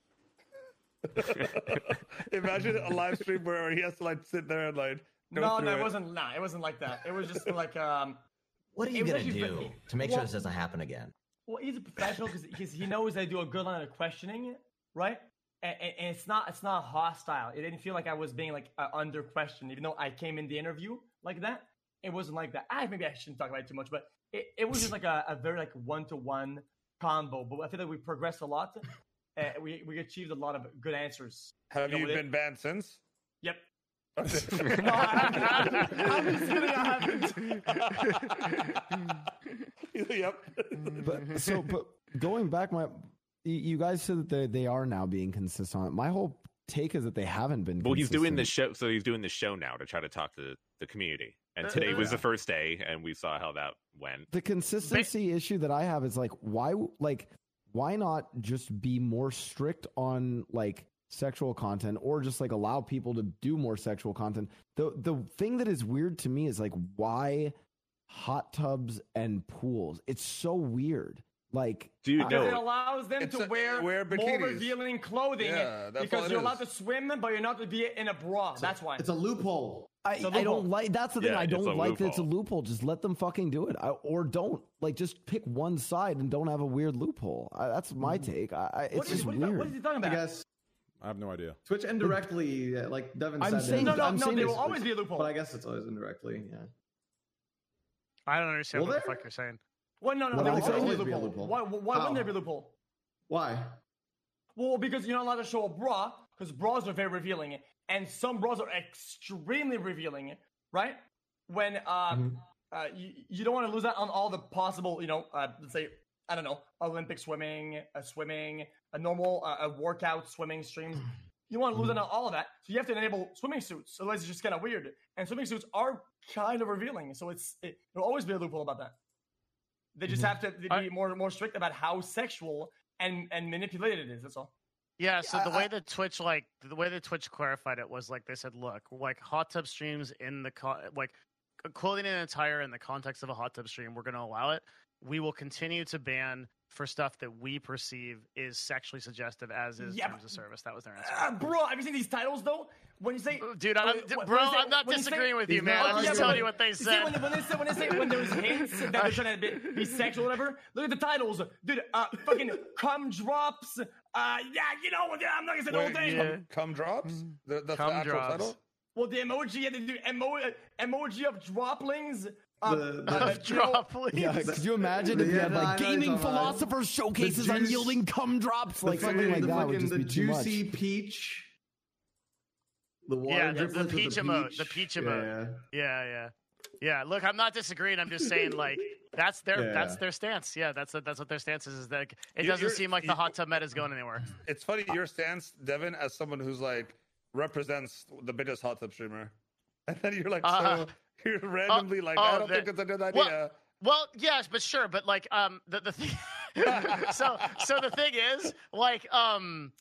S3: <laughs> Imagine a live stream where he has to like sit there and like go
S8: No,
S3: through
S8: no, it
S3: it.
S8: wasn't. Nah, it wasn't like that. It was just like um,
S9: What are
S8: It
S9: you
S8: was
S9: gonna
S8: actually
S9: do
S8: funny.
S9: to make sure
S8: Well-
S9: this doesn't happen again?
S8: Well, he's a professional because he knows they do a good line of questioning, right? And, and, and it's not it's not hostile. It didn't feel like I was being like uh, under questioned, even though I came in the interview like that. It wasn't like that. I maybe I shouldn't talk about it too much, but it, it was just like a, a very like one to one combo. But I feel like we progressed a lot. <laughs> Uh, we we achieved a lot of good answers.
S3: Have
S8: No,
S3: you
S8: it-
S3: been banned
S5: <laughs>
S3: since?
S8: Yep.
S3: no, <laughs> yep.
S5: <laughs>
S10: but so but going back my you- you guys said that they, they are now being consistent on it. my whole take is that they haven't been
S6: Well, he's doing
S10: consistent.
S6: the show, so he's doing the show now to try to talk to the community. And today was the first day, and we saw how that went.
S10: the consistency issue that i have is like why like why not just be more strict on like sexual content or just like allow people to do more sexual content the the thing that is weird to me is like why hot tubs and pools it's so weird like
S6: Dude,
S8: Because it
S6: no,
S8: allows them
S3: It's
S8: to
S3: a-
S8: wear,
S3: wear
S8: more
S3: bikinis.
S8: revealing clothing
S3: Yeah, that's all
S8: because
S3: it
S8: you're
S3: is.
S8: allowed to swim, but you're not to be in a bra. That's why.
S9: It's a loophole.
S10: I,
S8: It's a
S10: I
S8: loophole.
S10: don't like that's the thing
S6: Yeah,
S10: I
S6: it's a
S10: don't like that it's a
S6: loophole.
S10: loophole. Just let them fucking do it, I, or don't like just pick one side and don't have a weird loophole. I, that's my take. I, I, it's
S8: Hmm. What is-
S10: just
S8: what is that-
S10: weird.
S8: what is he talking
S9: I
S8: about?
S9: guess
S1: I have no idea.
S9: Twitch indirectly, uh, like Devin
S10: I'm
S9: said.
S10: saying-
S8: No,
S9: there's-
S8: no,
S10: I'm
S8: no.
S10: saying
S8: There will
S10: this-
S8: always be a loophole.
S9: but I guess it's always indirectly. Yeah.
S5: I don't understand
S9: Well,
S5: what the
S9: there-
S5: fuck you're saying.
S8: Well, no, no,
S10: Well,
S8: there
S10: I
S8: will
S10: think
S8: always
S9: there'll
S8: be a loophole. Why, why
S9: How?
S8: wouldn't there be a loophole?
S9: Why?
S8: Well, because you're not allowed to show a bra, because bras are very revealing, and some bras are extremely revealing, right? When uh, uh, you, you don't want to lose out on all the possible, you know, uh, let's say, I don't know, Olympic swimming, uh, swimming, a normal uh, a workout, swimming streams. You want to lose out on all of that, so you have to enable swimming suits. Otherwise, it's just kind of weird. And swimming suits are kind of revealing, so it's it, there'll always be a loophole about that. They just have to be
S5: I-
S8: more more strict about how sexual and and manipulated it is. That's all.
S5: Yeah, so the
S8: I-
S5: way that Twitch like the way that Twitch clarified it was like they said, look, like hot tub streams in the co- like c- clothing and attire in the context of a hot tub stream, we're going to allow it. We will continue to ban for stuff that we perceive is sexually suggestive, as is
S8: Yeah,
S5: terms
S8: but-
S5: of service. That was their answer.
S8: Uh, bro, have you seen these titles though? When you say,
S5: Dude, I'm,
S8: Wait, what-
S5: bro,
S8: what is it-
S5: I'm not
S8: what is it-
S5: disagreeing with you,
S9: He's
S5: man.
S9: not
S5: I'm
S9: arguing.
S5: just telling you what they
S8: see,
S5: said. <laughs>
S8: when, <laughs> when they say, when they say, when there's hints that they're trying to be, be sexual, or whatever. Look at the titles, dude. Uh, fucking cum drops. Uh, yeah, you know, yeah, I'm not gonna say the whole
S3: Wait,
S8: thing.
S5: yeah.
S3: cum, cum drops? The, that's
S5: Cum
S3: the actual
S5: drops.
S3: title?
S8: Well, the emoji, yeah, they do emo, uh, emoji of droplings. Uh,
S9: The- the-
S8: uh, you know,
S5: Drop, please.
S10: Yeah, could you imagine if you
S9: Yeah,
S10: had
S9: no, I
S10: like
S9: know what
S10: gaming
S9: you're talking about.
S10: philosopher showcases
S9: juice-
S10: unyielding cum drops, like
S9: the
S10: something
S9: fucking,
S10: like
S9: the,
S10: that would
S9: fucking-
S10: just
S9: the
S10: be too much.
S9: juicy peach. The water
S5: Yeah, the- the
S9: driplets with
S5: peach emote, the peach emote.
S9: Yeah.
S5: Yeah, yeah, yeah. Look, I'm not disagreeing. I'm just saying, like, that's their that's
S9: Yeah.
S5: their stance. Yeah, that's that's what their stance is. Is that like, it
S3: You-
S5: doesn't
S3: you're-
S5: seem like the
S3: you-
S5: hot tub meta is going anywhere.
S3: It's funny your stance, Devin, as someone who's like represents the biggest hot tub streamer, and then you're like,
S5: Uh-huh.
S3: so <laughs> you're randomly like,
S5: oh,
S3: I don't
S5: the-
S3: think it's a good idea.
S5: Well- Well, yes, but sure, but like, um, the the thing. <laughs> so so the thing is, like, um.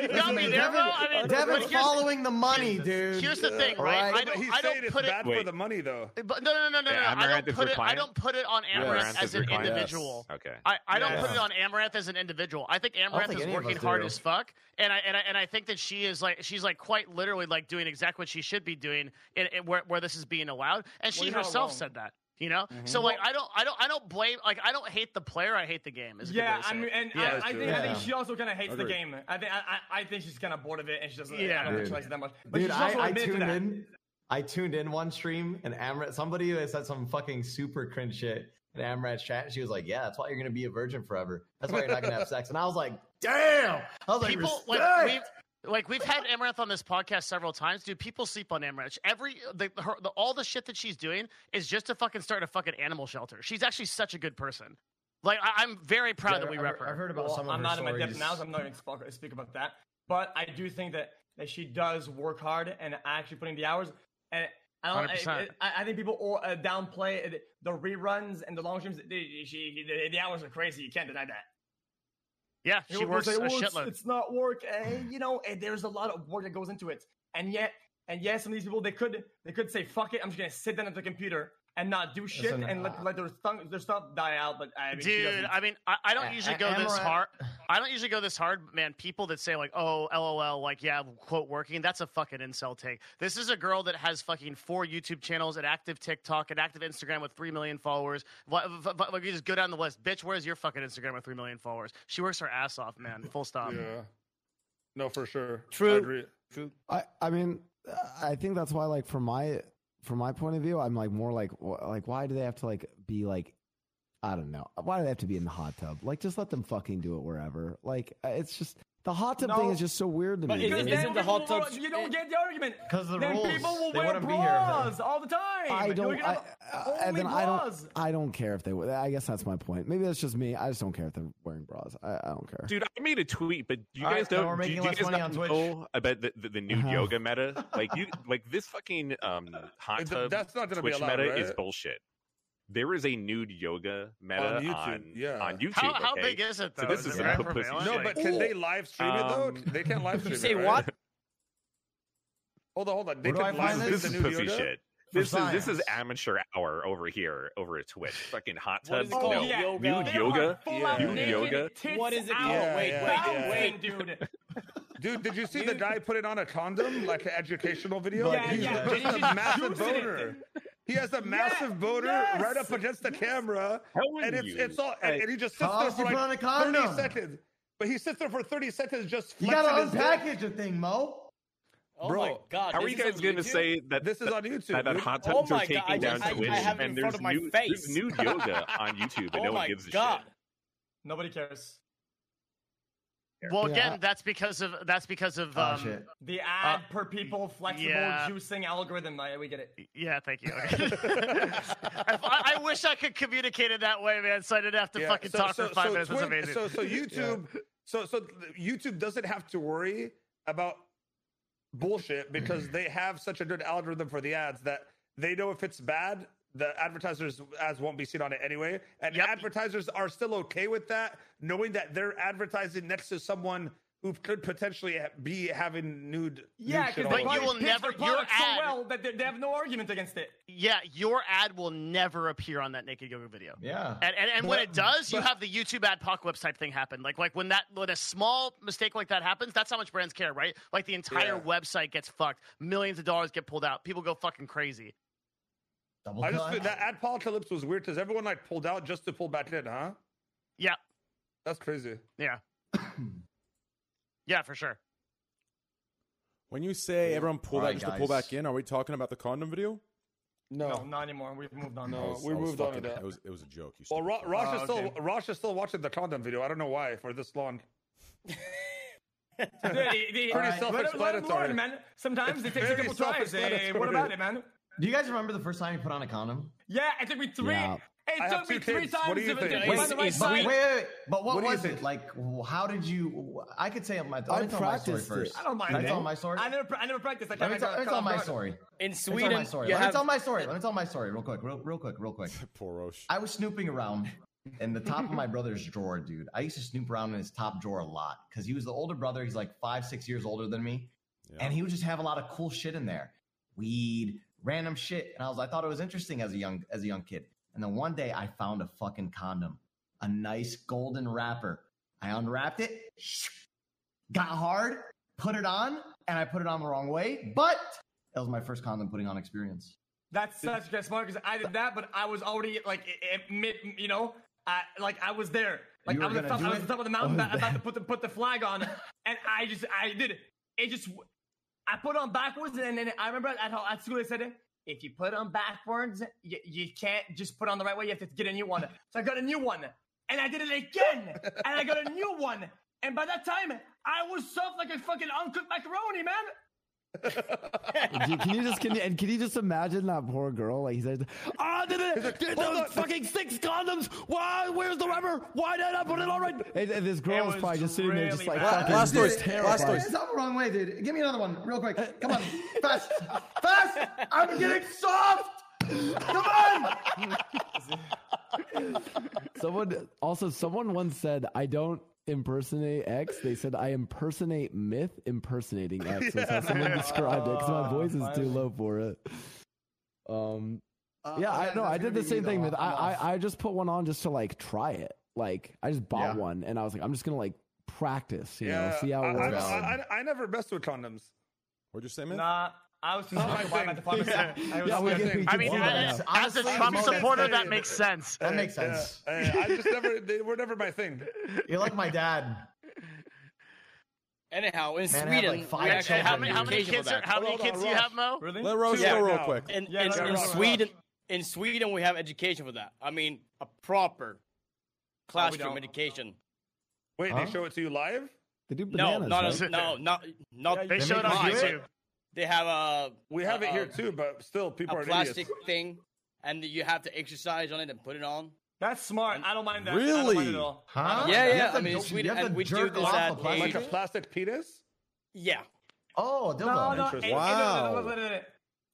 S5: you got me there, bro. I mean,
S7: Devin's
S5: but here's,
S7: following the money, dude.
S5: here's the thing, right? I
S3: But
S5: don't,
S3: he's
S5: I
S3: saying
S5: don't
S3: it's
S5: put it.
S3: bad for
S6: Wait.
S3: the money, though.
S5: But no, no, no, no,
S6: Yeah,
S5: no. I
S6: Amaranth
S5: don't
S6: is
S5: put it. I
S6: reclining?
S5: don't put it on Amaranth
S6: Amaranth
S5: as
S6: is
S5: an
S6: reclining?
S5: individual.
S6: Okay.
S5: I, I don't put
S7: Yeah.
S5: it on Amaranth as an individual. I think Amaranth
S9: think
S5: is
S9: any of
S5: working
S9: us
S5: hard
S9: do.
S5: as fuck, and I, and I and I think that she is like she's like quite literally like doing exactly what she should be doing, in, in where where this is being allowed, and
S8: Well,
S5: she
S8: you're not
S5: herself
S8: wrong.
S5: said that. You know, so like I don't I don't I don't blame like I don't hate the player. I hate the game. Is a good way
S8: yeah,
S5: to say
S8: I mean,
S5: it.
S8: and
S5: Yeah,
S8: I, I
S3: true.
S8: think I think
S9: Yeah.
S8: she also kind of hates the
S1: Agreed.
S8: game. I think I, I, I think she's kind of bored of it, and she doesn't. I
S5: Yeah.
S8: don't think she
S9: Dude.
S8: likes it that much. But
S9: Dude,
S8: she's also
S9: I, I
S8: admitted to
S9: tuned
S8: that.
S9: in. I tuned in one stream and Amrit, somebody said some fucking super cringe shit,
S7: in Amrat's chat, and she was like, "Yeah, that's why you're gonna be a virgin forever. That's why you're not gonna have sex." And I was like, "Damn!" I was like,
S5: people
S7: "Respect."
S5: like we've like we've had Amaranth on this podcast several times. Dude, people sleep on Amaranth. Every the, her, the all the shit that she's doing is just to fucking start a fucking animal shelter. She's actually such a good person. Like I, I'm very proud
S7: Yeah,
S5: that we
S7: I've-
S5: rep her.
S7: I've heard about
S8: Well,
S7: some of
S8: I'm
S7: her
S8: not in my
S7: stories.
S8: depth now, so I'm not going to speak, speak about that. But I do think that, that she does work hard and actually put in the hours. And I don't. I,
S5: 100%.
S8: I, I think people all, uh, downplay it. the reruns and the long streams. They, she, the, the hours are crazy. You can't deny that.
S5: Yeah, she
S8: People
S5: works
S8: say,
S5: a
S8: "Well, it's-
S5: shitload.
S8: It's, not work, eh, you know. eh, there's a lot of work that goes into it, and yet, and yes, some of these people they could they could say, "Fuck it, I'm just gonna sit down at the computer and not do shit
S7: Listen,
S8: and let,
S7: uh,
S8: let their tongue, their stuff die out." But I mean, she
S5: Dude,
S8: doesn't.
S5: I mean, I, I don't usually
S7: A-
S5: go this
S7: Amaranth-
S5: hard. I don't usually go this hard, but man. People that say like, "Oh, lol," like, "Yeah, quote working," that's a fucking insult take. This is a girl that has fucking four YouTube channels, an active TikTok, an active Instagram with three million followers. Wha- v- v- Like, you just go down the list, bitch. Where's your fucking Instagram with three million followers? She works her ass off, man. Full stop.
S6: Um,
S3: yeah. No, for sure. I
S4: True.
S3: agree.
S4: True.
S10: I I mean, I think that's why like from my from my point of view, I'm like more like wh- like why do they have to like be like I don't know why do they have to be in the hot tub? Like just let them fucking do it wherever. Like uh, it's just the hot tub thing
S8: No.
S10: is just so weird to
S4: But
S10: me.
S4: it-
S8: Because
S4: Isn't
S8: then
S4: the
S8: people
S4: hot
S8: will-
S4: tubs-
S8: You don't get the argument.
S7: Because the
S8: then
S7: rules,
S8: people will
S7: they
S8: wear
S7: wouldn't be here.
S8: bras all the time.
S10: I
S8: You're
S10: don't.
S8: gonna
S10: I,
S8: have
S10: I, and
S8: only
S10: then I don't.
S8: bras.
S10: I don't care if they. w- I guess that's my point. Maybe that's just me. I just don't care if they're wearing bras. I, I don't care.
S6: Dude, I made a tweet, but you
S7: All
S6: guys
S7: right, then
S6: don't.
S7: we're
S6: do
S7: making
S6: you
S7: less
S6: guys
S7: money
S6: not
S7: on Twitch.
S6: know about the, the, the new
S10: Uh-huh.
S6: yoga meta? Like you, like this fucking um hot
S3: Th-
S6: tub
S3: That's not gonna
S6: Twitch
S3: be allowed,
S6: meta
S3: right?
S6: is bullshit. There is a nude yoga
S3: On
S6: meta on
S3: YouTube,
S6: YouTube.
S3: yeah.
S6: on YouTube
S5: How, how
S6: okay?
S5: big is it
S6: So
S5: though?
S6: this
S5: it
S6: is a
S5: very
S6: pussy
S5: prevalent?
S3: No,
S6: Like-
S3: but can they live stream it though?
S6: Um,
S3: They can't live stream it.
S4: say
S3: right? <laughs>
S4: what?
S3: Hold on, hold on. They
S7: Where do
S3: can
S7: I find
S3: live
S7: Why
S6: This,
S3: stream
S6: this
S3: the
S6: is
S3: new
S6: pussy
S3: Yoda.
S6: shit. This is this is
S7: science.
S6: amateur hour over here over
S4: <laughs>
S6: at Twitch. Fucking hot
S4: What
S6: tubs.
S4: is it
S8: Oh,
S6: no,
S4: called?
S8: yeah.
S4: Yoga.
S6: Nude
S8: They
S6: yoga?
S8: are full out
S3: Yeah.
S8: naked,
S6: Yoga?
S8: tits
S4: What is it?
S8: out,
S3: Yeah,
S4: wait,
S3: yeah,
S4: wait,
S3: yeah.
S4: wait.
S8: bouncing, dude.
S3: Dude, did you see the guy put it on a condom, like an educational video?
S8: Yeah,
S3: He's
S8: yeah.
S3: just
S8: He's
S3: a massive
S8: using it.
S3: boner. He has a massive boner
S8: yes,
S3: right up against the camera,
S6: Telling
S3: and it's
S6: you.
S3: it's all, and,
S6: Hey,
S3: and he just sits there
S7: Toss,
S3: for
S7: you put on
S3: like
S7: a
S3: thirty
S7: condom.
S3: seconds. But he sits there for thirty seconds just
S7: You
S3: flexing
S7: gotta
S3: his dick.
S7: unpackage the thing, Mo.
S4: Oh
S3: Bro,
S4: my god.
S6: How are
S4: this
S6: you
S4: is on
S6: guys going to
S4: YouTube?
S6: say that
S3: This is
S6: that-
S3: on YouTube.
S6: that, that
S3: dude.
S6: hot
S4: Oh
S6: tubs
S4: my
S6: are
S4: God,
S6: taking
S4: I
S6: down
S4: just- I- I
S6: Twitch
S4: have it in
S6: and
S4: front
S6: there's
S4: of my
S6: nude,
S4: face.
S6: there's nude yoga on YouTube
S4: <laughs>
S6: and
S4: Oh
S6: no
S4: my
S6: one gives a
S4: god.
S6: shit.
S8: Nobody cares.
S5: Well,
S10: Yeah,
S5: again,
S10: I-
S5: that's because of that's because of
S7: Oh,
S5: um,
S7: shit.
S8: The ad per people flexible
S5: yeah.
S8: juicing algorithm. I, we get it.
S5: Yeah, thank you.
S3: <laughs>
S5: Okay. if I, I wish I could communicate it that way, man, so I didn't have to
S3: Yeah,
S5: fucking
S3: so-
S5: talk
S3: so-
S5: for five
S3: so
S5: minutes. That's
S3: Twitch-
S5: amazing.
S3: So,
S5: <laughs>
S3: so YouTube, so so YouTube doesn't have to worry about bullshit because they have such a good algorithm for the ads that they know if it's bad, the advertisers' ads won't be seen on it anyway, and
S5: Yep.
S3: advertisers are still okay with that, knowing that they're advertising next to someone who could potentially ha- be having nude.
S8: Yeah,
S3: nude shit
S8: because
S3: all
S5: But
S3: over
S5: you
S3: it.
S5: will never- your
S8: product so
S5: ad-
S8: well that they, they have no argument against it.
S5: yeah, your ad will never appear on that naked yoga video.
S7: Yeah.
S5: And, and, and when
S7: But-
S5: it does, you have the YouTube ad apocalypse type thing happen. Like like when that when a small mistake like that happens, that's how much brands care, right? Like the entire
S3: Yeah.
S5: website gets fucked, millions of dollars get pulled out, people go fucking crazy.
S7: Double
S3: I just
S7: cut.
S3: feel that ad apocalypse was weird because everyone like pulled out just to pull back in, huh?
S5: Yeah,
S3: That's crazy.
S5: yeah, yeah, for sure.
S1: When you say everyone pull
S7: Alright,
S1: back just to pull
S7: guys.
S1: back in, are we talking about the condom video?
S8: No, not anymore. We've moved on.
S1: I
S3: No.
S1: was-
S3: Uh, we
S1: I was
S3: moved on to
S1: fucking-
S3: that.
S1: It was, it was a joke. You
S3: Well, Ro-
S1: stupid fuck.
S3: Rosh
S8: Oh,
S3: is still
S8: okay.
S3: Rosh is still watching the condom video. I don't know why for this
S10: <laughs>
S3: long.
S8: Dude, the- the-
S3: Pretty
S8: Let- let- let 'em
S3: self-explanatory.
S8: learn, man. Sometimes it
S3: It's
S8: takes a
S3: very
S8: couple tries. Hey, what
S3: self-explanatory.
S8: about it, man?
S7: Do you guys remember the first time you put on a condom?
S8: Yeah, it took me three.
S10: Yeah.
S3: I
S8: It
S3: have
S8: took me
S3: two
S8: three
S3: kids. What
S8: times.
S3: do you
S8: to
S3: think?
S8: find
S4: Is-
S8: the right
S4: is
S7: But wait,
S8: side.
S7: wait, wait. But what,
S3: What do you
S7: was
S3: think?
S7: it like? w- How did you? I could say my. Let
S10: I
S7: me tell my story
S10: practiced
S7: first.
S10: it.
S8: I don't mind.
S7: Can I
S8: it.
S7: tell my story?
S8: I never, pra- I never practiced. I
S7: Let
S8: can't.
S7: me tell, let me tell my story.
S4: In
S7: Let me tell my
S4: Sweden,
S7: story.
S4: you
S7: Let me
S4: have
S7: tell my story. Let me tell my story real quick. Real, real quick. Real
S4: <laughs>
S7: quick.
S1: Poor Roche.
S7: I was snooping around in the top of my brother's drawer, dude. I used to snoop around in his top drawer a lot because he was the older brother. He's like five, six years older than me,
S1: Yeah.
S7: and he would just have a lot of cool shit in there, weed, random shit. And I was, I thought it was interesting as a young, as a young kid. And then one day, I found a fucking condom, a nice golden wrapper. I unwrapped it, <sniffs> got hard, put it on, and I put it on the wrong way. But that was my first condom putting on experience.
S8: That's such a smart because I did that, but I was already like i- i- mid, you know, I, like I was there. Like
S7: You were
S8: I was, at
S7: gonna
S8: the top,
S7: do
S8: I
S7: it? Oh,
S8: was at the top of the mountain,
S7: What
S8: about,
S7: was
S8: about to
S7: that?
S8: put the put the flag on, and I just I did it. It just I put it on backwards, and then I remember at, at school they said If you put them backwards, you, you can't just put on the right way. You have to get a new one. So I got a new one, and I did it again, and I got a new one. And by that time, I was soft like a fucking uncooked macaroni, man.
S10: Do- can you just can you, and can you just imagine that poor girl? Like he said, ah, did it, did those fucking six condoms? Why? Where's the rubber? Why did I put it on right? And, and this girl
S8: It
S10: was,
S8: was
S10: probably just sitting there, just
S8: really
S10: like
S8: bad.
S10: fucking
S1: Last
S10: just
S1: words.
S10: terrified.
S1: Last words.
S9: It's up the wrong way, dude. Give me another one real quick. Come <laughs> on. Fast. Fast. I'm getting soft. Come on.
S10: Someone also someone once said, I don't impersonate X. They said I impersonate myth impersonating X.
S8: <laughs>
S10: That's how someone described it because my voice is too low for it. Um,
S9: Uh,
S10: yeah, I
S9: that's
S10: know.
S9: gonna
S10: I did
S9: be
S10: the
S9: me,
S10: same
S9: though.
S10: thing with
S9: I'm
S10: I,
S9: off.
S10: I I just put one on just to like try it. Like I just bought
S9: Yeah.
S10: one and I was like, I'm just gonna like practice, you know, see how
S3: I,
S10: it
S3: I,
S10: works.
S3: I, I, I never messed with condoms.
S1: What'd you say, man?
S8: Nah, I was too soft to buy them at the
S10: <laughs>
S8: pharmacy. I was
S10: yeah, we
S8: just-
S10: can, we
S5: I
S10: can
S5: mean,
S10: do that
S5: as,
S10: now.
S5: as a
S9: Honestly,
S5: Trump
S9: I'm
S5: supporter,
S3: okay.
S5: that makes sense.
S9: That makes
S3: Yeah,
S9: sense.
S3: eh, I just never. They were never my thing.
S9: You're like my dad.
S4: Anyhow, in
S9: Man, I had,
S4: Sweden,
S9: like, five
S4: we actually
S5: Okay, how
S4: have
S5: many,
S4: an
S5: how many
S4: occasion for
S5: kids, are,
S4: that.
S5: how many
S3: Hold on,
S5: kids do you
S3: Ross.
S5: have, Mo?
S8: Really?
S1: Let Rose
S3: Yeah,
S1: go real
S3: no.
S1: quick.
S4: In,
S8: Yeah,
S4: in,
S8: no,
S4: in
S8: no, no.
S4: Sweden, in Sweden, we have education for that. I mean, a proper classroom
S8: don't.
S4: education.
S3: Wait,
S9: Huh?
S3: they show it to you live?
S10: They do
S4: No, not
S10: bananas. right?
S4: a, no, not not.
S5: They showed on
S4: mine, but
S5: YouTube.
S4: They have a
S3: We have
S4: a-
S3: it here
S4: a-
S3: too, but still, people
S4: A
S3: are
S4: plastic
S3: idiots.
S4: thing, and you have to exercise on it and put it on.
S8: That's smart. I don't mind that. I don't
S1: Really?
S8: mind it at all.
S9: Huh?
S4: Yeah,
S9: You
S4: yeah,
S9: have to
S4: I mean,
S9: do-
S4: it's sweet,
S9: you have
S4: and
S9: to
S4: we do
S9: jerk
S4: this
S9: off
S4: at
S9: a plastic-
S3: Like a
S4: age-
S3: plastic penis?
S4: Yeah,
S9: Oh, dildo.
S8: No, no,
S3: Interesting.
S8: it, wow.
S1: Wow.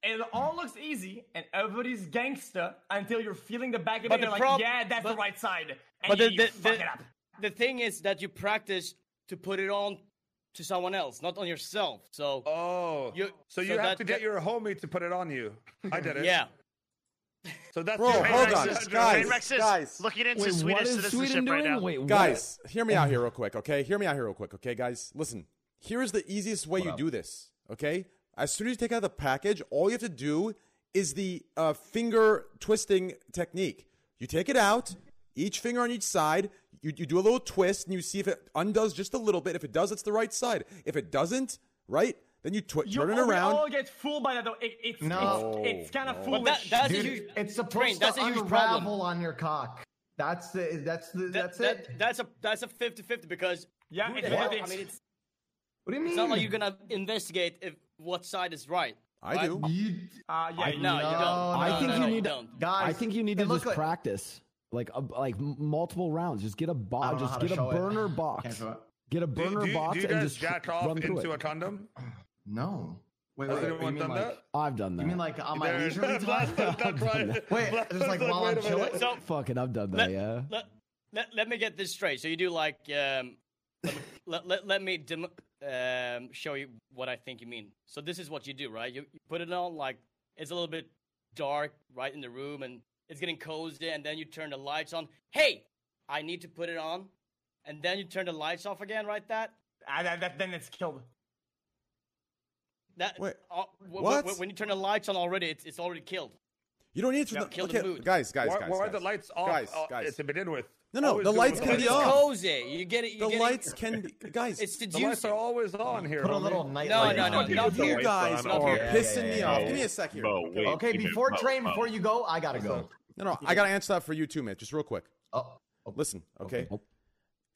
S8: It all looks easy and everybody's gangster until you're feeling the back of
S4: But
S8: it.
S4: the
S8: You're like,
S4: prob-
S8: yeah, that's the
S4: but-
S8: right side. And
S4: but
S8: you,
S4: the-
S8: you
S4: the-
S8: fuck
S4: the-
S8: it up.
S4: the thing is that you practice to put it on to someone else, not on yourself. So
S3: Oh,
S4: You-
S3: so you
S4: so
S3: have
S4: that-
S3: to get
S4: that-
S3: your homie to put it on you. I did it.
S4: <laughs> yeah,
S3: So that's
S1: Bro,
S3: the
S1: hold
S3: right
S1: on.
S3: answer.
S1: Guys,
S5: Train wrecks is
S1: guys.
S5: looking into
S10: Wait, what
S5: Swedish
S10: is
S5: citizenship
S10: Sweden
S5: right
S10: doing?
S5: now.
S10: Wait, what?
S1: guys, hear me out here real quick, okay? Hear me out here real quick, okay, guys? Listen, here's the easiest way you do this, okay? As soon as you take out the package, all you have to do is the uh, finger twisting technique. You take it out, each finger on each side, you, you do a little twist, and you see if it undoes just a little bit. If it does, it's the right side. If it doesn't, right? Then you twi-
S8: You
S1: turn it
S8: all- we
S1: around.
S8: all get fooled by that though. It, it's,
S9: No.
S8: it's, it's kind of
S4: but that,
S8: foolish.
S4: that's
S9: Dude,
S4: a huge.
S9: it's supposed
S4: Train,
S9: to
S4: that's a huge problem.
S9: unravel on your cock. That's the. That's the.
S4: that-
S9: that's
S4: that-
S9: it.
S4: That's a that's a 50-50 because
S8: yeah,
S4: who
S8: it's,
S4: the hell- I
S8: it's-
S4: mean, it's,
S9: what do you mean?
S4: it's not like you're gonna investigate if what side is right.
S1: I do.
S9: You,
S8: uh, yeah,
S9: I-
S8: you-
S4: No, you don't.
S9: No,
S10: I
S4: No,
S10: think
S4: no,
S10: you
S4: no,
S10: need
S4: don't.
S9: guys.
S10: I think you need
S9: it
S10: to
S9: looked
S10: just
S9: like-
S10: practice like a, like m- multiple rounds. Just get a
S9: I
S10: box.
S9: don't know
S10: Just
S9: how to
S10: get a
S9: show it.
S10: burner
S9: Can't
S10: box.
S9: show it.
S10: Get a
S3: Do,
S10: burner
S3: do, you-
S10: box
S3: do you
S10: and
S3: guys
S10: just
S3: jack
S10: run
S3: off
S10: through
S3: into
S10: it.
S3: a condom?
S9: No. Wait,
S3: Has
S9: wait, wait.
S3: anyone
S9: You mean
S3: done
S9: like?
S3: that?
S10: I've done that.
S9: You mean like on my
S3: There-
S9: leisurely time?
S3: Blast- that's right.
S9: Wait,
S3: Blast-
S9: just like
S3: that's
S9: while I'm
S3: wait a minute.
S9: chilling?
S4: So
S10: Fucking, I've done that.
S4: Let-
S10: yeah.
S4: let, let, let me get this straight. So you do like um, let, me- <laughs> let, let, let me dem- um, show you what I think you mean. So this is what you do, right? You, you put it on like it's a little bit dark right in the room, and it's getting cozy, and then you turn the lights on. Hey, I need to put it on, and then you turn the lights off again, right? That
S8: Ah, that, that, then it's killed.
S4: that
S1: Wait,
S4: uh, w- w-
S1: what?
S4: w- when you turn the lights on already, it's it's already killed.
S1: You don't need to.
S4: Yeah, kill the
S1: okay,
S4: mood.
S1: guys, guys,
S3: Why,
S1: guys.
S3: why are
S1: guys.
S3: the lights off
S1: Guys,
S3: uh,
S1: guys.
S3: to begin with?
S1: No, no,
S3: Always
S1: the
S3: do it
S1: lights
S3: with
S1: can
S3: the
S1: be
S4: It's
S1: off.
S4: cozy. You get it. You
S1: The
S4: get it-
S1: lights can be. Guys,
S4: It's
S3: The lights
S4: seducing.
S3: are always on here.
S9: Put a
S3: homie.
S9: little night
S4: No,
S9: light
S4: no,
S9: on
S4: no,
S9: it.
S4: no, Not
S1: you
S4: here.
S1: guys
S4: Not
S1: are
S4: here.
S1: pissing me
S9: Yeah,
S1: off.
S9: yeah,
S1: Give me
S9: yeah.
S1: a sec here.
S6: Bo, wait,
S9: Okay,
S6: you mean
S9: before
S6: Bo,
S9: train,
S6: Bo.
S9: before you go, I gotta go.
S1: No, no, I gotta answer that for you too, man. Just real quick.
S9: Oh, oh,
S1: Listen, okay.
S10: Okay.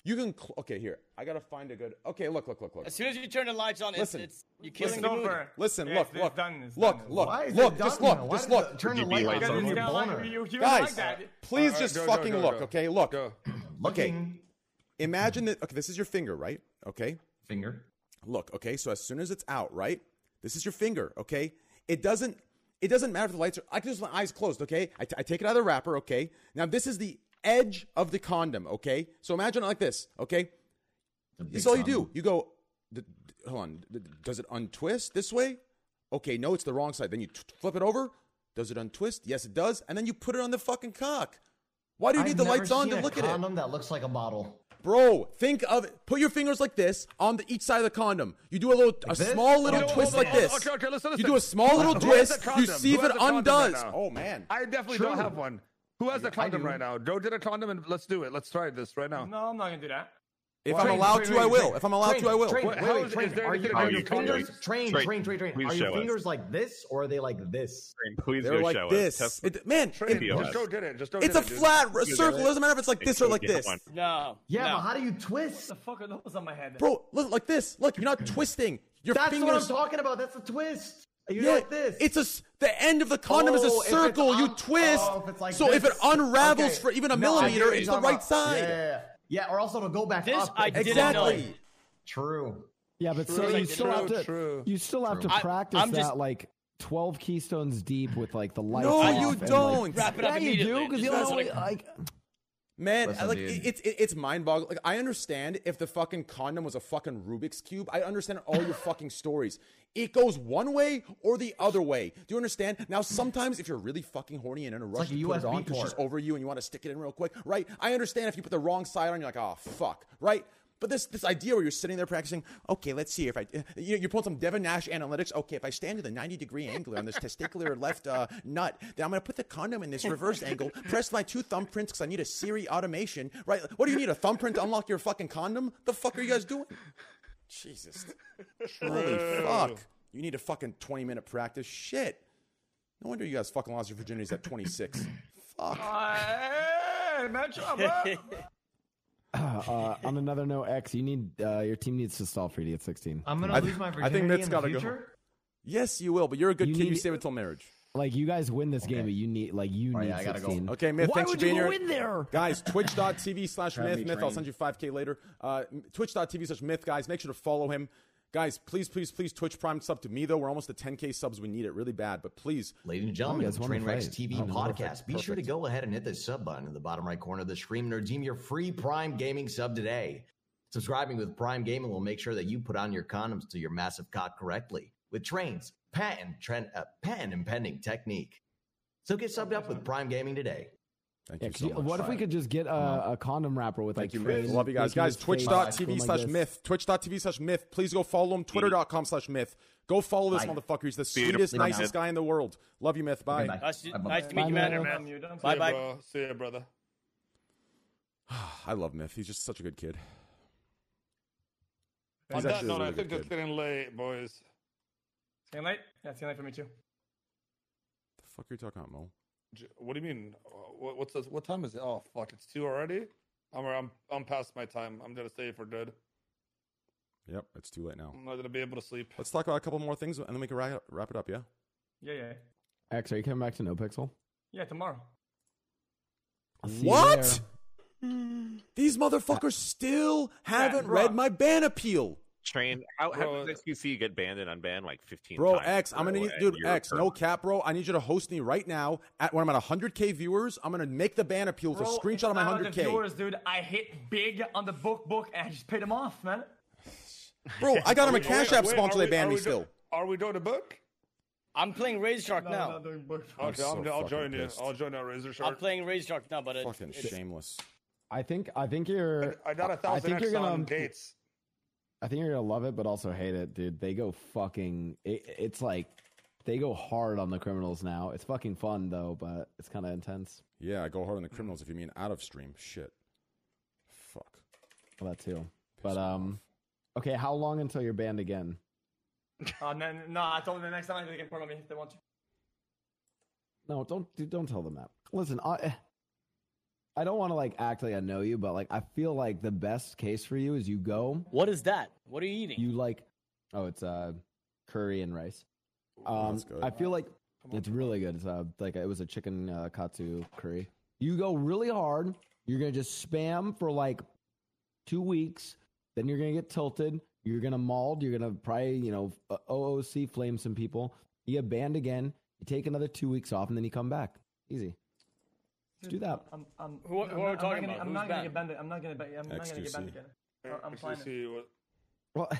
S1: You can. Cl- okay, here. I gotta find a good. Okay, look, look, look, look.
S4: As soon as you turn the lights on, it's,
S1: Listen.
S4: it's you're killing
S8: It's
S4: the mood.
S8: over.
S1: Listen,
S8: Yeah,
S1: look,
S8: it's- it's
S1: look,
S8: done, it's
S1: look,
S8: done.
S1: look,
S9: Why is
S1: look.
S9: it
S1: Just
S9: done?
S1: look,
S9: Why
S1: just
S9: did
S1: look,
S9: the- turn the
S6: Did you
S9: light
S6: be
S9: on.
S6: like
S8: Because
S6: Someone
S8: it's
S9: your
S8: kinda
S9: boner.
S8: like you, you
S1: guys.
S8: like that.
S1: Please
S3: Alright,
S1: just
S3: go, go,
S1: fucking
S3: go,
S1: look.
S3: go.
S1: Okay, look.
S3: Go.
S9: Looking
S1: Imagine that. Okay, this is your finger, right? Okay.
S9: finger.
S1: look okay so as soon as it's out right this is your finger okay it doesn't it doesn't matter if the lights are i can just my eyes closed okay I, t- I take it out of the wrapper okay now this is the edge of the condom okay so imagine it like this okay this is all you do you go d- d- hold on d- d- does it untwist this way okay no it's the wrong side then you t- flip it over does it untwist yes it does and then you put it on the fucking cock why do you need the lights on to look at it
S9: Condom that looks like a bottle.
S1: Bro, think of it. Put your fingers like this on the each side of the condom. You do a little, a
S9: this?
S1: small little
S3: Hold on,
S1: twist
S3: hold
S1: like
S3: on,
S1: this.
S3: okay, okay, listen,
S1: You
S3: listen.
S1: do a small little
S3: Who has
S1: twist.
S3: a condom?
S1: You see
S3: Who
S1: if
S3: has
S1: it
S3: a condom right
S1: undoes.
S3: now?
S1: oh man,
S3: I definitely don't
S9: True.
S3: have one. Who has a condom
S9: do.
S3: right now? Go get a condom and let's do it. Let's try this right now.
S8: No, I'm not gonna do that.
S1: If
S7: Wait,
S1: I'm
S7: wait,
S1: allowed
S7: wait,
S1: to,
S7: wait,
S1: I will.
S7: wait.
S1: If I'm allowed
S7: Train,
S1: to, I will.
S7: Train,
S3: What-
S7: wait,
S3: how
S7: wait,
S3: is-
S7: train.
S3: is there
S7: Are
S3: anything
S7: your
S3: I
S7: are
S3: can
S7: your
S3: do?
S7: fingers train,
S6: Train,
S7: train, train, train?
S6: please
S7: Are
S6: show
S7: your
S6: us.
S7: fingers like this, or are they like this?
S6: Please
S1: They're
S6: go
S1: like
S6: show us.
S1: this.
S6: Test-
S1: It, man,
S3: Train,
S1: it-
S6: POS.
S3: just go get it. Just go
S1: it's
S3: get
S1: a
S3: it, dude.
S1: flat r-
S6: You get
S1: circle.
S6: it?
S1: It doesn't matter if it's like
S6: Hey,
S1: this or
S6: go
S1: like
S6: get
S1: this.
S6: one.
S4: No.
S7: Yeah,
S4: no.
S7: but how do you twist?
S8: the fuck are those on my head?
S1: Bro, look like this. Look, you're not twisting. Your
S7: That's
S1: fingers.
S7: what I'm talking about. That's a twist. You
S1: Yeah,
S7: like this.
S1: It's a s- the end of the condom is
S7: Oh,
S1: a
S7: if it's
S1: circle. you
S7: on-
S1: twist.
S7: oh, if it's like
S1: so if it
S7: this.
S1: unravels
S7: Okay.
S1: for even a
S7: No, I hear
S1: millimeter,
S7: what you're
S1: it's the
S7: talking
S1: right
S7: about.
S1: side.
S7: Yeah, yeah, yeah. Yeah, or else it'll go back
S4: This
S7: up.
S4: I
S7: if it's
S4: didn't know.
S7: like-
S1: Exactly.
S7: True.
S10: Yeah, but so
S4: True,
S10: you
S4: like,
S10: still
S4: true,
S10: have to
S3: true.
S10: you still have to
S4: I-
S10: practice
S4: I'm
S10: that
S4: just-
S10: like twelve keystones deep with like the lights.
S1: No,
S10: off
S1: you
S10: and, like-
S1: don't.
S4: Wrap it
S10: yeah,
S4: up
S10: you do
S4: immediately.
S10: because
S4: Just
S10: you
S4: that's
S10: don't
S4: what I-
S10: like, <clears throat> like
S1: Man,
S7: Listen,
S1: like
S7: dude.
S1: it- it's it, it's mind boggling. Like I understand if the fucking condom was a fucking Rubik's cube. I understand all
S7: <laughs>
S1: your fucking stories. It goes one way or the other way. Do you understand? Now, sometimes if you're really fucking horny and in a rush,
S7: like a
S1: you put it
S7: USB
S1: on because she's
S7: port.
S1: over you and you want to stick it in real quick, right? I understand if you put the wrong side on, you're like, oh fuck, right? But this this idea where you're sitting there practicing, okay, let's see if I eh," you- you're pulling some Devin Nash analytics. Okay, if I stand at a 90 degree angle on <laughs> this testicular left uh, nut, then I'm gonna put the condom in this reverse <laughs> angle, press my two thumbprints because I need a Siri automation, right? What do you need a thumbprint to unlock your fucking condom? The fuck are you guys doing? Jesus, holy fuck! You need a fucking 20 minute practice. Shit. No wonder you guys fucking lost your virginities at 26. fuck.
S3: Hey, match up, huh?
S10: uh, on another no X, you need uh, your team needs to stall for idiot sixteen.
S7: I'm gonna
S1: I-
S7: lose my
S1: I think
S7: virginity
S1: that's
S7: in the
S1: gotta go.
S7: future.
S1: Yes, you will, but you're a good
S10: You
S1: kid. you
S10: need-
S1: save it till marriage.
S10: Like you guys win this game,
S7: Okay.
S10: but you need like you
S7: Oh,
S10: need
S7: yeah, I gotta go.
S10: sixteen.
S1: Okay, Myth,
S10: Mm. Why
S1: thanks
S10: would
S1: for
S10: you
S1: being
S10: go
S1: here.
S10: in there? <laughs>
S1: Guys, twitch.tv slash
S7: Grab
S1: myth.
S7: me,
S1: Myth, I'll
S7: train.
S1: send you 5K later. Uh, m- twitch.tv slash myth, guys. Make sure to follow him. Guys, please, please, please, Twitch Prime sub to me, though. We're almost at 10K subs. We need it really bad, but please.
S7: Ladies and gentlemen,
S10: Oh,
S7: of
S10: that's
S7: the Trainwrecks
S10: wonderful.
S7: TV
S10: Oh,
S7: podcast.
S10: perfect,
S7: Be sure to
S10: perfect.
S7: go ahead and hit the sub button in the bottom right corner of the screen and redeem your free Prime Gaming sub today. Subscribing with Prime Gaming will make sure that you put on your condoms to your massive cock correctly with trains, patent, trend, uh, patent and pending technique. So get subbed up with Prime Gaming today.
S1: Thank
S10: Yeah,
S1: you
S10: 'cause
S1: so
S10: you-
S1: much.
S10: what if we could just get a, a condom wrapper with
S1: Thank
S10: like
S1: you, Myth.
S10: trains
S1: Love you guys.
S10: making
S1: Guys,
S10: its face going
S1: twitch.tv
S10: like
S1: slash
S10: this?
S1: myth. Twitch.tv slash myth. Please go follow him. Twitter.com slash myth. Go follow this
S7: Bye.
S1: motherfucker. He's the
S6: Beautiful.
S1: sweetest,
S6: Leave him
S1: nicest guy in the world. Love you, Myth. Bye.
S7: Bye.
S4: Nice to,
S7: Bye-bye.
S4: nice to meet you, man.
S10: Bye,
S5: you done?
S3: See
S4: Bye
S3: ya,
S4: bye.
S3: bro. See ya, brother.
S1: <sighs> I love Myth. He's just such a good kid.
S3: On
S1: He's
S3: that
S1: actually a
S3: note, I
S1: really
S3: think
S1: good
S3: it's
S1: kid.
S3: getting late, boys.
S8: Same night? Yeah, same night for me too.
S1: The fuck are you talking about, Mo?
S3: J- What do you mean? Uh, What, what's the, what time is it? Oh fuck, it's two already. I'm I'm I'm past my time. I'm gonna stay for good.
S1: Yep, it's too late now.
S3: I'm not gonna be able to sleep.
S1: Let's talk about a couple more things and then we can wrap, wrap it up, yeah?
S8: Yeah, yeah.
S10: X, are you coming back to No Pixel?
S8: Yeah, tomorrow.
S10: I'll see you
S1: What? Mm.
S10: there.
S1: These motherfuckers still haven't
S8: bruh.
S1: read my ban appeal.
S6: Train. <laughs> How,
S3: Bro,
S6: how does XQC get banned and unbanned like 15
S1: Bro,
S6: times?
S1: X, I'm
S6: in
S1: gonna
S6: a row
S1: need,
S6: and
S1: dude,
S6: you're
S1: X, no
S6: current?
S1: cap, bro. I need you to host me right now. At when I'm at 100k viewers, I'm gonna make the ban appeal with a
S8: Bro, it's
S1: screenshot of my
S8: not about the
S1: 100k.
S8: Viewers, dude, I hit big on the book book and I just paid them off, man.
S1: Bro, I got him a
S3: Wait,
S1: Cash
S3: wait,
S1: App
S3: wait,
S1: sponsor.
S3: are
S1: They
S3: we-
S1: banned
S3: are
S1: me
S3: we do-
S1: still.
S3: Are we doing the book?
S4: I'm playing Razor Shark
S8: No,
S4: now.
S8: I'm not doing book book.
S3: Okay, I'm,
S1: so
S3: I'll
S1: fucking
S3: join you.
S1: pissed.
S3: I'll join that Razor
S4: I'm
S3: Shark.
S4: playing Razor Shark now, but it,
S1: Fucking
S4: it's-
S1: shameless.
S10: I think I think you're.
S3: I got a
S10: I
S3: thousand
S10: think
S3: X
S10: you're gonna.
S1: um,
S10: um,
S3: on dates.
S10: I think you're gonna love it, but also hate it, dude. They go fucking. It, it's like they go hard on the criminals now. It's fucking fun though, but it's kind of intense.
S1: Yeah, I go hard on the criminals if you mean out of stream. Shit. Fuck.
S10: Well, that too. But um, okay. How long until you're banned again?
S8: <laughs> Uh, no, no, no, I told them the next time they can put on me if they want to.
S10: No, don't dude, don't tell them that. Listen, I I don't want to like act like I know you, but like I feel like the best case for you is you go,
S4: What is that? What are you eating?
S10: you like, oh, it's uh curry and rice. Um,
S1: that's good.
S10: I feel like it's really good. It's uh, like it was a chicken uh, katsu curry. You go really hard. You're gonna just spam for like two weeks. Then you're gonna get tilted. You're gonna mauled. You're gonna probably you know uh, OOC flame some people. You get banned again. You take another two weeks off, and then you come back. Easy. Let's do that.
S8: I'm, I'm,
S4: Who-
S8: I'm
S4: who are we
S8: not- I'm
S4: talking about? Who's
S8: not gonna- I'm not gonna
S4: banned?
S8: get banned. I'm not gonna. ban- I'm not gonna get banned
S1: XQC.
S8: again. I- I'm
S3: Actually,
S8: fine.
S3: see what-
S10: Well,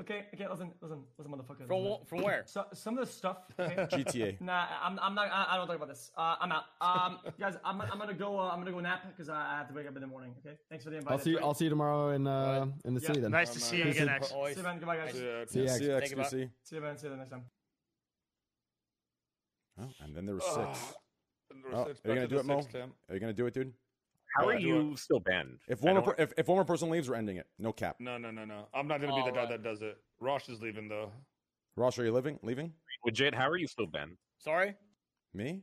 S8: Okay, okay, listen, listen, listen, motherfucker.
S4: from
S8: listen.
S4: wh- from where?
S8: So, some of the stuff. okay? <laughs>
S10: <laughs>
S1: GTA.
S8: Nah, I'm, I'm not. I, I don't talk about this. Uh, I'm out. Um, guys, I'm, I'm gonna go. Uh, I'm gonna go nap because I, I have to wake up in the morning. Okay, thanks for the invite.
S10: I'll see. You, I'll see you tomorrow in uh, in the
S8: Yeah.
S10: city then.
S5: Nice
S3: Oh,
S5: to
S3: man.
S5: see you
S10: This
S5: again,
S10: is-
S5: X.
S4: Always.
S8: See you, man. Goodbye, guys.
S3: Yeah,
S10: See ya,
S1: See ya,
S4: Think about-
S1: XQC.
S8: See you, man. See you the next time.
S1: Oh, and then there were six.
S3: Ugh.
S1: Oh, are you
S3: It's back
S1: Oh, gonna
S3: to
S1: do
S3: the
S1: it, Mo?
S3: six, Tim.
S1: Are you gonna do it, dude?
S6: How
S1: Well,
S6: are you still banned?
S1: If
S6: I
S1: one more,
S6: don't-
S1: per- if, if one more person leaves, we're ending it. No cap.
S3: No, no, no, no. I'm not gonna be
S4: All
S3: the guy
S4: right.
S3: that does it. Rosh is leaving though.
S1: Ross, are you leaving? Leaving
S6: legit, how are you still banned?
S4: Sorry.
S1: me,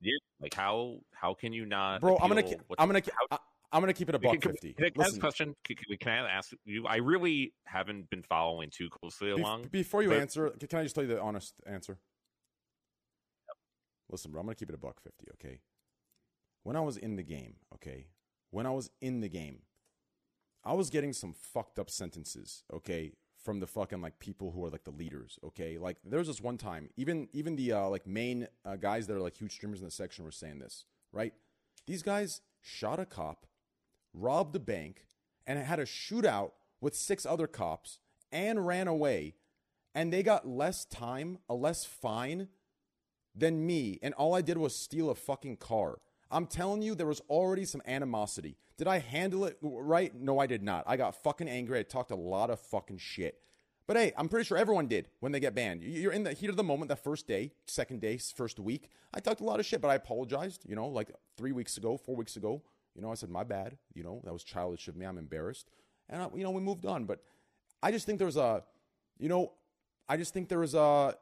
S6: You- Like how how can you not?
S1: bro? I'm gonna,
S6: appeal?
S1: ki-
S6: Uh, What's-
S1: I'm gonna, ki-
S6: how-
S1: I- I'm gonna keep it a
S6: Can-
S1: buck
S6: can-
S1: fifty.
S6: Can, I- can I ask a
S1: Listen,
S6: question? Can, can we- can I ask you? I really haven't been following too closely
S1: be-
S6: along.
S1: before you
S6: but-
S1: answer, c- can I just tell you the honest answer? Listen, bro, I'm gonna keep it a buck fifty. Okay. When I was in the game, okay. When I was in the game, I was getting some fucked up sentences, okay, from the fucking like people who are like the leaders, okay. Like there was this one time, even even the uh, like main uh, guys that are like huge streamers in the section were saying this, right? These guys shot a cop, robbed a bank, and had a shootout with six other cops and ran away, and they got less time, a less fine than me, and all I did was steal a fucking car. I'm telling you, there was already some animosity. Did I handle it right? No, I did not. I got fucking angry. I talked a lot of fucking shit. But hey, I'm pretty sure everyone did when they get banned. You- You're in the heat of the moment, that first day, second day, first week. I talked a lot of shit, but I apologized, you know, like three weeks ago, four weeks ago. You know, I said, my bad. You know, that was childish of me. I'm embarrassed. And, I, you know, we moved on. But I just think there's a, you know, I just think there is a,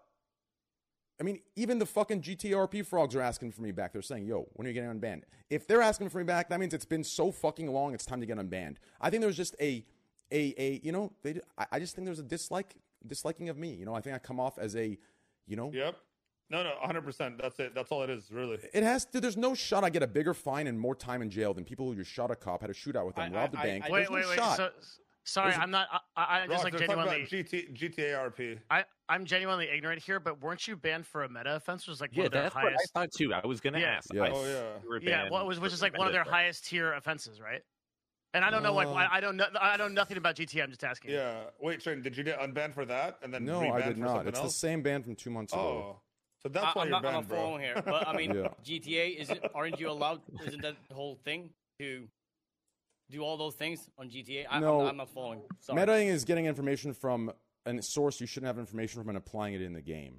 S1: I mean, even the fucking GTRP frogs are asking for me back. They're saying, yo, when are you getting unbanned? If they're asking for me back, that means it's been so fucking long, it's time to get unbanned. I think there's just a, a, a, you know, they, I, I just think there's a dislike, disliking of me. You know, I think I come off as a, you know,
S3: Yep. No, no, 100. percent That's it. That's all it is, really.
S1: it has to, there's no shot I get a bigger fine and more time in jail than people who just shot a cop, had a shootout with them,
S4: I- I-
S1: robbed a
S4: I-
S1: bank.
S4: I-
S1: there's
S5: Wait,
S1: no
S5: wait, wait.
S1: shot.
S5: So, sorry,
S1: There's-
S5: I'm not. I, I I
S3: Rosh,
S5: just like
S3: they're talking about
S5: genuinely.
S3: GT, GTARP.
S5: I, I'm genuinely ignorant here, but weren't you banned for a meta offense? Which was like one
S6: yeah,
S5: of their
S6: that's what I
S5: highest.
S6: thought too. I was gonna
S5: Yeah.
S6: ask.
S1: Yeah.
S6: I
S3: Oh,
S6: see
S3: yeah.
S6: you were
S5: yeah,
S6: banned
S5: what was which is
S6: for
S5: like one of their
S6: Reddit, but-
S5: highest tier offenses, right? And I don't know, like
S1: Uh,
S5: I, I don't know, I know nothing about GT. I'm just asking.
S3: Yeah. Wait, Shane, did you get unbanned for that and then
S1: No,
S3: rebanned
S1: I did
S3: for
S1: not.
S3: something
S1: It's the
S3: else?
S1: same ban from two months ago.
S3: Oh, so that's
S4: I,
S3: why
S4: am
S3: you're
S4: not on
S3: banned,
S4: the
S3: bro.
S4: phone here, but I mean,
S1: Yeah.
S4: GTA isn't. Aren't you allowed? Isn't that the whole thing to do all those things on GTA? I,
S1: No.
S4: I'm, I'm not following. Sorry.
S1: Metaing is getting information from a source you shouldn't have information from and applying it in the game.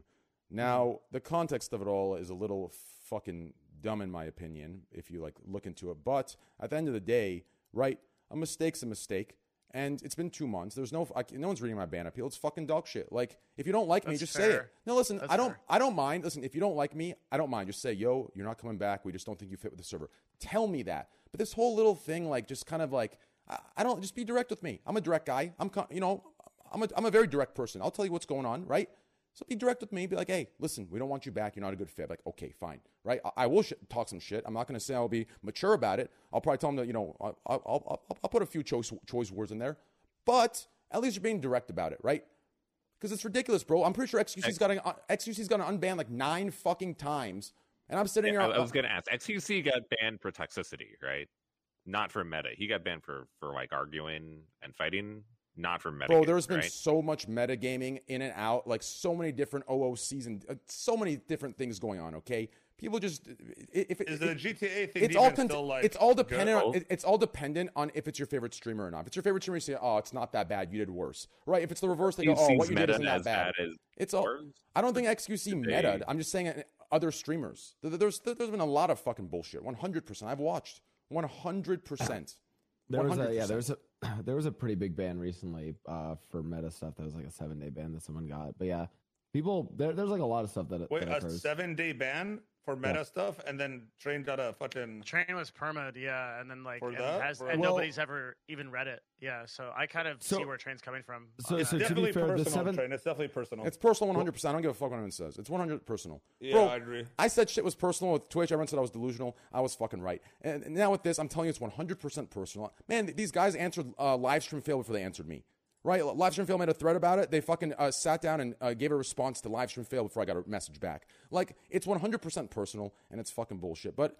S1: Now,
S5: Mm-hmm.
S1: the context of it all is a little fucking dumb in my opinion if you like look into it, but at the end of the day, right, a mistake's a mistake. And it's been two months. There's no, I, no one's reading my ban appeal. It's fucking dog shit. Like, if you don't like me,
S5: That's
S1: just say it.
S5: fair.
S1: No, listen,
S5: That's
S1: I don't,
S5: fair.
S1: I don't mind. Listen, if you don't like me, I don't mind. Just say, yo, you're not coming back. We just don't think you fit with the server. Tell me that. But this whole little thing, like, just kind of like, I, I don't, just be direct with me. I'm a direct guy. I'm, co- you know, I'm a, I'm a very direct person. I'll tell you what's going on, right? So be direct with me. Be like, hey, listen, we don't want you back. You're not a good fit. Like, okay, fine, right? I, I will sh- talk some shit. I'm not going to say I'll be mature about it. I'll probably tell them that, you know, I'll, I'll, I'll, I'll put a few choice, choice words in there, but at least you're being direct about it, right? Because it's ridiculous, bro. I'm pretty sure XQC's got an, uh, XQC's got an unbanned like nine fucking times, and I'm sitting
S6: Yeah,
S1: here.
S6: I, I was gonna ask. XQC got banned for toxicity, right? Not for meta. He got banned for for like arguing and fighting. Not for meta.
S1: bro, there's been
S6: right?
S1: so much metagaming in and out, like so many different OOCs and uh, so many different things going on. Okay, people just uh, i- if it,
S3: <laughs> Is the GTA thing
S1: it's all
S3: even
S1: con-
S3: still like
S1: it's all
S3: good?
S1: dependent on,
S6: Oh.
S1: it- it's all dependent on if it's your favorite streamer or not. If it's your favorite streamer, you say, "Oh, it's not that bad. You did worse." Right? If it's the reverse, they go,
S6: He
S1: "Oh,
S6: sees
S1: what you did
S6: meta
S1: isn't that
S6: as
S1: bad."
S6: bad as
S1: It's all.
S6: ours.
S1: I don't think XQC
S6: They-
S1: meta. I'm just saying uh, other streamers. There- There's there's been a lot of fucking bullshit. 100. percent I've watched 100. percent
S10: There was a yeah,
S1: 100%.
S10: there was a <clears throat> there was a pretty big ban recently uh, for meta stuff. That was like a seven day ban that someone got. But yeah, people there, there's like a lot of stuff that,
S3: Wait,
S10: that
S3: a
S10: occurs.
S3: seven day ban for meta stuff and then trained got a fucking.
S5: Train was permed, yeah, and then like
S3: For
S5: and,
S3: that?
S5: has,
S3: For-
S5: and
S10: Well-
S5: nobody's ever even read it, yeah. So I kind of see
S10: So-
S5: where Train's coming from.
S10: so-
S5: on
S10: so
S5: that.
S10: to be
S3: Definitely
S10: fair, the
S3: personal,
S10: seven-
S3: Train. It's definitely personal.
S1: It's personal 100. percent I don't give a fuck what anyone says. It's 100 personal.
S3: yeah,
S1: Bro,
S3: I agree.
S1: I said shit was personal with Twitch. Everyone said I was delusional. I was fucking right. And, and now with this, I'm telling you, it's 100% personal. Man, th- these guys answered uh, live stream fail before they answered me. Right? Li- Livestream fail made a thread about it. They fucking uh, sat down and uh, gave a response to livestream fail before I got a message back. Like, it's 100% personal and it's fucking bullshit. But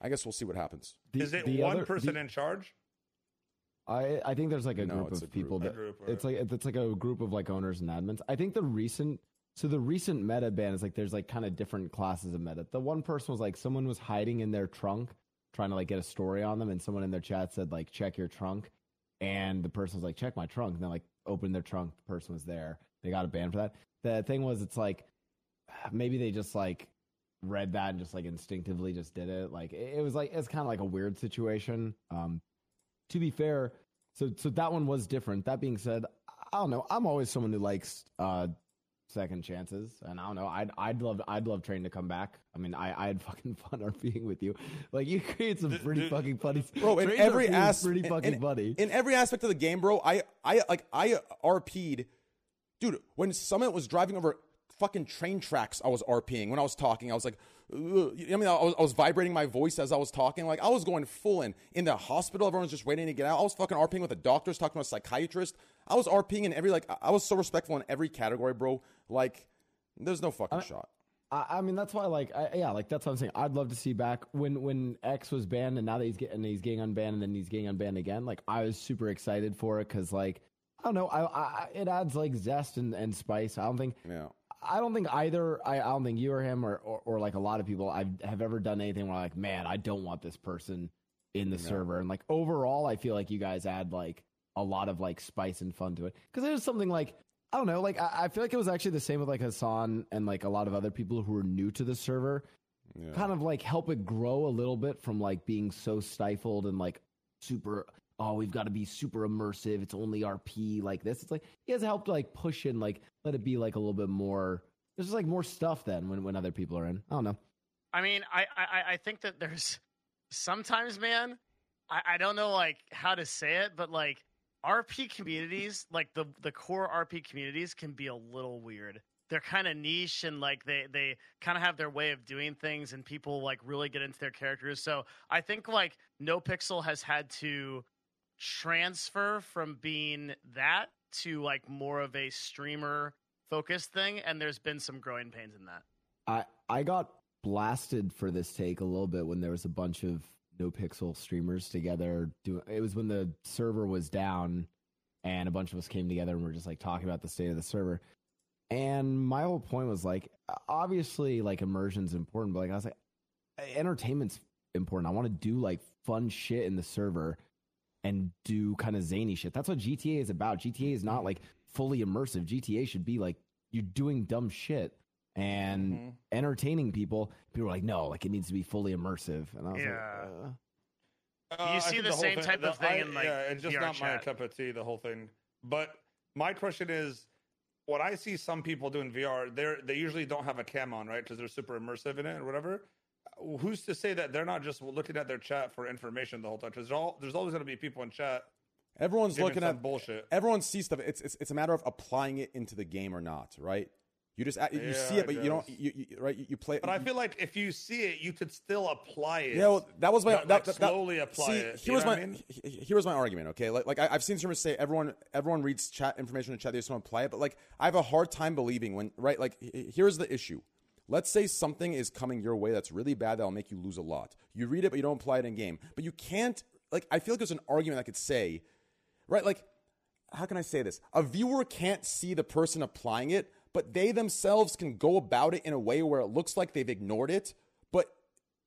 S1: I guess we'll see what happens.
S10: The-
S3: Is it
S10: the
S3: one
S10: other-
S3: person
S10: the-
S3: in charge?
S10: I I think there's like a
S1: No,
S10: group
S1: it's
S10: of
S1: a group.
S10: people
S3: A
S10: that
S3: group,
S10: it's like it's like a group of like owners and admins. I think the recent so the recent meta ban is like there's like kind of different classes of meta. The one person was like someone was hiding in their trunk trying to like get a story on them, and someone in their chat said like check your trunk, and the person was like check my trunk, and they like opened their trunk, the person was there. They got a ban for that. The thing was it's like maybe they just like read that and just like instinctively just did it. Like it, it was like it's kind of like a weird situation. Um, to be fair, so so that one was different. That being said, I don't know. I'm always someone who likes uh second chances, and I don't know. I'd I'd love I'd love Train to come back. I mean, I I had fucking <laughs> fun RPing with you. Like you create some pretty fucking funny.
S1: bro. In
S10: Train's
S1: every
S10: RP is
S1: aspect,
S10: pretty fucking
S1: in,
S10: funny.
S1: in every aspect of the game, bro. I, I like, I RP'd, dude. When Summit was driving over fucking train tracks, I was RPing. When I was talking, I was like, "Ugh." You know what I mean, I was, I was vibrating my voice as I was talking. Like, I was going full in. In the hospital, everyone's just waiting to get out. I was fucking RPing with the doctors, talking to a psychiatrist. I was RPing in every like. I- I was so respectful in every category, bro. Like, there's no fucking shot.
S10: I, I mean, that's why, like, I, yeah, like that's what I'm saying. I'd love to see back when when X was banned, and now that he's getting he's getting unbanned, and then he's getting unbanned again. Like, I was super excited for it because, like, I don't know, I, I I- it adds like zest and, and spice. I don't think
S1: Yeah.
S10: I don't think either. I, I don't think you or him or, or, or like a lot of people I have ever done anything where like, man, I don't want this person in the server. And like overall, I feel like you guys add like a lot of like spice and fun to it because there's something like I don't know. Like I, I feel like it was actually the same with like Hassan and like a lot of other people who were new to the server. Kind of like help it grow a little bit from like being so stifled and like super oh we've got to be super immersive it's only rp like this it's like he has helped like push and like let it be like a little bit more there's just like more stuff then when, when other people are in i don't know
S5: I mean, I, I I- I think that there's <laughs> sometimes, man. I, I don't know like how to say it, but like RP communities, like the the core RP communities, can be a little weird. They're kind of niche and like they they kind of have their way of doing things, and people like really get into their characters. So I think like No Pixel has had to transfer from being that to like more of a streamer focused thing, and there's been some growing pains in that.
S10: i i got blasted for this take a little bit when there was a bunch of no pixel streamers together doing it was when the server was down and a bunch of us came together and we were just like talking about the state of the server and my whole point was like obviously like immersion's important but like i was like entertainment's important. I want to do like fun shit in the server and do kind of zany shit. That's what GTA is about. GTA is not like fully immersive. GTA should be like you're doing dumb shit and
S3: Mm-hmm.
S10: entertaining people. People are like, no, like it needs to be fully immersive. And I was
S5: Yeah.
S10: like, uh,
S5: Uh, You
S3: I
S5: see
S3: think
S5: the
S3: whole
S5: same type of thing in, like,
S3: yeah, it's just
S5: VR
S3: not my
S5: chat.
S3: cup of tea. The whole thing, but my question is, what I see some people do in VR, they are they usually don't have a cam on, right? Because they're super immersive in it or whatever. Who's to say that they're not just looking at their chat for information the whole time? Because all there's always going to be people in chat.
S1: Everyone's
S3: giving
S1: looking
S3: some
S1: at
S3: bullshit.
S1: everyone sees stuff. It's, it's it's a matter of applying it into the game or not, right? You just uh, you
S3: Yeah,
S1: see it, but
S3: I
S1: you don't.
S3: guess.
S1: You, you right? You, you play.
S3: But I feel like if you see it, you could still apply it.
S1: Yeah, well, that was my
S3: But,
S1: that,
S3: like,
S1: that- that-
S3: slowly apply
S1: see,
S3: it.
S1: Here
S3: you
S1: was
S3: know
S1: my
S3: what I mean?
S1: he- he- here was my argument. Okay, like like I, I've seen streamers say everyone everyone reads chat information in chat. They just want to apply it, but like I have a hard time believing when right. Like he- he- here's the issue. Let's say something is coming your way that's really bad that'll make you lose a lot. You read it, but you don't apply it in game. But you can't like I feel like there's an argument I could say, right? Like how can I say this? A viewer can't see the person applying it, but they themselves can go about it in a way where it looks like they've ignored it, but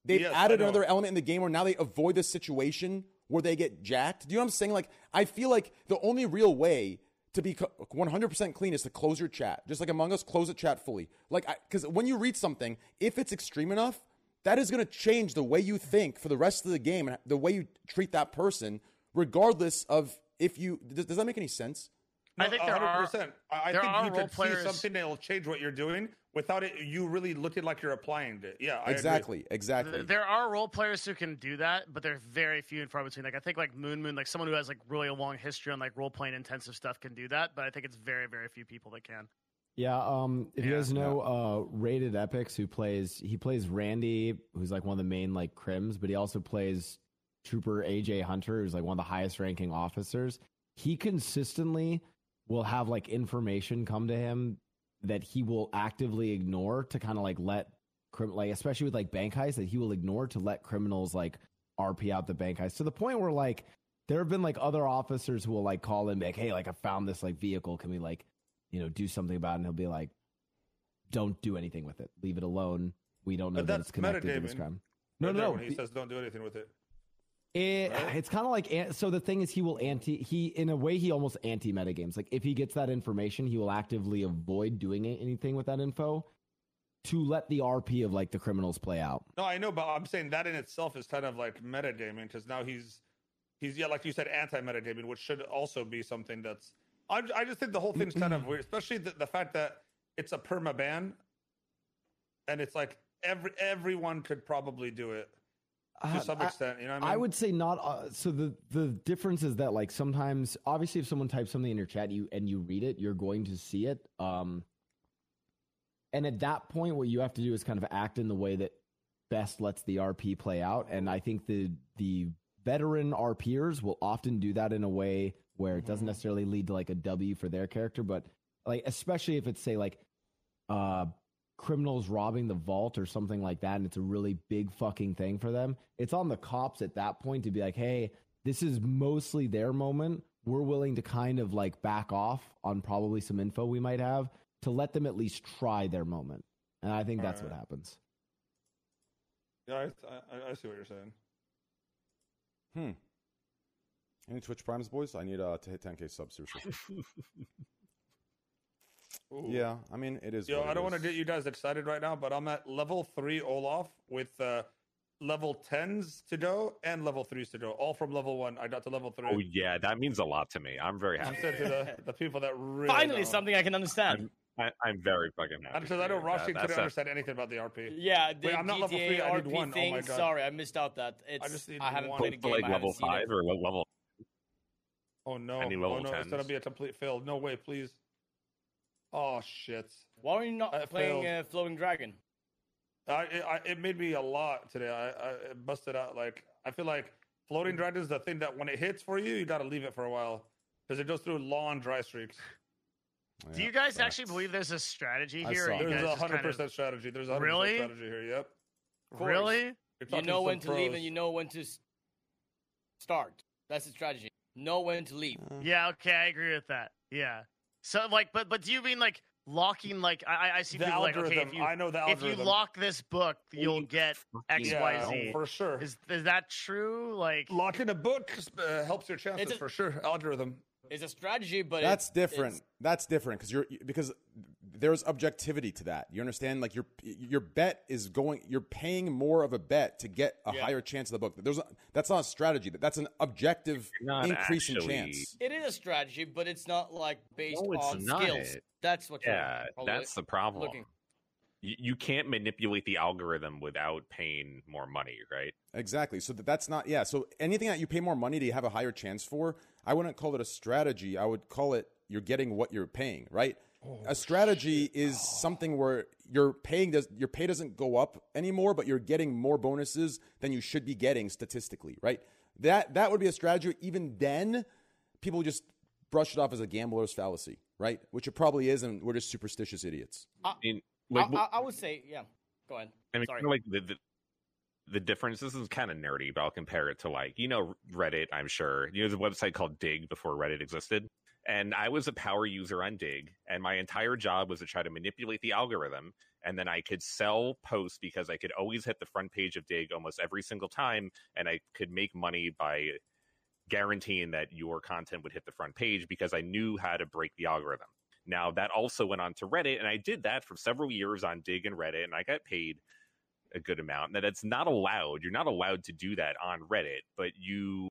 S1: they've
S3: Yes,
S1: added
S3: I know.
S1: another element in the game where now they avoid the situation where they get jacked. Do you know what I'm saying? Like, I feel like the only real way to be co- 100% clean is to close your chat. Just like Among Us, close the chat fully. Like, because when you read something, if it's extreme enough, that is going to change the way you think for the rest of the game and the way you treat that person, regardless of if you. Does, does that make any sense?
S5: I think there are
S3: 100%. I, I
S5: there
S3: think
S5: are
S3: you
S5: role
S3: could
S5: players-
S3: see something that will change what you're doing without it you really looking like you're applying it. Yeah, I agree.
S1: Exactly. Exactly.
S5: Th- There are role players who can do that, but they're very few and far between. Like I think like Moon Moon, like someone who has like really a long history on like role playing intensive stuff can do that, but I think it's very very few people that can.
S10: Yeah, um, if you
S5: Yeah.
S10: guys know uh, Rated Epics, who plays he plays Randy, who's like one of the main like crims, but he also plays Trooper AJ Hunter, who's like one of the highest ranking officers. He consistently will have like information come to him that he will actively ignore to kind of like let crim like especially with like bank heists that he will ignore to let criminals like RP out the bank heist to the point where like there have been like other officers who will like call him like hey like I found this like vehicle can we like you know, do something about it, and he'll be like, don't do anything with it. Leave it alone. We don't know
S3: But
S10: that
S3: that's
S10: it's connected to this
S3: metadata.
S10: crime.
S3: Right
S10: No,
S3: there
S10: no,
S3: When
S10: no.
S3: he says don't do anything with it.
S10: It-
S3: right?
S10: It's kind of like an- so. The thing is, he will anti he in a way he almost anti metagames. Like if he gets that information, he will actively avoid doing a- anything with that info to let the RP of like the criminals play out.
S3: No, I know, but I'm saying that in itself is kind of like metagaming because now he's he's yeah, like you said, anti-metagaming, which should also be something that's. I, I just think the whole thing's kind of weird, especially the, the fact that it's a perma ban, and it's like every everyone could probably do it to
S10: Uh,
S3: some
S10: I-
S3: extent. You know, what I mean,
S10: I would say not. Uh, so the the difference is that like sometimes, obviously, if someone types something in your chat, you and you read it, you're going to see it. Um, and at that point, what you have to do is kind of act in the way that best lets the RP play out. And I think the the veteran RPers will often do that in a way where it
S3: Mm-hmm.
S10: doesn't necessarily lead to like a W for their character, but like especially if it's say like uh criminals robbing the vault or something like that and it's a really big fucking thing for them it's on the cops at that point to be like hey this is mostly their moment we're willing to kind of like back off on probably some info we might have to let them at least try their moment and i think that's what
S3: Alright.
S10: happens
S3: yeah, I, I, I see what you're saying.
S1: Hmm. Any Twitch Primes boys? I need uh, to hit 10k subs seriously.
S3: Ooh.
S1: yeah, I mean it is.
S3: Yo,
S1: what
S3: I
S1: it
S3: don't want to
S1: is.
S3: get you guys excited right now, but I'm at level three Olaf with uh, level tens to go and level threes to go, all from level one. I got to level three.
S6: Oh
S3: <laughs>
S6: yeah, that means a lot to me.
S1: <laughs>
S6: I'm very
S3: I
S6: happy.
S3: said to the, the people that really
S4: Finally,
S3: know.
S4: something I can understand.
S6: I'm, I, I'm very fucking happy.
S3: Because I
S6: to
S3: know
S6: hear
S3: Rashi
S6: that.
S3: couldn't
S6: That's a-
S3: understand anything about the RP.
S4: Yeah, the
S3: I'm not
S4: GTA
S3: level three, I need
S4: RP
S3: one. Oh
S4: thing.
S3: my God.
S4: Sorry, I missed out that. It's I,
S3: just need
S4: haven't
S3: one.
S4: played a
S6: to
S4: game.
S6: like
S4: I haven't
S6: level
S4: seen
S6: five
S4: it.
S6: or le- level.
S3: Oh no!
S6: I need
S3: oh
S6: level
S3: no! It's
S6: 10s.
S3: gonna be a complete fail. No way, please. Oh shit!
S4: Why are you not
S3: I
S4: playing uh,
S3: failed.
S4: Flowing Dragon?
S3: I, it- I it made me a lot today. I, I it busted out. Like I feel like floating dragon is the thing that when it hits for you, you got to leave it for a while because it goes through long dry streaks.
S5: Do you
S1: Yeah,
S5: guys
S1: facts.
S5: actually believe there's a strategy
S1: I
S5: here? or
S1: saw
S5: you
S1: it.
S5: guys
S3: There's a
S5: just kind
S3: hundred
S5: of-
S3: percent strategy. There's a hundred
S5: Really?
S3: percent strategy here. Yep. course.
S5: really?
S3: You're
S4: You
S3: talking
S4: know
S3: some
S4: when to leave
S3: pros.
S4: and you know when to s- start. That's the strategy. Know when to leave.
S5: Yeah. Okay, I agree with that. Yeah. So like, but but do you mean like locking? Like I I- I see
S3: the
S5: people like
S3: algorithm.
S5: okay if you
S3: I know the
S5: if
S3: algorithm.
S5: you lock this book you'll get X
S3: yeah,
S5: Y Z.
S3: for sure.
S5: Is is that true? Like
S3: Locking a book uh, helps your chances
S4: a-
S3: for sure. Algorithm.
S4: It's a strategy, but it-
S1: That's different.
S4: it's-
S1: That's different because you're because there's objectivity to that. You understand? Like your your bet is going. You're paying more of a bet to get a
S4: Yeah.
S1: higher chance of the book. There's a, that's not a strategy. that- That's an objective
S6: Not
S1: increase in
S6: actually.
S1: chance.
S4: it is a strategy, but it's not like based
S6: No, it's
S4: on
S6: not.
S4: skills. That's what.
S6: Yeah,
S4: you're probably-
S6: that's the problem.
S4: looking.
S6: You, you can't manipulate the algorithm without paying more money, right?
S1: Exactly. So that, that's not yeah. So anything that you pay more money to have a higher chance for, I wouldn't call it a strategy. I would call it you're getting what you're paying. Right. a strategy is something where your paying does your pay doesn't go up anymore, but you're getting more bonuses than you should be getting statistically. Right. That that would be a strategy. Even then, people just brush it off as a gambler's fallacy. Right. Which it probably is, and we're just superstitious idiots.
S6: I mean, like,
S4: I, I, I would say, yeah. Go ahead.
S6: I mean,
S4: Sorry.
S6: kinda like the, the the difference. This is kind of nerdy, but I'll compare it to like you know Reddit. I'm sure you know the website called Dig before Reddit existed, and I was a power user on Dig, and my entire job was to try to manipulate the algorithm, and then I could sell posts because I could always hit the front page of Dig almost every single time, and I could make money by guaranteeing that your content would hit the front page because I knew how to break the algorithm. Now that also went on to Reddit, and I did that for several years on Dig and Reddit, and I got paid a good amount. That it's not allowed. You're not allowed to do that on Reddit, but you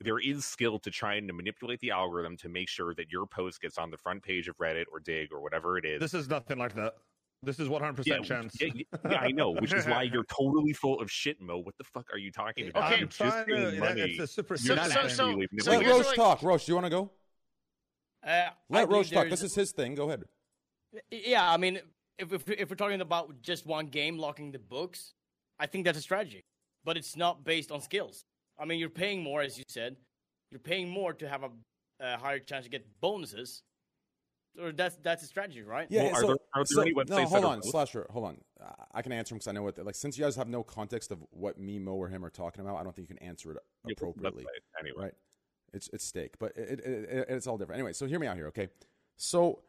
S6: there is skill to trying to manipulate the algorithm to make sure that your post gets on the front page of Reddit or Dig or whatever it is.
S3: This is nothing like that. This is 100%
S6: yeah,
S3: chance.
S6: yeah, yeah, yeah, I know, which is why
S3: <laughs>
S6: you're totally full of shit, Mo. What the fuck are you talking about?
S5: Okay.
S6: You're
S3: I'm
S6: just
S3: trying to,
S6: getting
S3: that-
S6: money.
S3: it's a super
S5: So-
S6: You're not
S5: so-
S6: actually
S5: so-
S6: manipulating
S5: so
S6: the
S1: Let
S5: here's
S6: algorithm.
S1: Roche
S5: like-
S1: talk. Roche, do you want to go?
S4: Uh, I
S1: Let
S4: believe
S1: Roche talk.
S4: there's-
S1: This is his thing. Go ahead.
S4: Yeah, I mean, if, if if we're talking about just one game locking the books, I think that's a strategy, but it's not based on skills. I mean, you're paying more, as you said, you're paying more to have a, a higher chance to get bonuses, or that's that's a strategy, right?
S1: Yeah,
S6: Well, are
S1: so,
S6: there- are there
S1: so-
S6: any websites
S1: no,
S6: that
S1: hold
S6: are
S1: on,
S6: both?
S1: Slasher, hold on. I- I can answer him because I know what. Like, since you guys have no context of what me, Mo, or him are talking about, I don't think you can answer it
S6: Yeah, but- but
S1: appropriately.
S6: Anyway,
S1: Right? It's it's steak, but it, it, it it's all different. Anyway, so hear me out here, okay? So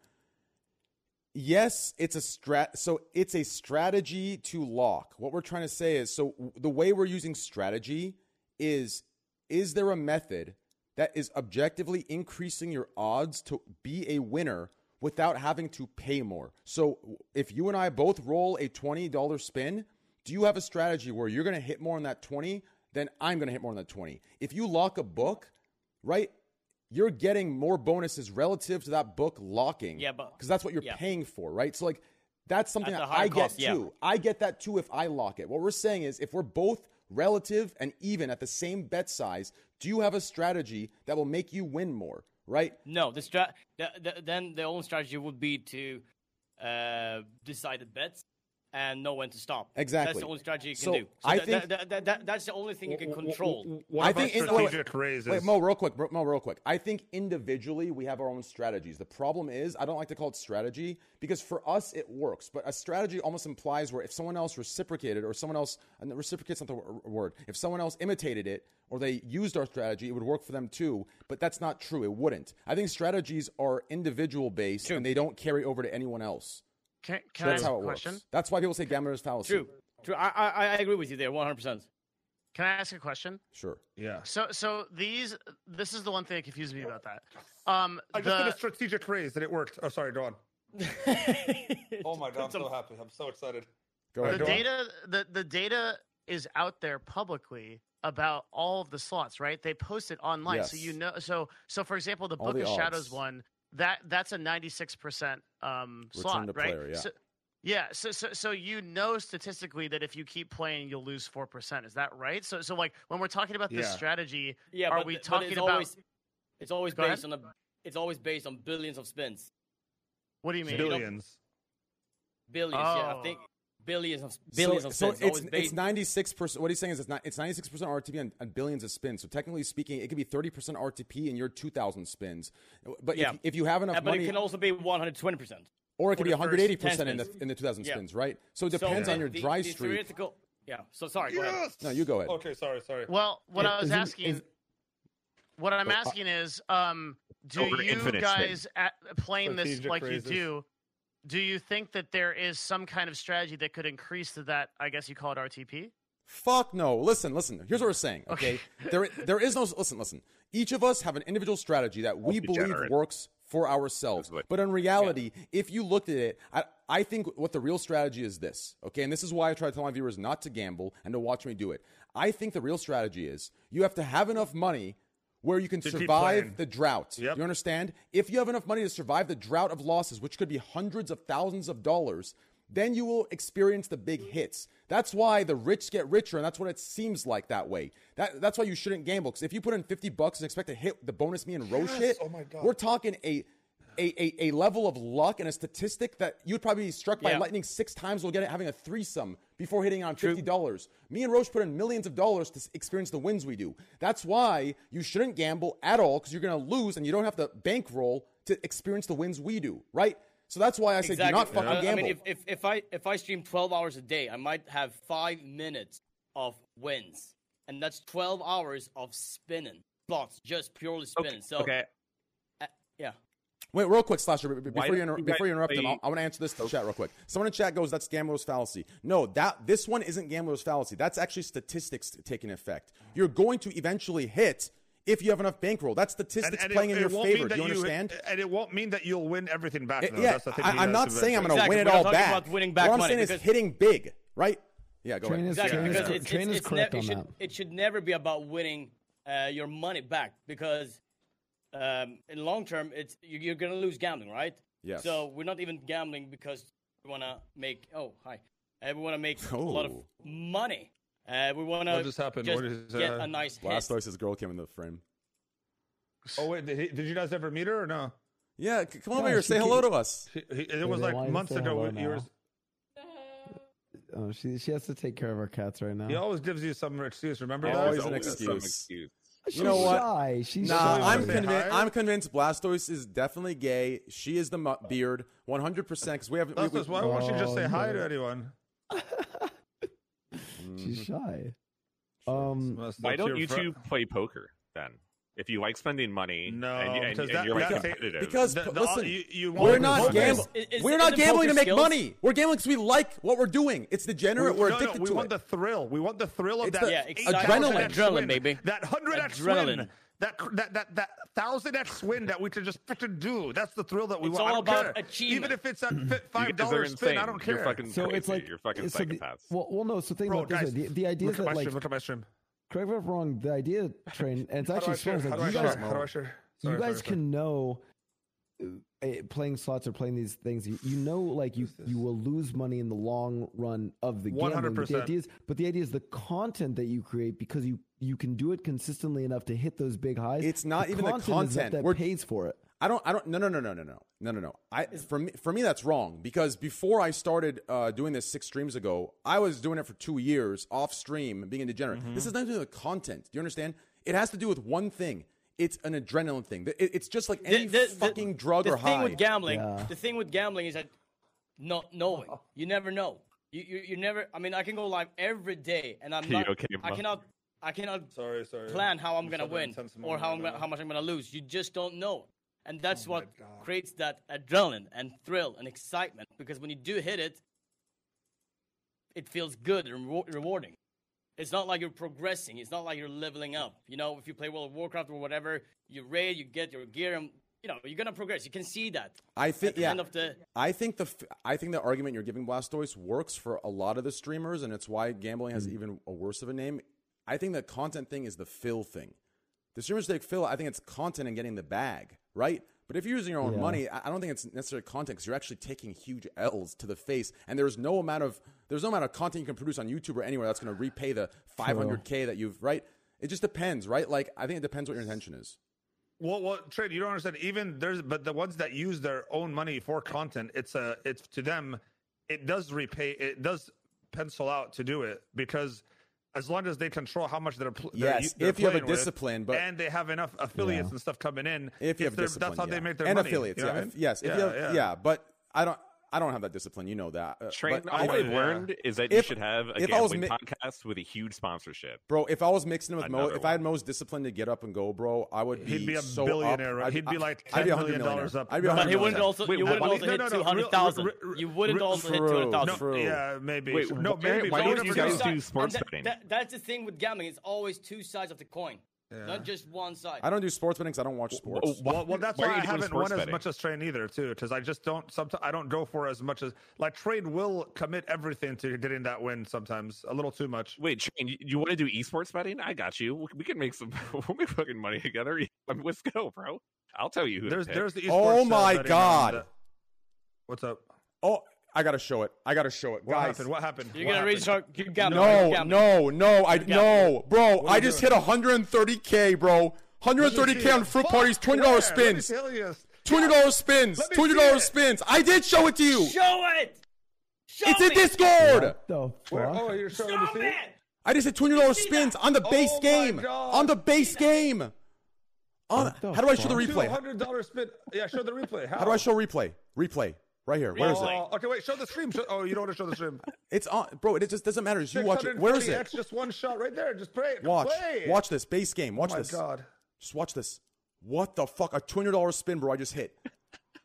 S1: yes, it's a strat. So it's a strategy to lock. What we're trying to say is, so w- the way we're using strategy is, is there a method that is objectively increasing your odds to be a winner without having to pay more. So if you and I both roll a $20 spin, do you have a strategy where you're going to hit more on that 20 than I'm going to hit more on that 20? If you lock a book, right? You're getting more bonuses relative to that book locking.
S4: Yeah, but-
S1: because that's what you're
S4: yeah.
S1: paying for, right? So like that's something
S4: That's
S1: that
S4: a higher
S1: I
S4: cost,
S1: get
S4: yeah.
S1: too. I get that too if I lock it. What we're saying is if we're both relative and even at the same bet size, do you have a strategy that will make you win more, right?
S4: No, the stra- the, the, then the only strategy would be to uh, decide the bets and know when to stop. That's
S1: Exactly.
S4: the only strategy you can
S1: So,
S4: do.
S1: I
S4: that-
S1: think-
S4: that, that, that, that's the only thing you can control.
S3: What
S1: I
S3: about
S1: think in- wait, wait.
S3: strategic raises?
S1: Wait, Mo, real quick, bro- Mo, real quick. I think individually we have our own strategies. The problem is I don't like to call it strategy because for us it works, but a strategy almost implies where if someone else reciprocated or someone else and reciprocates not the w- word. If someone else imitated it or they used our strategy, it would work for them too. But that's not true. It wouldn't. I think strategies are individual based and they don't carry over to anyone else.
S5: Can, can I
S1: That's
S5: ask
S1: how
S5: a
S1: it
S5: question?
S1: works. That's why people say gambler's fallacy.
S4: True. True. I, I, I agree with you there, 100%.
S5: Can I ask a question?
S1: Sure.
S3: Yeah.
S5: So, so these, this is the one thing that confuses me about that. Um,
S3: I just
S5: the-
S3: did a strategic raise and it worked. Oh, sorry, go on. Oh my god, I'm so happy. I'm so excited.
S1: Go
S5: the
S1: ahead. Joel.
S5: data the, the data is out there publicly about all of the slots right they post it online so
S1: Yes.
S5: you know so so for example the
S1: All
S5: book
S1: the
S5: of shadows
S1: odds.
S5: one that that's a 96% um slot
S1: to
S5: right
S1: player, yeah.
S5: So, yeah so, so so you know statistically that if you keep playing you'll lose 4% is that right so so like when we're talking about this
S3: Yeah.
S5: strategy
S4: <laughs> Yeah,
S5: are
S4: but,
S5: we
S4: th- but
S5: talking
S4: it's
S5: about
S4: always, it's always
S5: Go ahead.
S4: based on a, it's always based on billions of spins.
S5: what do you mean
S3: Billions.
S4: Billions, yeah. I
S5: Oh.
S4: think billions of billions
S1: so,
S4: of
S1: so
S4: spins. always
S1: it's it's
S4: based-
S1: ninety six percent. What he's saying is it's not it's ninety six percent RTP on, on billions of spins. So technically speaking, it could be thirty percent RTP in your two thousand spins. But
S4: Yeah.
S1: if, if you have enough
S4: yeah, but it
S1: money,
S4: can also be 120%.
S1: or it could be
S5: the
S1: one
S5: first
S1: hundred eighty
S4: 10
S1: percent in the
S4: spins.
S1: in the two thousand
S4: Yeah.
S1: spins, right? So it depends
S4: So
S1: on your
S4: the-
S1: dry
S4: the
S1: streak.
S4: theoretical- Yeah. So sorry. Go ahead.
S1: No, you go ahead.
S3: Okay, sorry, sorry.
S5: well what i was
S10: Isn't-
S5: asking
S10: is- Oh, uh,
S5: What I'm asking is, um, do
S6: Over
S5: you
S6: infinite spin.
S5: guys at, playing this
S3: Strategic
S5: like
S3: raises.
S5: you do? Do you think that there is some kind of strategy that could increase to that? I guess you call it RTP.
S1: Fuck no. Listen, listen. Here's what we're saying, okay? there there is no listen, listen. Each of us have an individual strategy that we believe
S6: degenerate.
S1: works for ourselves.
S6: That's what-
S1: But in reality, if you looked at it, I I think what the real strategy is this, okay? And this is why I try to tell my viewers not to gamble and to watch me do it. I think the real strategy is you have to have enough money where you can
S3: keep
S1: survive
S3: playing.
S1: the drought.
S3: Yep.
S1: You understand? If you have enough money to survive the drought of losses, which could be hundreds of thousands of dollars, then you will experience the big hits. That's why the rich get richer, and that's what it seems like that way. That, that's why you shouldn't gamble. Because if you put in 50 bucks and expect to hit the bonus me and row shit,
S3: Oh my God.
S1: we're talking a, a, a, a level of luck and a statistic that you'd probably be struck by
S4: Yeah.
S1: lightning six times while getting, having a threesome before hitting on $50. Me and Roche put in millions of dollars to s- experience the wins we do. That's why you shouldn't gamble at all because you're going to lose and you don't have to bankroll to experience the wins we do, right? So that's why I say do not
S3: Uh,
S1: fucking
S4: Uh, I- I
S1: gamble.
S4: mean, if, if, if I if I stream twelve hours a day, I might have five minutes of wins, and that's twelve hours of spinning spots, just purely spinning. So
S6: okay.
S4: uh, yeah,
S1: Wait, real quick, Slasher, b- b-
S6: Why
S1: before you,
S6: don't
S1: inter-
S6: you
S1: before
S6: guys
S1: you interrupt him,
S6: play-
S1: I'll- I want to answer this to chat real quick. Someone in chat goes, "That's gambler's fallacy." No, that this one isn't gambler's fallacy. That's actually statistics t- taking effect. You're going to eventually hit if you have enough bankroll. That's
S3: And-
S1: statistics
S3: and it-
S1: playing
S3: it
S1: in your
S3: won't mean
S1: favor. Do
S3: that
S1: you understand?
S3: And it won't mean that you'll win everything back.
S1: It-
S3: though.
S1: yeah,
S3: That's the thing
S1: I,
S3: you
S1: am
S3: guys
S1: not
S3: have
S1: saying I'm going to
S3: mentioned.
S4: Exactly,
S1: win it
S4: we're not
S1: all
S4: talking
S1: back.
S4: about winning back
S1: what I'm
S4: money,
S1: saying is
S4: because-
S1: hitting big, right? Yeah, go
S10: Train
S1: ahead.
S10: is,
S4: exactly.
S10: train is,
S4: Because
S10: cor-
S4: it's,
S10: train
S4: it's,
S10: is
S4: it's
S10: correct
S4: ne-
S10: on
S4: it should
S10: that.
S4: it should never be about winning uh, your money back because um, in long term, it's you, you're gonna lose gambling, right?
S1: Yes.
S4: So we're not even gambling because we wanna make oh hi, uh, we wanna make a lot of
S1: Oh.
S4: money. Uh, we wanna
S3: What just happened? What is,
S4: get
S3: uh,
S4: a nice hit.
S1: Blastoise's girl came in the frame.
S3: Oh wait, did, he, did you guys ever meet her or no?
S1: Yeah, c- come
S10: Yeah,
S1: over here,
S10: she
S1: say
S10: came-
S1: hello to us.
S3: He- he- it
S10: Hey,
S3: was
S10: they
S3: like
S10: wanted to
S3: months
S10: say
S3: ago.
S10: hello
S3: when you were-
S10: now. Oh, she she has to take care of our cats right now.
S3: he always gives you some excuse. Remember
S1: Yeah,
S3: that?
S1: always an
S6: some
S1: excuse.
S10: She's
S1: You know what?
S10: shy. She's
S1: Nah,
S10: shy.
S1: I'm
S3: Say
S1: convinced.
S3: hi.
S1: I'm convinced Blastoise is definitely gay. She is the mu- beard, 100. percent Because we haven't. we-
S3: That's
S1: we-
S3: just- why won't you just say
S10: Oh,
S3: hi
S10: no.
S3: to anyone?
S10: She's shy. Um,
S3: Must
S6: Why
S3: look to
S6: don't
S3: your
S6: you
S3: fri-
S6: two play poker then? If you like spending money,
S3: No,
S6: and, you- and,
S3: because
S6: and
S3: that-
S6: you're like
S3: that's-
S6: competitive,
S1: because
S3: The-
S1: p-
S3: the-
S1: listen,
S3: you- you
S1: we're
S3: want-
S1: not
S3: Poker.
S1: gambling.
S4: Is- is-
S1: we're
S4: is
S1: not
S4: it
S1: gambling
S4: poker
S1: to make
S4: skills?
S1: money. We're gambling because we like what we're doing. It's degenerate. We're
S3: no, no,
S1: addicted
S3: we
S1: to
S3: want
S1: it.
S3: the thrill. We want the thrill of
S1: It's
S3: that
S1: the-
S4: Yeah,
S3: eight
S4: exactly.
S3: thousand
S1: adrenaline.
S3: X
S4: Adrenaline,
S3: win,
S4: baby.
S3: That hundred X
S4: Adrenaline.
S3: win. That that that that thousand x win that we could just freaking do. That's the thrill that we
S4: It's
S3: want. I
S4: all
S3: don't
S4: about
S3: care.
S4: achievement.
S3: Even if it's at fi-
S6: You
S3: five
S6: guys are
S3: dollars spin, I
S6: insane.
S3: don't care.
S6: You're fucking
S10: So
S6: crazy.
S10: it's like
S6: You're fucking
S10: so the-
S6: psychopaths.
S10: well, well, no. So think
S3: Bro,
S10: about this:
S3: guys,
S10: way. the, the idea
S3: look
S10: is
S3: at
S10: that
S3: my
S10: like
S3: stream. Look at my stream.
S10: correct me if I'm wrong. The idea train, and it's
S3: How do I
S10: actually
S3: share?
S10: smart. is
S3: How do I
S10: Like you
S3: share?
S10: guys,
S3: How do I share?
S10: you
S3: Sorry, sorry,
S10: guys
S3: sorry.
S10: can know uh, eh, playing slots or playing these things. You, you know, like you you will lose money in the long run of the gambling. But the
S3: 100%.
S10: idea is, but the idea is the content that you create because you you can do it consistently enough to hit those big highs.
S1: It's not even the
S10: is enough
S1: content.
S10: that
S1: We're-
S10: pays for it.
S1: I don't. I don't. No. No. No. No. No. No. No. No. No. I for me for me that's wrong because before I started uh, doing this six streams ago, I was doing it for two years off stream, being a degenerate.
S4: Mm-hmm.
S1: This is nothing to do with content. Do you understand? It has to do with one thing. It's an adrenaline thing. It- it's just like any fucking drug
S4: the
S1: or
S4: thing
S1: high.
S4: with gambling the thing with gambling is that not knowing you never know you, you you never i mean i can go live every day and i'm
S6: You
S4: not
S6: okay,
S4: i
S6: Ma?
S4: cannot i cannot
S3: Sorry, sorry.
S4: plan how i'm
S3: You're
S4: gonna
S3: so
S4: win
S3: intense Oh in my
S4: or how i'm
S3: mind right
S4: gonna,
S3: now.
S4: how much i'm gonna lose you just don't know and that's what creates that adrenaline and thrill and excitement because when you do hit it it feels good and rewar- rewarding it's not like you're progressing. It's not like you're leveling up. You know, if you play World of Warcraft or whatever, you raid, you get your gear, and you know you're gonna progress. You can see that.
S1: I think
S4: at the
S1: yeah.
S4: end of the-
S1: I think the f- I think the argument you're giving Blastoise works for a lot of the streamers, and it's why gambling has even a worse of a name. I think the content thing is the fill thing. The streamers take fill. I think it's content and getting the bag, right? But if you're using your own money, I I don't think it's necessarily content because you're actually taking huge L's to the face, and there's no amount of there's no amount of content you can produce on YouTube or anywhere that's going to repay the 500k that you've right. It just depends, right? Like I think it depends what your intention is.
S3: Well, well, trade. You don't understand. Even there's, but the ones that use their own money for content, it's a, it's to them, it does repay. It does pencil out to do it because as long as they control how much they're, pl- they're
S1: Yes,
S3: they're
S1: if you have a
S3: playing with,
S1: discipline, but-
S3: and they have enough affiliates and stuff coming in.
S1: If you have
S3: they're-
S1: discipline,
S3: that's how
S1: yeah.
S3: they make their
S1: and
S3: money,
S1: affiliates,
S3: you know
S1: yeah.
S3: what I
S1: If-
S3: mean?
S1: yes, if you have, yeah.
S3: yeah.
S1: but I don't, I don't have that discipline. You know that, Uh,
S6: Train.
S1: but
S6: All
S1: I-
S6: I've
S3: yeah.
S6: learned is that you
S1: If-
S6: should have a
S1: if I was
S6: gambling
S1: mi-
S6: podcast with a huge sponsorship.
S1: bro. If I was mixing with Mo,
S6: Another
S1: if I had Mo's discipline to get up and go, bro, I would be.
S3: He'd be a
S1: so
S3: billionaire,
S1: up.
S3: right?
S1: I'd
S3: He'd be like
S1: I'd be a
S3: $10
S1: hundred
S3: million
S1: millionaire.
S3: up.
S1: I'd be a
S3: But
S4: But
S1: hundred
S4: he wouldn't
S1: millionaire.
S4: also.
S6: Wait,
S4: you
S6: why-
S4: wouldn't
S6: why-
S4: also
S3: no,
S4: hit
S3: no, no,
S4: two
S3: real-
S4: hundred thousand.
S3: real- real-
S4: You wouldn't
S3: real-
S4: also hit
S1: true.
S4: two hundred
S1: No,
S4: thousand.
S1: True.
S3: Yeah, maybe.
S6: Wait,
S3: no,
S6: why-
S3: maybe.
S6: why
S3: but
S6: don't
S3: you
S6: you
S3: never
S6: guys
S3: know.
S6: do sports
S4: that,
S6: betting?
S4: that- that's the thing with gambling. It's always two sides of the coin, not just one side.
S1: I don't do sports betting because I don't watch sports.
S3: Well, well, that's
S6: why
S3: why,
S6: are
S3: I
S6: you doing
S3: haven't
S6: sports
S3: won as
S6: betting?
S3: much as Train either, too, because I just don't. Sometimes I don't go for as much as like Train will commit everything to getting that win. Sometimes a little too much.
S6: Wait, Train, you, you want to do esports betting? I got you. We, we can make some. <laughs> We'll make fucking money together. <laughs> I mean, let's go, bro. I'll tell you who.
S3: There's
S6: to pick.
S3: there's the esports.
S1: Oh
S3: uh,
S1: my
S3: betting
S1: God.
S3: on the- What's up?
S1: oh, I gotta show it. I gotta show it,
S3: What
S1: guys.
S3: happened? What happened?
S4: You're
S3: What
S4: gonna
S3: happened?
S4: restart. You're gambling. you're
S1: No,
S4: gambling.
S1: no, no, I
S4: gambling.
S1: no, bro. I just hit 130k, bro. 130k on fruit parties, twenty dollars
S3: Fuck, where? Let me
S1: spins,
S3: tell you.
S1: two hundred dollars spins,
S3: Let
S1: two
S3: me see
S1: hundred dollars
S3: it.
S1: spins. I did show it to you.
S4: Show it. Show
S1: It's
S4: me.
S1: in Discord.
S10: The
S3: Where-
S10: fuck?
S3: Oh, you're showing
S4: Show
S3: to see.
S4: it.
S3: it?
S1: I just hit twenty dollars spins on the base
S3: Oh my
S1: game.
S3: God.
S1: On the base game. On
S10: the
S1: how do I show the
S10: fuck?
S3: Two
S1: replay?
S3: hundred dollar spin. Yeah, show the replay. How,
S1: How do I show replay? Replay. Right here. Where is it?
S3: Oh, okay, wait. Show the stream. Show, oh, you don't want to show the stream.
S1: It's on bro, it just doesn't matter. It's you watch it. Where is
S3: 640X,
S1: it?
S3: Just one shot right there. Just pray.
S1: Watch.
S3: Play.
S1: Watch this. Base game. Watch
S3: Oh my
S1: this.
S3: God,
S1: Just watch this. What the fuck? A two hundred dollar spin, bro, I just hit.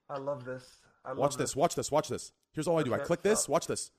S3: I love this. I love
S1: Watch this, watch this, watch this. Here's all I do. I
S3: Okay,
S1: click this,
S3: stop.
S1: watch this.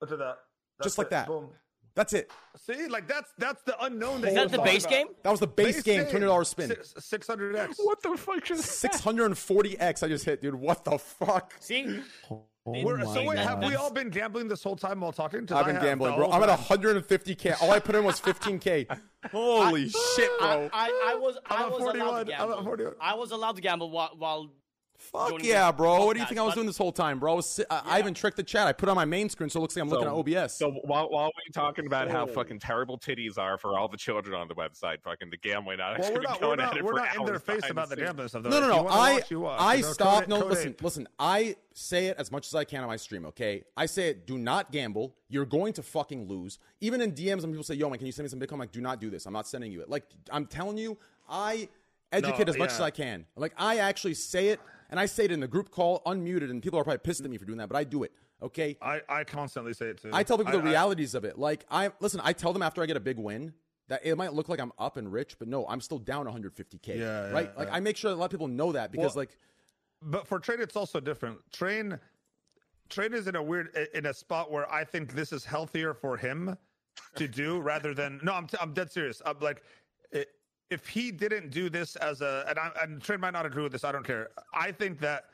S3: Look at that.
S1: Just
S3: That's
S1: like
S3: it.
S1: that.
S3: Boom.
S1: That's it.
S3: See, like that's that's the unknown.
S4: Is
S3: he
S4: that
S3: was
S4: the
S3: talking
S4: base
S3: about.
S4: game?
S1: That was the base, game, two hundred dollar spin.
S3: Six hundred
S1: <laughs>
S3: X.
S6: what the fuck is that?
S1: Six hundred and forty X I just hit, dude. What the fuck?
S4: See,
S10: Oh
S3: We're, so
S10: my
S3: wait, have we
S10: God.
S3: all been gambling this whole time while talking? 'Cause
S1: I've
S3: I
S1: been
S3: have the
S1: gambling, bro.
S3: whole
S1: I'm at
S3: time.
S1: 150k. All I put in was 15k. Holy shit,
S4: I, <laughs>
S1: bro.
S4: I, I was
S3: I'm
S4: I
S3: at
S4: was allowed
S3: 41.
S4: to
S3: I'm at
S4: gamble.
S3: 41.
S4: I was allowed to gamble while, while
S1: Fuck
S4: doing
S1: yeah,
S4: this
S1: bro. What do you
S4: podcast,
S1: think I was
S4: but-
S1: doing this whole time, bro? I, was si- I, I even tricked the chat. I put it on my main screen so it looks like I'm looking at OBS.
S6: So while while we're talking about
S3: Oh.
S6: how fucking terrible titties are for all the children on the website, fucking the gambling addicts
S3: Well, we're
S6: have been
S3: not, we're
S6: going at
S3: not,
S6: it
S3: we're
S6: for
S3: not in their
S6: hours
S3: face
S6: behind
S3: about the
S6: scenes.
S3: gambling stuff. Though.
S1: no, no,
S3: If you
S1: no.
S3: wanna
S1: I
S3: watch, you watch.
S1: I
S3: You know, code
S1: stop.
S3: it-
S1: No,
S3: code
S1: listen,
S3: it.
S1: listen. I say it as much as I can on my stream. Okay, I say it. Do not gamble. You're going to fucking lose. Even in DMs, when people say, "Yo, man, can you send me some Bitcoin?" I'm like, do not do this. I'm not sending you it. Like, I'm telling you, I educate
S3: No,
S1: as much
S3: yeah.
S1: as I can. Like, I actually say it, and I say it in the group call, unmuted, and people are probably pissed at me for doing that, but I do it. Okay,
S3: I, I constantly say it too.
S1: I tell people the
S3: I-
S1: realities of it. Like I listen, I tell them after I get a big win that it might look like I'm up and rich, but no, I'm still down 150k.
S3: Yeah, yeah,
S1: right? like I make sure that a lot of people know that because
S3: Well-
S1: like
S3: but for train it's also different train train is in a weird in a spot where i think this is healthier for him to do rather than no i'm, t- I'm dead serious i'm like it, if he didn't do this as a and I and Trent might not agree with this, I don't care. I think that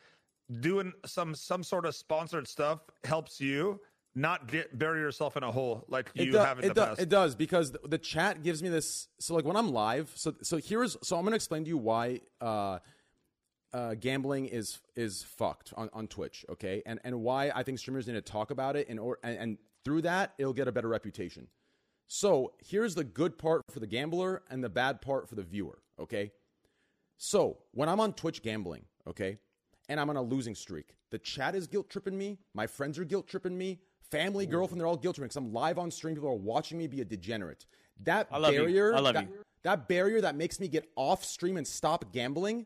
S3: doing some some sort of sponsored stuff helps you not get bury yourself in a hole like you
S1: do-
S3: have in
S1: it
S3: the
S1: do-
S3: past.
S1: It does because the, the chat gives me this. So like when I'm live, so so here's so I'm gonna explain to you why uh, uh, gambling is is fucked on, on Twitch, okay, and and why I think streamers need to talk about it in or and, and through that it'll get a better reputation. So here's the good part for the gambler and the bad part for the viewer, okay. So when I'm on Twitch gambling, okay, and I'm on a losing streak, the chat is guilt tripping me. My friends are guilt tripping me. Family, girlfriend, they're all guilt tripping because I'm live on stream. People are watching me be a degenerate. That
S4: I love you.
S1: barrier,
S4: I love
S1: that,
S4: you.
S1: that barrier that makes me get off stream and stop gambling,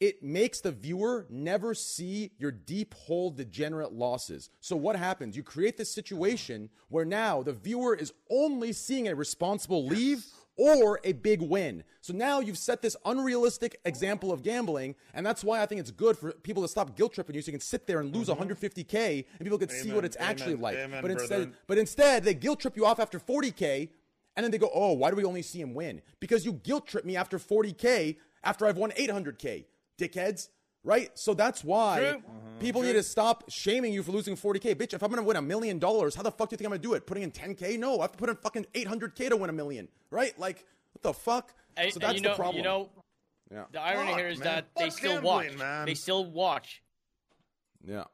S1: it makes the viewer never see your deep hole degenerate losses. So what happens? You create this situation where now the viewer is only seeing a responsible leave or a big win. So now you've set this unrealistic example of gambling, and that's why I think it's good for people to stop guilt tripping you so you can sit there and lose 150k and people can see what
S3: Mm-hmm. Amen,
S1: it's actually
S3: amen,
S1: like.
S3: amen,
S1: but instead
S3: brethren.
S1: but instead they guilt trip you off after 40k and then they go, "Oh, why do we only see him win?" Because you guilt trip me after 40k after I've won 800k, dickheads. Right? So that's why
S4: True.
S1: people need to stop shaming you for losing 40k. Bitch, if I'm gonna win a million dollars, how the fuck do you think I'm gonna do it? Putting in 10k? No, I have to put in fucking 800k to win a million. Right? Like, what the fuck?
S4: And,
S1: so
S4: and
S1: that's
S4: you know,
S1: the problem.
S4: You know,
S1: Yeah.
S4: the irony
S3: Fuck,
S4: here is
S3: man.
S4: that they
S3: Fuck
S4: still
S3: gambling,
S4: watch.
S3: man.
S4: They still watch.
S1: yeah.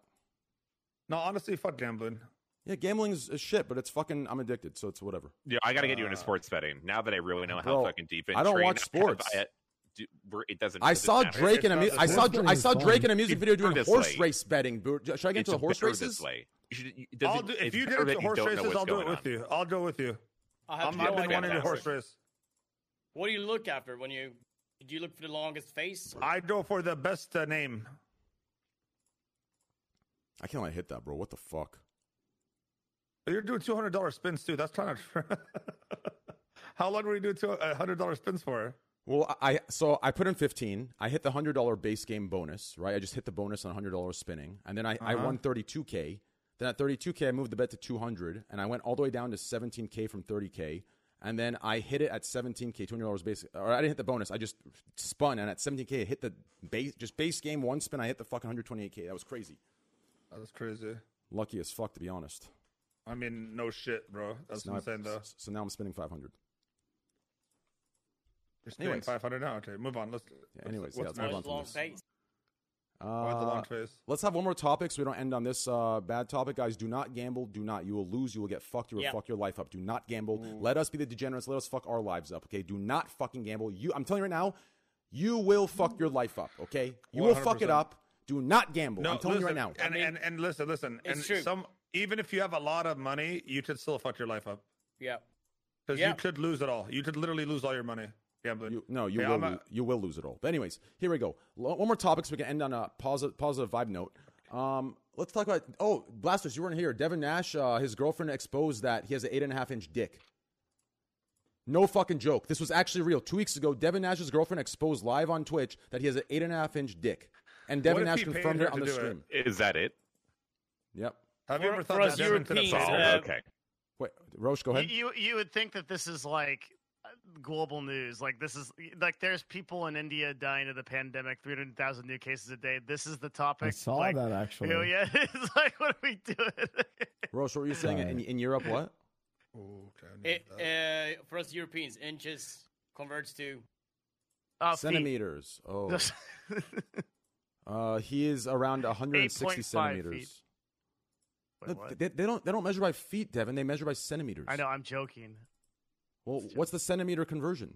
S3: no, honestly, fuck gambling.
S1: Yeah, gambling's is shit, but it's fucking. I'm addicted, so it's whatever.
S6: Yeah, I got to get you into sports betting now that I really know how
S1: Bro,
S6: fucking deep. in
S1: Uh, I don't
S6: train
S1: watch
S6: <laughs> I am.
S1: sports.
S6: I- do- we're- it doesn't.
S1: I
S6: doesn't
S1: saw
S6: matter.
S1: Drake
S3: It's
S1: in a
S3: not
S1: mu-
S3: the
S1: I saw
S10: sports.
S1: I saw Drake in a music
S6: It's
S1: video doing
S6: better this
S1: horse
S6: way.
S1: race betting. Bro, Should I get into
S6: It's
S1: the horse
S6: better this
S1: races?
S6: way. You should, you- does
S3: I'll
S6: it-
S3: do,
S6: it's
S3: if you get
S6: better
S3: into
S6: that you
S3: horse
S6: don't know
S3: races,
S6: what's
S3: I'll do
S6: going
S3: it with
S6: on.
S3: you. I'll go with you.
S4: I have
S3: I'm,
S4: no
S3: I've been
S4: idea.
S3: wanting to horse
S6: Fantastic.
S3: race.
S4: What do you look after when you do you look for the longest face?
S3: I go for the best uh, name.
S1: I can't let it hit that, bro. What the fuck?
S3: You're doing two hundred dollar spins too. That's kind of. <laughs> How long were you doing two uh, hundred dollar spins for?
S1: Well, I so I put in fifteen. I hit the hundred dollar base game bonus, right? I just hit the bonus on hundred dollars spinning, and then I, I
S6: Uh-huh.
S1: won thirty two k. Then at thirty two k, I moved the bet to two hundred, and I went all the way down to seventeen k from thirty k. And then I hit it at seventeen k, two hundred dollars base. Or I didn't hit the bonus. I just spun, and at seventeen k, I hit the base just base game one spin. I hit the fucking hundred twenty eight k. That was crazy.
S3: That's crazy.
S1: Lucky as fuck, to be honest.
S3: I mean, no shit, bro. That's
S1: Now I-
S3: insane, though.
S1: s- So now I'm spending five hundred.
S3: You're spending
S1: Anyways.
S3: five hundred now. Okay, move on. Let's. let's-
S1: anyways, yeah, let's
S3: what's
S1: move
S3: next?
S1: on.
S4: Longest long face.
S3: Why the long
S1: Uh,
S3: face?
S1: Let's have one more topic so we don't end on this uh, bad topic, guys. Do not gamble. Do not. You will lose. You will get fucked. You will
S4: Yeah.
S1: fuck your life up. Do not gamble.
S3: Mm.
S1: Let us be the degenerates. Let us fuck our lives up. Okay. Do not fucking gamble. You. I'm telling you right now, you will fuck your life up. Okay. You will fuck it
S3: 100%.
S1: up. Do not gamble. I'm telling
S3: listen,
S1: you right now.
S3: And,
S4: I mean,
S3: and and listen, listen.
S4: it's
S3: and
S4: true.
S3: some even if you have a lot of money, you could still fuck your life up
S4: Yeah.
S3: because
S4: Yeah.
S3: you could lose it all. You could literally lose all your money gambling.
S1: You, no, you
S3: Yeah,
S1: will.
S3: I'm a-
S1: lo- you will lose it all. But anyways, here we go. L- one more topic so we can end on a positive, positive vibe note. Um, let's talk about. Oh, blasters, you weren't here. Devin Nash, uh, his girlfriend exposed that he has an eight and a half inch dick. No fucking joke. This was actually real. Two weeks ago, Devin Nash's girlfriend exposed live on Twitch that he has an eight and a half inch dick, and Devin
S3: if
S1: Nash
S3: he paid
S1: confirmed
S3: her
S1: it on
S3: to
S1: the
S3: do
S1: stream.
S3: it?
S6: Is that it?
S1: Yep.
S3: have you
S4: For-
S3: ever
S4: for
S3: thought
S4: us
S3: that Devin could have
S4: Europeans,
S3: solved
S6: Solved.
S4: uh,
S6: okay.
S1: Wait, Roche, go ahead.
S5: You, you you would think that this is like uh, global news. Like this is like there's people in India dying of the pandemic, three hundred thousand new cases a day. This is the topic.
S10: I saw
S5: like,
S10: that
S5: you
S10: actually.
S5: know, yeah, <laughs> it's like what are we doing? <laughs>
S1: Roche, what were you saying in, in Europe? What? Oh,
S4: It, uh, for us Europeans, inches converts to
S5: Uh, feet.
S1: Centimeters.
S5: <laughs>
S1: Oh. Uh, he is around 160
S5: 8.5
S1: centimeters.
S5: Wait,
S1: No,
S5: what?
S1: they, they don't they don't measure by feet, Devin. They measure by centimeters.
S5: I know. I'm joking.
S1: Well, what's the centimeter conversion?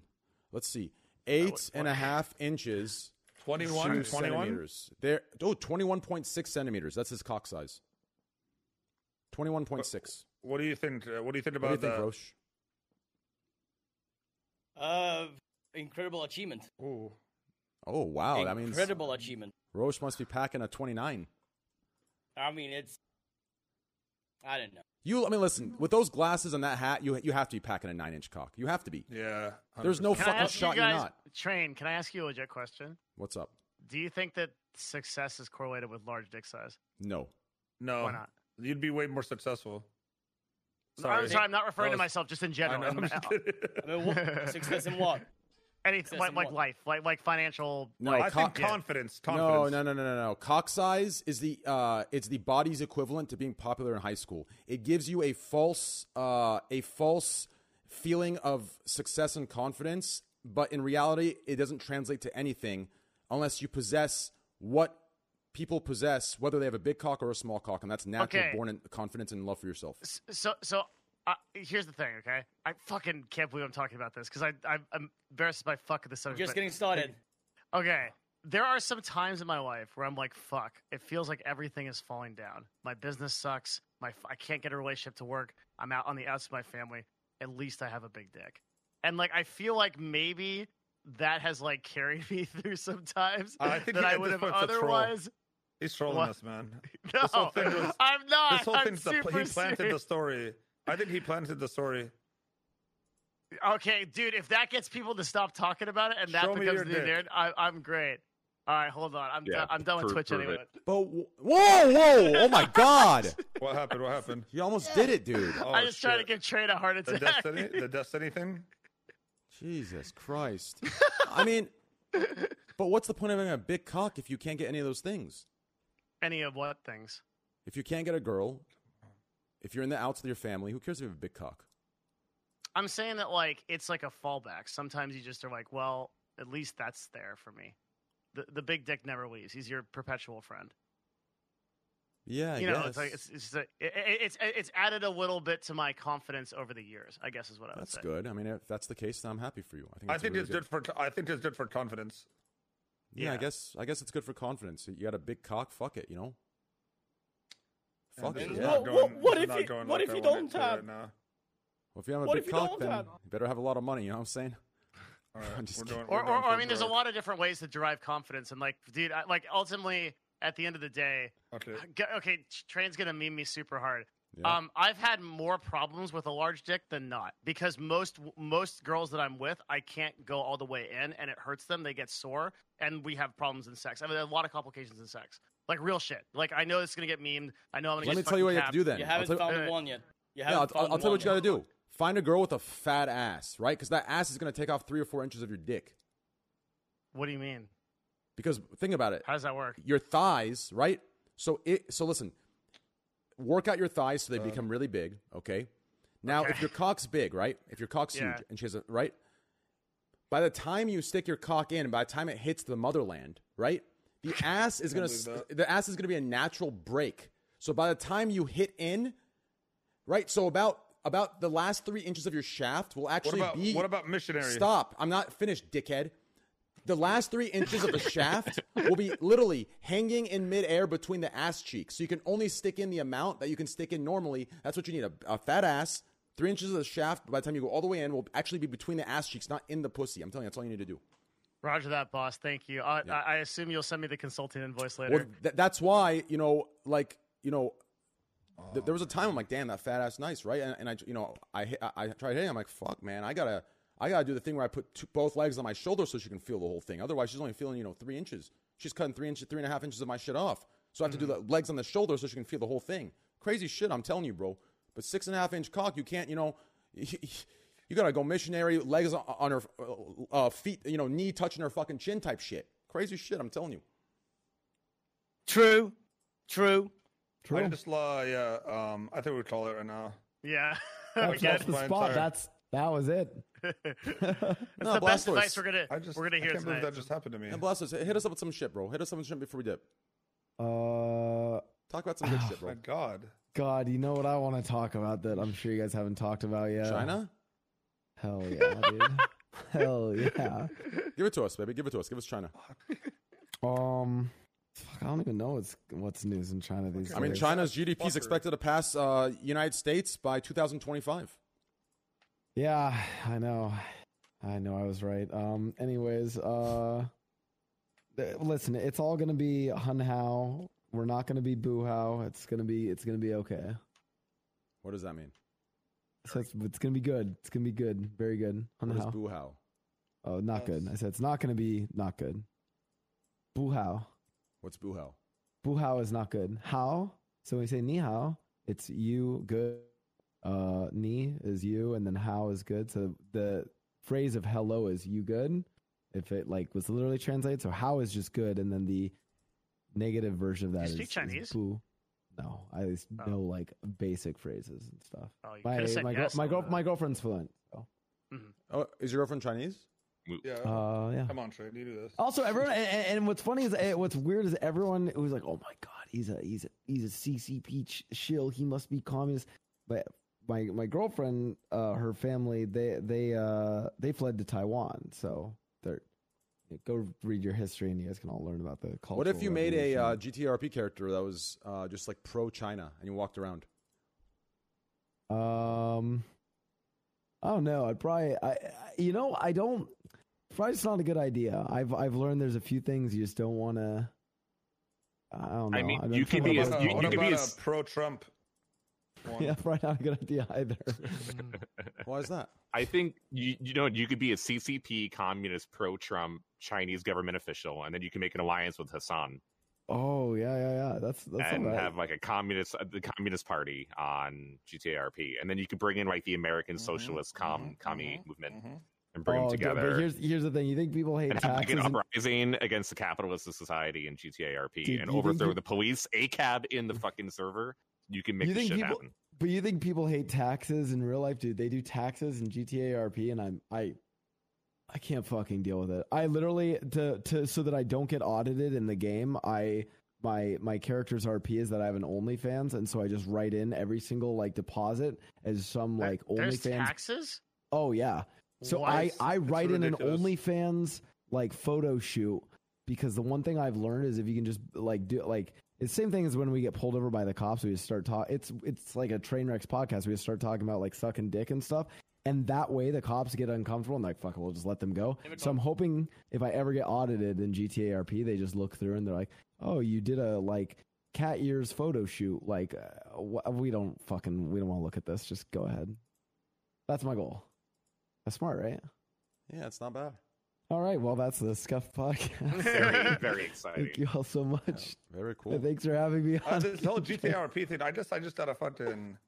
S1: Let's see. Eight and a half inches.
S3: 21,
S1: to
S3: 21?
S1: centimeters. There. Oh, 21.6 centimeters. That's his cock size. 21.6.
S3: What do you think? Uh, what do you think
S1: What do you
S3: about
S1: think,
S3: that?
S1: Roche?
S4: uh, incredible achievement.
S3: Ooh.
S1: Oh, wow. That means
S4: incredible achievement.
S1: Roche must be packing a 29.
S4: I mean, it's. I don't know.
S1: You, I mean, listen, with those glasses and that hat, you, you have to be packing a nine inch cock. You have to be.
S3: Yeah.
S1: There's no
S3: 100%.
S5: Can I
S1: fucking
S5: ask
S1: shot
S5: you
S1: you're
S5: guys?
S1: not.
S5: Train. Can I ask you a legit question?
S1: What's up?
S5: Do you think that success is correlated with large dick size?
S1: No.
S3: no.
S5: Why not?
S3: You'd be way more successful.
S5: I'm sorry, I'm not referring
S3: That
S5: to
S3: was-
S5: myself, just in
S3: I
S5: general. <laughs>
S3: know. I'm
S5: I'm-
S3: just kidding.
S4: I mean, what, success in what?
S5: anything like,
S4: Accessing
S5: like
S4: what?
S5: life, like like financial.
S1: No,
S5: like,
S3: I
S1: co-
S3: think
S1: Oh, yeah.
S3: confidence.
S1: No,
S3: Confidence.
S1: no, no, no, no, no. Cock size is the uh, it's the body's equivalent to being popular in high school. It gives you a false uh, a false feeling of success and confidence, but in reality, it doesn't translate to anything unless you possess what people possess, whether they have a big cock or a small cock, and that's natural,
S5: Okay.
S1: born in confidence and love for yourself.
S5: S- so so uh, here's the thing, okay? I fucking can't believe I'm talking about this because I, I I'm embarrassed by fuck this subject.
S4: Just
S5: but-
S4: getting started.
S5: Okay. There are some times in my life where I'm like, fuck, it feels like everything is falling down. My business sucks. My I can't get a relationship to work. I'm out on the outs of my family. At least I have a big dick. And like I feel like maybe that has like carried <laughs> me through sometimes
S3: I think
S5: that
S3: he-
S5: I
S3: at
S5: would
S3: this
S5: have
S3: point it's a troll.
S5: otherwise.
S3: He's trolling
S5: What?
S3: us,
S5: <laughs>
S3: man.
S5: No,
S3: This whole thing was-
S5: <laughs> I'm not.
S3: This whole
S5: I'm
S3: thing's the, he
S5: super
S3: planted the
S5: serious.
S3: story. I think he planted the story.
S5: Okay, dude, if that gets people to stop talking about it and that
S3: Show me
S5: becomes
S3: your
S5: the new
S3: dick.
S5: narrative, I, I'm great. All right, hold on. I'm
S6: Yeah,
S5: done. I'm done with
S6: pro-
S5: Twitch
S6: prove
S5: anyway.
S6: it.
S1: But whoa, whoa, oh my god,
S3: What happened? What happened?
S1: <laughs> you almost did it, dude.
S3: Oh,
S5: <laughs> I just tried to
S3: shit.
S5: give Trey a heart
S3: the
S5: attack. <laughs>
S3: destiny, the destiny thing.
S1: Jesus Christ. I mean, but what's the point of having a big cock if you can't get any of those things?
S5: Any of what things?
S1: If you can't get a girl, if you're in the outs with your family, who cares if you have a big cock?
S5: I'm saying that like it's like a fallback. Sometimes you just are like, well, at least that's there for me. The the big dick never leaves. He's your perpetual friend.
S1: Yeah, I
S5: you know,
S1: guess.
S5: it's like it's it's, just a, it, it- it's it's added a little bit to my confidence over the years. I guess is what I would
S1: that's
S5: say.
S1: good. I mean, if that's the case, then I'm happy for you. I think.
S3: I
S1: That's a
S3: think
S1: really
S3: it's good for. I think it's good for confidence.
S1: Yeah, I
S5: yeah.
S1: guess. I guess it's good for confidence. You got a big cock. Fuck it. You know.
S3: And
S1: Fuck
S3: this
S1: it.
S3: is
S1: Yeah. Well,
S3: not
S4: Wha-
S3: going-
S4: wha- what
S3: this is
S4: if
S3: not
S4: you-
S3: going
S4: what
S3: like
S4: if
S3: I
S4: you
S3: want it
S4: don't
S3: to
S4: have-
S3: right now.
S1: if you have a
S4: What
S1: big
S4: if you
S1: cock,
S4: don't
S1: then
S4: have-
S1: you better have a lot of money. You know what I'm saying?
S3: All right,
S1: <laughs> I'm just
S3: we're
S1: kidding.
S3: going-
S5: Or,
S3: we're
S5: or,
S3: going
S5: or I
S3: full
S5: mean, there's a
S3: drug.
S5: lot of different ways to derive confidence, and like, dude, I, like ultimately, at the end of the day,
S3: Okay.
S5: g- okay, Train's gonna meme me super hard.
S1: Yeah.
S5: Um, I've had more problems with a large dick than not because most most girls that I'm with, I can't go all the way in, and it hurts them. They get sore, and we have problems in sex. I mean, a lot of complications in sex, like real shit. Like I know this is gonna get memed. I know I'm gonna.
S1: Let
S5: get
S1: me tell you what
S5: fucking
S1: you have to do
S5: capped.
S1: then.
S4: You
S1: I'll
S4: haven't
S1: tell-
S4: found
S5: uh,
S4: one yet. You
S1: Yeah, I'll,
S4: haven't
S1: I'll,
S4: found
S1: I'll tell you
S4: one
S1: what you got to
S4: yet.
S1: do. Find a girl with a fat ass, right? Because that ass is going to take off three or four inches of your dick.
S5: What do you mean?
S1: Because think about it,
S5: How does that work?
S1: your thighs, right? So it, so listen, work out your thighs so they become really big. Okay. Now, if
S5: Okay.
S1: your cock's big, right? If your cock's
S5: Yeah.
S1: huge and she has a right, by the time you stick your cock in, by the time it hits the motherland, right? The ass is gonna s- the ass is gonna be a natural break. So by the time you hit in, right? So about about the last three inches of your shaft will
S3: What
S1: actually
S3: about
S1: be
S3: what about missionary?
S1: Stop. I'm not finished, dickhead. The last three inches
S3: <laughs>
S1: of the shaft will be literally hanging in midair between the ass cheeks. So you can only stick in the amount that you can stick in normally. That's what you need a, a fat ass. Three inches of the shaft, by the time you go all the way in, will actually be between the ass cheeks, not in the pussy. I'm telling you, that's all you need to do.
S5: Roger that, boss. Thank you. I, I, I assume you'll send me the consulting invoice later.
S1: Well, th- that's why, you know, like, you know, th- there was a time I'm like, damn, that fat ass nice, right? And, and I, you know, I, hit- I, I tried hitting. I'm like, fuck, man, I gotta, I gotta do the thing where I put two, both legs on my shoulder so she can feel the whole thing. Otherwise, she's only feeling, you know, three inches. She's cutting three inches, three and a half inches of my shit off. So I have to do
S5: Mm-hmm.
S1: the legs on the shoulder so she can feel the whole thing. Crazy shit, I'm telling you, bro. But six and a half inch cock, you can't, you know. <laughs> You gotta go missionary, legs on, on her uh, feet, you know, knee touching her fucking chin type shit. Crazy shit, I'm telling you.
S4: True. True.
S3: I
S10: True.
S3: just law. Yeah. Um. I think we call it right now.
S5: yeah. <laughs>
S10: That's,
S3: Again,
S10: that's the
S3: my
S10: spot.
S3: entire-
S10: That's that was it.
S5: That's the
S1: Blastoise.
S5: best advice we're gonna
S3: I just.
S5: we're gonna
S3: I
S5: hear
S3: can't believe
S5: tonight.
S3: that just happened to me.
S1: And bless us. Hit us up with some shit, bro. Hit us up with some shit before we dip.
S10: <laughs> Uh,
S1: Talk about some good shit,
S3: My
S1: bro.
S3: God.
S10: God, you know what I want to talk about that I'm sure you guys haven't talked about yet.
S1: China? <laughs>
S10: Hell yeah, dude. Hell yeah.
S1: Give it to us, baby. Give it to us. Give us China.
S10: Um, fuck, I don't even know what's what's news in China these
S1: I mean,
S10: days.
S1: China's GDP is
S3: Fucker.
S1: expected to pass uh, United States by 2025.
S10: Yeah, I know. I know I was right. Um, anyways, uh, th- listen, it's all gonna be Hun Hao. We're not gonna be Boo Hao. It's gonna be it's gonna be okay.
S1: What does that mean?
S10: So it's, it's gonna be good. It's gonna be good. Very good. Hun
S1: What is
S10: Hao.
S1: boo how?
S10: oh, not good. I said it's not gonna be not good. Boo Hao.
S1: What's boo how?
S10: Bu hao is not good. How? So when we say ni hao, it's you good. Uh, ni is you, and then how is good. So the phrase of hello is you good. If it like was literally translated, so how is just good, and then the negative version of that
S5: you
S10: is
S5: speak
S10: is
S5: Chinese?
S10: boo. No, I at least know like basic phrases and stuff.
S5: Oh, you
S10: my
S5: could've
S10: my,
S5: said
S10: girl-
S5: yes
S10: my,
S5: on
S10: girl-
S5: the-
S10: my girlfriend's fluent. So.
S1: Oh, is your girlfriend Chinese?
S11: Yeah.
S10: Uh, yeah.
S11: Come on, Trey. You do this.
S10: Also, everyone, and, and- and what's funny is eh, what's weird is everyone who's like, "Oh my god, he's a he's a he's a CCP ch- shill. He must be communist." But my my girlfriend, uh, her family, they they uh they fled to Taiwan, so they're go read your history, and you guys can all learn about the culture.
S1: What if you made a uh, GTRP character that was uh, just like pro China and you walked around?
S10: Um, I don't know. I'd probably, I, I you know, I don't. Probably just not a good idea. I've I've learned there's a few things you just don't want to. I don't know.
S6: I mean,
S10: I've been
S6: you could
S10: trying
S6: be
S10: to
S6: a,
S10: learn
S6: you,
S10: a
S6: you
S10: lot.
S6: could be
S3: about
S6: a,
S3: a pro-Trump. one?
S10: <laughs> Yeah, probably not a good idea
S6: <laughs>
S10: either.
S1: Why is that?
S6: I think you you know you could be a CCP communist pro Trump Chinese government official, and then you can make an alliance with Hassan
S10: oh yeah, yeah, yeah. That's that's
S6: and
S10: all right.
S6: have like a communist uh, the Communist Party on GTARP, and then you could bring in like the American
S1: Mm-hmm.
S6: Socialist Com Commie movement
S3: Mm-hmm.
S6: and bring
S10: oh,
S6: them
S10: dude, but
S6: together.
S10: here's here's the thing. You think people
S6: <laughs>
S10: hate
S6: and have like
S10: taxes?
S6: an
S10: and-
S6: uprising against the capitalist society in GTARP and
S10: Dude, do you think
S6: overthrow
S10: you-
S6: the police, ACAB in the fucking server. You can make
S10: You
S6: this
S10: think
S6: shit
S10: people-
S6: happen.
S10: but you think people hate taxes in real life, dude? They do taxes in GTA RP, and I'm I. I can't fucking deal with it. I literally to to so that I don't get audited in the game. I my my character's RP is that I have an OnlyFans, and so I just write in every single like deposit as some
S5: There-
S10: like
S5: There's
S10: OnlyFans
S5: taxes.
S10: Oh yeah. So
S5: What?
S10: I I
S3: That's
S10: write in an
S3: ridiculous.
S10: OnlyFans like photo shoot because the one thing I've learned is if you can just like do like it's the same thing as when we get pulled over by the cops we just start talk it's it's like a train wrecks podcast we just start talking about like sucking dick and stuff and that way the cops get uncomfortable and like fuck it, we'll just let them go. So I'm hoping if I ever get audited in GTA RP they just look through and they're like oh you did a like cat ears photo shoot like uh, wh- we don't fucking we don't want to look at this just go ahead. That's my goal. That's smart, right?
S1: Yeah, it's not bad.
S10: All right. Well, that's the Scuff Podcast.
S1: <laughs>
S6: Very, very exciting.
S10: Thank you all so much.
S1: Very cool.
S10: Thanks for having me <laughs>
S3: Uh,
S10: on.
S3: this whole GTRP thing. I just, I just got a fucking.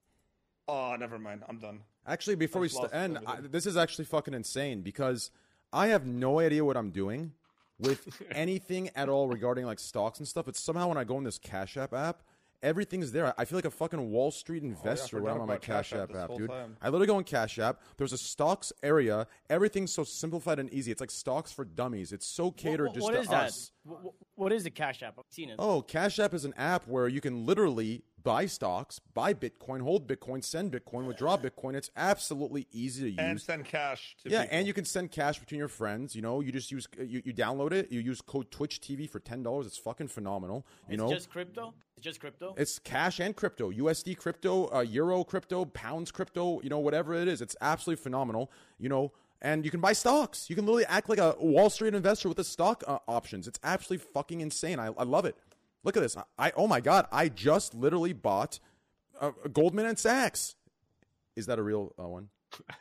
S3: Oh, never mind. I'm done.
S1: Actually, before we
S3: I've
S1: st-
S3: lost
S1: end, I,
S3: everything.
S1: this is actually fucking insane because I have no idea what I'm doing
S3: <laughs>
S1: with anything at all regarding like stocks and stuff. But somehow when I go in this Cash App app, everything's there. I- I feel like a fucking Wall Street investor when
S3: Oh, forgot
S1: I'm on my
S3: about
S1: Cash,
S3: Cash App
S1: App
S3: this
S1: app,
S3: whole
S1: dude.
S3: time.
S1: I literally go in Cash App. There's a stocks area. Everything's so simplified and easy. It's like stocks for dummies. It's so catered
S4: What-
S1: just
S4: what
S1: to
S4: is that?
S1: us.
S4: Wh- wh- what is the Cash App? I've seen it.
S1: Oh, Cash App is an app where you can literally buy stocks, buy Bitcoin, hold Bitcoin, send Bitcoin, withdraw Bitcoin. It's absolutely easy to
S3: And
S1: use.
S3: send cash. To
S1: yeah,
S3: people.
S1: and you can send cash between your friends. You know, you just use uh, you, you download it. You use code Twitch TV for ten dollars. It's fucking phenomenal. You
S4: it's
S1: know,
S4: just crypto. It's just crypto.
S1: it's cash and crypto, USD crypto, uh, Euro crypto, pounds crypto. You know, whatever it is, it's absolutely phenomenal. You know, and you can buy stocks. You can literally act like a Wall Street investor with the stock uh, options. It's absolutely fucking insane. I, I love it. Look at this. I, I oh my god, I just literally bought uh, Goldman and Sachs. Is that a real uh, one?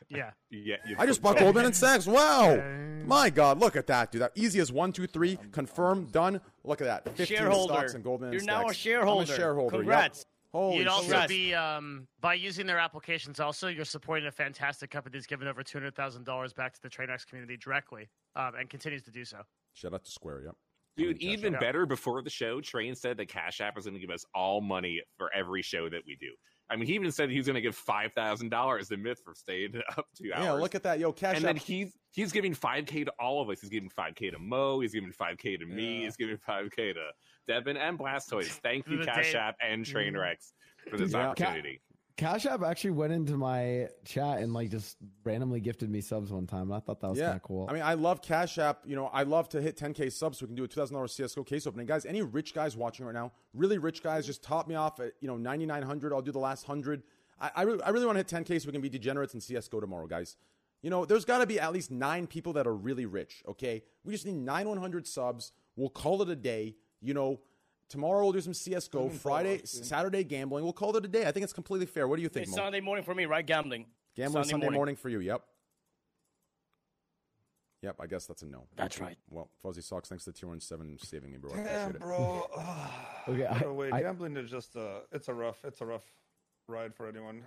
S5: Yeah.
S6: Yeah, you-
S1: I just bought Goldman and Sachs. Wow. My God, look at that, dude. That easy as one, two, three. Confirm, done. Look at that. 15
S4: Shareholder.
S1: stocks in Goldman
S4: You're
S1: and
S4: now a
S1: Sachs. I'm
S4: shareholder.
S1: a shareholder. yep.
S4: Congrats.
S10: Oh,
S1: Holy
S5: You'd also
S1: shit.
S5: be um, by using their applications. Also, you're supporting a fantastic company that's given over two hundred thousand dollars back to the TrainX community directly, um, and continues to do so. <laughs>
S1: Shout out to Square. Yep.
S6: Dude, even
S5: App.
S6: better before the show, Train said that Cash App is going to give us all money for every show that we do. I mean, he even said he was going to give five thousand dollars to Myth for staying <laughs> up two hours.
S1: Yeah, look at that. Yo, Cash
S6: and
S1: App.
S6: then he's he's giving five k to all of us. He's giving five k to Mo. He's giving five k to me. He's giving five k to Devin and Blastoise. Thank you,
S5: The
S6: Cash
S5: day-
S6: App and Trainwrecks for this
S10: Yeah. Ca-
S6: opportunity.
S10: Cash App actually went into my chat and like just randomly gifted me subs one time. And I thought that was kind
S1: yeah.
S10: of cool.
S1: I mean, I love Cash App. You know, I love to hit 10K subs so we can do a $2,000 CSGO case opening. Guys, any rich guys watching right now, really rich guys, just top me off at, you know, 9,900. I'll do the last 100. I, I, re- I really want to hit 10K so we can be degenerates in CSGO tomorrow, guys. You know, there's got to be at least nine people that are really rich, okay? We just need nine 100 subs. We'll call it a day. You know, tomorrow we'll do some CSGO, Friday, Saturday gambling. We'll call it a day. I think it's completely fair. What do you think,
S4: It's
S1: Mo?
S4: Sunday morning for me, right? Gambling.
S1: Gambling Sunday,
S4: Sunday
S1: morning.
S4: morning.
S1: for you. Yep. Yep. I guess that's a no.
S4: That's right.
S1: Well, Fuzzy Socks, thanks to Tier One Seven saving me, bro. I
S3: Damn,
S1: appreciate it.
S3: bro.
S10: Okay,
S3: okay,
S10: I-
S3: way,
S10: I-
S3: gambling is just a, it's a rough, it's a rough ride for anyone.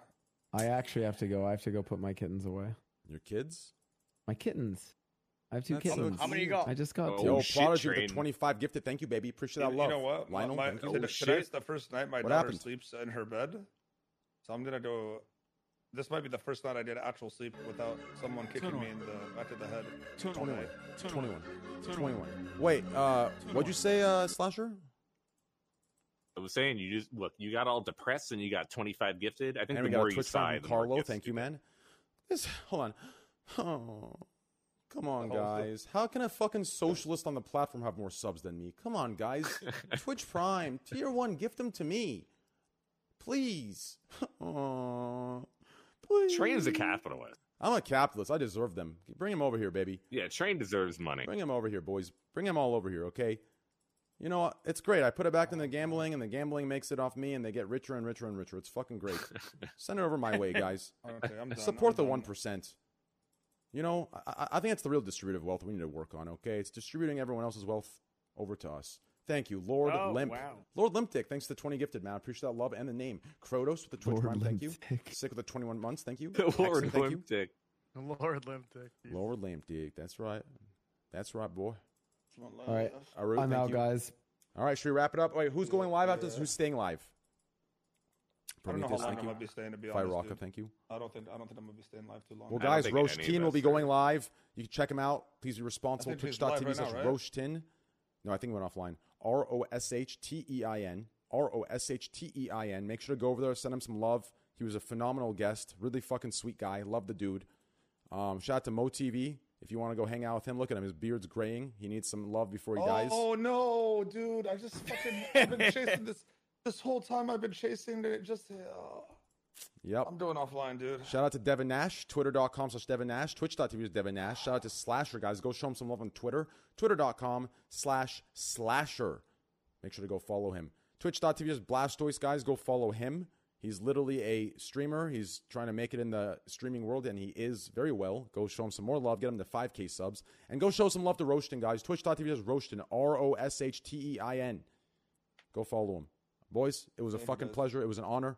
S10: I actually have to go. I have to go put my kittens away.
S1: Your kids?
S10: My kittens. I have two
S1: That's so
S10: kittens.
S4: How many you got?
S10: I just got
S6: Oh,
S10: two.
S1: Yo,
S6: shit,
S1: Prodigy with
S6: Train.
S1: the 25 gifted. Thank you, baby. Appreciate
S3: You-
S1: that love.
S3: You know what?
S1: Lionel,
S3: my,
S1: thank you.
S3: today-
S6: Oh,
S3: tonight's
S6: shit.
S3: the first night my
S1: What
S3: daughter
S1: happened?
S3: sleeps in her bed, so I'm gonna do. This might be the first night I did actual sleep without someone kicking me in the back of the head.
S1: 21. 21. 21. Wait, uh, what'd you say, uh, Slasher?
S6: I was saying you just look. You got all depressed and you got 25 gifted. I think
S1: And we
S6: the
S1: got
S6: more
S1: a
S6: you
S1: Twitch sign
S6: sigh,
S1: from
S6: the more
S1: Carlo.
S6: gifts
S1: Thank you, man. This, hold on. <sighs> Oh, come on,
S3: Oh, it's
S1: guys. How can a fucking socialist on the platform have more subs than me? Come on, guys. <laughs> Twitch Prime, tier one, gift them to me. Please. <laughs> Aw, please.
S6: Train's a capitalist.
S1: I'm a capitalist. I deserve them. Bring him over here, baby.
S6: Yeah, Train deserves money.
S1: Bring him over here, boys. Bring him all over here, okay? You know what? It's great. I put it back in the gambling, and the gambling makes it off me, and they get richer and richer and richer. It's fucking <laughs> great. Send it over my way, guys.
S3: Okay, I'm done.
S1: Support
S3: I'm
S1: the
S3: done.
S1: one percent. You know, I- I, I think that's the real distributive wealth we need to work on. Okay, it's distributing everyone else's wealth over to us. Thank you, Lord
S5: Oh,
S1: Limp.
S5: wow.
S1: Lord Limptic, thanks to the 20 gifted, man. I appreciate that love and the name. Krodos with the Twitch
S10: Lord
S1: Prime, thank you.
S10: Limptic.
S1: Sick with the 21 months, thank
S10: <laughs>
S1: you.
S6: <laughs> Lord
S1: Hexen, thank you.
S6: Olympic.
S5: Lord Limptic.
S1: Lord Limptic, that's right. That's right, boy.
S10: All right,
S1: Aru,
S10: I'm
S1: thank
S10: out,
S1: you.
S10: guys.
S1: All right, should we wrap it up? Wait, who's going live after this? Who's staying live?
S3: I don't know how
S1: Prometheus,
S3: long
S1: thank
S3: I'm
S1: you.
S3: gonna be staying. To be honest,
S1: Firaka,
S3: dude.
S1: thank you.
S3: I don't think I don't think I'm gonna be staying live too long.
S1: Well,
S6: I don't
S1: guys,
S6: think any
S1: Roche
S6: of
S1: Tin will
S6: us
S1: be
S6: are.
S1: going live. You can check him out. Please be
S3: I
S1: responsible.
S3: think he's live
S1: Twitch.tv
S3: right
S1: slash
S3: now, right?
S1: Roche Tin. No, I think he went offline. R O S H T E I N. R O S H T E I N. Make sure to go over there, send him some love. He was a phenomenal guest. Really fucking sweet guy. Love the dude. Um, shout out to MoTV. If you want to go hang out with him, look at him. His beard's graying. He needs some love before he dies.
S3: Oh no, dude! I just fucking I've
S1: <laughs>
S3: been chasing this this whole time. I've been chasing it. Just oh,
S1: Yep.
S3: I'm doing offline, dude.
S1: Shout out to Devin Nash, twitter.com slash Devin Nash, twitch.tv is Devin Nash. Shout out to Slasher, guys. Go show him some love on Twitter, twitter.com slash Slasher. Make sure to go follow him. Twitch.tv is Blastoise, guys. Go follow him. He's literally a streamer. He's trying to make it in the streaming world, and he is very well. Go show him some more love. Get him to 5K subs. And go show some love to Roshton, guys. Twitch.tv is Roshton, R O S H T E I N. Go follow him. Boys, it was a fucking pleasure. It was an honor.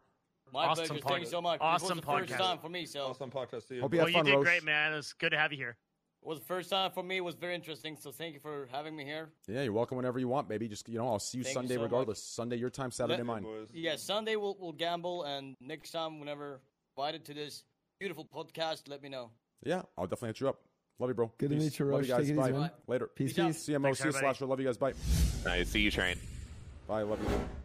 S4: My
S5: Awesome
S4: pleasure. Thank you
S5: podcast.
S4: so much.
S5: Awesome
S4: it was the
S5: podcast.
S4: first time for me, so
S3: Awesome podcast. See you.
S1: Hope you
S5: Well,
S1: had
S5: you
S1: fun,
S5: did
S1: Roche.
S5: great, man. It's good to have you here.
S4: it was the first time for me. It was very interesting. So thank you for having me here.
S1: Yeah, you're welcome whenever you want, baby. Just you know, I'll see you
S4: Thank you
S1: Sunday
S4: so much.
S1: regardless. Sunday your time, Saturday
S3: Hey,
S1: mine.
S3: boys.
S4: Yeah, Sunday we'll we'll gamble, and next time whenever invited to this beautiful podcast, let me know.
S1: Yeah, I'll definitely hit you up. Love you, bro.
S10: Good to
S1: Peace.
S10: meet you,
S1: Love you
S10: Roche.
S1: guys.
S10: Take it
S1: Bye.
S10: easy, man.
S1: Later.
S10: Peace,
S4: Peace out.
S10: peace.
S1: CMO,
S5: Thanks,
S1: see you,
S5: everybody.
S1: Slasher. Love you guys. Bye.
S6: I see you, Train.
S1: Bye. Love you.